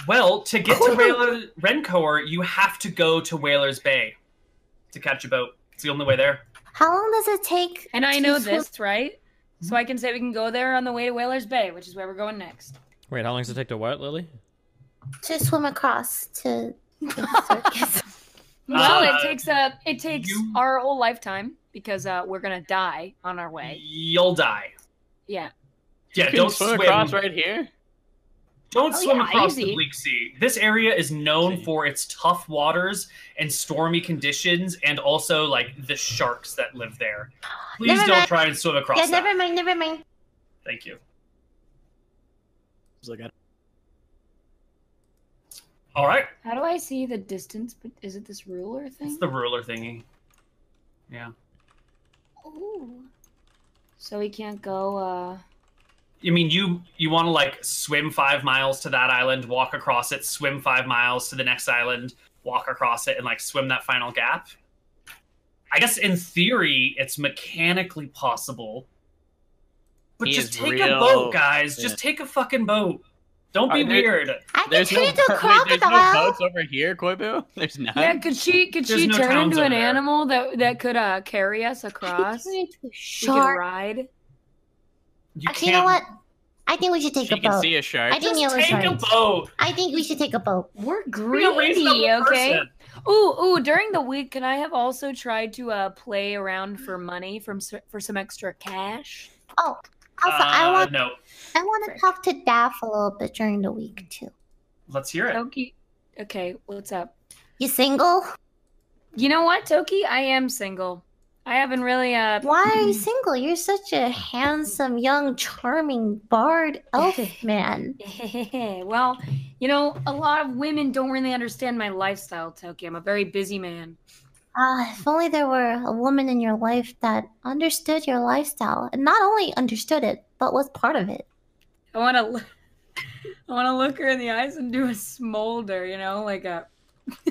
[SPEAKER 3] Well, to get to
[SPEAKER 4] Cool.
[SPEAKER 3] Whaler Renkoer, you have to go to Whaler's Bay to catch a boat. It's the only way there.
[SPEAKER 4] How long does it take?
[SPEAKER 2] And I
[SPEAKER 4] to
[SPEAKER 2] know
[SPEAKER 4] swim-
[SPEAKER 2] this, right? So I can say we can go there on the way to Whalers Bay, which is where we're going next.
[SPEAKER 1] Wait, how long does it take to what, Lily?
[SPEAKER 4] to swim across to the circus.
[SPEAKER 2] Well,
[SPEAKER 3] Uh,
[SPEAKER 2] it takes a it takes
[SPEAKER 3] you-
[SPEAKER 2] our whole lifetime because uh, we're gonna die on our way.
[SPEAKER 3] You'll die.
[SPEAKER 2] Yeah.
[SPEAKER 3] Yeah,
[SPEAKER 5] Can
[SPEAKER 3] don't
[SPEAKER 5] swim,
[SPEAKER 3] swim.
[SPEAKER 5] across right here.
[SPEAKER 3] Don't
[SPEAKER 2] Oh,
[SPEAKER 3] swim
[SPEAKER 2] yeah,
[SPEAKER 3] across
[SPEAKER 2] easy.
[SPEAKER 3] the bleak sea. This area is known
[SPEAKER 5] See.
[SPEAKER 3] for its tough waters and stormy conditions, and also like the sharks that live there. Please
[SPEAKER 4] Never
[SPEAKER 3] don't
[SPEAKER 4] mind.
[SPEAKER 3] try and swim across.
[SPEAKER 4] yeah,
[SPEAKER 3] that.
[SPEAKER 4] never mind, never mind.
[SPEAKER 3] Thank you.
[SPEAKER 5] He's like, I-
[SPEAKER 3] All right,
[SPEAKER 2] How do I see the distance? But is it this ruler
[SPEAKER 3] it's
[SPEAKER 2] thing?
[SPEAKER 3] the ruler thingy. Yeah,
[SPEAKER 2] Ooh. So we can't go. uh
[SPEAKER 3] I mean, you you want to like swim five miles to that island, walk across it, swim five miles to the next island, walk across it, and like swim that final gap. I guess in theory, it's mechanically possible. But
[SPEAKER 5] He
[SPEAKER 3] just
[SPEAKER 5] is
[SPEAKER 3] take a
[SPEAKER 5] real-
[SPEAKER 3] boat, guys.
[SPEAKER 5] Yeah.
[SPEAKER 3] Just take a fucking boat. Don't be
[SPEAKER 5] Are there-
[SPEAKER 3] weird.
[SPEAKER 4] I can
[SPEAKER 5] there's
[SPEAKER 4] turn
[SPEAKER 5] no,
[SPEAKER 4] into a
[SPEAKER 5] wait, there's no
[SPEAKER 4] crocodile.
[SPEAKER 5] boats over here, Koibu. There's not.
[SPEAKER 2] Yeah, could she could
[SPEAKER 3] There's
[SPEAKER 2] she
[SPEAKER 3] no
[SPEAKER 2] turn
[SPEAKER 3] towns
[SPEAKER 2] into an
[SPEAKER 3] over there.
[SPEAKER 2] animal that that could uh carry us
[SPEAKER 4] I
[SPEAKER 2] across?
[SPEAKER 4] can turn into a
[SPEAKER 2] We could
[SPEAKER 4] shark.
[SPEAKER 2] ride.
[SPEAKER 3] You
[SPEAKER 4] Actually, you know what? I think we should take
[SPEAKER 5] She
[SPEAKER 4] a
[SPEAKER 5] can
[SPEAKER 4] boat.
[SPEAKER 5] see a shark.
[SPEAKER 4] I think Neil
[SPEAKER 3] Just
[SPEAKER 4] is
[SPEAKER 3] take a
[SPEAKER 4] right.
[SPEAKER 3] boat.
[SPEAKER 4] I think we should take a boat.
[SPEAKER 2] We're
[SPEAKER 3] Be a reasonable
[SPEAKER 2] greedy, okay?
[SPEAKER 3] person.
[SPEAKER 2] Ooh, ooh! During the week, can I have also tried to uh, play around for money from s- for some extra cash?
[SPEAKER 4] Oh, also, I
[SPEAKER 3] Uh,
[SPEAKER 4] want
[SPEAKER 3] no.
[SPEAKER 4] I want to talk to Daff a little bit during the week too.
[SPEAKER 3] Let's hear it.
[SPEAKER 2] Toki, okay, what's up?
[SPEAKER 4] You single?
[SPEAKER 2] You know what, Toki? I am single. I haven't really uh.
[SPEAKER 4] Why Mm. are you single? You're such a handsome, young, charming bard elf man.
[SPEAKER 2] well, you know, a lot of women don't really understand my lifestyle, Toki. I'm a very busy man.
[SPEAKER 4] Ah, if only there were a woman in your life that understood your lifestyle and not only understood it, but was part of it.
[SPEAKER 2] I want to, I want to look her in the eyes and do a smolder. You know, like a.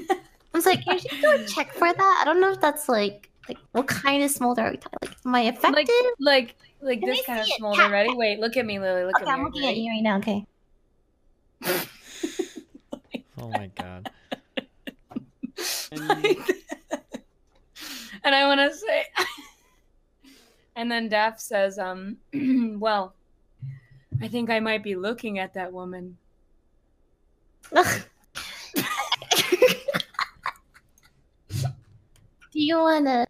[SPEAKER 4] I was like, you should do a check for that. I don't know if that's like, like what kind of smolder are we talking? Like, am I affected?
[SPEAKER 2] Like, like, like
[SPEAKER 4] Let me
[SPEAKER 2] this kind of
[SPEAKER 4] see it.
[SPEAKER 2] smolder. Ready? Wait, look at me, Lily. Look
[SPEAKER 4] okay,
[SPEAKER 2] at me.
[SPEAKER 4] I'm looking at you right now. Okay.
[SPEAKER 1] Oh my god.
[SPEAKER 2] and I want to say, and then Daff says, "Um, well, I think I might be looking at that woman."
[SPEAKER 4] do you wanna?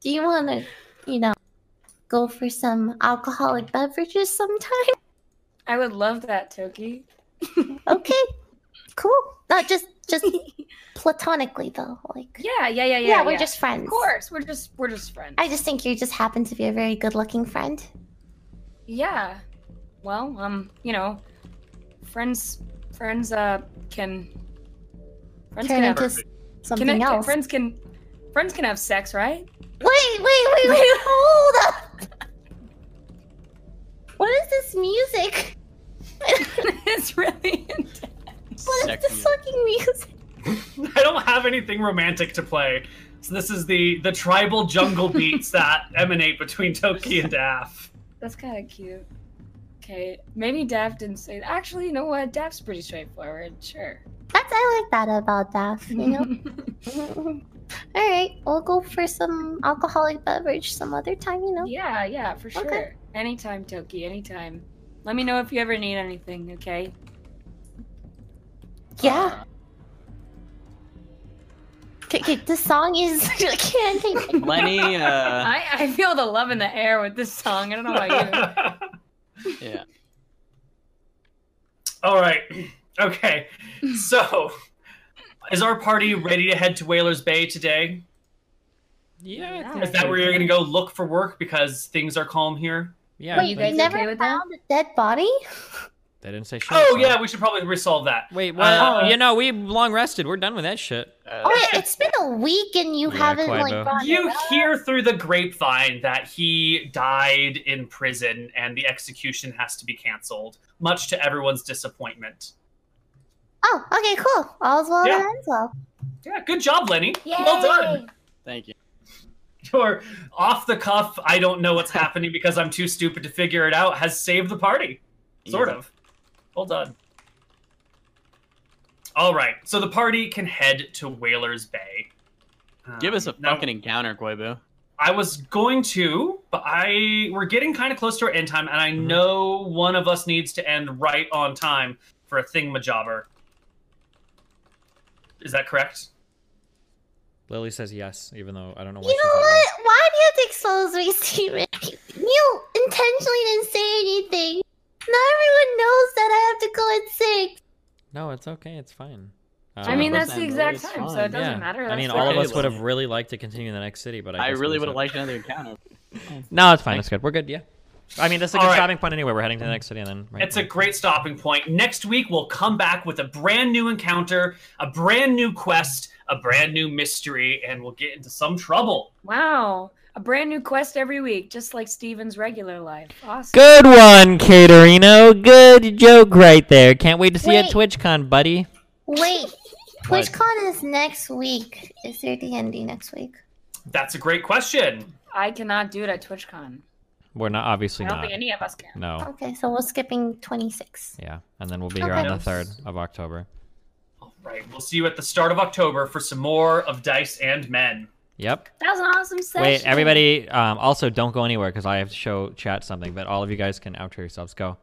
[SPEAKER 4] Do you wanna? You know, go for some alcoholic beverages sometime?
[SPEAKER 2] I would love that, Toki.
[SPEAKER 4] Okay, cool. Not just just platonically though. Like,
[SPEAKER 2] Yeah, yeah, yeah, yeah.
[SPEAKER 4] yeah, we're just friends.
[SPEAKER 2] Of course, we're just we're just friends.
[SPEAKER 4] I just think you just happen to be a very good-looking friend.
[SPEAKER 2] Yeah. Well, um, you know, friends, friends, uh, can friends
[SPEAKER 4] Turn
[SPEAKER 2] can have
[SPEAKER 4] into s- something
[SPEAKER 2] can,
[SPEAKER 4] else.
[SPEAKER 2] friends can friends can have sex, right?
[SPEAKER 4] Wait, wait, wait, wait, hold up. What is this music?
[SPEAKER 2] it's really intense.
[SPEAKER 4] What is this fucking music?
[SPEAKER 3] I don't have anything romantic to play. So this is the the tribal jungle beats that emanate between Toki and Daff.
[SPEAKER 2] That's kind of cute. Okay, maybe Daff didn't say. Actually, you know what? Daff's pretty straightforward. Sure.
[SPEAKER 4] That's I like that about Daff, you know? All right, we'll go for some alcoholic beverage some other time, you know.
[SPEAKER 2] Yeah, yeah, for sure.
[SPEAKER 4] Okay.
[SPEAKER 2] Anytime, Toki, anytime. Let me know if you ever need anything, okay?
[SPEAKER 4] Yeah. Okay, okay, this song is I can't think.
[SPEAKER 5] Lenny, uh,
[SPEAKER 2] I, I feel the love in the air with this song. I don't know about
[SPEAKER 5] yeah.
[SPEAKER 3] All right. Okay. So, is our party ready to head to Whaler's Bay today?
[SPEAKER 1] Yeah.
[SPEAKER 2] Yeah.
[SPEAKER 1] I think
[SPEAKER 3] Is that
[SPEAKER 1] so.
[SPEAKER 3] where you're going to go look for work because things are calm here?
[SPEAKER 1] Yeah. I
[SPEAKER 4] Wait, you
[SPEAKER 1] think so.
[SPEAKER 2] guys
[SPEAKER 4] never
[SPEAKER 2] okay with that?
[SPEAKER 4] found a dead body?
[SPEAKER 1] They didn't say shit.
[SPEAKER 3] Oh,
[SPEAKER 1] so-
[SPEAKER 3] yeah, we should probably resolve that.
[SPEAKER 1] Wait, well,
[SPEAKER 2] Oh.
[SPEAKER 3] Uh,
[SPEAKER 1] you know, we long rested. We're done with that shit.
[SPEAKER 5] Uh,
[SPEAKER 4] Oh, yeah, it's been a week and you
[SPEAKER 1] Yeah,
[SPEAKER 4] haven't like
[SPEAKER 1] Quaibo.
[SPEAKER 4] brought
[SPEAKER 3] You
[SPEAKER 4] it up.
[SPEAKER 3] hear through the grapevine that he died in prison and the execution has to be canceled, much to everyone's disappointment.
[SPEAKER 4] Oh, okay, cool. All's well
[SPEAKER 3] Yeah.
[SPEAKER 4] that ends well.
[SPEAKER 3] Yeah, good job, Lenny. Well done.
[SPEAKER 5] thank you.
[SPEAKER 3] Your off the cuff, I don't know what's happening because I'm too stupid to figure it out, has saved the party. Sort
[SPEAKER 5] Yeah.
[SPEAKER 3] of. Well done. All right, so the party can head to Whaler's Bay.
[SPEAKER 5] Give us a
[SPEAKER 3] Um, now-
[SPEAKER 5] fucking encounter, Guibu.
[SPEAKER 3] I was going to, but I we're getting kind of close to our end time, and I
[SPEAKER 5] Mm-hmm.
[SPEAKER 1] Mhm.
[SPEAKER 3] know one of us needs to end right on time for a thingamajobber. Is that correct?
[SPEAKER 1] Lily says yes, even though I don't know why.
[SPEAKER 4] You
[SPEAKER 1] she's
[SPEAKER 4] know
[SPEAKER 1] not
[SPEAKER 4] what? Why do you have to expose me, Steven? You intentionally didn't say anything. Not everyone knows that I have to go at six.
[SPEAKER 1] No, it's okay. It's fine. Uh,
[SPEAKER 2] you. I mean,
[SPEAKER 5] Uh,
[SPEAKER 2] that's the
[SPEAKER 5] listen,
[SPEAKER 2] exact
[SPEAKER 5] it's
[SPEAKER 2] time, so
[SPEAKER 5] fine,
[SPEAKER 2] it doesn't
[SPEAKER 1] yeah.
[SPEAKER 2] matter.
[SPEAKER 1] I
[SPEAKER 2] That's
[SPEAKER 1] mean,
[SPEAKER 2] fine.
[SPEAKER 1] all of
[SPEAKER 5] okay.
[SPEAKER 1] us would have really liked to continue in the next city, but I,
[SPEAKER 5] I
[SPEAKER 1] guess
[SPEAKER 5] really
[SPEAKER 1] we
[SPEAKER 5] would have
[SPEAKER 1] decided-
[SPEAKER 5] liked another encounter.
[SPEAKER 1] No, it's fine. It's good. We're good. Yeah. I mean, that's a good
[SPEAKER 3] All right.
[SPEAKER 1] stopping point anyway. We're heading to the next city, and then right
[SPEAKER 3] It's a great stopping point. Next week, we'll come back with a brand new encounter, a brand new quest, a brand new mystery, and we'll get into some trouble.
[SPEAKER 2] Wow. A brand new quest every week, just like Steven's regular life. Awesome.
[SPEAKER 1] good one, Caterino. Good joke right there. Can't wait to see you at
[SPEAKER 4] Wait.
[SPEAKER 1] TwitchCon, buddy.
[SPEAKER 4] Wait,
[SPEAKER 1] What?
[SPEAKER 4] TwitchCon is next week. Is there D&D next week?
[SPEAKER 3] That's a great question.
[SPEAKER 2] I cannot do it at TwitchCon.
[SPEAKER 1] We're not obviously
[SPEAKER 2] I don't
[SPEAKER 1] not.
[SPEAKER 2] think any of us can.
[SPEAKER 1] No.
[SPEAKER 4] Okay, so we're skipping 26.
[SPEAKER 1] Yeah, and then we'll be here
[SPEAKER 4] Okay.
[SPEAKER 1] on the third of October.
[SPEAKER 3] All right, we'll see you at the start of October for some more of Dice and Men.
[SPEAKER 1] Yep.
[SPEAKER 2] That was an awesome session.
[SPEAKER 1] Wait, everybody. Um, also, don't go anywhere because I have to show chat something. But all of you guys can outro yourselves. Go.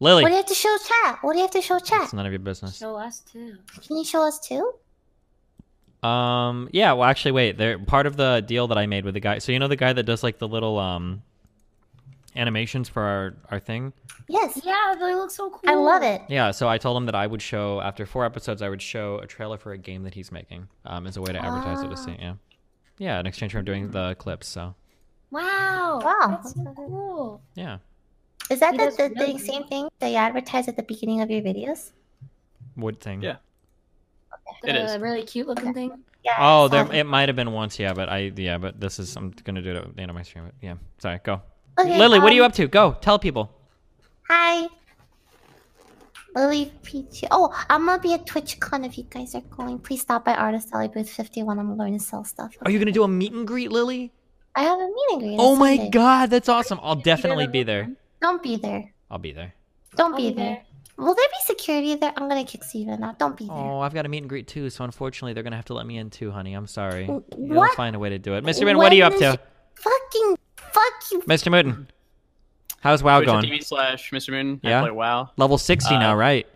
[SPEAKER 1] Lily,
[SPEAKER 4] What do you have to show chat? What do you have to show chat?
[SPEAKER 1] it's none of your business.
[SPEAKER 2] Show us too.
[SPEAKER 4] Can you show us too?
[SPEAKER 1] Um, yeah. Well, actually, wait. They're part of the deal that I made with the guy. So you know the guy that does like the little um animations for our our thing.
[SPEAKER 4] Yes,
[SPEAKER 2] Yeah, they look so cool.
[SPEAKER 4] I love it.
[SPEAKER 1] Yeah. So I told him that I would show after four episodes, I would show a trailer for a game that he's making. Um, as a way to advertise it
[SPEAKER 4] Ah.
[SPEAKER 1] to see. Yeah. Yeah. In exchange for him doing the clips. So
[SPEAKER 2] Wow.
[SPEAKER 4] Wow.
[SPEAKER 2] That's so cool.
[SPEAKER 1] yeah.
[SPEAKER 4] Is that
[SPEAKER 2] He
[SPEAKER 4] the,
[SPEAKER 2] does
[SPEAKER 4] the, the
[SPEAKER 2] really-
[SPEAKER 4] same thing that you advertise at the beginning of your videos?
[SPEAKER 1] Wood thing.
[SPEAKER 5] Yeah.
[SPEAKER 2] The
[SPEAKER 5] It is.
[SPEAKER 2] really cute looking thing.
[SPEAKER 4] Yeah. I
[SPEAKER 1] Oh,
[SPEAKER 4] saw
[SPEAKER 1] there
[SPEAKER 4] them.
[SPEAKER 1] it might have been once, yeah, but I yeah, but this is I'm gonna do it at the end of my stream. But yeah, sorry, go.
[SPEAKER 4] Okay,
[SPEAKER 1] Lily, what are you
[SPEAKER 4] um,
[SPEAKER 1] up to? Go tell people.
[SPEAKER 4] Hi. Lily Peach. Oh, I'm gonna be at TwitchCon if you guys are going. Please stop by Artist Alley Booth 51. I'm going to sell stuff.
[SPEAKER 1] Are you gonna do a meet and greet, Lily?
[SPEAKER 4] I have a meeting. greet on
[SPEAKER 1] Oh my
[SPEAKER 4] Sunday.
[SPEAKER 1] god, that's awesome! I'll definitely
[SPEAKER 2] the
[SPEAKER 1] be
[SPEAKER 2] whole
[SPEAKER 1] there.
[SPEAKER 2] time?
[SPEAKER 4] Don't be there.
[SPEAKER 1] I'll be there.
[SPEAKER 4] Don't
[SPEAKER 2] I'll
[SPEAKER 4] be,
[SPEAKER 2] be
[SPEAKER 4] there. Will there be security there? I'm gonna kick Steven out. Don't be there.
[SPEAKER 1] Oh, I've got a meet and greet too, so unfortunately they're gonna have to let me in too, honey. I'm sorry.
[SPEAKER 4] W-
[SPEAKER 1] Oh, You'll
[SPEAKER 4] what?
[SPEAKER 1] find a way to do it, Mr. Mooden. What are you up
[SPEAKER 4] When
[SPEAKER 1] to,
[SPEAKER 4] is- Fucking fuck you.
[SPEAKER 1] Mr. Mooden? How's WoW going?
[SPEAKER 5] Twitch.tv slash Mr. Moon. I
[SPEAKER 1] Yeah?
[SPEAKER 5] play WoW.
[SPEAKER 1] Level sixty now,
[SPEAKER 5] Uh,
[SPEAKER 1] right?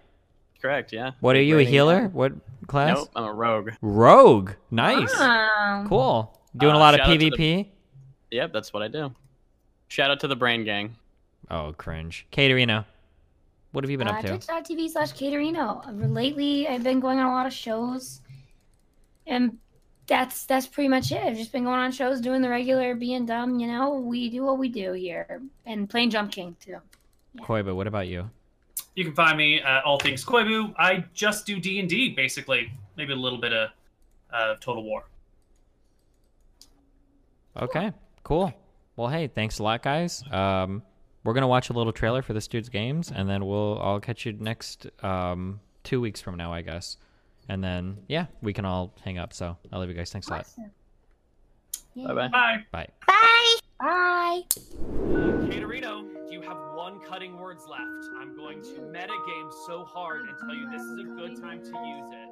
[SPEAKER 5] Correct, yeah.
[SPEAKER 1] What are you, a
[SPEAKER 5] Rating-
[SPEAKER 1] healer? What class?
[SPEAKER 5] Nope, I'm a rogue.
[SPEAKER 1] Rogue.
[SPEAKER 4] Ah.
[SPEAKER 1] Nice.
[SPEAKER 2] Wow.
[SPEAKER 1] Cool. Doing a
[SPEAKER 5] Uh,
[SPEAKER 1] lot of
[SPEAKER 5] shout out to the-
[SPEAKER 1] PvP.
[SPEAKER 5] Yep, that's what I do. Shout out to the Brain Gang.
[SPEAKER 1] Oh, cringe. Caterino, what have you been
[SPEAKER 2] Uh,
[SPEAKER 1] up to?
[SPEAKER 2] Twitch.tv slash Caterino. Uh, Lately, I've been going on a lot of shows, and that's that's pretty much it. I've just been going on shows, doing the regular, being dumb. You know, we do what we do here, and playing Jump King too.
[SPEAKER 1] Koiba, what about you?
[SPEAKER 3] You can find me at All Things Koibu. I just do D and D, basically. Maybe a little bit of uh, Total War.
[SPEAKER 1] Okay, cool. Well, hey, thanks a lot, guys. Um, we're gonna watch a little trailer for this dude's games, and then we'll I'll catch you next um, two weeks from now, I guess. And then yeah, we can all hang up. So I love you guys. Thanks a lot.
[SPEAKER 5] Bye bye.
[SPEAKER 3] Bye.
[SPEAKER 1] Bye.
[SPEAKER 4] Bye.
[SPEAKER 2] Bye.
[SPEAKER 3] Caterino, you have one cutting words left. I'm going to metagame so hard and tell you this is a good time to use it.